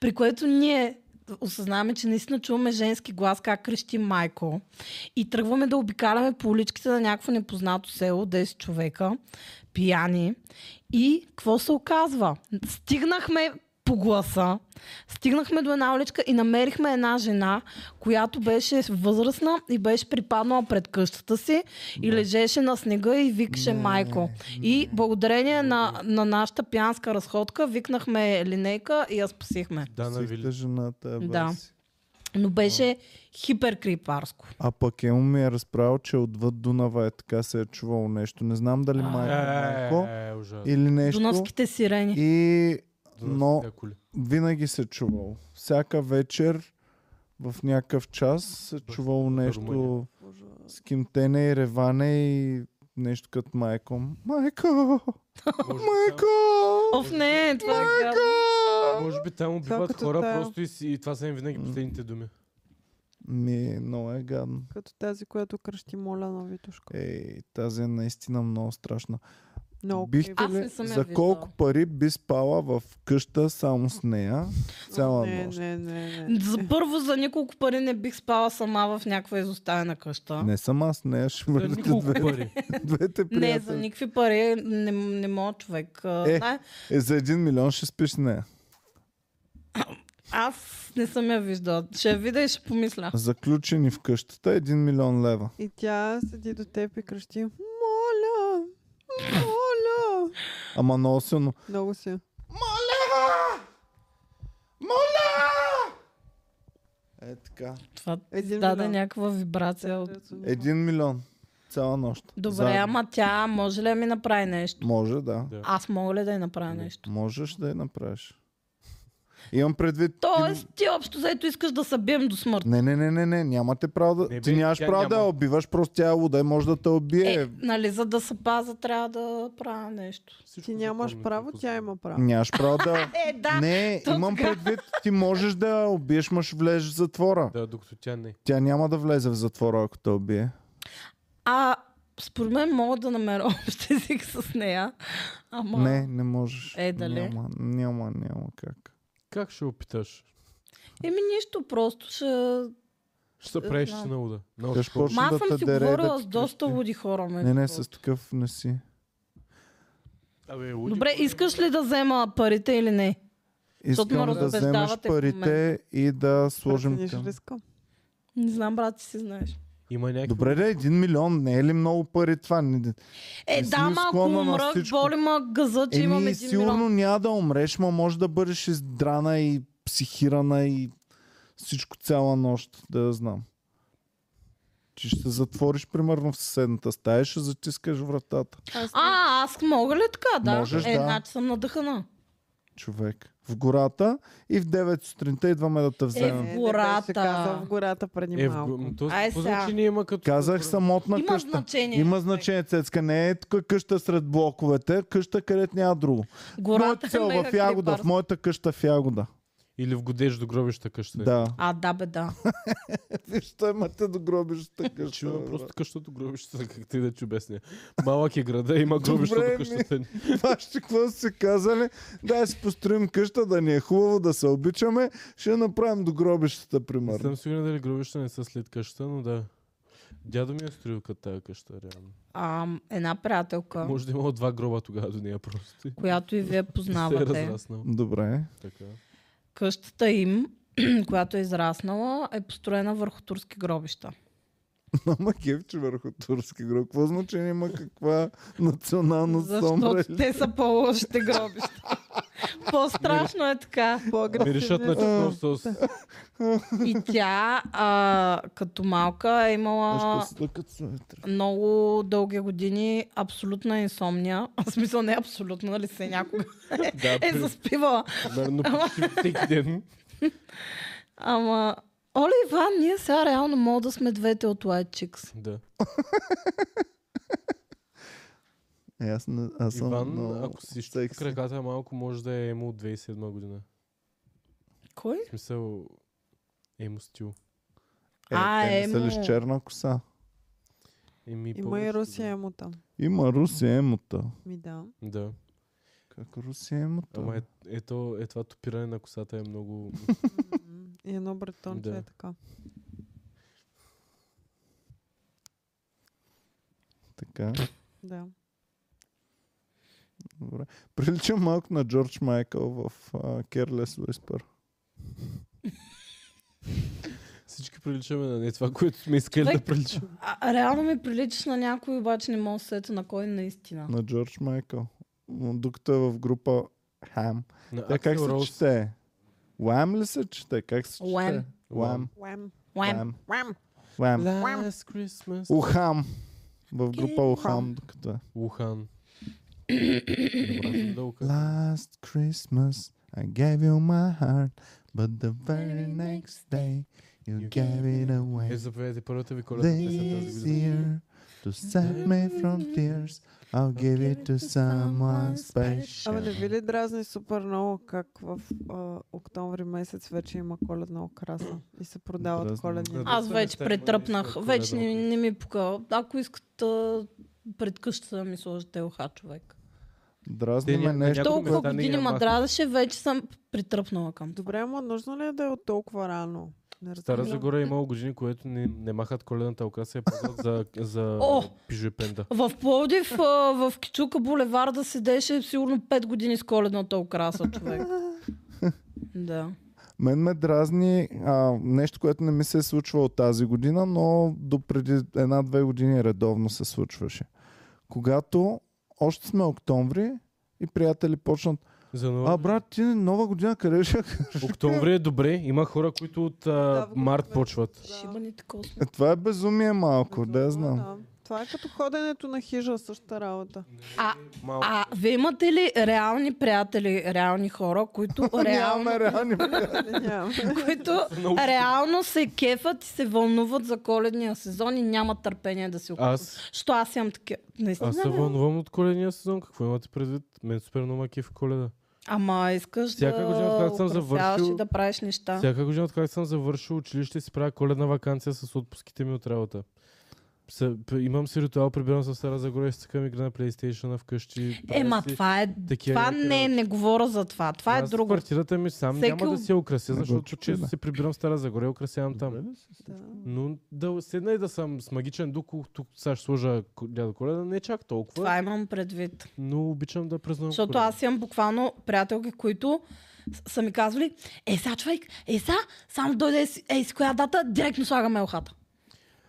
Speaker 3: При което ние осъзнаваме, че наистина чуваме женски глас, как крещи майко. И тръгваме да обикаляме по уличките на някакво непознато село, 10 човека, пияни. И какво се оказва? Стигнахме по гласа, стигнахме до една уличка и намерихме една жена, която беше възрастна и беше припаднала пред къщата си и лежеше на снега и викаше майко. И благодарение на, на нашата пиянска разходка викнахме линейка и я спасихме.
Speaker 4: Дана
Speaker 1: Психте
Speaker 4: Вили.
Speaker 1: жената, е,
Speaker 3: Да.
Speaker 1: баси.
Speaker 3: Но беше хиперкрипарско.
Speaker 1: А пък Емо ми е разправил, че отвъд Дунава е така се е чувало нещо. Не знам дали май, майко
Speaker 4: Е, е, ужасно.
Speaker 1: или нещо.
Speaker 3: Дунавските сирени.
Speaker 1: И но-
Speaker 4: Дунавските акули.
Speaker 1: винаги се е чувало. Всяка вечер в някакъв час се е чувало нещо
Speaker 4: Румъния.
Speaker 1: с кимтене и реване и нещо като майко. Майко!
Speaker 4: Може,
Speaker 1: Майко!
Speaker 3: Оф, не, това е гадно.
Speaker 4: може би там убиват
Speaker 2: като
Speaker 4: хора
Speaker 2: тая.
Speaker 4: просто и, си- и това са им винаги
Speaker 1: М.
Speaker 4: последните думи.
Speaker 1: Ми, много е гадно.
Speaker 2: Като тази, която кръщи моля на Витушка.
Speaker 1: Ей, тази е наистина много страшна.
Speaker 2: Много
Speaker 1: Бихте
Speaker 3: Аз
Speaker 2: криво.
Speaker 1: ли,
Speaker 3: не съм я
Speaker 1: за
Speaker 3: виждала.
Speaker 1: колко пари би спала в къща само с нея цяла
Speaker 2: не,
Speaker 1: нощ?
Speaker 2: не, не, не.
Speaker 3: За първо за николко пари не бих спала сама в някаква изоставена къща.
Speaker 1: Не съм аз, нея ще
Speaker 4: За
Speaker 1: върнете
Speaker 4: николко
Speaker 1: две,
Speaker 4: пари.
Speaker 1: двете приятели.
Speaker 3: Не, за никакви пари не, не мога човек. А,
Speaker 1: Е.
Speaker 3: Най-
Speaker 1: Е, за един милион ще спиш с нея.
Speaker 3: аз не съм я виждала. Ще я видя и ще помисля.
Speaker 1: Заключени в къщата 1 милион лева.
Speaker 2: И тя седи до теб и кръщи. Моля! Моля!
Speaker 1: Ама много силно.
Speaker 2: Много си.
Speaker 1: Е така.
Speaker 3: Това
Speaker 2: Един
Speaker 3: даде
Speaker 2: милион.
Speaker 3: някаква вибрация. От...
Speaker 1: Един милион. Цяла нощ.
Speaker 3: Добре,
Speaker 1: Заедно.
Speaker 3: ама тя може ли да ми направи нещо?
Speaker 1: Може, да.
Speaker 4: Да.
Speaker 3: Аз мога ли да й
Speaker 1: Ами.
Speaker 3: направя нещо?
Speaker 1: Можеш да я направиш. Имам предвид. ти-
Speaker 3: Тоест, ти общо заето искаш да се бием до смърт.
Speaker 1: Не, не, не, не, не, нямате право да...
Speaker 4: Не, бе,
Speaker 1: ти нямаш
Speaker 4: тя
Speaker 1: право да я
Speaker 4: няма.
Speaker 1: убиваш, просто тя е луда и може да те убие.
Speaker 3: Е, нали, за да се паза, трябва да правя нещо.
Speaker 4: Всичко
Speaker 2: Ти нямаш
Speaker 4: законно е
Speaker 2: право, тя
Speaker 4: позволено.
Speaker 2: има право.
Speaker 1: Нямаш право да...
Speaker 3: Е, да.
Speaker 1: не,
Speaker 3: то
Speaker 1: имам
Speaker 3: така.
Speaker 1: предвид, ти можеш да я убиеш, мъж влезеш в затвора.
Speaker 4: Да, докато тя не.
Speaker 1: Тя няма да влезе в затвора, ако те убие.
Speaker 3: А, според мен мога да намеря общ език с нея. Ама...
Speaker 1: Не, не можеш.
Speaker 3: Е, дали?
Speaker 1: Няма, няма, няма как.
Speaker 4: Как ще опиташ?
Speaker 3: Еми нищо, просто ще...
Speaker 4: Ще се
Speaker 3: Е,
Speaker 4: правиш
Speaker 3: знам.
Speaker 4: че на уда. Много
Speaker 1: Ще
Speaker 4: ще помня.
Speaker 1: почна
Speaker 3: Ма аз
Speaker 1: да
Speaker 3: съм
Speaker 1: те
Speaker 3: си
Speaker 1: дере и да
Speaker 3: говорила
Speaker 1: ти
Speaker 3: с доста
Speaker 1: крещи.
Speaker 3: луди хора. Между
Speaker 1: Не, не,
Speaker 3: другото.
Speaker 1: с такъв не си.
Speaker 4: Абе, луди.
Speaker 3: Добре, искаш ли да взема парите или не? Защото ме
Speaker 1: Искам да вземеш
Speaker 3: разубеждавате в
Speaker 1: парите и да сложим
Speaker 2: Прецениш
Speaker 1: към...
Speaker 2: риска.
Speaker 3: Не знам, брат, ти си знаеш.
Speaker 4: Има някакви...
Speaker 1: Добре, да, един милион, не е ли много пари това? Не-
Speaker 3: Е,
Speaker 1: Не си
Speaker 3: да,
Speaker 1: ми
Speaker 3: ама ако
Speaker 1: склонна на
Speaker 3: умрък,
Speaker 1: всичко.
Speaker 3: боли ма гъза, че имам
Speaker 1: Еми,
Speaker 3: един
Speaker 1: сигурно
Speaker 3: милион.
Speaker 1: няма да умреш, ма може да бъдеш издрана и психирана и всичко цяла нощ, да я знам. Че ще се затвориш примерно в съседната стая и ще затискаш вратата.
Speaker 2: Аз не-
Speaker 3: А, аз мога ли така? Да.
Speaker 1: Можеш,
Speaker 3: е,
Speaker 1: да.
Speaker 3: значи съм надъхана.
Speaker 1: Човек. В гората и в 9 сутринта идваме да те
Speaker 2: не,
Speaker 1: вземем.
Speaker 2: не
Speaker 1: Е,
Speaker 2: беше
Speaker 3: гората.
Speaker 2: казал в гората преди
Speaker 4: Е, в...
Speaker 2: малко.
Speaker 4: го- То...
Speaker 3: Ай,
Speaker 4: какво
Speaker 3: сега.
Speaker 4: значение има като...
Speaker 1: Казах самотна
Speaker 3: е, Има
Speaker 1: къща.
Speaker 3: значение.
Speaker 1: Има значение, Цецка. Не е тук къща сред блоковете, къща където няма друго. Моята
Speaker 3: Гората е
Speaker 1: цел
Speaker 3: мега
Speaker 1: в Ягода, в
Speaker 3: крипарска.
Speaker 1: моята къща в Ягода.
Speaker 4: Или в годеж до гробища къща. е.
Speaker 1: Да.
Speaker 3: А, да, бе, да.
Speaker 1: Вижте, имате до гробищата
Speaker 4: Че
Speaker 1: къща.
Speaker 4: има
Speaker 1: бе,
Speaker 4: просто къща до гробищата, как ти да ти обясня. Малък е града, има гробища
Speaker 1: Добре,
Speaker 4: до
Speaker 1: ми.
Speaker 4: къщата ни.
Speaker 1: Вашите какво са си казали? Да, си построим къща, да ни е хубаво, да се обичаме. Ще направим до гробищата,
Speaker 4: Не
Speaker 1: примерно.
Speaker 4: съм сигурен дали гробища не са след къщата, но да. Дядо ми е строил като тая къща, реално.
Speaker 3: А, една приятелка,
Speaker 4: Може да е имало два гроба тогава до нея просто. И
Speaker 3: която и вие
Speaker 4: се е
Speaker 3: познавате.
Speaker 4: разраснал.
Speaker 1: Добре.
Speaker 4: Така.
Speaker 3: Къщата им, която е израснала, е построена върху турски гробища.
Speaker 1: Ама кефче върху турски гроб. Какво значение има каква националност са
Speaker 3: Защото
Speaker 1: умрели?
Speaker 3: те са по-лошите гробища. По-страшно е така.
Speaker 4: Миришат на
Speaker 1: Е.
Speaker 4: чеснок сос.
Speaker 3: И тя, а, като малка, е имала
Speaker 1: Нещо слъкат суетра.
Speaker 3: много дълги години абсолютна инсомния. В смисъл не абсолютно, нали се някога
Speaker 4: Да,
Speaker 3: е
Speaker 4: при-
Speaker 3: заспивала.
Speaker 4: примерно почти всеки ден.
Speaker 3: Ама, Оле Иван, ние сега реално мога да сме двете от White Chicks.
Speaker 4: Да.
Speaker 1: Е, аз, не, аз съм
Speaker 4: Иван,
Speaker 1: много
Speaker 4: ако си щупи
Speaker 1: секси.
Speaker 4: краката малко, може да е емо от 2007 година.
Speaker 3: Кой?
Speaker 4: В смисъл, емо стил.
Speaker 1: Е,
Speaker 3: А,
Speaker 1: те не са ли
Speaker 3: емо.
Speaker 1: с черна коса?
Speaker 4: Еми,
Speaker 2: Има
Speaker 4: повечето,
Speaker 2: и
Speaker 4: да.
Speaker 2: Русия ему там.
Speaker 1: Има руси емота.
Speaker 2: Ми да.
Speaker 4: Да.
Speaker 1: Как руси емота?
Speaker 4: Ама е, ето, е това топиране на косата е много...
Speaker 2: М, И едно бретонче
Speaker 4: Да.
Speaker 2: е така.
Speaker 1: Така,
Speaker 2: Да.
Speaker 1: добре. Прилича малко на Джордж Майкъл в uh, Careless Whisper.
Speaker 4: Всички приличаме на не това, което сме искали
Speaker 3: Човек.
Speaker 4: да приличаме.
Speaker 3: А, реално ми приличаш на някой, обаче не мога да се сетя на кой наистина.
Speaker 1: На Джордж Майкъл. Но Докато е в група Хам.
Speaker 4: На
Speaker 1: Тя Е, как
Speaker 4: Axl
Speaker 1: се
Speaker 4: Rose.
Speaker 1: чете? Лам ли се чете? Как се чете?
Speaker 3: Лам.
Speaker 1: Лам.
Speaker 2: Уем.
Speaker 3: Лайм.
Speaker 2: Уем.
Speaker 1: Лам.
Speaker 4: Last Christmas.
Speaker 1: Ухам. В група Ухам, докато е.
Speaker 4: Ухан. Добре, съм долу къде.
Speaker 1: Last Christmas I gave you my heart, but the very next day you gave it
Speaker 4: Е,
Speaker 1: away.
Speaker 4: заповядайте първата ви коледна песен тази
Speaker 1: This
Speaker 4: година.
Speaker 1: year to save me from tears, I'll give it to someone
Speaker 2: Абе, не
Speaker 1: special.
Speaker 2: ви ли дразни супер много как в а, октомври месец вече има коледна окраса и се продават
Speaker 1: Дразни.
Speaker 2: коледни
Speaker 4: Да,
Speaker 3: Аз
Speaker 4: Тук
Speaker 3: вече
Speaker 4: не сте
Speaker 3: претръпнах.
Speaker 4: водили след
Speaker 3: Вече не,
Speaker 4: коледа,
Speaker 3: не ми пука. Ако искате пред къщата да ми сложите уха човек.
Speaker 1: Дразни
Speaker 4: Деня-
Speaker 1: ме
Speaker 4: на
Speaker 1: нещо.
Speaker 4: няколко
Speaker 1: което-
Speaker 3: Толкова
Speaker 4: места не
Speaker 3: години
Speaker 4: я
Speaker 3: ма
Speaker 4: махнах.
Speaker 3: дразеше, вече съм притръпнала към това.
Speaker 2: Добре, ама нужно ли е да е от толкова рано? Не
Speaker 4: Стара
Speaker 2: разбирам.
Speaker 4: Загора е имало години, което не, не махат коледната окраса и я е ползват за, за
Speaker 3: О!
Speaker 4: пижуепенда.
Speaker 3: В Пловдив, а, в Кичука булевар да седеше сигурно 5 години с коледната украса човек. да.
Speaker 1: Мен ме дразни а, нещо, което не ми се е случвало тази година, но до преди една-две години редовно се случваше. Когато още сме октомври и приятели почнат
Speaker 4: За
Speaker 1: А,
Speaker 4: нова...
Speaker 1: брат, ти нова година къде ще...
Speaker 4: Октомври е добре. Има хора, които от а,
Speaker 2: Да,
Speaker 4: март
Speaker 2: бе.
Speaker 4: почват.
Speaker 2: Да.
Speaker 3: Шибаните косми.
Speaker 1: Е, Това е безумие малко, да я знам.
Speaker 2: Да. Това е като ходенето на хижа, същата работа.
Speaker 3: А,
Speaker 4: Малко.
Speaker 3: а вие имате ли реални приятели, реални хора, които реално,
Speaker 1: Нямаме реални
Speaker 2: Не, нямам.
Speaker 3: които реално се кефат и се вълнуват за коледния сезон и нямат търпение да си оказват?
Speaker 4: Аз,
Speaker 3: Що аз имам такива? Наистина.
Speaker 4: аз се
Speaker 3: бе.
Speaker 4: вълнувам от коледния сезон. Какво имате предвид? Мен супер много ме кефи коледа.
Speaker 3: Ама искаш
Speaker 4: Всяка
Speaker 3: да
Speaker 4: година, откакто съм
Speaker 3: украсяваш
Speaker 4: завършил-
Speaker 3: и да правиш неща.
Speaker 4: Всяка година, откакто съм завършил училище, си правя коледна вакансия с отпуските ми от работа. Се- п- имам си ритуал, прибирам се в Стара Загора и си цъкам игра на PlayStation вкъщи. правя
Speaker 3: Ема
Speaker 4: си-
Speaker 3: това е...
Speaker 4: такива
Speaker 3: Това
Speaker 4: някакви
Speaker 3: не,
Speaker 4: работи.
Speaker 3: не говоря за това. Това е
Speaker 4: Аз в
Speaker 3: друго.
Speaker 4: Квартирата ми сам
Speaker 3: Всеки
Speaker 4: няма да
Speaker 3: от-
Speaker 4: си я украся,
Speaker 1: Не го
Speaker 4: защото често
Speaker 1: чуя.
Speaker 4: се прибирам в Стара Загора и украсявам там.
Speaker 2: Да.
Speaker 4: Но да седна и да съм с магичен дух, тук сега ще сложа ко- дядо Коледа, не е чак толкова,
Speaker 3: Това имам предвид.
Speaker 4: но обичам да празнувам
Speaker 3: Защото
Speaker 4: Коледа.
Speaker 3: аз имам буквално приятелки, които с- са ми казвали, е са човек, е са, само дойде с- е с коя дата, директно слагаме елхата.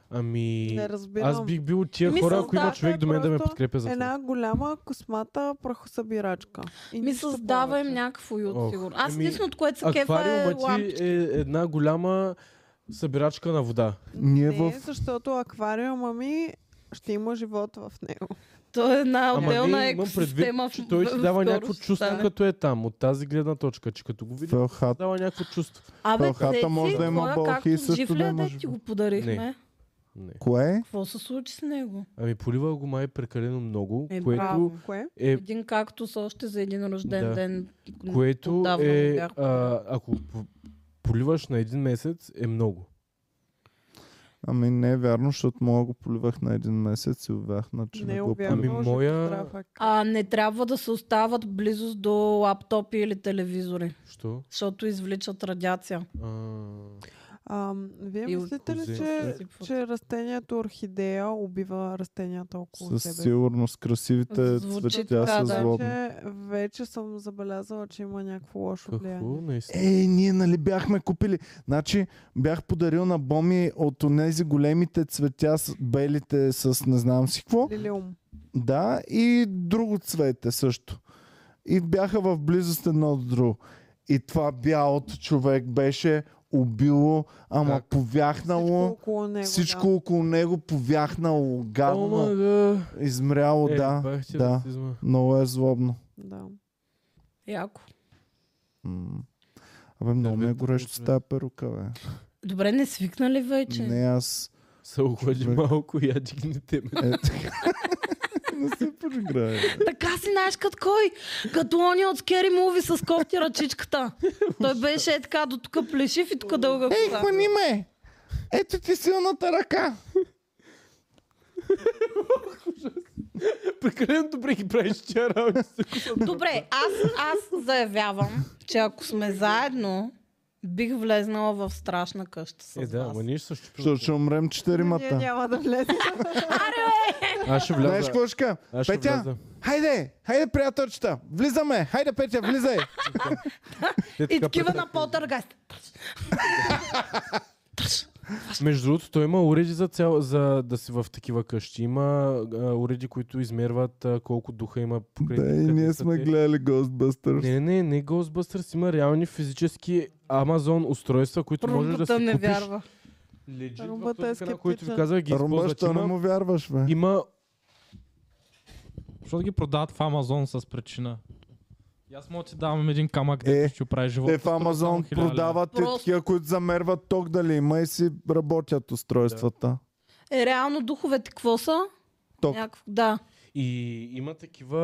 Speaker 4: Ами...
Speaker 2: Не разбирам.
Speaker 4: Аз бих бил от тия
Speaker 3: Ми
Speaker 4: хора, ако има
Speaker 2: създавате
Speaker 4: човек до мен да ме
Speaker 2: просто
Speaker 4: подкрепя за това.
Speaker 2: Една голяма космата прахосъбирачка. И
Speaker 3: Ми
Speaker 2: нищо
Speaker 3: създава им
Speaker 2: повече.
Speaker 3: някакъв уют,
Speaker 4: Ох,
Speaker 3: сигурно. Аз
Speaker 4: ами,
Speaker 3: единственото, което се кефа е
Speaker 4: Аквариумът
Speaker 3: лампи.
Speaker 4: ти е една голяма събирачка на вода.
Speaker 1: Ние
Speaker 2: Не,
Speaker 1: в...
Speaker 2: защото аквариума ми ще има живот в него.
Speaker 3: То е една
Speaker 4: Ама
Speaker 3: отделна
Speaker 4: не, имам предвид,
Speaker 3: екосистема.
Speaker 4: че
Speaker 3: в-
Speaker 4: той ти
Speaker 3: в-
Speaker 4: дава
Speaker 3: скоро
Speaker 4: някакво
Speaker 3: ще
Speaker 4: чувство,
Speaker 3: стане.
Speaker 4: като е там, от тази гледна точка, че като го видиш,
Speaker 1: Фелхат.
Speaker 4: дава някакво чувство.
Speaker 3: Абе,
Speaker 1: Елхата
Speaker 3: Цеци,
Speaker 1: може да има
Speaker 3: твоя
Speaker 1: бълхи
Speaker 3: както
Speaker 1: и също
Speaker 3: жив ли
Speaker 1: да
Speaker 3: е,
Speaker 1: има
Speaker 3: де ти
Speaker 1: живот.
Speaker 3: го подарихме?
Speaker 4: Не. Не.
Speaker 1: Кое?
Speaker 3: Какво се случи с него?
Speaker 4: Ами полива го май прекалено много,
Speaker 3: Е,
Speaker 4: което
Speaker 3: браво.
Speaker 2: Кое?
Speaker 4: е
Speaker 3: Един кактус още за един рожден
Speaker 4: Да.
Speaker 3: ден.
Speaker 4: което
Speaker 3: отдавна не
Speaker 4: е,
Speaker 3: бях
Speaker 4: а, ако п- поливаш на един месец, е много.
Speaker 1: Ами не е вярно, защото мога го поливах на един месец и обяхна, че
Speaker 3: е
Speaker 1: не,
Speaker 2: Не
Speaker 1: го
Speaker 2: обявам.
Speaker 1: поливам.
Speaker 4: Ами моя-
Speaker 3: А не трябва да се остават близост до лаптопи или телевизори,
Speaker 4: Що?
Speaker 3: защото извличат радиация.
Speaker 4: А,
Speaker 2: А, вие
Speaker 3: И
Speaker 2: мислите ли,
Speaker 4: козе.
Speaker 2: че,
Speaker 3: Съсипват.
Speaker 2: че растението орхидея убива растенията около
Speaker 1: Със
Speaker 2: себе?
Speaker 1: сигурност красивите
Speaker 3: Звучи
Speaker 1: цветя
Speaker 3: така,
Speaker 1: са
Speaker 3: да.
Speaker 1: злобни.
Speaker 2: Вече, Значи, вече съм забелязала, че има някакво лошо
Speaker 4: какво?
Speaker 2: влияние.
Speaker 4: Наистина.
Speaker 1: Ей, ние нали бяхме купили. Значи бях подарил на Боми от тези големите цветя с белите с не знам си какво.
Speaker 2: Лилиум.
Speaker 1: Да, и друго цвете също. И бяха в близост едно до друго. И това бялото човек беше убило, ама
Speaker 4: Как?
Speaker 2: Всичко
Speaker 1: повяхнало.
Speaker 2: около него.
Speaker 1: Всичко около него повяхнало,
Speaker 4: Ама
Speaker 1: гадно,
Speaker 4: да.
Speaker 1: измряло,
Speaker 4: Е,
Speaker 1: да.
Speaker 4: бах ти
Speaker 1: да.
Speaker 4: расизма.
Speaker 1: Много е злобно.
Speaker 2: Да. да.
Speaker 3: Яко.
Speaker 1: М. Абе, много ми е
Speaker 4: Дървета,
Speaker 1: горещо с
Speaker 4: човек.
Speaker 1: тази перука, бе.
Speaker 3: Добре, не свикна ли вече?
Speaker 1: Не, аз...
Speaker 4: Се охлади
Speaker 1: Човек.
Speaker 4: малко и я дигнете ме.
Speaker 1: Е, така. не се подиграе.
Speaker 3: Така си знаеш като кой? Като они от Scary Movie с кофти ръчичката. Той беше е така до тук плешив и тук дълга коса.
Speaker 1: хвани ме! Ето ти силната ръка!
Speaker 4: Прекалено добре ги правиш тия работи.
Speaker 3: Добре, аз, аз заявявам, че ако сме заедно, бих влезнала в страшна къща с
Speaker 4: Е, да,
Speaker 3: вас.
Speaker 4: ма ние ще се щупим.
Speaker 1: Защото ще умрем
Speaker 2: Ние
Speaker 1: четиримата.
Speaker 2: няма да влезем.
Speaker 4: Аз ще
Speaker 1: Знаеш
Speaker 4: вляза.
Speaker 1: какво ще кажа?
Speaker 4: Аз ще вляза.
Speaker 1: Петя, хайде, хайде, приятелчета, влизаме, хайде, Петя, влизай.
Speaker 4: Те
Speaker 3: И
Speaker 4: така
Speaker 3: такива
Speaker 4: пред-
Speaker 3: на Потъргаст.
Speaker 4: Между другото, той има уреди за, цял, за да си в такива къщи. Има а, уреди, които измерват а, колко духа има покрай.
Speaker 1: Да, и
Speaker 4: къде
Speaker 1: ние
Speaker 4: са
Speaker 1: сме
Speaker 4: те.
Speaker 1: гледали Ghostbusters.
Speaker 4: Не, не, не Ghostbusters. Има реални физически Amazon устройства, които можеш да си
Speaker 3: Румбата не
Speaker 4: купиш.
Speaker 3: вярва.
Speaker 4: Legit,
Speaker 2: Румбата
Speaker 4: в
Speaker 2: е
Speaker 4: този канал, който ви
Speaker 2: скептична.
Speaker 4: казах, ги
Speaker 1: Румба,
Speaker 4: използват.
Speaker 1: що не
Speaker 4: Има,
Speaker 1: му вярваш, бе?
Speaker 4: има
Speaker 5: Защото ги продават в Амазон с причина. И аз мога да ти давам един камък,
Speaker 1: Е,
Speaker 5: да ще оправи живота.
Speaker 1: Те в Амазон продават и
Speaker 3: Просто-
Speaker 1: такива, които замерват ток дали има и си работят устройствата.
Speaker 3: Е, реално духовете какво са?
Speaker 1: Ток.
Speaker 3: Някакво, да.
Speaker 4: И има такива,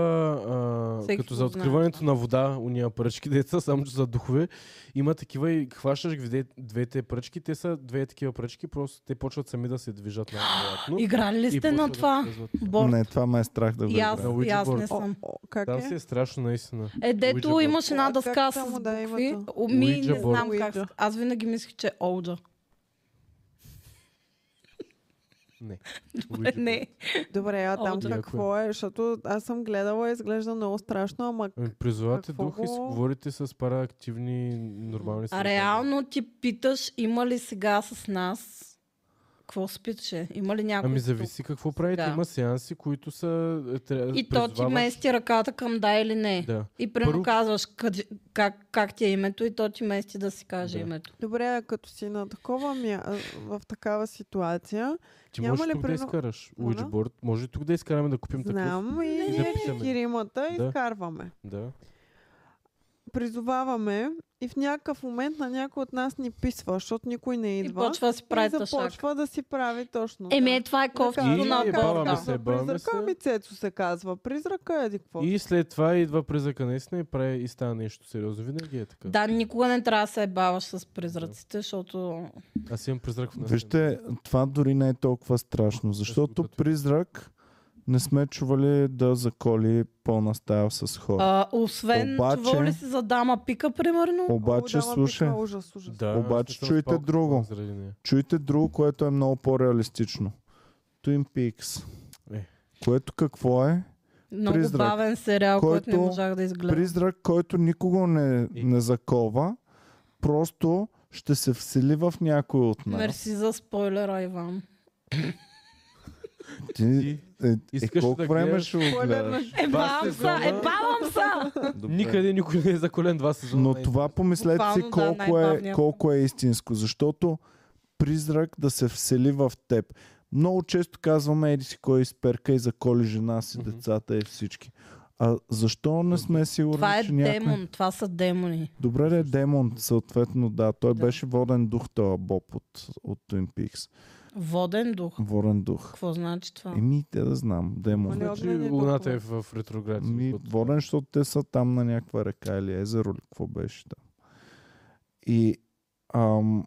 Speaker 4: а,
Speaker 3: Всеки
Speaker 4: като
Speaker 3: го знае
Speaker 4: за откриването
Speaker 3: това.
Speaker 4: на вода, уния пръчки, деца, само че за духове, има такива и хващаш ги в де- двете пръчки, те са две такива пръчки, просто те почват сами да се движат най-вероятно.
Speaker 3: Играли ли
Speaker 4: И
Speaker 3: сте на
Speaker 4: почват да
Speaker 3: това?
Speaker 4: се развиват.
Speaker 3: Борт.
Speaker 1: Не, това ме е страх да го
Speaker 3: И аз,
Speaker 1: играя.
Speaker 4: На
Speaker 3: и аз не
Speaker 4: Ouija
Speaker 2: О,
Speaker 3: съм.
Speaker 2: о, как
Speaker 4: Там си
Speaker 2: е?
Speaker 4: е страшно, наистина.
Speaker 3: Е,
Speaker 4: Ouija
Speaker 3: дето
Speaker 4: board.
Speaker 3: имаше една
Speaker 2: Как
Speaker 3: дъска с
Speaker 2: само да е
Speaker 3: букви.
Speaker 2: името?
Speaker 3: О, Ми,
Speaker 4: Ouija
Speaker 3: не знам
Speaker 2: board.
Speaker 3: как.
Speaker 2: Ouija.
Speaker 3: Аз винаги мислих, че е Олджа.
Speaker 4: Не. Ouija board.
Speaker 3: Не.
Speaker 2: Добре, а там
Speaker 3: О, да.
Speaker 2: какво е? Защото аз съм гледала, изглежда много страшно, ама
Speaker 4: Ами, Призовате
Speaker 2: Какво
Speaker 4: дух и си
Speaker 2: го-
Speaker 4: говорите с параактивни нормални
Speaker 3: А
Speaker 4: създания.
Speaker 3: реално ти питаш, има ли сега с нас? Какво се питаше? Има ли някой?
Speaker 4: Ами
Speaker 3: тук?
Speaker 4: зависи какво правите.
Speaker 3: Да.
Speaker 4: Има сеанси, които са... е, тря-
Speaker 3: И то ти
Speaker 4: призваваш-
Speaker 3: мести ръката към да или не.
Speaker 4: Да.
Speaker 3: И прямо
Speaker 4: Първо-
Speaker 3: казваш къде, как, как ти е името и то ти мести да си каже
Speaker 4: Да.
Speaker 3: името.
Speaker 2: добре, а като си на такова ми, в такава ситуация,
Speaker 4: Ти
Speaker 2: Няма
Speaker 4: можеш
Speaker 2: ли
Speaker 4: тук да
Speaker 2: прино-
Speaker 4: изкараш
Speaker 2: Моля?
Speaker 4: Ouija board. Може и тук да изкараме да купим такъв.
Speaker 2: знам и
Speaker 3: Не,
Speaker 4: не,
Speaker 2: ние
Speaker 4: не.
Speaker 2: четиримата
Speaker 4: Да.
Speaker 2: изкарваме.
Speaker 4: Да.
Speaker 2: Призоваваме и в някакъв момент на някой от нас ни писва, защото никой не
Speaker 3: И
Speaker 2: идва.
Speaker 3: почва да си
Speaker 2: и
Speaker 3: прави ташак.
Speaker 2: започва да си прави точно.
Speaker 3: Еми,
Speaker 2: да.
Speaker 3: е, това е
Speaker 4: И
Speaker 3: кофтото на
Speaker 4: е, баба ми
Speaker 3: борда.
Speaker 4: се, баба ми
Speaker 2: призрака
Speaker 4: се.
Speaker 2: ми Цецо се казва. Призрака е какво.
Speaker 4: И след това идва призрака наистина и прави и става нещо сериозно. Винаги е така.
Speaker 3: Да, никога не трябва да се ебаваш с призраците, защото...
Speaker 4: Аз имам призрак в нас.
Speaker 1: Вижте, това дори не е толкова страшно, защото
Speaker 4: Абсолютно.
Speaker 1: призрак не сме чували да заколи пълна стая с хора.
Speaker 3: А, освен
Speaker 1: Обаче-
Speaker 3: чувал ли си за дама пика, примерно?
Speaker 1: Обаче,
Speaker 2: О, дама,
Speaker 1: слушай,
Speaker 2: пикна, Ужас, ужас.
Speaker 4: Да, аз
Speaker 1: Обаче
Speaker 4: не съм
Speaker 1: чуйте
Speaker 4: спал като
Speaker 1: друго.
Speaker 4: мак заради нея.
Speaker 1: чуйте друго, което е много по-реалистично. Twin Peaks.
Speaker 4: Е.
Speaker 1: Което какво е?
Speaker 3: Много
Speaker 1: Призрак,
Speaker 3: бавен сериал, който, не
Speaker 1: който
Speaker 3: можах да изгледам.
Speaker 1: Призрак, който никого не,
Speaker 4: И-
Speaker 1: не закова, просто ще се всели в някой от нас.
Speaker 3: Мерси за спойлера, Иван.
Speaker 1: Ти,
Speaker 4: Ти
Speaker 1: е, е,
Speaker 4: искаш
Speaker 1: колко
Speaker 4: да
Speaker 1: време
Speaker 4: гледаш-
Speaker 1: ще го гледаш?
Speaker 3: Ебавам се,
Speaker 4: сезона.
Speaker 3: ебавам се!
Speaker 1: Добре.
Speaker 4: Никъде никой не е заколен два сезона.
Speaker 1: Но това помислете си
Speaker 3: Буквално, да,
Speaker 1: колко, е,
Speaker 3: най-бавният.
Speaker 1: колко е истинско, защото призрак да се всели в теб. Много често казваме, еди си кой изперка и заколи жена си,
Speaker 4: Мгм.
Speaker 1: децата и всички. А защо не сме сигурни,
Speaker 3: Това е
Speaker 1: че някой...
Speaker 3: демон, това са демони.
Speaker 1: Добре, да е демон, съответно, да. Той
Speaker 3: Да.
Speaker 1: беше воден дух, този Боб от, от Twin Peaks.
Speaker 3: Воден дух.
Speaker 1: Воден дух.
Speaker 3: Какво значи това?
Speaker 1: Еми, те да знам, демон.
Speaker 2: Ма не
Speaker 4: Значи
Speaker 2: огнени
Speaker 4: луната
Speaker 2: духове.
Speaker 4: е в в ретроград.
Speaker 1: Ми,
Speaker 4: От-
Speaker 1: Ами, воден, защото те са там на някаква река или езеро, или какво беше там. И ам,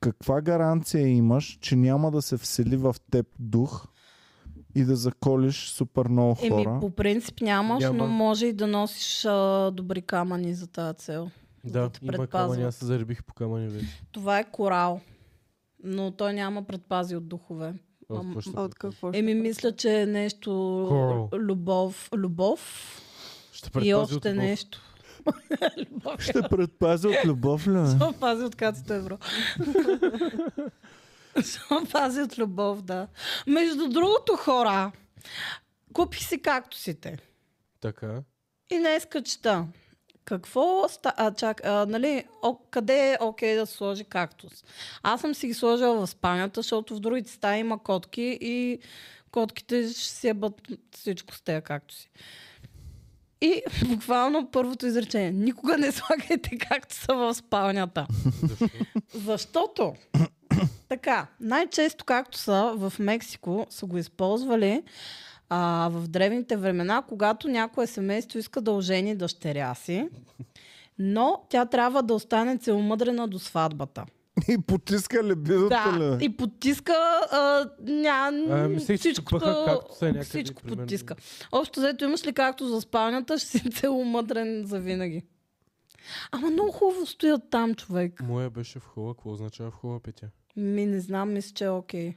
Speaker 1: каква гаранция имаш, че няма да се всели в теб дух и да заколиш супер много
Speaker 3: Еми,
Speaker 1: хора?
Speaker 3: по принцип нямаш,
Speaker 4: Няма.
Speaker 3: но може и да носиш а, добри камъни за тази цел.
Speaker 4: Да,
Speaker 3: те
Speaker 4: има
Speaker 3: предпазва.
Speaker 4: камъни. Аз се заребих по камъни вече.
Speaker 3: Това е корал, но той няма предпази от духове.
Speaker 4: А, от
Speaker 3: Ам,
Speaker 4: какво ще
Speaker 2: А от
Speaker 4: предпазва?
Speaker 2: какво ще
Speaker 3: Еми,
Speaker 2: се
Speaker 3: мисля, че е нещо
Speaker 4: Coral.
Speaker 3: любов, любов
Speaker 4: Ще
Speaker 3: и
Speaker 4: предпази от
Speaker 3: още
Speaker 4: любов.
Speaker 3: нещо. любов.
Speaker 1: Ще предпазя от любов ли? бе?
Speaker 3: Що пази от кацата евро? Що пази от любов, да. Между другото, хора, купих си кактусите.
Speaker 4: Така.
Speaker 3: И днес чета. Какво ста... А, чак, а, нали, о, къде е окей да се сложи кактус? Аз съм си ги сложила в спалнята, защото в другите стаи има котки и котките ще си ебат всичко с тези кактуси. И буквално първото изречение. Никога не слагайте кактуса в спалнята.
Speaker 4: Защо?
Speaker 3: Защото, така, най-често както са в Мексико, са го използвали а, в древните времена, когато някое семейство иска да ожени дъщеря си, но тя трябва да остане целомъдрена до сватбата.
Speaker 1: И потиска лебедото
Speaker 3: Да,
Speaker 1: ли?
Speaker 3: и потиска а, ня,
Speaker 4: А, мислех, че
Speaker 3: всичкото-
Speaker 4: пъха кактуса е някъде
Speaker 3: всичко
Speaker 4: при мен.
Speaker 3: потиска. Общо взето имаш ли както за спалнята, ще си целомъдрен за винаги. Ама много хубаво стоят там, човек.
Speaker 4: Моя беше в хола. Какво означава в хола петя?
Speaker 3: Ми не знам, мисля, че е окей.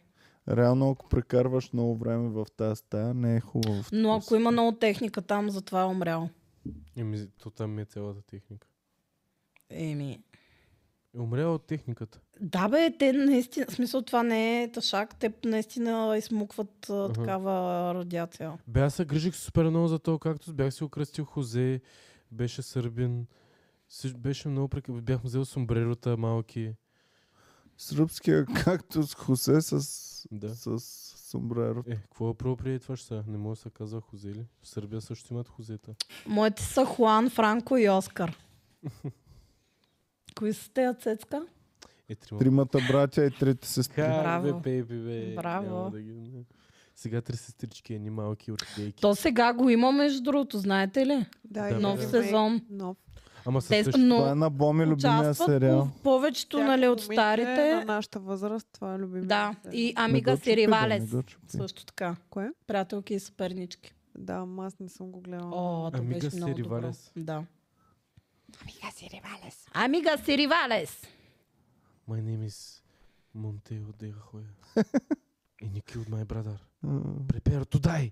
Speaker 1: Реално, ако прекарваш много време в тази стая, не е хубаво. в
Speaker 3: Но
Speaker 1: такива
Speaker 3: ако има много техника там, затова е умрял.
Speaker 4: Еми, то там ми е цялата техника.
Speaker 3: Еми.
Speaker 4: Е умряла от техниката.
Speaker 3: Да бе, те наистина, в смисъл това не е тъшак, те наистина измукват а, такава радиация.
Speaker 4: Бе, аз се грижих супер много за то, както бях си окръстил Хозе, беше сърбин. Всич- Беше много прек... Бях му взел сомбрерота малки.
Speaker 1: Сръбския кактус Хосе с,
Speaker 4: Да.
Speaker 1: с сомбреро.
Speaker 4: Е, какво е пропри това ще са? Не мога да се казва Хозе ли? В Сърбия също имат Хозета.
Speaker 3: Моите са Хуан, Франко и Оскар. Кои са те, Цецка?
Speaker 4: Е, трима.
Speaker 1: Тримата братя и трите сестри.
Speaker 4: Браво.
Speaker 3: Браво.
Speaker 4: Бе, бейби, бе.
Speaker 3: Браво.
Speaker 4: Няма Да ги... Сега три сестрички, едни малки орхидейки.
Speaker 3: То сега го има, между другото, знаете ли?
Speaker 2: Да,
Speaker 4: Да,
Speaker 2: и
Speaker 3: Нов
Speaker 4: бе.
Speaker 2: ремейк.
Speaker 3: сезон.
Speaker 2: Нов.
Speaker 4: Ама със
Speaker 3: Те,
Speaker 4: същ...
Speaker 1: Това е
Speaker 3: но
Speaker 1: на Боми любимия
Speaker 3: участват
Speaker 1: сериал.
Speaker 3: по- повечето нали, от
Speaker 2: Тях момиче На
Speaker 3: старите.
Speaker 2: нашата възраст, това е любимия.
Speaker 3: Да,
Speaker 2: сериал.
Speaker 3: и
Speaker 1: Не го
Speaker 3: Амига
Speaker 1: чупи, бе,
Speaker 3: Сиривалес.
Speaker 1: не го чупи.
Speaker 3: Също така.
Speaker 2: Кое?
Speaker 3: Приятелки и съпернички.
Speaker 2: Да, ама аз не съм го гледала.
Speaker 3: О, то
Speaker 4: Амига
Speaker 3: беше много
Speaker 4: Сиривалес.
Speaker 3: добро. Да. Амига Сиривалес.
Speaker 4: My name is Monteo de Hoya. And you killed my brother.
Speaker 1: М.
Speaker 4: Prepare to die!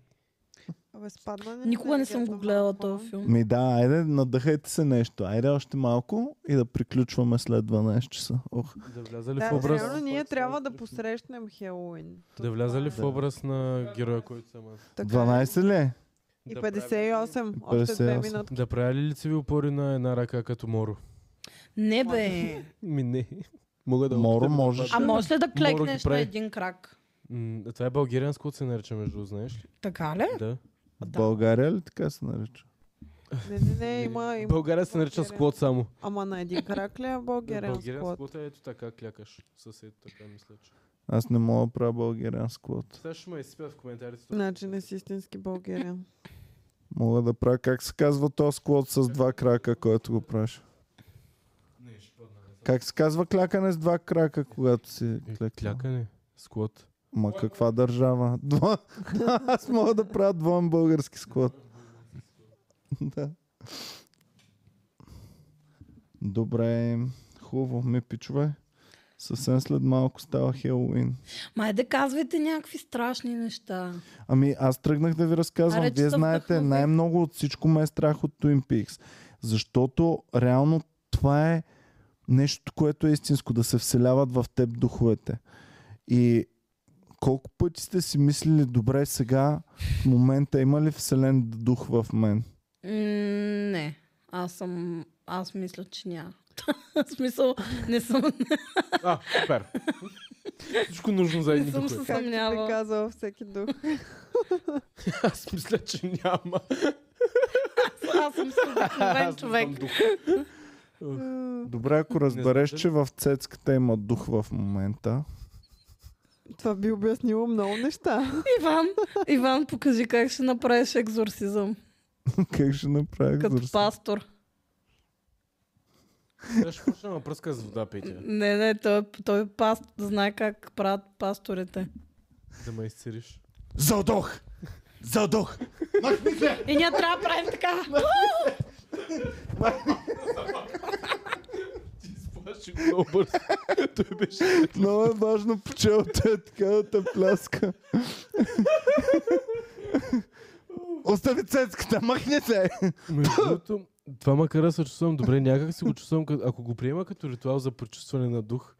Speaker 2: Абе, спадна ни
Speaker 3: Никога не съм
Speaker 2: енергията
Speaker 3: го гледала
Speaker 2: малко,
Speaker 3: този
Speaker 2: а?
Speaker 3: филм.
Speaker 1: Ми да, айде, надъхайте се нещо. Айде още малко и да приключваме след 12 часа. Ох,
Speaker 4: Да вляза ли
Speaker 2: Да,
Speaker 4: в образ?
Speaker 2: реално ние трябва да посрещнем Хелуин.
Speaker 4: Да вляза ли в
Speaker 1: Да.
Speaker 4: образ на героя, който съм аз?
Speaker 2: Така е.
Speaker 1: 12 ли е?
Speaker 2: И
Speaker 4: Да
Speaker 2: 58, още
Speaker 1: 58.
Speaker 2: две минутки.
Speaker 4: Да правя ли лицеви опори на една ръка като Моро?
Speaker 3: Не бе.
Speaker 4: Ми не. Мога да...
Speaker 1: Моро
Speaker 4: опитам да
Speaker 1: можеш.
Speaker 3: А
Speaker 4: правя.
Speaker 3: може ли да
Speaker 4: Моро ги
Speaker 3: клекнеш на
Speaker 4: прави.
Speaker 3: един крак?
Speaker 4: М, Това е българинско се нарича, между другото, знаеш ли?
Speaker 3: Така ли?
Speaker 4: Да.
Speaker 1: В
Speaker 3: Да.
Speaker 1: България ли така се нарича?
Speaker 2: Не, не, не, е, има,
Speaker 4: В
Speaker 2: има.
Speaker 4: България се нарича
Speaker 2: българин.
Speaker 4: сквот само.
Speaker 2: Ама на един крак ли е българен
Speaker 4: Българин
Speaker 2: склад?
Speaker 4: сквот е ето така клякаш. Съсед така мисля, че.
Speaker 1: Аз не мога да правя българин сквот.
Speaker 4: Сега ще ме изсипят в коментарите. тук.
Speaker 2: Значи не си истински българин.
Speaker 1: Мога да правя, как се казва то сквот с два крака, който го правиш? Как се казва клякане с два крака, когато си
Speaker 4: Е,
Speaker 1: клякал?
Speaker 4: Клякане. Сквот.
Speaker 1: Ма каква държава? Два... Аз мога да правя двоен български склад. да. Добре, хубаво ми пичове. Съвсем след малко става Хелоуин.
Speaker 3: Май да казвайте някакви страшни неща.
Speaker 1: Ами аз тръгнах да ви разказвам.
Speaker 3: Аре, че
Speaker 1: Вие
Speaker 3: се
Speaker 1: знаете,
Speaker 3: вдъхнових.
Speaker 1: най-много от всичко ме е страх от Twin Peaks. Защото реално това е нещо, което е истинско. Да се вселяват в теб духовете. И колко пъти сте си мислили, добре сега, в момента има ли вселен дух в мен?
Speaker 3: М, Не. Аз съм... Аз мисля, че няма. В смисъл, не съм,
Speaker 4: А, супер. Всичко нужно за
Speaker 3: не
Speaker 4: едни
Speaker 3: съм се
Speaker 4: духове.
Speaker 2: Както би
Speaker 3: съмнявала.
Speaker 2: казал всеки дух.
Speaker 4: Аз мисля, че няма.
Speaker 3: Аз съм обикновен човек.
Speaker 1: Добре, ако разбереш, че в цецката има дух в момента.
Speaker 2: Това би обяснило много неща.
Speaker 3: Иван, Иван, покажи как ще направиш екзорсизъм.
Speaker 1: Как ще направя
Speaker 3: Като
Speaker 1: екзорсизъм?
Speaker 3: пастор.
Speaker 4: Сега ще почна да ме пръска с вода, Петя.
Speaker 3: Не, не, той, той паст, знае как правят пасторите.
Speaker 4: Да ме изцериш.
Speaker 1: Задох! Задох!
Speaker 3: И ние трябва да правим така.
Speaker 4: Ти изплаши го много бързо. Той беше...
Speaker 1: Много е важно пчелата е така да те пляска. Остави цецката, махни се!
Speaker 4: Между другото, това макар да се чувствам добре, някак си го чувствам, като- ако го приема като ритуал за почувстване на дух,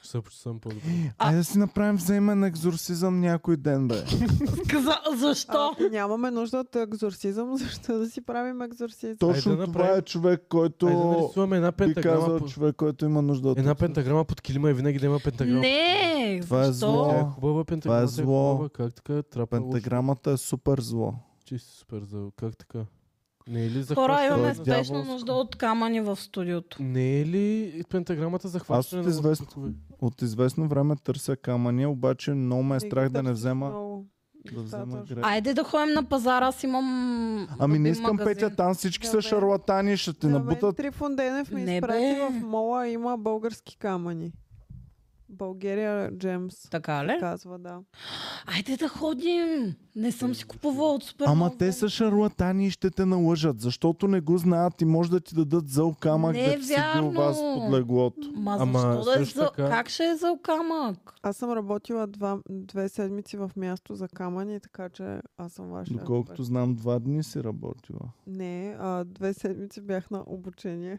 Speaker 4: ще се почувствам по-добре.
Speaker 1: Айде да си направим взаимен екзорсизъм някой ден, бе.
Speaker 3: Каза, защо?
Speaker 2: Ако нямаме нужда от екзорсизъм, защо да си правим екзорсизъм?
Speaker 1: Точно
Speaker 4: да
Speaker 1: това
Speaker 4: направим-
Speaker 1: е човек,
Speaker 4: Айде да
Speaker 1: който
Speaker 4: нарисуваме една
Speaker 1: би
Speaker 4: пентаграма,
Speaker 1: казал
Speaker 4: по...
Speaker 1: човек, който има нужда от...
Speaker 4: една пентаграма под килима и винаги да има пентаграма.
Speaker 3: Не,
Speaker 1: Това е
Speaker 3: защо?
Speaker 1: зло.
Speaker 4: Тя е хубава пентаграма, тя е
Speaker 1: зло.
Speaker 4: хубава, как така, трапа лошо.
Speaker 1: Пентаграмата е супер зло.
Speaker 4: Ти си супер за... Как така? Не е ли за
Speaker 3: Хора, имаме
Speaker 1: Той е
Speaker 3: спешна
Speaker 1: дяволско.
Speaker 3: нужда от камъни в студиото.
Speaker 4: Не е ли пентаграмата за хващане
Speaker 1: от
Speaker 4: на лоши
Speaker 1: известно-
Speaker 4: духове?
Speaker 1: От известно време търся камъни, обаче много ме е страх да не взема,
Speaker 2: Много.
Speaker 1: да взема
Speaker 2: достатъчно.
Speaker 1: грех.
Speaker 3: Айде да ходим на пазара, аз имам
Speaker 1: Ами не
Speaker 3: любим
Speaker 1: искам
Speaker 3: магазин.
Speaker 1: Петя, там всички
Speaker 2: Да,
Speaker 1: са
Speaker 2: бе.
Speaker 1: шарлатани, ще те
Speaker 2: На мен
Speaker 1: набутат.
Speaker 2: Трифон Денев ми
Speaker 3: Не,
Speaker 2: изпрати
Speaker 3: бе.
Speaker 2: в мола, има български камъни. България Джемс.
Speaker 3: Така ли?
Speaker 2: Казва, да.
Speaker 3: Айде да ходим. Не съм си купувала от супер.
Speaker 1: Ама те са шарлатани и ще те налъжат, защото не го знаят и може да ти дадат зъл камък
Speaker 3: Не е
Speaker 1: да ти си
Speaker 3: вярно.
Speaker 1: бил вас под леглото.
Speaker 3: Ма
Speaker 4: Ама
Speaker 3: защо да е
Speaker 4: също
Speaker 3: за...
Speaker 4: така-
Speaker 3: Как ще е за камък?
Speaker 2: Аз съм работила два, две седмици в място за камъни, така че аз съм вашия.
Speaker 1: Доколкото знам, два дни си работила.
Speaker 2: Не, а, две седмици бях на обучение.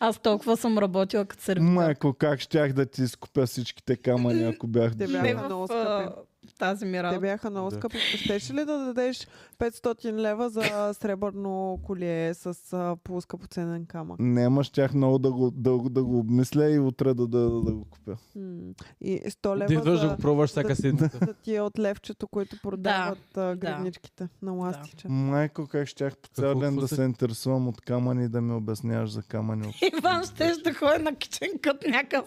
Speaker 3: Аз толкова съм работила като сервитор.
Speaker 1: Майко, как щях да ти изкупя всичките камъни, ако бях
Speaker 2: Те
Speaker 1: дошъл.
Speaker 3: Не
Speaker 2: бяха
Speaker 3: в,
Speaker 2: много
Speaker 3: а,
Speaker 2: скъпи.
Speaker 3: в тази ми
Speaker 2: Те
Speaker 3: работа.
Speaker 2: бяха много
Speaker 4: Да.
Speaker 2: скъпи. Щеше ли да дадеш 500 лева за сребърно колие с а, полускъпоценен камък?
Speaker 1: Няма, щях много да го, дълго да го обмисля и утре да дойда да го купя.
Speaker 2: М. И 100
Speaker 4: Ти
Speaker 2: лева
Speaker 4: идваш да
Speaker 2: за,
Speaker 4: го пробваш всяка седмица.
Speaker 2: за тия от левчето, които продават да, гривничките на ластиче.
Speaker 1: Майко, как щях по цял
Speaker 4: Какво-
Speaker 1: ден
Speaker 4: какво
Speaker 1: да
Speaker 4: се-
Speaker 1: се интересувам от камъни и да ми обясняваш за камъни. от-
Speaker 3: Иван ще да ходи на кичен кът някакъв.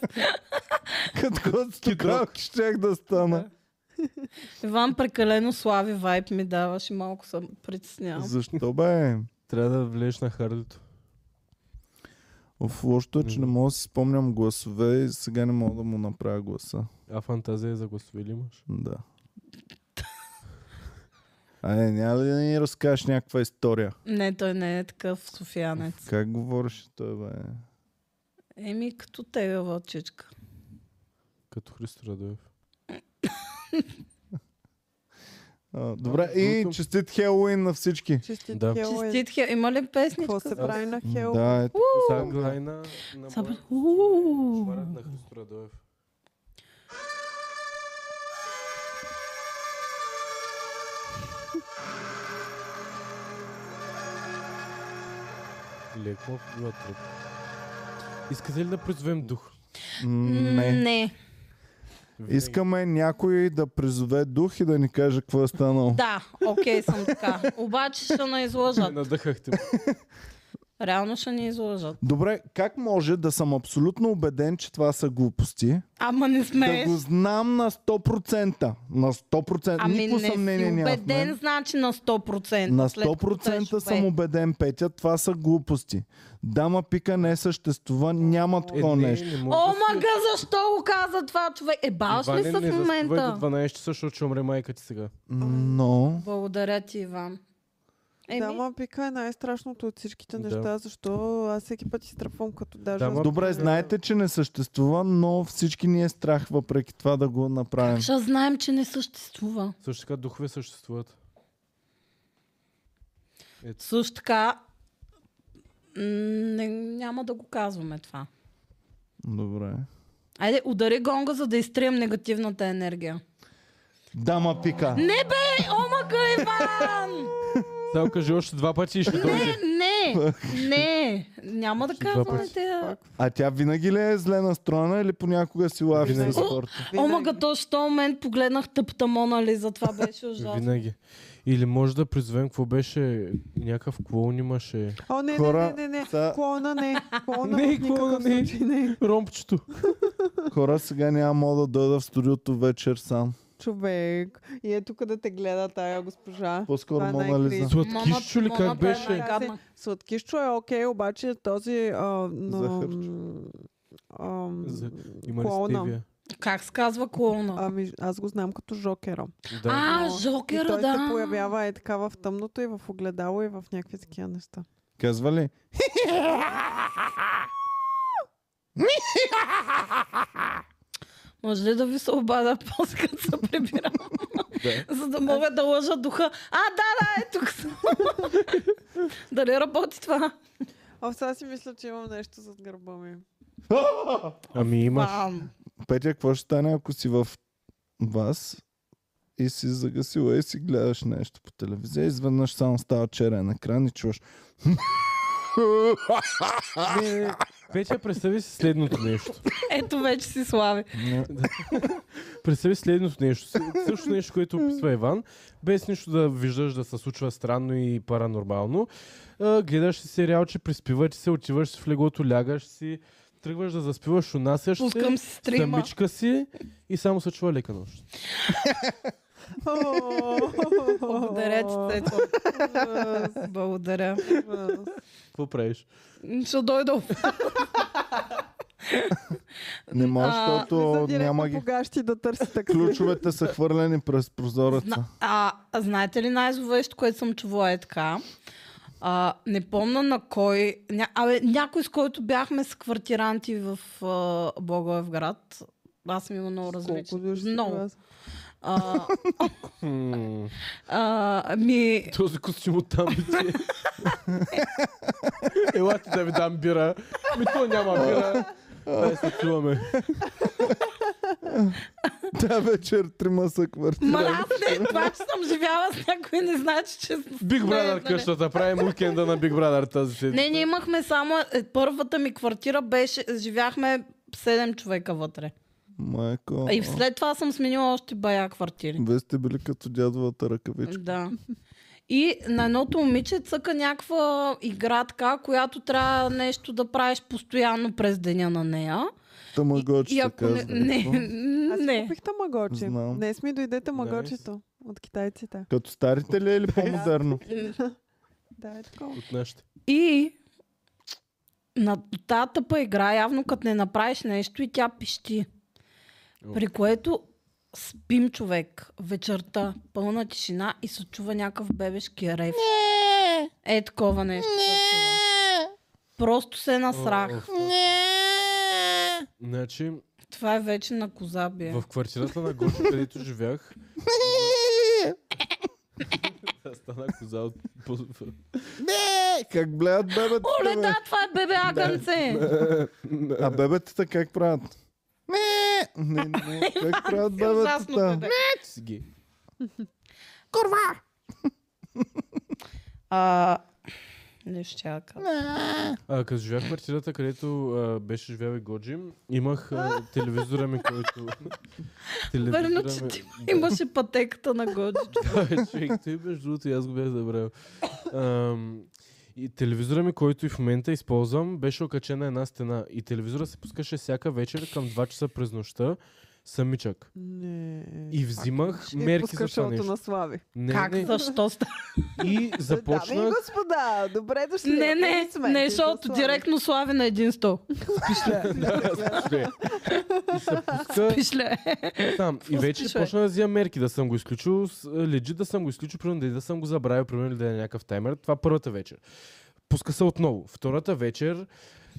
Speaker 1: Като стукалки щях да стана.
Speaker 3: Иван прекалено слави вайп ми даваш и малко съм притеснявам.
Speaker 1: Защо бе?
Speaker 4: Трябва да влезеш на харлито.
Speaker 1: Оф, лошото е, че
Speaker 4: Не.
Speaker 1: не мога да си спомням гласове и сега не мога да му направя гласа.
Speaker 4: А фантазия е за гласове ли имаш?
Speaker 1: Да. А е, няма ли да ни разкажеш някаква история?
Speaker 3: Не, той не е такъв софиянец.
Speaker 1: Как говориш той, бе?
Speaker 3: Еми, като тебе, вълчичка.
Speaker 4: Като Христо Радоев.
Speaker 1: А, добре, и
Speaker 4: Другото-
Speaker 1: честит Хелоуин на всички.
Speaker 2: Честит
Speaker 3: Е,
Speaker 4: Да.
Speaker 2: Хелоуин.
Speaker 3: Честит хе... Има ли песничка?
Speaker 2: Какво се прави на Хел?
Speaker 1: Да, ето.
Speaker 4: Таглайна на
Speaker 3: Саб-
Speaker 4: моя-
Speaker 3: Уу.
Speaker 4: Шварат на Христо Радоев. Леко била труд. Искате ли да призовем дух?
Speaker 1: М,
Speaker 3: М,
Speaker 1: Не.
Speaker 3: не.
Speaker 4: Винаги.
Speaker 1: Искаме някой да призове дух и да ни каже какво е станало.
Speaker 3: Да, окей съм така. Обаче ще ме излъжат.
Speaker 4: Надъхахте.
Speaker 3: Реално ще ни излъжат.
Speaker 1: Добре, как може да съм абсолютно убеден, че това са глупости?
Speaker 3: Ама не
Speaker 1: Да
Speaker 3: смееш.
Speaker 1: го знам на 100%. На 100%.
Speaker 3: Ами
Speaker 1: Никакво
Speaker 3: не
Speaker 1: съмнение
Speaker 3: си
Speaker 1: няма в
Speaker 3: убеден,
Speaker 1: мен.
Speaker 3: значи на 100%.
Speaker 1: На
Speaker 3: след като се
Speaker 1: 100% съм
Speaker 3: живее.
Speaker 1: убеден, Петя. Това са глупости. Дама пика не съществува, няма такова нещо.
Speaker 4: Е, не мога
Speaker 3: О,
Speaker 4: да си-
Speaker 3: мага, защо го каза това човек? Е, баш ли
Speaker 4: Иване,
Speaker 3: са в
Speaker 4: не заспивай
Speaker 3: момента?
Speaker 4: до 12 часа, защото ще умре майка ти сега.
Speaker 1: Но...
Speaker 3: Благодаря ти, Иван. Еми,
Speaker 2: Дама пика е най-страшното от всичките
Speaker 4: Да.
Speaker 2: неща, защото аз всеки път изтръпвам като даже...
Speaker 4: Дама-
Speaker 1: Добре, знаете, че не съществува, но всички ни е страх въпреки това да го направим.
Speaker 3: ще знаем, че не съществува.
Speaker 4: Също така духове съществуват.
Speaker 3: Също така, м, не, няма да го казваме това.
Speaker 1: Добре.
Speaker 3: Айде, удари гонга, за да изтрием негативната енергия.
Speaker 1: Дама пика.
Speaker 3: Не бе, омага, Е, Иван!
Speaker 4: Само кажи още два пъти и ще дойде.
Speaker 3: Не, не, не. Няма да
Speaker 4: Два
Speaker 3: казваме
Speaker 4: пъти.
Speaker 2: Е,
Speaker 3: те.
Speaker 1: А тя винаги ли е зле настроена или понякога си лави
Speaker 4: Винаги.
Speaker 1: с спорта?
Speaker 2: Винаги.
Speaker 3: Омага, точно в този момент погледнах тъпта Мона Лиза. Това беше ужасно.
Speaker 4: Винаги. Или може да призовем какво беше, някакъв клоун имаше.
Speaker 2: О, не,
Speaker 1: Хора,
Speaker 2: не, не, не,
Speaker 1: са-
Speaker 2: не. Клоуна не. Клоуна
Speaker 4: Не,
Speaker 2: в никакъв
Speaker 4: клоуна не.
Speaker 2: случай не.
Speaker 4: Ромпчето.
Speaker 1: Хора, сега няма мога да дойда в студиото вечер сам.
Speaker 2: Човек. И е тук да те гледа тая госпожа.
Speaker 1: По-скоро
Speaker 2: Това е
Speaker 1: Мона Лиза.
Speaker 2: най-кринж.
Speaker 4: Сладкишчо ли как
Speaker 3: Моната е
Speaker 4: беше?
Speaker 3: най-гадна.
Speaker 2: Сладкишчо е окей, обаче този... А, но,
Speaker 1: Захарчо.
Speaker 2: м, ам,
Speaker 4: За- Има ли
Speaker 2: клоуна.
Speaker 4: стевия?
Speaker 3: Как се казва клоуна?
Speaker 2: Ами, аз го знам като жокера.
Speaker 4: Да.
Speaker 3: А,
Speaker 2: но- и
Speaker 3: жокера,
Speaker 2: той
Speaker 3: да.
Speaker 2: се появява е така в тъмното и в огледало и в някакви такива неща.
Speaker 1: Казва ли?
Speaker 3: Може ли да ви се обада после като се прибирам?
Speaker 4: Да.
Speaker 3: За да мога да лъжа духа. А, да, да, е тук съм. Дали работи това?
Speaker 2: А сега си мисля, че имам нещо зад гърба ми.
Speaker 4: Ами имаш.
Speaker 3: Пам.
Speaker 1: Петя, какво ще стане, ако си в вас и си загасила и си гледаш нещо по телевизия, изведнъж само става черен екран и чуваш.
Speaker 4: Не, не, не. Петя, представи си следното нещо.
Speaker 3: Ето вече си слави.
Speaker 4: Представи следното нещо. С- Също нещо, което описва Иван. Без нищо да виждаш да се случва странно и паранормално. А, гледаш си сериалче, приспиваш си се, отиваш си в легото, лягаш си, тръгваш да заспиваш, унасяш се,
Speaker 3: Пускам си стрима.
Speaker 4: самичка си и само се чува лека нощ.
Speaker 3: Благодаря ти, Цецо. Благодаря.
Speaker 2: Ужас.
Speaker 4: Какво правиш?
Speaker 3: Ще дойда.
Speaker 1: Не може,
Speaker 3: А,
Speaker 1: защото
Speaker 2: Влизам директно
Speaker 1: няма
Speaker 2: по
Speaker 1: ги.
Speaker 2: гащи да търси такси.
Speaker 1: Ключовете са хвърлени през прозореца.
Speaker 3: Зна- А, а знаете ли най-зловещо, което съм чувала е така? А, не помна на кой. Ня... Абе, някой, с който бяхме с квартиранти в а, Благоевград. Аз съм имала много различни.
Speaker 2: Колко души са
Speaker 3: Много.
Speaker 2: вас?
Speaker 3: А,
Speaker 4: Хм.
Speaker 3: а, ами,
Speaker 4: Този костюм от там би ти е. Ела ти да ви дам бира. Ми то няма бира. Дай се чуваме.
Speaker 1: Та вечер трима са квартира.
Speaker 3: Ма аз не, това, че съм живяла с някой, не значи, че...
Speaker 4: Big
Speaker 3: не,
Speaker 4: Brother
Speaker 3: нали?
Speaker 4: къщата. Правим уикенда на Big Brother тази седмица.
Speaker 3: Не, ние имахме само... е, Първата ми квартира беше... Живяхме 7 човека вътре.
Speaker 1: Майко.
Speaker 3: И след това съм сменила още бая квартири.
Speaker 1: Вие сте били като дядовата ръкавичка.
Speaker 3: Да. И на едното момиче цъка някаква игра така, която трябва нещо да правиш постоянно през деня на нея.
Speaker 1: Тамагочи
Speaker 3: и
Speaker 1: се
Speaker 3: ако не...
Speaker 1: казва.
Speaker 3: Не,
Speaker 1: Какво?
Speaker 2: Аз си
Speaker 3: не.
Speaker 2: купих тамагочи.
Speaker 1: Знам.
Speaker 2: Днес ми дойде тамагочито от китайците.
Speaker 1: Като старите ли е или по-модерно?
Speaker 2: Да, е такова.
Speaker 4: От нашите.
Speaker 3: И на тази тъпа игра, явно като не направиш нещо и тя пищи.
Speaker 4: О.
Speaker 3: При което спим човек вечерта, пълна тишина и се чува някакъв бебешки рев. Е, такова нещо. се чува. Просто се
Speaker 4: О,
Speaker 3: насрах.
Speaker 4: о, Значи,
Speaker 3: Това е вече на коза бие.
Speaker 4: в квартирата на Гошо, където живях... Да, Стана коза от...
Speaker 1: Не! Как блядат бебета?
Speaker 3: Оле,
Speaker 1: бе?
Speaker 3: да, това е бебе агънце.
Speaker 1: А бебетата как правят? Не! Не, не, как правят
Speaker 3: Ужасно
Speaker 1: бебетата?
Speaker 3: бебе.
Speaker 4: Си ги.
Speaker 3: А, не ще я кажа.
Speaker 4: А, като живях в квартирата, където а, беше живял и Годжи, имах а, телевизора ми, който...
Speaker 3: Верно, че ти
Speaker 4: Да.
Speaker 3: имаше пътеката на Годжи.
Speaker 4: Да, човек, той между другото и аз го бях забравил. Ам, и телевизора ми, който и в момента използвам, беше окачен на една стена. И телевизора се пускаше всяка вечер към 2 часа през нощта самичък.
Speaker 2: Не.
Speaker 4: И взимах
Speaker 2: И
Speaker 4: мерки
Speaker 2: пуска
Speaker 4: за това
Speaker 2: шоуто
Speaker 4: нещо.
Speaker 2: на Слави.
Speaker 4: Не,
Speaker 3: Как?
Speaker 4: не.
Speaker 3: Защо ста?
Speaker 4: И
Speaker 2: Дами и
Speaker 4: започнах...
Speaker 2: господа, добре
Speaker 4: Е,
Speaker 2: дошли.
Speaker 3: Не,
Speaker 4: ами
Speaker 3: не,
Speaker 2: Аплодисменти
Speaker 3: не,
Speaker 2: за
Speaker 3: защото
Speaker 2: Слави.
Speaker 3: директно слави на един стол.
Speaker 4: Добре. Е, и се пуска...
Speaker 3: Пишле.
Speaker 4: Там. И
Speaker 3: Какво
Speaker 4: вече
Speaker 3: спиш, бе?
Speaker 4: почна да взимам мерки да съм го изключил, с- е, лежи да съм го изключил, примерно да, да съм го забравил, примерно или да е някакъв таймер. Това първата вечер. Пуска се отново. Втората вечер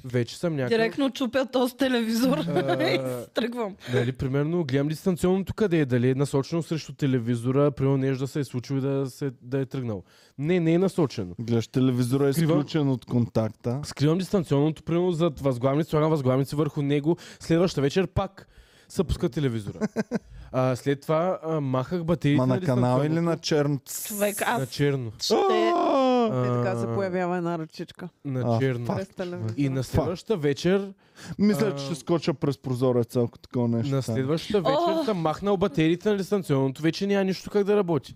Speaker 4: вече съм някакъв.
Speaker 3: Директно чупя този телевизор
Speaker 4: А.
Speaker 3: и си тръгвам.
Speaker 4: Нали, примерно, гледам дистанционното къде е, дали е насочено срещу телевизора, примерно нещо да се е случило и да, се, да е тръгнал. Не, не е насочено.
Speaker 1: Гледаш телевизора е
Speaker 4: Скривам.
Speaker 1: изключен от контакта.
Speaker 4: Скривам дистанционното, примерно зад възглавница, слагам възглавница върху него, следващата вечер пак се пуска телевизора. А, след това а, махах батериите
Speaker 1: Ма на канал или на
Speaker 4: дистанционното.
Speaker 1: черно?
Speaker 3: Човек,
Speaker 4: На
Speaker 3: аз
Speaker 4: черно.
Speaker 3: ще...
Speaker 1: А,
Speaker 2: Е, така се
Speaker 4: А,
Speaker 2: появява една ръчичка.
Speaker 4: На
Speaker 1: А,
Speaker 4: черно.
Speaker 1: фак.
Speaker 2: През телевизора.
Speaker 4: И на следващата вечер,
Speaker 1: Мисля,
Speaker 4: а,
Speaker 1: че ще скоча през прозореца, ако такова нещо.
Speaker 4: на
Speaker 1: стане.
Speaker 4: следващата вечер
Speaker 3: Ох.
Speaker 4: съм махнал батериите на дистанционното, вече няма нищо как да работи.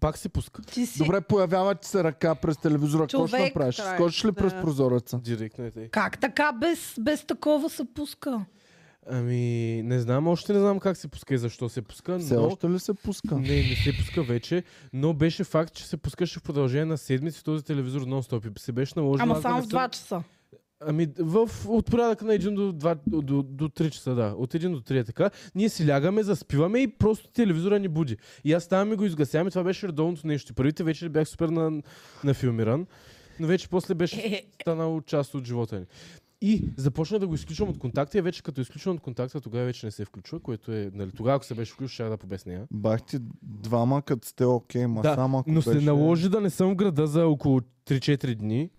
Speaker 4: Пак се пуска.
Speaker 3: Ти си...
Speaker 1: Добре, появява ти се ръка през телевизора. Какво ще
Speaker 3: Човек,
Speaker 1: направиш? Ще
Speaker 2: край.
Speaker 1: Скочиш ли през
Speaker 2: Да.
Speaker 1: прозореца?
Speaker 4: Директно е тъй.
Speaker 3: Как така без, без такова се пуска?
Speaker 4: Ами, не знам, още не знам как се пуска и защо се пуска,
Speaker 1: Все
Speaker 4: но...
Speaker 1: още ли се пуска?
Speaker 4: Не, не се пуска вече, но беше факт, че се пускаше в продължение на седмици този телевизор нон-стоп и се беше наложено.
Speaker 3: Ама
Speaker 4: аз да
Speaker 3: само
Speaker 4: не
Speaker 3: в
Speaker 4: съм-
Speaker 3: 2 часа.
Speaker 4: Ами, в, от порядъка на 1 до, 2, до, до, до 3 часа, да. От 1 до 3 е така. Ние си лягаме, заспиваме и просто телевизора ни буди. И аз ставам и го изгасявам и това беше редовното нещо. Първите вечери бях супер на, нафилмиран, но вече после беше
Speaker 3: Е,
Speaker 4: станало част от живота ни. И започна да го изключвам от контакта и вече като изключвам от контакта, тогава вече не се включва, което е, нали, тогава ако се беше включил, ще да побесня.
Speaker 1: Бах ти двама, като сте окей, ма
Speaker 4: Да,
Speaker 1: само ако
Speaker 4: Но се
Speaker 1: беше-
Speaker 4: наложи да не съм в града за около 3-4 дни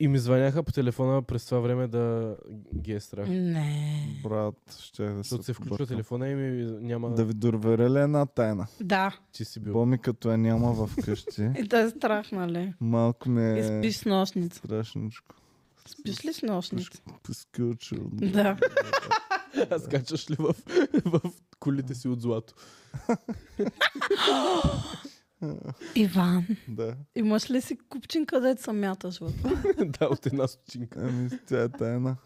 Speaker 4: и ми звъняха по телефона през това време да ги е страх.
Speaker 3: Не.
Speaker 1: Брат, ще да
Speaker 4: Защото се включва
Speaker 1: побъркам.
Speaker 4: телефона и ми няма...
Speaker 1: Да ви доверя ли е една тайна?
Speaker 3: Да.
Speaker 4: Ти си бил.
Speaker 1: Боми като я няма в къщи,
Speaker 3: И да е страх, нали?
Speaker 1: малко ми
Speaker 3: И
Speaker 1: е
Speaker 3: спиш с нощница.
Speaker 1: страшничко.
Speaker 3: Спиш ли с нощница?
Speaker 1: Скючил.
Speaker 3: Да.
Speaker 4: Аз качаш ли в, в колите си от злато?
Speaker 3: Иван,
Speaker 1: Да.
Speaker 3: имаш ли си купчин, където се мяташ в
Speaker 4: да, от една стотинка.
Speaker 1: Ами, тя е тайна.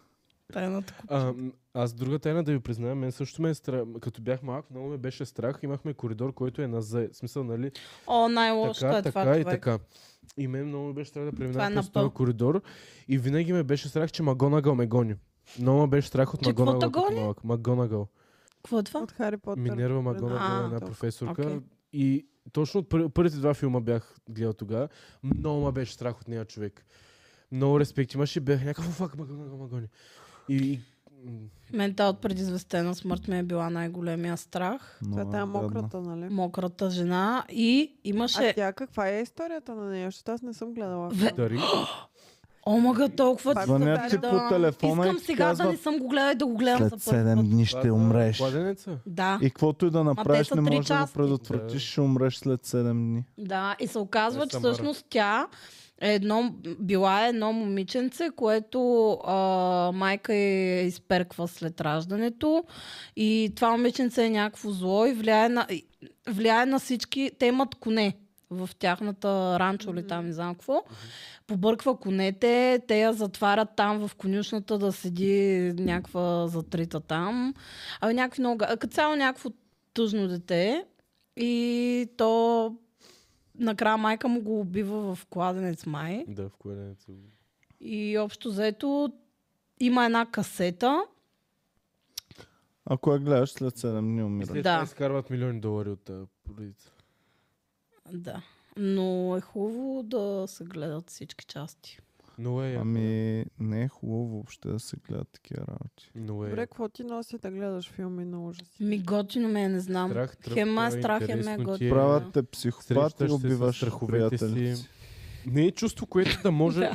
Speaker 3: тайната купчинка?
Speaker 4: А, м, аз друга тайна да ви призная, мен също ме е страх. Като бях малък, много ме беше страх. Имахме коридор, който е на зае. В смисъл, нали?
Speaker 3: О, най-лошото
Speaker 4: така,
Speaker 3: е това,
Speaker 4: така и
Speaker 3: човек.
Speaker 4: така. И мен много ме беше страх да преминавам
Speaker 3: е
Speaker 4: през
Speaker 3: напъл.
Speaker 4: този коридор. И винаги ме беше страх, че Магонагъл ме гони. Много ме беше страх от
Speaker 3: Че какво
Speaker 4: Магонагъл.
Speaker 3: те
Speaker 4: като
Speaker 3: гони?
Speaker 4: малък. Магонагъл.
Speaker 3: Какво е това?
Speaker 2: От Хари Потър.
Speaker 4: Минерва
Speaker 2: А,
Speaker 4: Магонагъл е една
Speaker 2: толкова.
Speaker 4: професорка.
Speaker 3: Окей.
Speaker 4: И точно от пър- първите два филма бях гледал тогава. Много ме беше страх от нея човек. Много респект имаше. Бях някакъв фак Магонагъл ме гони. И, и М,
Speaker 3: Мен тази от предизвестена смърт ми е била най-големия страх.
Speaker 2: Това е
Speaker 1: Много
Speaker 2: тая
Speaker 1: гадна.
Speaker 2: мократа, нали?
Speaker 3: Мократа жена и
Speaker 2: А
Speaker 3: имаше...
Speaker 2: тя каква е историята на нея? Защото аз не съм гледала.
Speaker 3: В-
Speaker 4: Дари.
Speaker 3: Омага, толкова ти
Speaker 1: Звънят ти
Speaker 2: Да.
Speaker 1: по телефона и
Speaker 3: Искам
Speaker 1: ти
Speaker 3: сега да не
Speaker 1: казват
Speaker 3: съм го гледала и да го гледам
Speaker 1: след
Speaker 3: за първи
Speaker 1: 7
Speaker 3: път.
Speaker 1: дни ще умреш.
Speaker 4: Кладенеца.
Speaker 3: Да,
Speaker 1: И каквото и да направиш,
Speaker 3: са
Speaker 1: не
Speaker 3: три
Speaker 1: можеш да го
Speaker 3: части.
Speaker 1: предотвратиш, ще умреш след 7 дни.
Speaker 3: да. И се оказва,
Speaker 4: Е,
Speaker 3: че
Speaker 4: Самара.
Speaker 3: всъщност тя е едно, била е едно момиченце, което а, майка я изперква след раждането. И това момиченце е някакво зло и влияе на, и- влияе на всички. Те имат коне в тяхната ранчо или там, не знам какво. Побърква конете, те я затварят там в конюшната да седи някаква затрита там. А някакви много... га- Като цяло някакво тъжно дете е. и то накрая майка му го убива в кладенец май.
Speaker 4: Да, в кладенеца. го-
Speaker 3: И общо заето има една касета.
Speaker 1: Ако я гледаш, след 7 дни
Speaker 4: И
Speaker 1: умираш.
Speaker 4: след
Speaker 3: Да.
Speaker 4: това изкарват милиони долари от а, полица.
Speaker 3: Да. Но е хубаво да се гледат всички части.
Speaker 4: Но е. яко, да.
Speaker 1: Ами, не е хубаво въобще да се гледат такива работи.
Speaker 4: Но е.
Speaker 2: Добре,
Speaker 4: яко.
Speaker 2: какво ти носи да гледаш филми на ужаси?
Speaker 3: Ми готино ме е, не знам.
Speaker 4: Страх, тръп,
Speaker 3: хема е
Speaker 4: това е
Speaker 3: страх, хема е
Speaker 4: интересно ти
Speaker 3: готино.
Speaker 4: е.
Speaker 1: Правят те
Speaker 4: Срещаш
Speaker 1: психопат
Speaker 4: се
Speaker 1: и
Speaker 4: с
Speaker 1: убиваш
Speaker 4: страховете
Speaker 1: приятелите
Speaker 4: си.
Speaker 1: си.
Speaker 4: Не е чувство, което да може.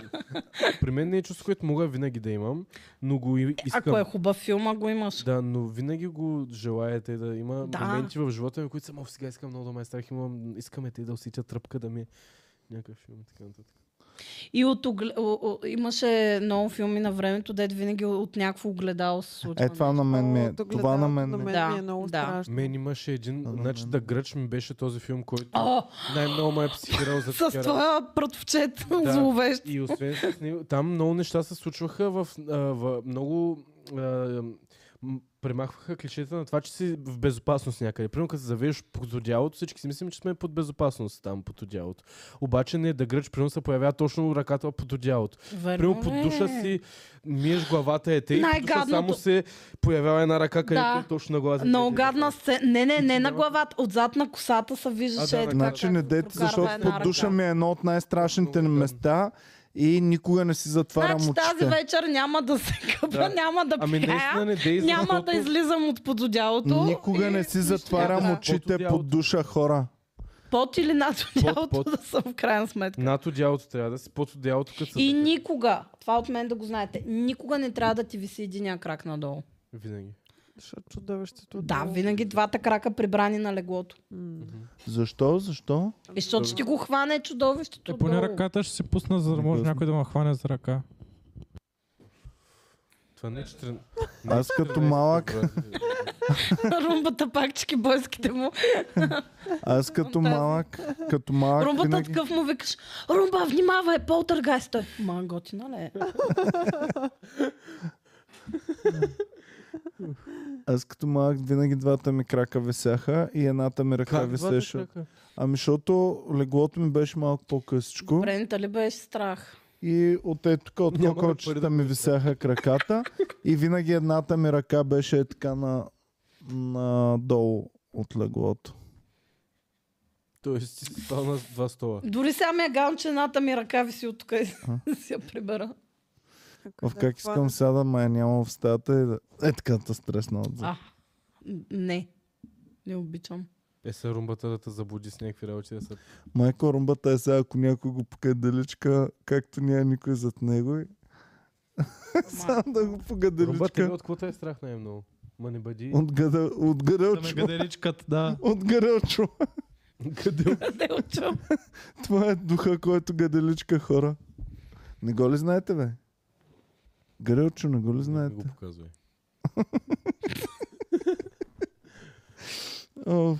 Speaker 4: При мен не е чувство, което мога винаги да имам, но го и- искам.
Speaker 3: Ако е хубав филма, го имаш.
Speaker 4: Да, но винаги го желаете да има
Speaker 3: Да.
Speaker 4: моменти в живота ми, които съм, о, сега искам много да ме е страх, имам, искаме те да усетя тръпка, да ми е някакъв филм и така нататък.
Speaker 3: И от огл... о, о, имаше много филми на времето, дед винаги от някакво огледало се случва.
Speaker 1: Е, това на мен ми е.
Speaker 2: О,
Speaker 1: Това на мен
Speaker 2: на
Speaker 1: ми е.
Speaker 2: мен
Speaker 3: Да,
Speaker 2: ми е много
Speaker 3: да.
Speaker 2: страшно.
Speaker 4: Мен имаше един,
Speaker 1: А, на
Speaker 4: значи
Speaker 1: мен-
Speaker 4: да гръч ми беше този филм, който
Speaker 3: О,
Speaker 4: най-много ме е психирал за
Speaker 3: с
Speaker 4: такива
Speaker 3: това пратовчет
Speaker 4: Да.
Speaker 3: зловещ.
Speaker 4: И освен с него, там много неща се случваха в, а, в много... А, м, премахваха клишета на това, че си в безопасност някъде. Примерно, като се завиеш под одялото, всички си мислим, че сме под безопасност там под одялото. Обаче не, е да гръч, примерно се появява точно ръката под одялото.
Speaker 3: Е,
Speaker 4: Примерно под душа си миеш главата е те и под душа
Speaker 3: Най-гадното.
Speaker 4: само се появява една ръка, където
Speaker 3: Да.
Speaker 4: е точно на главата.
Speaker 3: Много гадна сцена. Не, не, не на
Speaker 4: няма-
Speaker 3: главата. Отзад на косата се
Speaker 4: А,
Speaker 3: виждаше.
Speaker 4: да,
Speaker 3: е
Speaker 4: да,
Speaker 3: така,
Speaker 1: Значи не
Speaker 3: как
Speaker 1: дете,
Speaker 3: прокарва
Speaker 1: защото
Speaker 3: една
Speaker 1: под душа
Speaker 3: ръка.
Speaker 1: ми е едно от най-страшните ни
Speaker 4: Много гадно.
Speaker 1: места и никога не си затварям
Speaker 3: Значи тази
Speaker 1: очите.
Speaker 3: вечер няма да се къпа,
Speaker 4: Да.
Speaker 3: няма да
Speaker 4: Ами
Speaker 3: пия,
Speaker 4: наистина не дей,
Speaker 3: няма да
Speaker 4: защото-
Speaker 3: излизам от пододялото. е
Speaker 1: Никога не си затварям
Speaker 4: няма. Под
Speaker 1: очите
Speaker 4: одялото.
Speaker 1: под душа хора.
Speaker 3: Под или над одялото
Speaker 4: под.
Speaker 3: да съм в крайна сметка.
Speaker 4: Над одялото трябва да си, под одялото като се
Speaker 3: И
Speaker 4: завиеш.
Speaker 3: никога, това от мен да го знаете, никога не трябва да ти виси единия крак надолу.
Speaker 4: Винаги.
Speaker 2: Ще чудовището.
Speaker 3: Да,
Speaker 2: отдолу.
Speaker 3: винаги двата крака прибрани на леглото.
Speaker 2: М.
Speaker 1: Защо? Защо?
Speaker 3: И защото ще ти го хване чудовището
Speaker 5: Е, поне
Speaker 3: отдолу.
Speaker 5: ръката ще си пусна, за да може
Speaker 1: Ужасно.
Speaker 5: някой да ме хване за ръка.
Speaker 4: Това не е 14.
Speaker 1: Аз като малък,
Speaker 3: Румбата пак чеки бойските му.
Speaker 1: аз като
Speaker 3: Фантазия.
Speaker 1: малък, като малък
Speaker 3: Румбата
Speaker 1: винаги...
Speaker 3: такъв му викаш, Румба, внимавай, полтъргайст той. Ма, готина ли е?
Speaker 1: Аз като малък винаги двата ми крака висяха и едната ми ръка висеше. Ами защото леглото ми беше малко по-късичко
Speaker 3: Брента ли беше страх?
Speaker 1: и от е тук, от
Speaker 4: Нямаме пари да
Speaker 1: кокалчета ми висяха краката и винаги едната ми ръка беше е така на, надолу от леглото.
Speaker 4: Тоест, ти си спал на два стола.
Speaker 3: Дори сега ми е гам, че едната ми ръка виси от тук и си я прибера.
Speaker 2: Ако
Speaker 1: В
Speaker 2: да
Speaker 1: как
Speaker 2: хване-
Speaker 1: искам сега да ме е няма в стаята и да... Е така да стресна отзад.
Speaker 3: А, н- не. Не обичам.
Speaker 4: Е, се румбата да те забуди с някакви работи да са.
Speaker 1: Майко румбата е сега, ако някой го покаделичка, както няма никой зад него. и- Само да го
Speaker 4: Румбата е
Speaker 1: покаделичка.
Speaker 4: от квото е страх най-много. Ма не бъди.
Speaker 1: От гъда, от гъда,
Speaker 5: Да ме гаделичкат, да.
Speaker 1: от гъда,
Speaker 4: Къде?
Speaker 3: Къде учам?
Speaker 1: Това е духа, който гаделичка хора. Не го ли знаете, бе? Грелчо, не го ли
Speaker 4: Не го
Speaker 1: знаете?
Speaker 4: показвай.
Speaker 1: О,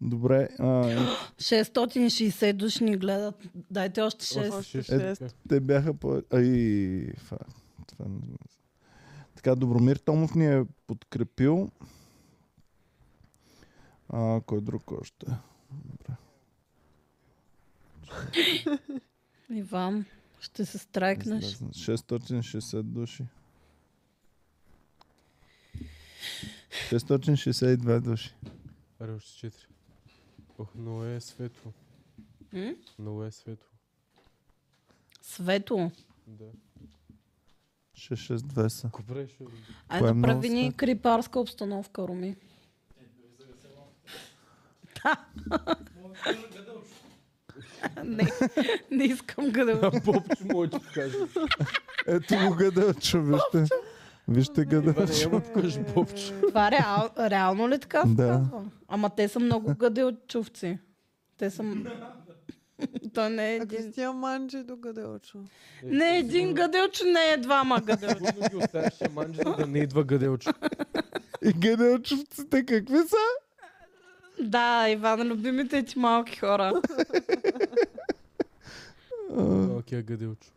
Speaker 1: добре. А,
Speaker 3: 660 души ни гледат. Дайте още 6.
Speaker 2: Още
Speaker 4: Шест.
Speaker 1: Е,
Speaker 2: шест.
Speaker 1: те бяха по... Ай, фа, това не знам. Така, Добромир Томов ни е подкрепил. А, кой друг още?
Speaker 3: Иван, ще се
Speaker 1: Не
Speaker 3: страйкнеш.
Speaker 1: знам, 660 души. 662 души.
Speaker 4: Аре, още 4. Ох, но е светло.
Speaker 3: М?
Speaker 4: Много е светло.
Speaker 3: Свето.
Speaker 4: Да.
Speaker 1: 6-6-2 са.
Speaker 4: Купре, ще...
Speaker 1: Кое е
Speaker 3: Ето,
Speaker 1: много
Speaker 3: прави ни
Speaker 1: свят?
Speaker 3: крипарска обстановка, Руми. Да. не, не искам гъдел.
Speaker 4: Попче мой, че покажа.
Speaker 1: Ето го гъдълчо, вижте. Вижте
Speaker 4: Иване, я
Speaker 1: гъдълчо.
Speaker 2: е?
Speaker 4: му покажи Попче.
Speaker 3: Това реал, реално ли така се
Speaker 1: Да.
Speaker 3: казва? Ама те са много гъделчовци. Те са... Той не е
Speaker 2: А
Speaker 3: един...
Speaker 2: Кристия Манджи до къде очо?
Speaker 3: Не е един гъделч, не е двама гъдел.
Speaker 4: Трудно ги оставяш шаманджета да не идва гъделчо.
Speaker 1: И гъдълчовците какви са?
Speaker 3: Да, Иван, любимите ти малки хора.
Speaker 1: А,
Speaker 4: Малкия гъделчо.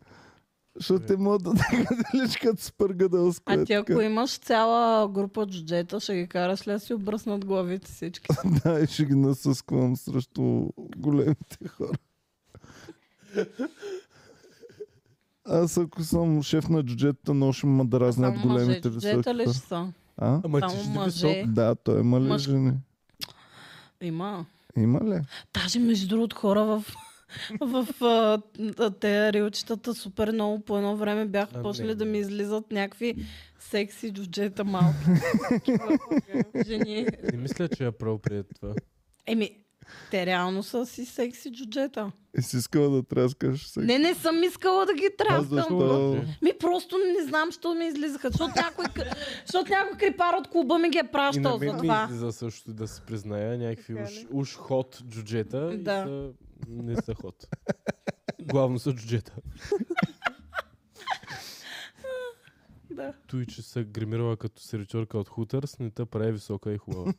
Speaker 1: Защото те могат да те гъделиш като спър гъдълско.
Speaker 3: А
Speaker 1: е
Speaker 3: ти ако
Speaker 1: така.
Speaker 3: имаш цяла група джуджета, ще ги караш ли да си обръснат главите всички?
Speaker 1: Да, и ще ги насъсквам срещу големите хора. Аз ако съм шеф на джуджета, но ще ме дразнят
Speaker 3: Само мъже
Speaker 1: големите високи.
Speaker 3: джуджета ли
Speaker 1: хора.
Speaker 3: ще са?
Speaker 1: А?
Speaker 4: Ама ти
Speaker 3: Само
Speaker 4: ще ти
Speaker 3: мъже.
Speaker 4: висок.
Speaker 1: Да, той има ли
Speaker 3: Мъж-
Speaker 1: жени?
Speaker 3: Има.
Speaker 1: Има ли?
Speaker 3: Даже между другото хора в в а, а, те рилчетата супер много по едно време бяха
Speaker 4: А,
Speaker 3: почнали
Speaker 4: не,
Speaker 3: да
Speaker 4: не.
Speaker 3: ми излизат някакви секси джуджета малки. Такива, Жени.
Speaker 4: Не мисля, че е правоприят това.
Speaker 3: Еми, те реално са си секси джуджета.
Speaker 1: И си искала да тряскаш се.
Speaker 3: Не, не съм искала да ги
Speaker 1: Аз
Speaker 3: тряскам.
Speaker 1: защо...
Speaker 3: Ми просто не знам, що ми излизаха. Защото някой, къ- защото някой крипар от клуба ми ги е
Speaker 4: И на
Speaker 3: пращал за
Speaker 4: мен ми
Speaker 3: това.
Speaker 4: излиза също да се призная някакви
Speaker 2: Така
Speaker 4: уж,
Speaker 2: ли?
Speaker 4: уж ход джуджета и
Speaker 3: Да.
Speaker 4: са, не са ход. Главно са джуджета.
Speaker 3: Да.
Speaker 4: Той, че се гримирала като сервитьорка от Хутърс, не те прави висока и хубава.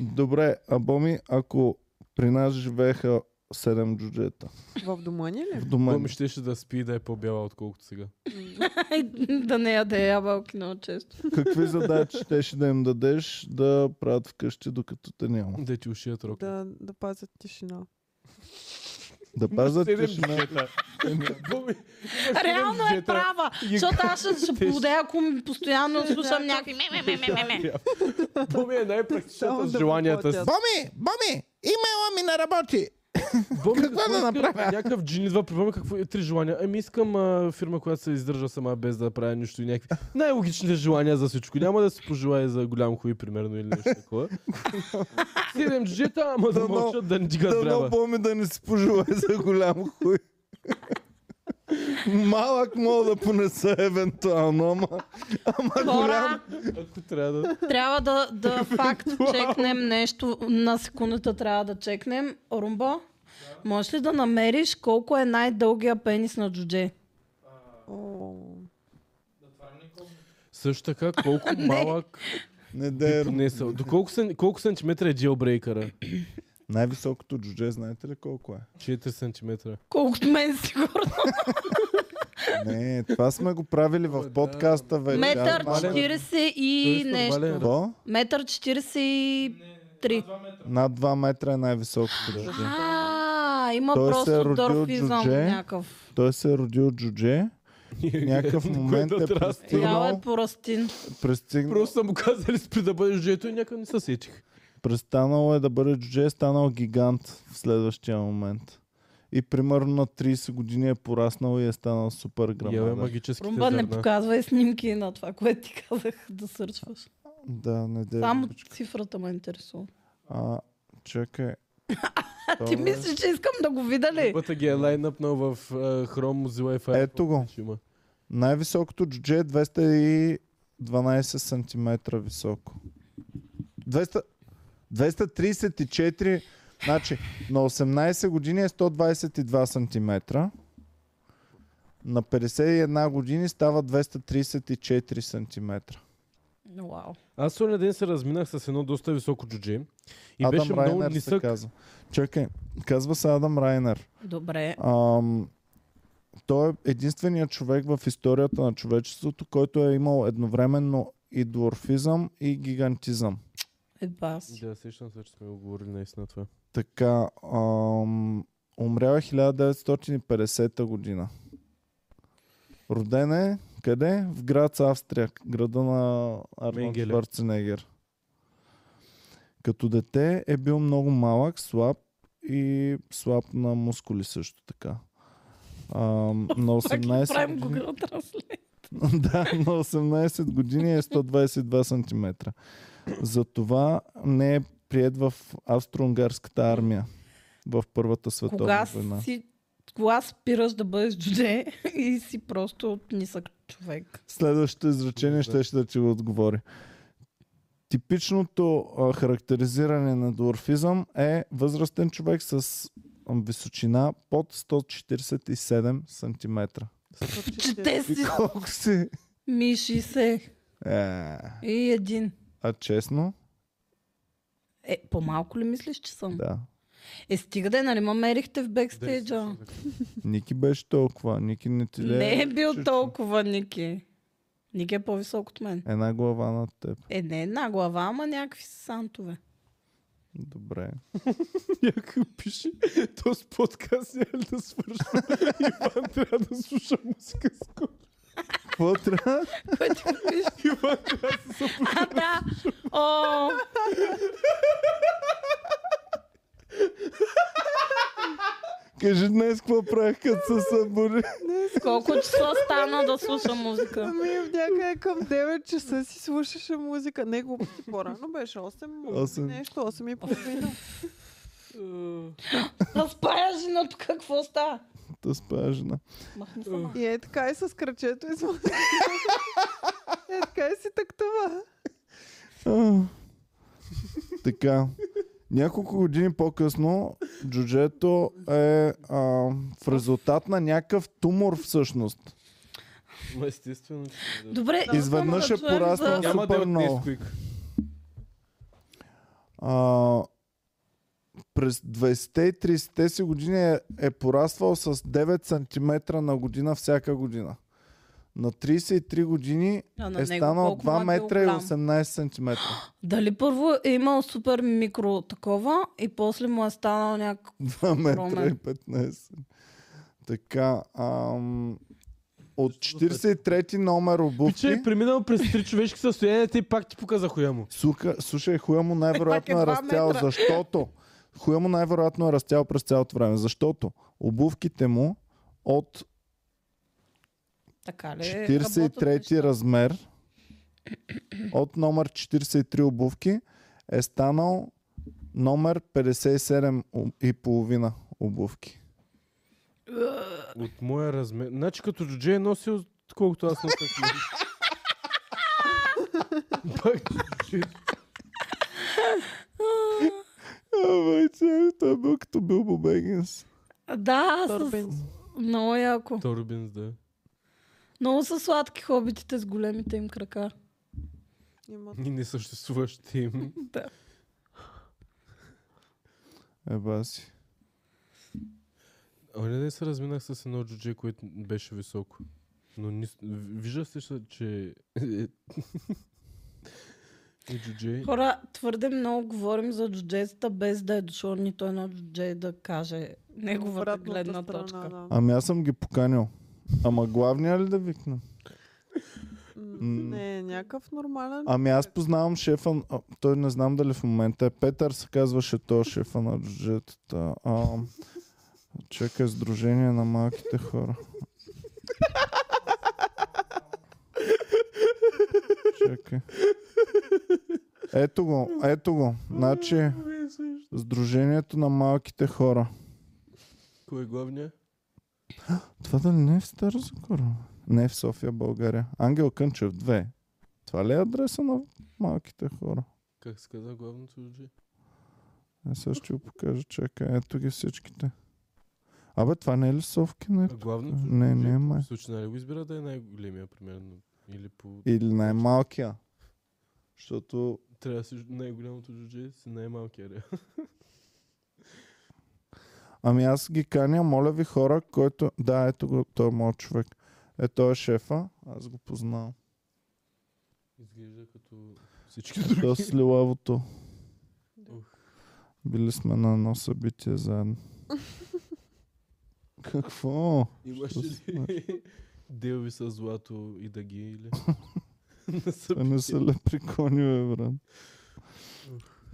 Speaker 1: Добре, а Боми, ако при нас живееха 7 джуджета
Speaker 2: В дома ни
Speaker 1: в
Speaker 2: ли?
Speaker 1: дома,
Speaker 4: Боми щеше да спи и да е по-бяла, отколкото сега.
Speaker 3: Ай, да не яде ябълки много често.
Speaker 1: какви задачи ще да им дадеш да правят вкъщи, докато те няма?
Speaker 4: Да ти ушият рок.
Speaker 2: Да, да пазят тишина.
Speaker 1: Да пазят
Speaker 4: Седем
Speaker 1: тишина. Е,
Speaker 4: Боми,
Speaker 3: Реално е
Speaker 4: джуджета.
Speaker 3: права. Защото аз ще- ще полудея, ако ми постоянно слушам някакви ме, ме, ме, ме, ме.
Speaker 4: Боми е
Speaker 2: Само
Speaker 4: най-практичната с
Speaker 2: да
Speaker 4: желанията си.
Speaker 2: поплатят.
Speaker 1: Боми, Боми, имейла ми не работи.
Speaker 4: Боми,
Speaker 1: Какво да
Speaker 4: иска?
Speaker 1: направя?
Speaker 4: Някакъв джин идва при Боми, какво е три желания? Ами искам а, фирма, която се издържа сама без да прави нищо и някакви. Най-логичните желания за всичко. Няма да се пожелая за голям хуй, примерно, или нещо такова. Седем джета, ама да
Speaker 1: Дано-
Speaker 4: мълчат, да не дигат
Speaker 1: Да
Speaker 4: брева.
Speaker 1: Боми да не си пожелай за голям хуй. Малък мога да понеса евентуално, ама, ама голям...
Speaker 3: Хора,
Speaker 4: Ако трябва да...
Speaker 3: трябва да, да факт чекнем нещо. На секундата трябва да чекнем. Румба, можеш ли да намериш колко е най-дългия пенис на джудже?
Speaker 2: О,
Speaker 4: Също така, колко малък
Speaker 1: Не
Speaker 4: е
Speaker 1: дей,
Speaker 4: понесъл. До колко, сен... колко сантиметра е джелбрейкъра?
Speaker 1: Най-високото джудже, знаете ли колко е?
Speaker 4: 4 сантиметра.
Speaker 3: Колкото мен сигурно.
Speaker 1: Не, това сме го правили в подкаста вече.
Speaker 3: Метър
Speaker 1: Аз малко-
Speaker 3: 40
Speaker 4: Той
Speaker 3: и
Speaker 4: е нормален.
Speaker 3: нещо.
Speaker 1: Какво?
Speaker 3: Метър 43.
Speaker 1: Над 2 метра е най-високото джудже.
Speaker 3: А, има
Speaker 1: Той се е
Speaker 3: просто
Speaker 1: родил
Speaker 3: дърфизъм
Speaker 1: джудже.
Speaker 3: някакъв.
Speaker 1: Той се е родил джудже, в някакъв
Speaker 4: Кое
Speaker 1: момент
Speaker 4: да
Speaker 1: е
Speaker 4: отрасне.
Speaker 3: Ял е
Speaker 1: пристигнал,
Speaker 3: порастин.
Speaker 1: пристигнал,
Speaker 4: Просто са му казали спри да бъдеш джето и някъде не се сетих.
Speaker 1: престанал е да бъде джудже, е станал гигант в следващия момент. И примерно на 30 години е пораснал и е станал супер
Speaker 4: Яве
Speaker 1: грамада.
Speaker 4: магическите
Speaker 3: Румба не
Speaker 4: зърна.
Speaker 3: показвай снимки на това, което ти казах да сърчваш.
Speaker 1: Да, не дей.
Speaker 3: Само цифрата ме интересува.
Speaker 1: А, чакай.
Speaker 3: А ти
Speaker 1: Това е-
Speaker 3: мислиш, че искам да го видя ли?
Speaker 4: Румбата ги е лайнъпнал в а, Chrome, Mozilla и Firefox.
Speaker 1: Ето го.
Speaker 4: Ще има.
Speaker 1: Най-високото джудже е 212 см високо. 200, 234, значи на 18 години е 122 см. На 51 години става 234 см.
Speaker 3: Вау.
Speaker 4: Аз соня ден се разминах с едно доста високо джудже. И
Speaker 1: Адам
Speaker 4: беше много
Speaker 1: Райнер се
Speaker 4: нисък.
Speaker 1: казва. Чакай, казва се Адам Райнер.
Speaker 3: Добре.
Speaker 1: Ам, той е единственият човек в историята на човечеството, който е имал едновременно и дворфизъм и гигантизъм.
Speaker 3: Едва си.
Speaker 4: Да, сещам се, че сме го говорили наистина това.
Speaker 1: Така, ам, умрял е 1950 година. Роден е къде? В град Австрия, града на Арнолд
Speaker 4: Менгеле.
Speaker 1: Шварценегер. Като дете е бил много малък, слаб и слаб на мускули също така. Ам, на
Speaker 3: Пак ли
Speaker 1: 18
Speaker 3: правим
Speaker 1: години...
Speaker 3: Google Translate?
Speaker 1: да, на 18 години е 122 см. Затова не е прият в австро-унгарската армия в Първата световна
Speaker 3: Кога
Speaker 1: война.
Speaker 3: си кога спираш да бъдеш джудже и си просто нисък човек.
Speaker 1: Следващото изречение
Speaker 4: Да.
Speaker 1: ще ще да ти го отговори. Типичното а, характеризиране на дворфизъм е възрастен човек с а, височина под 147 см.
Speaker 2: е-
Speaker 3: Чете
Speaker 1: И
Speaker 3: си,
Speaker 1: колко си?
Speaker 3: миши се
Speaker 1: Е,
Speaker 3: и един.
Speaker 1: а честно?
Speaker 3: Е, по-малко ли мислиш, че съм?
Speaker 1: Да.
Speaker 3: Е, стига да, е, нали ма мерихте в
Speaker 4: Десет
Speaker 3: бекстейджа?
Speaker 4: са
Speaker 1: Ники беше толкова. Ники не ти ли
Speaker 3: Не е бил
Speaker 1: чушно?
Speaker 3: толкова, Ники. Ники е по-висок от мен.
Speaker 1: Една глава на теб.
Speaker 3: Е, не една глава, ама някакви сантове.
Speaker 1: Добре.
Speaker 4: Някой пише, този подкаст няма ли да свърши? Иван трябва да слуша музика скоро.
Speaker 1: Какво трябва?
Speaker 3: Кой ти го пише?
Speaker 4: Иван трябва да се събуди.
Speaker 3: А, да. О,
Speaker 1: Кажи днес какво правих, като се събори.
Speaker 3: колко часа стана да слушам музика?
Speaker 2: Ами някъде към 9 часа си слушаше музика. Не глупости, по-рано беше 8,
Speaker 1: Осем.
Speaker 2: нещо, 8 и половина.
Speaker 3: Да спая жената, какво става?
Speaker 1: Та спа жена.
Speaker 3: Махни сама.
Speaker 2: И е така и с кръчето и с музиката. Е така и си тактува.
Speaker 1: А. Така. Няколко години по-късно джуджето е а, в резултат на някакъв тумор всъщност.
Speaker 4: Ма естествено, че не да.
Speaker 3: Добре,
Speaker 1: Изведнъж
Speaker 3: искам
Speaker 1: е
Speaker 3: да чуем
Speaker 1: пораснал.
Speaker 3: за-
Speaker 4: Няма да
Speaker 1: Супер
Speaker 4: е от
Speaker 1: много.
Speaker 4: Несквик.
Speaker 1: А, през 20-те и 30-те си години е, е пораствал с 9 см на година всяка година. На 33 години
Speaker 3: А на
Speaker 1: е
Speaker 3: него
Speaker 1: станал
Speaker 3: колко му
Speaker 1: 2
Speaker 3: е
Speaker 1: метра и
Speaker 3: бил голям?
Speaker 1: 18 см.
Speaker 3: Дали първо е имал супер микро такова и после му е станал някакво...
Speaker 1: 2 метра и
Speaker 3: Огромен.
Speaker 1: 15. Така, ам, от 43-ти номер
Speaker 4: Пиче
Speaker 1: обувки,
Speaker 4: е преминал през три човешки състояния, те пак ти показа хуя му.
Speaker 1: сука, слушай, хуя му
Speaker 3: Пак е
Speaker 1: най-вероятно е
Speaker 3: два
Speaker 1: растял,
Speaker 3: метра.
Speaker 1: защото хуя му най-вероятно е растял през цялото време, защото обувките му от
Speaker 3: Така ли? е работят
Speaker 1: 43-ти
Speaker 3: нещата?
Speaker 1: размер от номер 43 обувки е станал номер 57 у- и половина обувки.
Speaker 4: От моя размер. Значи като джудже е носил колкото аз на такива. Пак джудже.
Speaker 1: Абе, че, той бил като бил Бегинс.
Speaker 3: Да, с...
Speaker 2: Турбин.
Speaker 3: много яко.
Speaker 4: Торбинс, да.
Speaker 3: Много са сладки хобитите с големите им крака.
Speaker 2: Има
Speaker 4: И не съществуващи им.
Speaker 1: Еба си.
Speaker 4: Оня ден се разминах с едно джудже, което беше високо. Но ни... вижда се, че- че... е джудже.
Speaker 3: Хора, твърде много говорим за джуджетата, без да е дошло нито едно джудже да каже неговата
Speaker 2: обратната
Speaker 3: гледна
Speaker 2: страна,
Speaker 3: точка.
Speaker 2: да.
Speaker 1: Ами аз съм ги поканил. Ама главния ли да викна?
Speaker 2: М,
Speaker 1: М.
Speaker 2: Не, някакъв нормален.
Speaker 1: Ами аз познавам шефа, на- а, той не знам дали в момента е Петър, се казваше то шефа на джетата. А, чакай, Сдружение на малките хора. Чакай. Ето го, ето го. Значи, Сдружението на малките хора.
Speaker 4: Кой е главния?
Speaker 1: Това дали не е в Стара Загора? Не е в София, България. Ангел Кънчев 2. Това ли е адреса на малките хора?
Speaker 4: Как се каза главното джудже?
Speaker 1: Е, сега ще го покажа, чакай. Ето ги всичките. Абе, това не е ли Совкина?
Speaker 4: А главното
Speaker 1: Не,
Speaker 4: джудже
Speaker 1: не е
Speaker 4: по
Speaker 1: май.
Speaker 4: Случай, нали го избира да е най-големия, примерно? Или по...
Speaker 1: Или най-малкия. Защото...
Speaker 4: Трябва да си най-голямото джудже си най-малкия реал.
Speaker 1: Ами аз ги каня, моля ви хора, който... Да, ето го, той е моят човек. Е, той е шефа, аз го познавам.
Speaker 4: Изглежда като всички други.
Speaker 1: Той е с лилавото.
Speaker 2: Да.
Speaker 1: Били сме на едно събитие заедно. Какво?
Speaker 4: Имаш
Speaker 1: Що
Speaker 4: ли делви с злато и да ги или? На
Speaker 1: Те Е, не са лепрекони, бе, брат.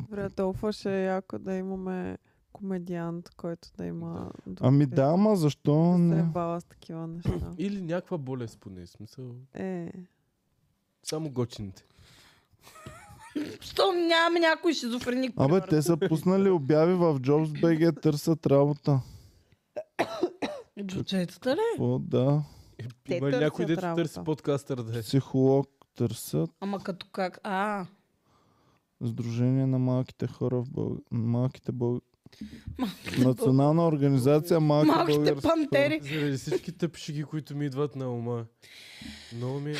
Speaker 2: Добре, толкова ще е яко да имаме комедиант, който да има... Е.
Speaker 1: Ами да, ама защо?
Speaker 2: Не.
Speaker 1: Не?
Speaker 2: е бала с такива неща.
Speaker 4: Или някаква болест поне, смисъл.
Speaker 2: Е,
Speaker 4: Само гочините.
Speaker 3: Що нямаме някой шизофреник?
Speaker 1: Абе,
Speaker 3: примерно?
Speaker 1: те са пуснали обяви в JobsBG, търсят работа.
Speaker 3: Джуджетата ли?
Speaker 1: О, да.
Speaker 2: Те
Speaker 4: Е, Има ли някой
Speaker 2: търсят
Speaker 4: дето
Speaker 2: работа.
Speaker 4: търси подкастър да е?
Speaker 1: Психолог търсят.
Speaker 3: Ама като как? А,
Speaker 1: Сдружение на малките хора в Бълг... малките Бълг... Национална организация малки
Speaker 3: малките
Speaker 1: български
Speaker 3: пантери.
Speaker 4: Заради всички тъпи шеги, които ми идват на ума. Много ми е...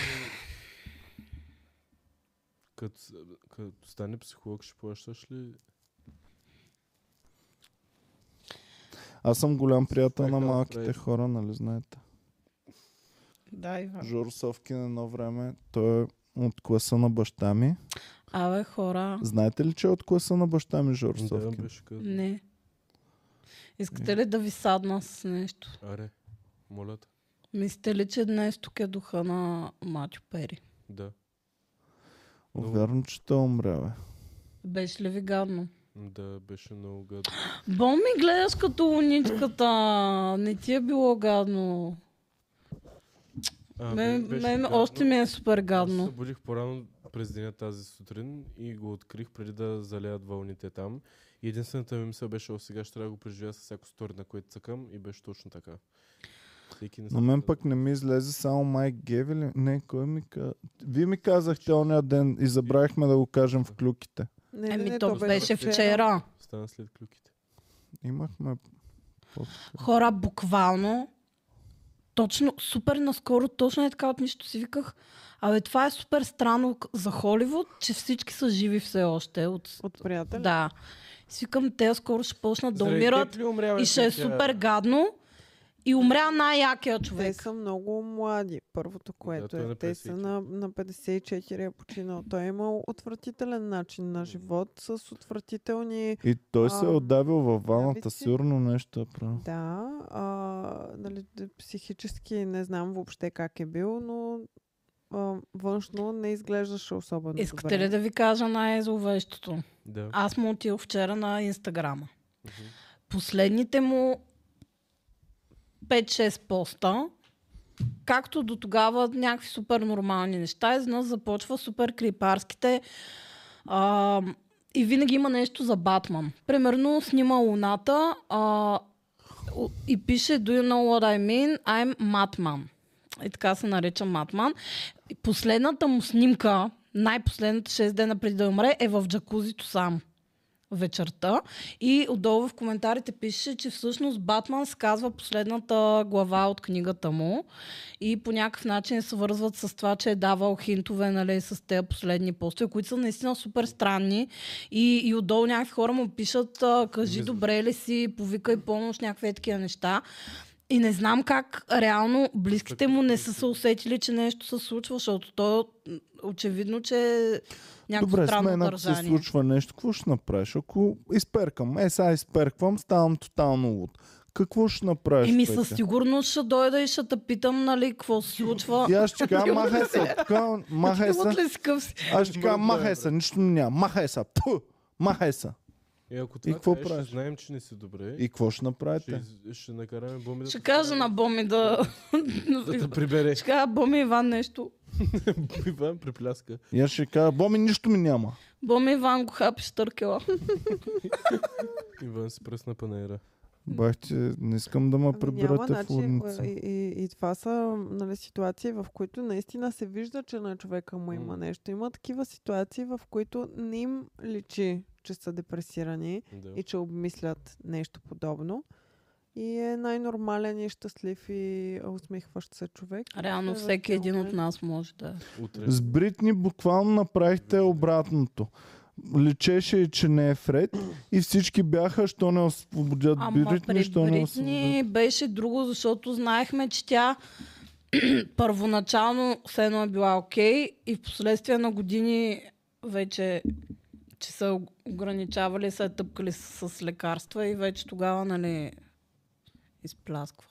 Speaker 4: Като, като стане психолог, ще плащаш ли?
Speaker 1: хора. Аз съм голям приятел
Speaker 4: Как
Speaker 1: на
Speaker 4: да
Speaker 1: малките
Speaker 4: направиш?
Speaker 1: хора, нали знаете.
Speaker 3: Да, Иван.
Speaker 1: Жор Совкин едно време, той е от класа на баща ми.
Speaker 3: Абе, хора.
Speaker 1: Знаете ли, че е от класа на баща ми Жор
Speaker 4: Да,
Speaker 1: Совкин?
Speaker 4: беше като...
Speaker 3: Не. Искате ли да ви садна с нещо?
Speaker 4: Аре, моля те.
Speaker 3: Мислите ли, че днес тук е духа на Матю Пери?
Speaker 4: Да.
Speaker 1: О, Вярно, че той е. умря, бе.
Speaker 3: Беше ли ви гадно?
Speaker 4: Да, беше много гадно.
Speaker 3: Бо ми гледаш като луничката. Не ти е било гадно.
Speaker 4: А,
Speaker 3: Мен,
Speaker 4: беше
Speaker 3: мен
Speaker 4: гадно.
Speaker 3: още ми е супер
Speaker 4: Аз
Speaker 3: гадно.
Speaker 4: се събудих по-рано през деня тази сутрин и го открих преди да залеят вълните там. И единствената ми мисъл беше, о, сега ще трябва да го преживя с всяко стори, на което цъкам и беше точно така. Всеки не
Speaker 1: На мен пък не ми излезе само Майк Гевели. Не, кой ми каза? Вие ми казахте ония ден и забравихме да го кажем в клюките.
Speaker 2: не, не,
Speaker 3: Еми,
Speaker 2: не,
Speaker 3: Ами то беше вчера.
Speaker 4: Стана след клюките.
Speaker 1: Имахме...
Speaker 3: Хора, буквално, точно, супер наскоро, точно е така от нищо си виках. Абе, това е супер странно к- за Холивуд, че всички са живи все още. От...
Speaker 2: От приятели?
Speaker 3: Да. Свикам, те скоро ще почнат да
Speaker 4: Заради
Speaker 3: умират
Speaker 4: теб ли умря, бе,
Speaker 3: и ще е
Speaker 4: тя?
Speaker 3: супер гадно. И умря най-якия
Speaker 2: Те
Speaker 3: човек.
Speaker 2: са много млади, първото което
Speaker 4: той е
Speaker 2: е.
Speaker 4: на
Speaker 2: Те са
Speaker 4: 54.
Speaker 2: на, на 54 е починал. Той е имал отвратителен начин на живот с отвратителни...
Speaker 1: И той се е
Speaker 2: А,
Speaker 1: отдавил във ваната,
Speaker 2: навици.
Speaker 1: сигурно нещо е правил.
Speaker 2: Да, а, нали, д- психически не знам въобще как е бил, но а, външно не изглеждаше особено
Speaker 3: Искате
Speaker 2: добре.
Speaker 3: ли да ви кажа най-зловещото?
Speaker 4: Да.
Speaker 3: Аз му отидох вчера на Инстаграма.
Speaker 4: Мгм.
Speaker 3: Последните му 5-6 поста, както до тогава някакви супер нормални неща, изнъж започва супер крипарските а, и винаги има нещо за Батман. Примерно снима луната а, у- и пише Do you know what I mean? I'm Matman. И така се нарича Матман. И Последната му снимка, най-последната 6 дена преди да умре, е в джакузито сам вечерта. И отдолу в коментарите пише, че всъщност Батман се казва последната глава от книгата му и по някакъв начин се вързват с това, че е давал хинтове нали, с тези последни постове, които са наистина супер странни. И, и отдолу някакви хора му пишат, а, кажи
Speaker 4: Мисля.
Speaker 3: добре ли си, повикай помощ, някакви е такива неща. И не знам как реално близките му не са се усетили, че нещо се случва, защото то м, очевидно, че е някакво
Speaker 1: Добре, с
Speaker 3: странно
Speaker 1: мен ако се
Speaker 3: държание.
Speaker 1: случва нещо, какво ще направиш? Ако изперкам, е сега изперквам, ставам тотално луд. Какво ще направиш?
Speaker 3: Еми
Speaker 1: Петя?
Speaker 3: Ами, със сигурност ще дойда и ще те питам, нали, какво се случва.
Speaker 1: И аз ще кажа, махай се, от тука, махай
Speaker 3: Ти луд
Speaker 1: се.
Speaker 3: е? ли е? си къв си?
Speaker 1: Аз ще кажа,
Speaker 4: Мръдна е,
Speaker 1: махай
Speaker 4: брат.
Speaker 1: се, нищо няма, махай се, пу, махай се.
Speaker 4: И ако това
Speaker 1: какво
Speaker 4: кажеш, ще
Speaker 1: правиш?
Speaker 4: знаем, че не си добре.
Speaker 1: И какво ще
Speaker 4: ще,
Speaker 1: направите?
Speaker 4: из- ще накараме Боми да...
Speaker 3: Ще
Speaker 4: те-
Speaker 3: кажа на Боми да...
Speaker 4: Да те прибере.
Speaker 3: Ще кажа, Боми Иван нещо.
Speaker 4: Иван припляска.
Speaker 1: И аз ще кажа, боми, нищо ми няма.
Speaker 3: Боми Иван го хапиш търкела.
Speaker 4: Иван си пръсна панера.
Speaker 1: Бах ти, не искам да ме
Speaker 2: Ами Няма,
Speaker 1: приберете в лудница.
Speaker 2: и, и, и това са нали, ситуации, в които наистина се вижда, че на човека му има
Speaker 4: М.
Speaker 2: нещо. Има такива ситуации, в които не им личи, че са депресирани
Speaker 4: Да.
Speaker 2: и че обмислят нещо подобно. И е най-нормален и щастлив и усмихващ се човек.
Speaker 3: Реално
Speaker 2: Е, в
Speaker 3: всеки
Speaker 2: този
Speaker 3: един от
Speaker 2: момент.
Speaker 3: нас може да... е.
Speaker 4: Утре.
Speaker 1: С Бритни буквално направихте обратното. Личеше и, че не е Фред и всички бяха, що не освободят
Speaker 3: Ама
Speaker 1: Бритни,
Speaker 3: при
Speaker 1: що не освободят.
Speaker 3: Бритни беше друго, защото знаехме, че тя първоначално все едно е била окей и в последствие на години вече че са ограничавали, са я тъпкали с, с лекарства и вече тогава, нали, изплясква.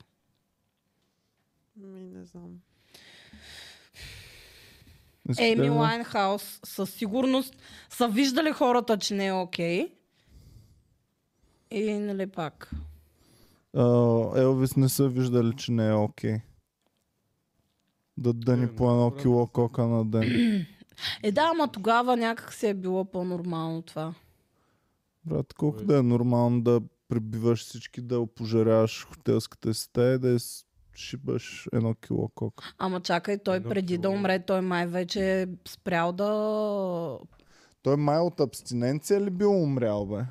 Speaker 2: Ми, не знам.
Speaker 1: Искате ли
Speaker 3: Еми
Speaker 1: да-
Speaker 3: Лайнхаус със сигурност са виждали хората, че не е окей. И нали пак.
Speaker 1: А, Елвис не са виждали, че не е окей. Да, да
Speaker 4: Е,
Speaker 1: ни
Speaker 4: много
Speaker 1: по едно
Speaker 4: добре.
Speaker 1: кило кока на ден.
Speaker 3: Е да, ама тогава някак си е било по-нормално това.
Speaker 1: Брат, колко да е нормално да прибиваш всички, да опожаряваш хотелската си стая и да е из- шибаш едно кило кока.
Speaker 3: Ама чакай, той
Speaker 4: Едно
Speaker 3: преди да
Speaker 4: кило.
Speaker 3: умре, той май вече е спрял да...
Speaker 1: Той май е от абстиненция ли бил умрял, бе?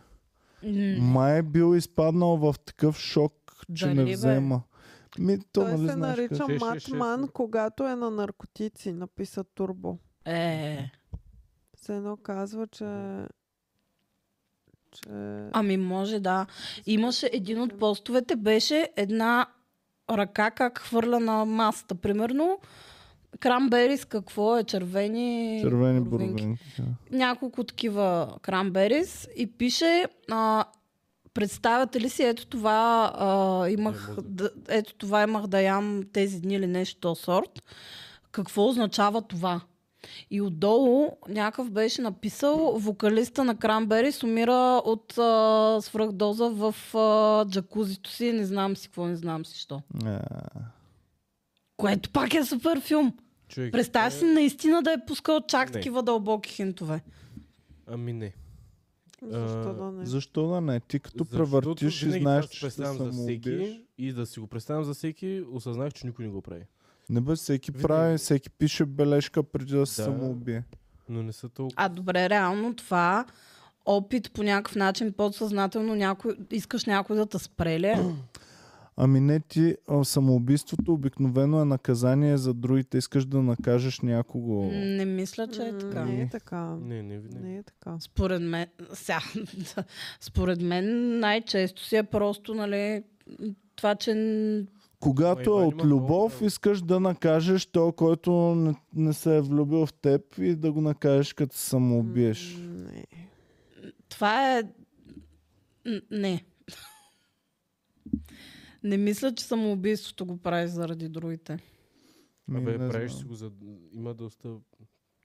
Speaker 3: М,
Speaker 1: Май е бил изпаднал в такъв шок, че
Speaker 3: Дали, бе?
Speaker 1: не взема. Ми, то,
Speaker 2: Той
Speaker 1: нали
Speaker 2: се
Speaker 1: знаеш как
Speaker 2: нарича
Speaker 4: Шеш, шеш, шеш,
Speaker 2: Матман,
Speaker 4: шеш.
Speaker 2: когато е на наркотици, написа Турбо.
Speaker 3: Е,
Speaker 2: Все едно казва, че... че...
Speaker 3: ами може да. Имаше един от постовете, беше една ръка как хвърля на масата. Примерно, крамберис какво е? Червени,
Speaker 1: Червени
Speaker 3: боровинки.
Speaker 1: бурвинки. да.
Speaker 3: няколко такива крамберис и пише а, представяте ли си, ето това а, имах,
Speaker 4: Не, може
Speaker 3: да, ето това имах да ям тези дни или нещо то сорт. Какво означава това? И отдолу някакъв беше написал, вокалиста на Кранберис умира от а, свръхдоза в а, джакузито си, не знам си какво, не знам си що.
Speaker 1: А,
Speaker 3: Което пак е супер филм.
Speaker 4: Човек,
Speaker 3: Представя
Speaker 4: е-
Speaker 3: си наистина да е пускал чак
Speaker 4: Не.
Speaker 3: такива дълбоки хинтове.
Speaker 4: Ами не.
Speaker 2: Защо
Speaker 4: а,
Speaker 2: да не?
Speaker 1: Защо да не? Ти като
Speaker 4: Защото
Speaker 1: превъртиш и
Speaker 4: винаги
Speaker 1: знаеш,
Speaker 4: това си
Speaker 1: че ще
Speaker 4: представям за
Speaker 1: самоубиеш.
Speaker 4: всеки и да си го представям за всеки, осъзнах, че никой не го прави.
Speaker 1: Не бе, всеки
Speaker 4: Винаги.
Speaker 1: прави, всеки пише бележка преди да се
Speaker 4: Да.
Speaker 1: самоубие.
Speaker 4: Но не са толкова.
Speaker 3: А добре, реално това опит по някакъв начин, подсъзнателно някой, искаш някой да те спреле.
Speaker 1: Ами не ти, а, самоубийството обикновено е наказание за другите. Искаш да накажеш някого.
Speaker 3: Не мисля, че е
Speaker 2: М,
Speaker 3: така.
Speaker 2: Не е така.
Speaker 4: Не, не, не.
Speaker 2: Не е така.
Speaker 3: Според мен, сега, според мен най-често си е просто, нали, това, че н-
Speaker 1: Когато
Speaker 4: Ама
Speaker 1: е
Speaker 4: има
Speaker 1: от
Speaker 4: много
Speaker 1: любов,
Speaker 4: правила.
Speaker 1: искаш да накажеш то, който не, не се е влюбил в теб и да го накажеш като се самоубиеш.
Speaker 2: М, Не.
Speaker 3: това е... н- Не. Не мисля, че самоубийството го прави заради другите.
Speaker 1: Ми,
Speaker 4: Абе,
Speaker 1: Ами, не
Speaker 4: правиш
Speaker 1: знам.
Speaker 4: си го за... Има доста...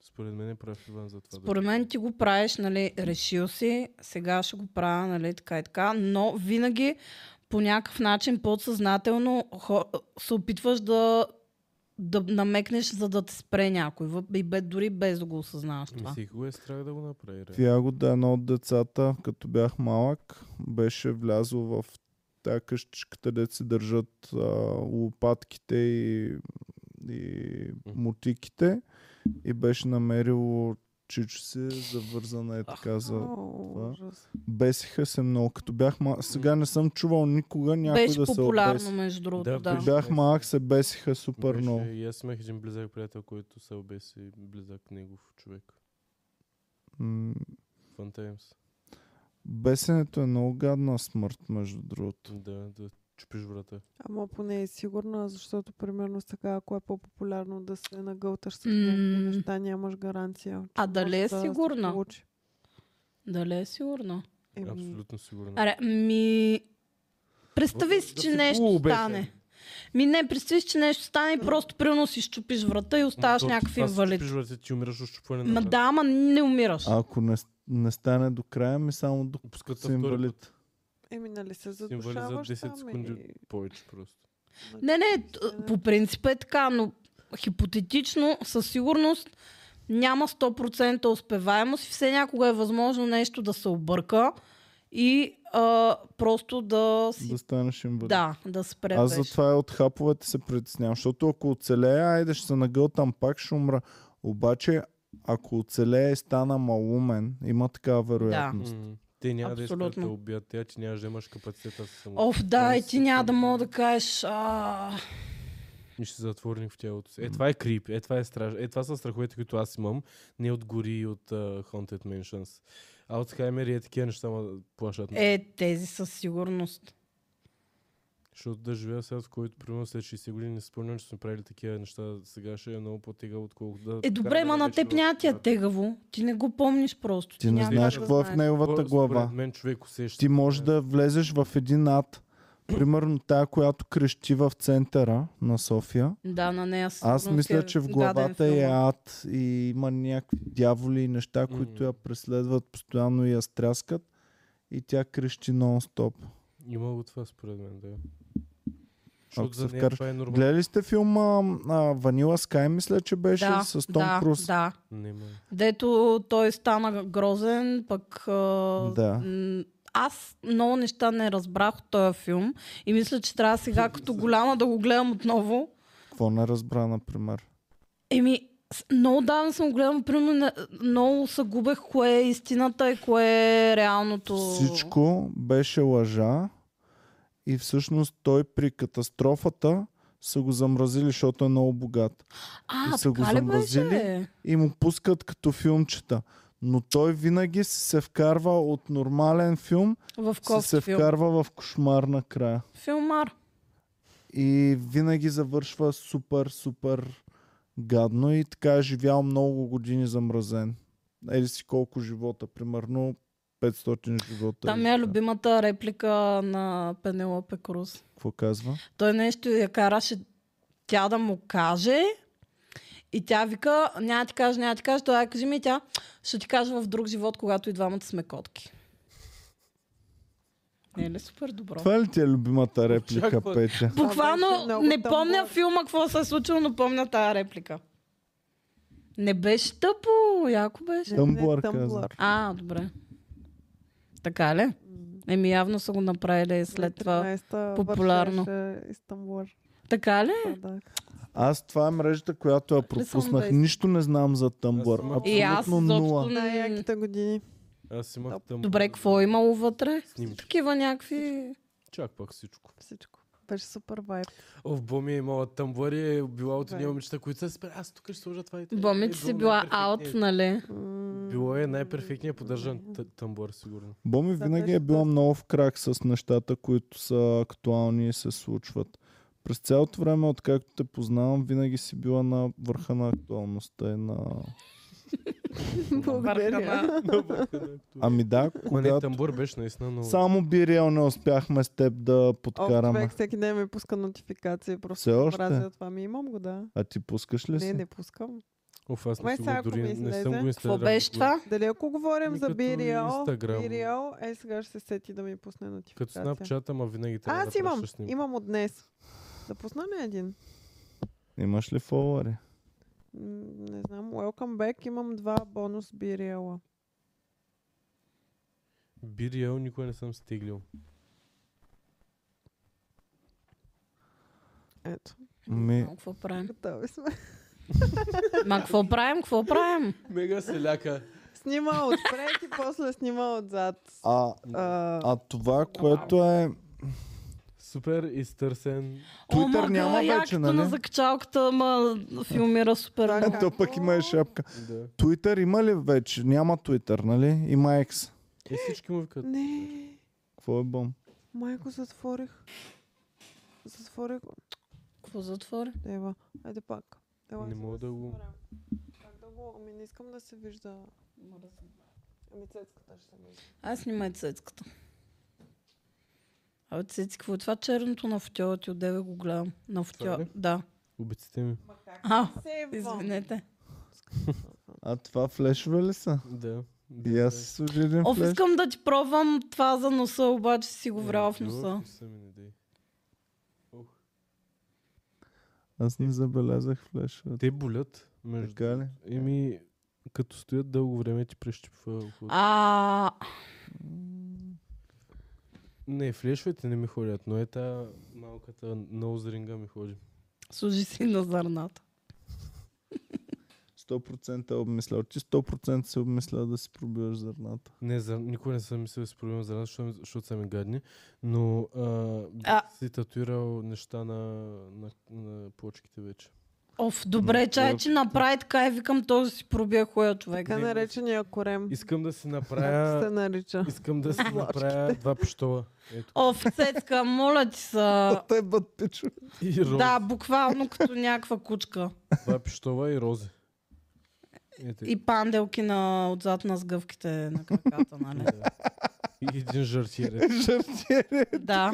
Speaker 4: Според мен е прав Иван за това. да
Speaker 3: Според
Speaker 4: го
Speaker 3: мен ти го правиш, нали, решил си, сега ще го правя, нали, така и така, но винаги по някакъв начин подсъзнателно хо- се опитваш да, да намекнеш, за да те спре някой. въп- И бе, дори без да го осъзнаваш
Speaker 4: Ми
Speaker 1: Ами
Speaker 3: това.
Speaker 4: си го е страх да го направи. реално.
Speaker 1: Тяго да е едно от децата, като бях малък, беше влязъл в тая къщичка, където се държат а, лопатките и, и мутиките и беше намерило чичо си, завързана е така за...
Speaker 2: О,
Speaker 1: това.
Speaker 2: ужас.
Speaker 1: Бесиха се много, като бях малък. Сега не съм чувал никога някой
Speaker 3: Беше
Speaker 1: да се
Speaker 3: популярно,
Speaker 1: обеси.
Speaker 3: между другото, да.
Speaker 4: Да,
Speaker 1: Като
Speaker 4: беше.
Speaker 3: да.
Speaker 1: бях малък, се бесиха е супер
Speaker 4: Беше-
Speaker 1: много.
Speaker 4: И аз имах един близък приятел, който се обеси близък негов човек.
Speaker 1: М,
Speaker 4: Fun times.
Speaker 1: Бесенето е много гадна смърт, между другото.
Speaker 4: Да, да чупиш врата.
Speaker 2: Ама поне е сигурна, защото примерно сега, ако е по-популярно да се нагълташ с
Speaker 3: М.
Speaker 2: някакви неща, нямаш гаранция. че
Speaker 3: А дали е
Speaker 2: може да се
Speaker 3: сигурна?
Speaker 2: получи.
Speaker 3: Дали е сигурно?
Speaker 2: Еми,
Speaker 4: Абсолютно сигурно.
Speaker 3: Аре, ми... Представи си,
Speaker 4: Да
Speaker 3: че
Speaker 4: си
Speaker 3: нещо
Speaker 4: полуобесен.
Speaker 3: стане. Ми не, представи си, че нещо стане и просто приноси си щупиш врата и оставаш
Speaker 4: Ама то-
Speaker 3: някакъв
Speaker 4: това си
Speaker 3: инвалид.
Speaker 4: Чупиш врата, ти умираш от чупване на
Speaker 3: Ма
Speaker 4: врата.
Speaker 3: да, ама не умираш.
Speaker 1: А ако не, не стане до края, ми само до
Speaker 4: Пускат те
Speaker 1: си
Speaker 4: втори път
Speaker 1: инвалид.
Speaker 2: Еми, нали се
Speaker 4: инвалид за
Speaker 2: задушаваш
Speaker 4: 10
Speaker 2: там
Speaker 4: секунди.
Speaker 2: и- нали,
Speaker 4: повече просто.
Speaker 3: Не, не, т- по принцип е така, но хипотетично, със сигурност няма 100% успеваемост и все някога е възможно нещо да се обърка и а, просто да си...
Speaker 1: Да станеш инвалид.
Speaker 3: Да, да спре
Speaker 1: Аз
Speaker 3: беше.
Speaker 1: затова и от хаповете се притеснявам, защото ако оцелея, айде ще се нагълтам, пак ще умра. Обаче, ако оцелея и стана малумен, има такава вероятност.
Speaker 4: М, Те няма да искат да
Speaker 3: Абсолютно.
Speaker 4: убият, тя ти няма да имаш капацитета да се само.
Speaker 3: Оф, да, и ти
Speaker 4: Супер.
Speaker 3: няма да мога да кажеш... А...
Speaker 4: И ще се затворник в тялото си. Е, това е крип, е, това е страшно. Е, това са страховете, които аз имам. Не от гори и от uh, Haunted Mansions. Алцхаймер и е такива неща ме плашат. ме.
Speaker 3: Е, тези със сигурност.
Speaker 4: Защото да живея сега, в който примерно след 60 години не си спомням, че сме правили такива неща, сега ще е много по-тегаво, отколкото да...
Speaker 3: Е, добре, ма на теб няма ти е тегаво. Ти не го помниш просто.
Speaker 1: Ти не
Speaker 3: няма
Speaker 1: знаеш
Speaker 3: как да
Speaker 1: какво е в
Speaker 3: знаеш.
Speaker 1: неговата глава.
Speaker 4: Според мен човек усеща.
Speaker 1: Ти можеш
Speaker 4: Да.
Speaker 1: да влезеш в един ад. Примерно тая, която крещи в центъра на София.
Speaker 3: Да, на нея
Speaker 1: Аз
Speaker 3: сигурно ти
Speaker 1: мисля,
Speaker 3: е
Speaker 1: че в
Speaker 3: гаден
Speaker 1: главата е
Speaker 3: филм.
Speaker 1: ад и има някакви дяволи и неща, които
Speaker 4: М.
Speaker 1: я преследват постоянно и я стряскат. и тя крещи нон-стоп.
Speaker 4: Има го това според мен, да.
Speaker 1: Ако
Speaker 4: Защото
Speaker 1: се
Speaker 4: за нея
Speaker 1: вкараш-
Speaker 4: това е нормално.
Speaker 1: Гледали сте филма а, Ванила Скай, мисля, че беше
Speaker 3: да,
Speaker 1: с Том
Speaker 3: да,
Speaker 1: Круз.
Speaker 3: да.
Speaker 4: Не, ма.
Speaker 3: Дето той стана грозен, пък... а,
Speaker 1: Да.
Speaker 3: м, Аз много неща не разбрах от този филм и мисля, че трябва сега като голяма да го гледам отново.
Speaker 1: Какво не разбра, например?
Speaker 3: Еми, с- много давно съм го гледам, примерно, не- много се губех кое е истината и кое е реалното.
Speaker 1: Всичко беше лъжа и всъщност той при катастрофата са го замразили, защото е много богат.
Speaker 3: А,
Speaker 1: И са го
Speaker 3: така ли
Speaker 1: замразили.
Speaker 3: беше?
Speaker 1: и му пускат като филмчета. Но той винаги си се вкарва от нормален филм,
Speaker 3: В
Speaker 1: си
Speaker 3: кофти
Speaker 1: се
Speaker 3: филм.
Speaker 1: вкарва в кошмар накрая.
Speaker 3: Филмар.
Speaker 1: И винаги завършва супер, супер гадно и така е живял много години замразен. Ели си колко живота, примерно 500 живота.
Speaker 3: Там
Speaker 1: или
Speaker 3: е
Speaker 1: така.
Speaker 3: любимата реплика на Пенелопе Круз.
Speaker 1: Какво казва?
Speaker 3: Той нещо я караше тя да му каже и тя вика, няма ти кажа, няма ти кажа, той я кажи ми и тя, ще ти кажа в друг живот, когато и двамата сме котки. Не е ли супер добро?
Speaker 1: Това ли ти е любимата реплика,
Speaker 4: Очаквах.
Speaker 1: Петя?
Speaker 2: Това беше
Speaker 3: Буквално
Speaker 2: много
Speaker 3: не помня
Speaker 2: тъмбор.
Speaker 3: филма какво се е случило, но помня тая реплика. Не беше тъпо, яко беше.
Speaker 2: Не,
Speaker 1: Тъмблър
Speaker 2: не,
Speaker 1: каза.
Speaker 2: Тъмблър.
Speaker 3: А, добре. Така ли?
Speaker 2: М. Ами, е.
Speaker 3: Еми явно са го направили след това.
Speaker 2: 13-та
Speaker 3: популярно.
Speaker 2: вършеше Истанбул.
Speaker 3: Така ли?
Speaker 2: Да, да.
Speaker 1: Аз това е мрежата, която я пропуснах.
Speaker 3: бейсик.
Speaker 1: Нищо не знам за Тъмблър.
Speaker 4: Аз съм-
Speaker 1: Абсолютно
Speaker 3: И аз
Speaker 1: нула.
Speaker 3: изобщо не...
Speaker 2: Най-яките години.
Speaker 4: Аз имах
Speaker 2: Топ.
Speaker 4: там...
Speaker 3: Добре, какво е имало вътре?
Speaker 4: Снимки.
Speaker 3: Такива някакви...
Speaker 4: Чак пак всичко.
Speaker 2: Всичко. Беше супер вайб.
Speaker 4: О, в Боми е имала тамбър и е била от едни
Speaker 2: Да.
Speaker 4: момичета, които са спря. Аз тук ще сложа това и това.
Speaker 3: Боми,
Speaker 4: Е,
Speaker 3: ти
Speaker 4: било
Speaker 3: си била аут,
Speaker 4: най-перфектният-
Speaker 3: нали?
Speaker 2: М,
Speaker 4: Било е най-перфектният поддържан тъ- тамбър, сигурно.
Speaker 1: Боми
Speaker 2: Да,
Speaker 1: винаги е
Speaker 2: беше
Speaker 1: била
Speaker 2: доста.
Speaker 1: много в крак с нещата, които са актуални и се случват. През цялото време, откакто те познавам, винаги си била на върха на актуалността и на...
Speaker 2: Благодаря.
Speaker 4: е
Speaker 1: Ами да,
Speaker 4: Ма не,
Speaker 1: когато...
Speaker 4: тамбър беше наистина много...
Speaker 1: Само Бирил не успяхме с теб да
Speaker 2: О,
Speaker 1: подкараме.
Speaker 2: човек всеки ден ми пуска нотификации. Просто
Speaker 1: Все още?
Speaker 2: забравя за това ми имам го, да.
Speaker 1: А ти пускаш ли
Speaker 2: Не,
Speaker 1: си?
Speaker 2: не пускам.
Speaker 4: Оф, аз не
Speaker 2: Май
Speaker 4: си
Speaker 2: сега,
Speaker 4: го
Speaker 2: ако
Speaker 4: дори
Speaker 2: ми
Speaker 4: не съм
Speaker 2: излезе.
Speaker 4: го
Speaker 3: Какво
Speaker 4: инсталирал.
Speaker 3: беше това?
Speaker 2: Дали ако говорим
Speaker 4: Ми
Speaker 2: за
Speaker 4: Ами като
Speaker 2: BRL,
Speaker 4: Instagram.
Speaker 2: BRL, е сега ще се сети да ми пусне
Speaker 4: Като
Speaker 2: нотификация.
Speaker 4: снапчата, ма винаги трябва
Speaker 2: а,
Speaker 4: да
Speaker 2: аз имам.
Speaker 4: пращаш снимки.
Speaker 2: Имам от днес. Да пусна ли един?
Speaker 1: Имаш ли фолуари?
Speaker 2: М, Не знам. Welcome back. Имам два бонус BRL.
Speaker 4: BRL никога не съм стиглил.
Speaker 2: Ето.
Speaker 1: Ми,
Speaker 3: Ма, Какво правим?
Speaker 2: Готови сме.
Speaker 3: Ма какво правим? Какво правим?
Speaker 4: Мега се ляка.
Speaker 2: Снима отпред и после снима отзад.
Speaker 1: а,
Speaker 2: А,
Speaker 1: а това, което е...
Speaker 4: Супер изтърсен.
Speaker 1: Twitter
Speaker 3: Ма,
Speaker 1: няма
Speaker 3: да,
Speaker 1: вече,
Speaker 3: якото
Speaker 1: нали?
Speaker 3: на закачалката, ма филмира супер.
Speaker 2: Да,
Speaker 3: много.
Speaker 2: как?
Speaker 1: То пък има и шапка.
Speaker 4: Да.
Speaker 1: Twitter има ли вече? Няма Twitter, нали? Има X.
Speaker 4: И Е, всички му викат.
Speaker 2: Не.
Speaker 1: Какво е бом?
Speaker 2: Майко, затворих. Затворих. го.
Speaker 3: Какво затвори?
Speaker 2: Ева. Айде пак. Ева,
Speaker 4: Не
Speaker 2: сега
Speaker 4: мога да
Speaker 2: се
Speaker 4: го-
Speaker 2: затворям. Как да го... Ами не искам да се вижда. Ами цецката ще се вижда.
Speaker 3: Аз снимай цецката. Абе, цеци, какво е това черното на футиола ти? Отдеве го гледам. На
Speaker 4: ли?
Speaker 3: футиола. Да.
Speaker 4: Обиците ми.
Speaker 3: А,
Speaker 2: Сейвам.
Speaker 3: извинете.
Speaker 1: А това флешове ли са?
Speaker 4: Да.
Speaker 1: И аз си служи един
Speaker 3: Оф,
Speaker 1: флеш.
Speaker 3: искам да ти пробвам това за носа, обаче си го
Speaker 4: Е,
Speaker 3: врял в носа.
Speaker 1: Аз не забелязах флешовете.
Speaker 4: Те болят. е. Между...
Speaker 1: Така ли?
Speaker 4: Еми, като стоят дълго време, ти прещипва. ухото.
Speaker 3: А,
Speaker 4: Не, флешовете не ми ходят, но е та малката ноузринга ми ходи.
Speaker 3: служи си на зърната.
Speaker 1: 100% е обмислял. Ти 100% се обмисля да си пробиваш зърната.
Speaker 4: Не, за... никога не съм мислил да си проблема за нас, защото, защото са ми гадни, но а,
Speaker 3: А.
Speaker 4: а... си татуирал неща на, на, на плочките вече.
Speaker 3: Оф, добре,
Speaker 2: е,
Speaker 3: чай, че направи така и викам този си пробия хуя човек.
Speaker 2: Така наречения корем.
Speaker 4: Искам да си
Speaker 2: Както се
Speaker 4: направя...
Speaker 2: нарича.
Speaker 4: Искам да си направя два пиштола. Ето.
Speaker 3: Оф, Цецка, моля ти са.
Speaker 1: Той бъд пичо.
Speaker 4: И рози.
Speaker 3: Да, буквално като някаква кучка.
Speaker 4: Два пиштола и рози. Ето.
Speaker 3: И панделки на отзад на сгъвките на краката, нали?
Speaker 4: Да. И един жартиер.
Speaker 3: Да,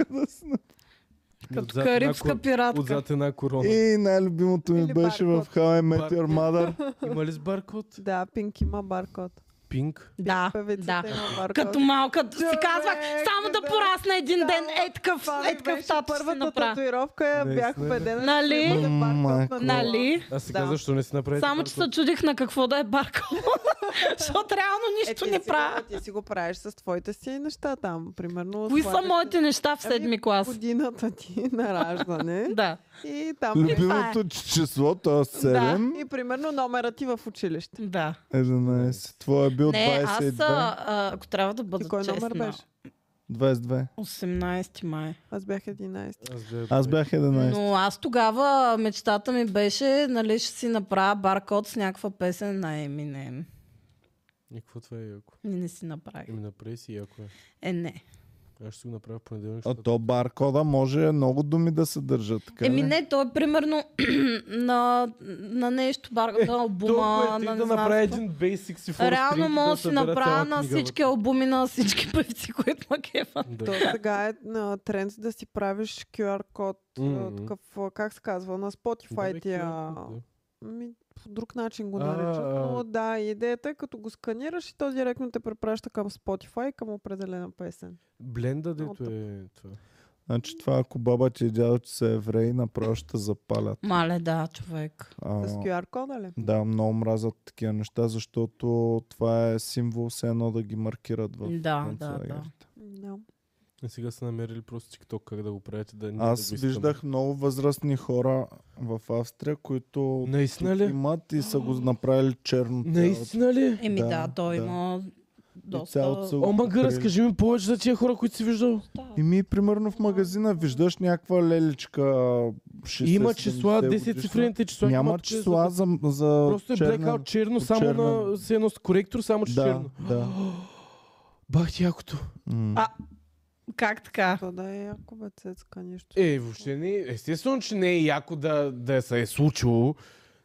Speaker 3: като
Speaker 4: Отзад една
Speaker 3: карибска
Speaker 4: кор-
Speaker 3: пиратка.
Speaker 4: Отзад една корона.
Speaker 1: И най-любимото ми
Speaker 2: Или
Speaker 1: беше в
Speaker 2: баркод.
Speaker 1: How I Met Your Mother.
Speaker 4: Има ли с баркод?
Speaker 2: Да, Пинк има баркод.
Speaker 4: Пинк.
Speaker 3: Да,
Speaker 2: Певицата
Speaker 3: да.
Speaker 2: има баркод.
Speaker 3: Като малка си
Speaker 2: Човек,
Speaker 3: казвах, само да
Speaker 2: да.
Speaker 3: порасна един ден,
Speaker 2: Само
Speaker 3: е такъв,
Speaker 2: Това ми
Speaker 3: е такъв
Speaker 2: беше
Speaker 3: тату си
Speaker 2: първата
Speaker 3: направя.
Speaker 2: татуировка,
Speaker 4: Наистина
Speaker 2: бях
Speaker 4: ли?
Speaker 2: убедена, че
Speaker 3: Нали?
Speaker 2: ще бъде баркод е, на
Speaker 1: Мако.
Speaker 2: кола.
Speaker 3: Нали?
Speaker 4: А сега
Speaker 2: Да.
Speaker 4: защо не си направи?
Speaker 3: Само, че се чудих на какво да е баркал. Защото реално
Speaker 2: Е,
Speaker 3: нищо
Speaker 2: ти
Speaker 3: не
Speaker 2: си
Speaker 3: правя.
Speaker 2: го- Ти си го правиш с твоите си неща там, примерно.
Speaker 3: Кои са
Speaker 2: слагаш
Speaker 3: моите неща в
Speaker 2: Ами,
Speaker 3: седми клас?
Speaker 2: годината ти на раждане
Speaker 3: Да.
Speaker 2: и
Speaker 3: Ами
Speaker 2: там е-
Speaker 1: Любимото ти число, то е 7,
Speaker 2: и примерно номера ти в училище.
Speaker 3: Да.
Speaker 1: 11. Твой е бил
Speaker 3: Не, аз,
Speaker 1: 22.
Speaker 3: а, а, ако трябва да бъда
Speaker 2: Ти кой номер
Speaker 3: честна,
Speaker 2: беше?
Speaker 1: 22.
Speaker 3: 18 май.
Speaker 2: Аз бях 11.
Speaker 1: Аз бях 11.
Speaker 3: Но аз тогава мечтата ми беше, нали, ще си направя баркод с някаква песен на Eminem.
Speaker 4: Никакво това е яко.
Speaker 3: И не си направих.
Speaker 4: Ими направи си яко е.
Speaker 3: Е, не.
Speaker 4: Аз ще го направя в понеделник.
Speaker 1: А
Speaker 4: защото-
Speaker 1: то баркода може много думи да се държат. Така,
Speaker 3: Еми
Speaker 1: ли?
Speaker 3: не, той е примерно на, на нещо, бар, на албума,
Speaker 4: Толкова е ти
Speaker 3: на
Speaker 4: да
Speaker 3: не знам
Speaker 4: направя
Speaker 3: какво.
Speaker 4: един basic си
Speaker 3: Реално мога да си направя на всички албуми на всички певци, които ма кефа.
Speaker 4: Да.
Speaker 2: То сега е на тренд да си правиш QR код,
Speaker 4: Мгм.
Speaker 2: mm-hmm. такъв, а, как се казва, на
Speaker 4: Да,
Speaker 2: Spotify
Speaker 3: е
Speaker 4: бе,
Speaker 2: да, тия.
Speaker 4: кюлно, да.
Speaker 2: Ми, Ами, по друг начин го
Speaker 4: А,
Speaker 2: наричат,
Speaker 4: а.
Speaker 2: но да, идеята е като го сканираш и то директно те препраща към Spotify, към определена песен.
Speaker 4: Бленда,
Speaker 2: Много
Speaker 4: дето е това.
Speaker 1: Значи това, ако баба ти и дядо ти са евреи, направо ще запалят.
Speaker 3: Мале, да, човек.
Speaker 1: А,
Speaker 2: С QR кода ли?
Speaker 1: да, много мразят такива неща, защото това е символ, все едно да ги маркират в
Speaker 3: Да, да,
Speaker 1: концлагерите.
Speaker 3: да.
Speaker 2: Да.
Speaker 4: И сега са намерили просто TikTok как да го правите. Да, ние
Speaker 1: Аз
Speaker 4: да го искаме.
Speaker 1: виждах много възрастни хора в Австрия, които
Speaker 4: Наистина ли?
Speaker 1: имат и са го направили черно. цялото.
Speaker 4: Наистина ли?
Speaker 3: Еми
Speaker 1: Да,
Speaker 3: да, той
Speaker 1: да.
Speaker 3: има
Speaker 1: И цялото
Speaker 3: доста...
Speaker 1: са го
Speaker 4: О, мага,
Speaker 1: покрили.
Speaker 4: разкажи ми повече за тия хора, които си виждал.
Speaker 3: Да.
Speaker 1: И ми, примерно, в магазина виждаш някаква леличка. 60,
Speaker 4: Има числа, 10
Speaker 1: годишна.
Speaker 4: цифрените числа.
Speaker 1: Няма
Speaker 4: има тук,
Speaker 1: числа за, за
Speaker 4: Просто е
Speaker 1: черна.
Speaker 4: блекал черно, само
Speaker 1: черна.
Speaker 4: на все едно с коректор, само че
Speaker 1: Да,
Speaker 4: черно.
Speaker 1: да.
Speaker 4: Бах ти якото.
Speaker 1: М.
Speaker 3: А, Как така?
Speaker 2: То да е яко бе цецка нищо.
Speaker 4: Е, въобще не. Естествено, че не е яко да, да се е случило,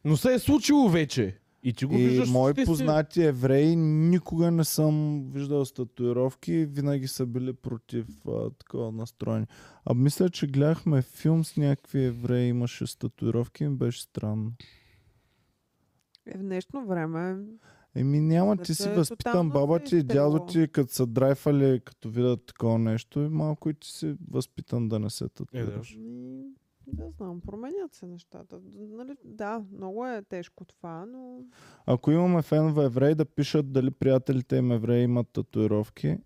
Speaker 4: но се е случило вече. И ти го
Speaker 1: И
Speaker 4: виждаш.
Speaker 1: мои
Speaker 4: с тези-
Speaker 1: познати евреи никога не съм виждал с татуировки, винаги са били против а, такова настроение. А мисля, че гледахме филм с някакви евреи, имаше с татуировки, им беше странно.
Speaker 2: Е, в днешно време
Speaker 1: Еми няма,
Speaker 2: Да,
Speaker 1: ти си
Speaker 2: то е
Speaker 1: възпитан
Speaker 2: тотално
Speaker 1: баба ти и дядо
Speaker 2: изтегло.
Speaker 1: ти, като са драйфали, като видят такова нещо, и малко и ти си възпитан да не се
Speaker 4: Е,
Speaker 1: татуираш.
Speaker 2: Ми, да знам, променят се нещата. Д- Нали, да, много е тежко това, но
Speaker 1: Ако имаме фенове евреи, да пишат дали приятелите им евреи имат татуировки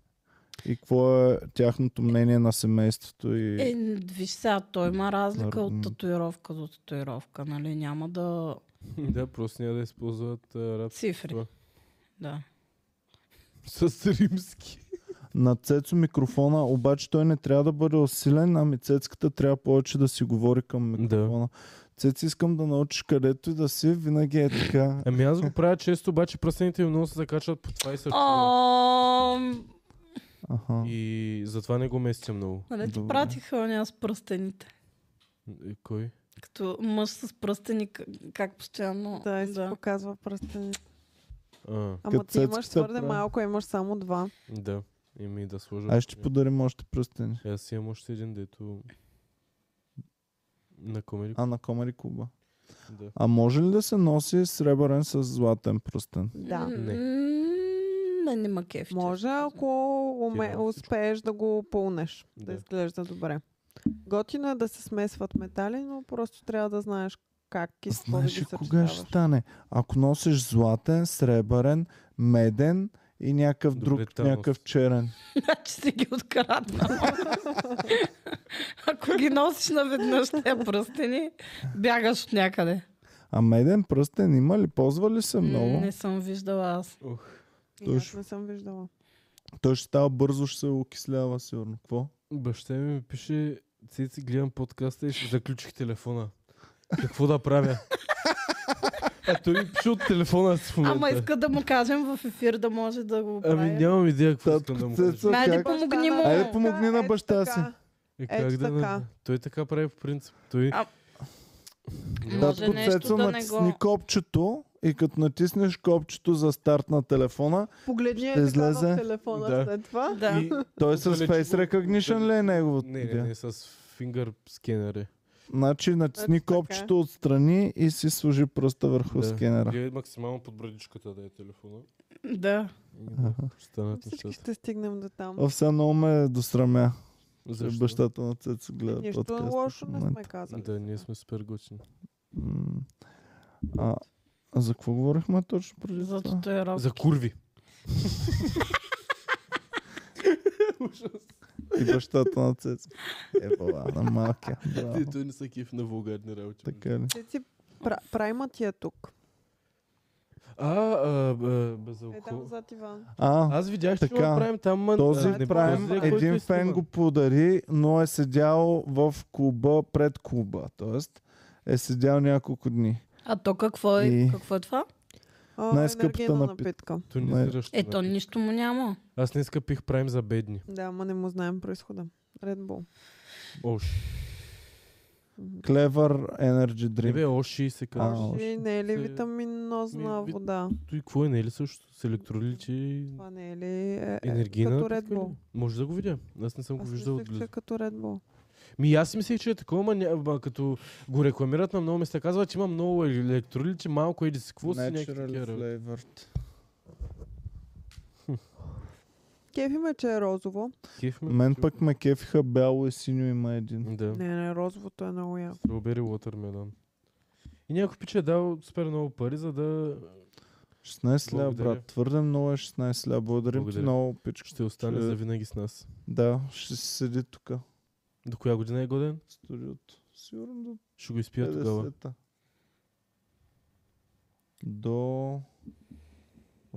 Speaker 1: и какво е тяхното мнение на семейството и...
Speaker 3: Е, виж сега, той има разлика
Speaker 1: М.
Speaker 3: от татуировка до татуировка, нали? Няма да...
Speaker 4: Да, просто няма да използват а, раб
Speaker 3: Цифри.
Speaker 4: Това.
Speaker 3: Да.
Speaker 4: с римски.
Speaker 1: На Цецо микрофона, обаче той не трябва да бъде усилен, ами Цецката трябва повече да си говори към
Speaker 4: Да.
Speaker 1: микрофона. Цеци искам да научиш където и да си, винаги е така.
Speaker 4: Ами аз го правя често, обаче пръстените ми много се закачват по това и сърчина.
Speaker 3: О,
Speaker 1: Аха.
Speaker 4: И затова не го местя много.
Speaker 3: нали ти
Speaker 1: Добре.
Speaker 3: пратиха оня с пръстените?
Speaker 4: Е, Кой?
Speaker 3: Като мъж с пръстени, к- как постоянно...
Speaker 2: да, е и се показва пръстените.
Speaker 4: А,
Speaker 2: Ама
Speaker 1: Като
Speaker 2: ти имаш
Speaker 1: цецката
Speaker 2: твърде
Speaker 1: прави.
Speaker 2: малко, имаш само два.
Speaker 4: да. Еми да сложа.
Speaker 1: Аз ще подарим още пръстени.
Speaker 4: Аз си имам още един, дето... На комери.
Speaker 1: А, на Комари Куба.
Speaker 4: Да.
Speaker 1: А може ли да се носи сребърен с златен пръстен?
Speaker 2: Да.
Speaker 4: Не.
Speaker 3: Не, не ма кефи.
Speaker 2: Може, ако уме,
Speaker 4: Тирам всичко.
Speaker 2: успееш да го пълнеш, да.
Speaker 4: Да.
Speaker 2: изглежда добре. Готино е да се смесват метали, но просто трябва да знаеш как и с какво да
Speaker 1: Знаеш
Speaker 2: ги
Speaker 1: ли кога ще
Speaker 2: съчетаваш.
Speaker 1: стане? Ако носиш златен, сребърен, меден и някакъв
Speaker 4: Добре,
Speaker 1: друг,
Speaker 4: Танос.
Speaker 1: някакъв черен.
Speaker 3: Значи си ги открадна. Ако ги носиш наведнъж тези пръстени, бягаш от някъде.
Speaker 1: А меден пръстен има ли? Ползва ли се много?
Speaker 3: Не съм виждала аз.
Speaker 2: И Аз
Speaker 1: Точно.
Speaker 2: не съм виждала.
Speaker 1: Той ще става бързо, ще се окислява сигурно. Какво?
Speaker 4: Баща ми ми пише, цици, гледам подкаста и ще заключих телефона. Какво да правя? а той ми пише от телефона си в момента.
Speaker 3: Ама иска да му кажем в ефир да може да го прави.
Speaker 4: е. Ами нямам идея какво
Speaker 1: Татко
Speaker 4: искам да му
Speaker 1: Цецо,
Speaker 4: кажа.
Speaker 3: Айде,
Speaker 1: как-
Speaker 3: е помогни му.
Speaker 1: Айде, помогни на
Speaker 2: Ето
Speaker 1: баща
Speaker 2: така.
Speaker 4: Е,
Speaker 2: Ето
Speaker 4: как да не-
Speaker 2: така.
Speaker 4: Той така прави по принцип. Той...
Speaker 3: А-
Speaker 4: Да,
Speaker 3: Може
Speaker 1: Татко
Speaker 3: нещо
Speaker 1: Цецо,
Speaker 3: да не
Speaker 1: натисни
Speaker 3: го-
Speaker 1: копчето и като натиснеш копчето за старт на телефона,
Speaker 2: Погледни е
Speaker 1: Ще
Speaker 2: така
Speaker 1: излезе.
Speaker 2: в телефона
Speaker 4: Да.
Speaker 2: след това.
Speaker 3: Да.
Speaker 4: и-
Speaker 1: той с
Speaker 4: Отдалече
Speaker 1: Face
Speaker 4: го-
Speaker 1: Recognition ли е неговото?
Speaker 4: Не, не,
Speaker 1: видео?
Speaker 4: не, с фингър скенер е.
Speaker 1: Значи натисни
Speaker 2: Ето така.
Speaker 1: копчето отстрани и си сложи пръста върху
Speaker 4: Да.
Speaker 1: скенера.
Speaker 4: Или е максимално под брадичката да е телефона.
Speaker 3: Да.
Speaker 4: Станат
Speaker 2: Всички
Speaker 4: нещата.
Speaker 2: ще стигнем до там.
Speaker 1: О, сега много ме дострамя.
Speaker 4: Защо?
Speaker 1: Бащата на Цецо гледа
Speaker 2: Нищо
Speaker 1: подкаста в
Speaker 2: лошо не сме
Speaker 1: момента.
Speaker 2: казали.
Speaker 4: Да, ние сме супер готини.
Speaker 1: М. А, а за какво говорихме точно преди
Speaker 3: За
Speaker 1: това?
Speaker 3: татуировки.
Speaker 4: За курви.
Speaker 1: И бащата на Цецо. Е, бала, на малкия. Браво.
Speaker 4: Ти Е, той не са кив на вулгарни работи.
Speaker 1: Така ли?
Speaker 2: Ти си пра- прайматия тук.
Speaker 4: А, а, б- без
Speaker 2: Е, там
Speaker 4: алкохол.
Speaker 2: зад Иван.
Speaker 1: А,
Speaker 4: аз видях, че
Speaker 1: Така.
Speaker 4: го правим там. ма-
Speaker 1: този
Speaker 4: а, не,
Speaker 1: прайм,
Speaker 4: този, който е
Speaker 1: един фен
Speaker 4: сниман.
Speaker 1: го подари, но е седял в клуба пред клуба. Тоест е седял няколко дни.
Speaker 3: А то какво е,
Speaker 1: И-
Speaker 3: какво е това?
Speaker 2: А,
Speaker 1: Най-скъпата
Speaker 2: енергийна
Speaker 1: напитка.
Speaker 2: напитка.
Speaker 4: Тонизиращ
Speaker 3: Ето,
Speaker 4: напитък.
Speaker 3: нищо му няма.
Speaker 4: Аз днес пих прайм за бедни.
Speaker 2: Да, ама не му знаем происхода. Red Bull.
Speaker 4: Ош.
Speaker 2: Мгм.
Speaker 1: Clever Energy
Speaker 4: Не Е, бе,
Speaker 1: Drink.
Speaker 4: оши се
Speaker 1: А,
Speaker 4: казва.
Speaker 1: още.
Speaker 2: И не е ли
Speaker 4: Се-
Speaker 2: витаминозна
Speaker 4: ми- ви-
Speaker 2: вода?
Speaker 4: Той какво е, не е ли също? С електролити и
Speaker 2: Това не е ли е, е,
Speaker 4: енергийна?
Speaker 2: като Red
Speaker 4: напитка ли?
Speaker 2: Bull?
Speaker 4: Може да го видя. Аз не съм го
Speaker 2: Аз
Speaker 4: виждал
Speaker 2: мислех, че е
Speaker 4: отблизо.
Speaker 2: като Red Bull.
Speaker 4: Ми аз си мислех, че е такова, ма, ня- ма, като го рекламират на много места. Казват, че има много електролити, малко еди си какво си някакви такива
Speaker 1: Natural
Speaker 4: работи.
Speaker 1: flavored.
Speaker 2: Кефи ме, че е розово.
Speaker 4: Кеф ме,
Speaker 1: Мен
Speaker 4: че-
Speaker 1: пък ме кефиха бяло и синьо има един.
Speaker 4: Да.
Speaker 2: Не, не, розовото е много яко.
Speaker 4: Strawberry watermelon. И някой пиче е дал супер много пари, за да
Speaker 1: 16 ля,
Speaker 4: Благодаря.
Speaker 1: брат. Твърде много е 16 ля. Благодарим ти
Speaker 4: Благодаря.
Speaker 1: много, пичко.
Speaker 4: ще остане
Speaker 1: Ще-
Speaker 4: за винаги с нас.
Speaker 1: Да, ще си седи тук. в
Speaker 4: До коя година е годен?
Speaker 1: Студиото. Сигурно до
Speaker 4: Ще го
Speaker 1: Е,
Speaker 4: изпия тогава.
Speaker 1: 50-та. До...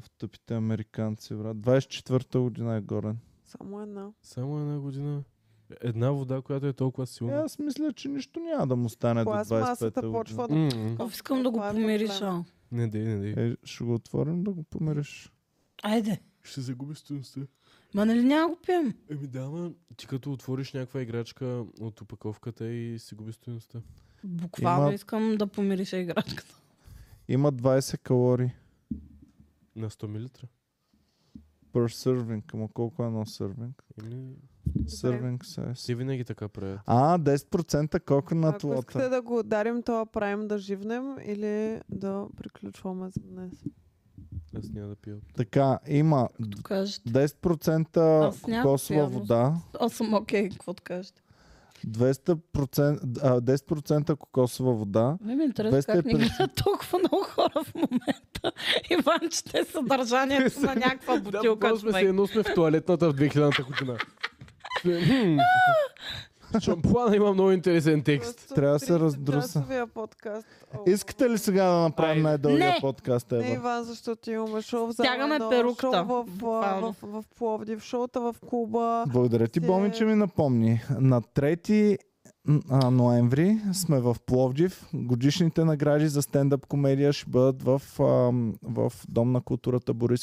Speaker 1: В тъпите американци, брат. 24-та година е горен.
Speaker 2: Само една.
Speaker 4: Само една година. Една вода, която е толкова
Speaker 1: Е,
Speaker 4: силна.
Speaker 1: аз мисля, че нищо няма да му стане до
Speaker 2: Пластмасата
Speaker 1: 25-та
Speaker 2: почва
Speaker 1: година.
Speaker 2: да...
Speaker 4: М,
Speaker 3: Оф, искам да го
Speaker 2: Това е
Speaker 3: помириша.
Speaker 2: проблема.
Speaker 4: Не дей, не дей.
Speaker 1: Е, ще го отворим да го помериш.
Speaker 3: Айде.
Speaker 4: Ще загуби стоеността.
Speaker 3: Ма нали няма го пием?
Speaker 4: Еми да, ма, ти като отвориш някаква играчка от опаковката и си губи стоеността.
Speaker 3: Буквално
Speaker 1: Има-
Speaker 3: искам да помириша играчката.
Speaker 1: Има 20 калории
Speaker 4: На 100 милилитра.
Speaker 1: per serving. Ама колко е едно serving?
Speaker 4: Еми,
Speaker 2: Добре.
Speaker 1: Serving size.
Speaker 4: си винаги така правят.
Speaker 1: А, 10% колко на
Speaker 2: Ако искате
Speaker 1: лота.
Speaker 2: да го ударим, това правим да живнем или да приключваме за днес.
Speaker 4: Аз няма да пия.
Speaker 1: Така, има
Speaker 3: Кажеш.
Speaker 1: 10%
Speaker 3: Аз нямам
Speaker 1: кокосова
Speaker 3: реално.
Speaker 1: вода.
Speaker 3: Аз съм окей, какво да кажете?
Speaker 1: 200%, а, 10% кокосова вода.
Speaker 3: Не ми е интересно как ни
Speaker 1: 250.
Speaker 3: гледат толкова много хора в момента. Иван чете съдържанието на някаква бутилка.
Speaker 4: просто сме се
Speaker 3: човек.
Speaker 4: едно сме в туалетната в 2000-та година. Хм. Шампуана има много интересен текст.
Speaker 2: Просто
Speaker 1: Трябва да се
Speaker 2: 30
Speaker 1: раздруса.
Speaker 2: часовия подкаст. О,
Speaker 1: Искате е, ли сега да направим
Speaker 4: Айде.
Speaker 1: най-дългия
Speaker 3: Не.
Speaker 1: подкаст,
Speaker 2: Не,
Speaker 1: Ева?
Speaker 2: Иван, защото имаме шоу в
Speaker 3: Стягаме
Speaker 2: Зала едно,
Speaker 3: перуката,
Speaker 2: шоу в, в,
Speaker 3: буквално.
Speaker 2: в, в, Пловдив, шоута в клуба.
Speaker 1: Благодаря ти,
Speaker 2: Се-
Speaker 1: Боми, че ми напомни. На 3 н- а, ноември сме в Пловдив. Годишните награди за стендъп комедия ще бъдат в, ам, в Дом на културата Борис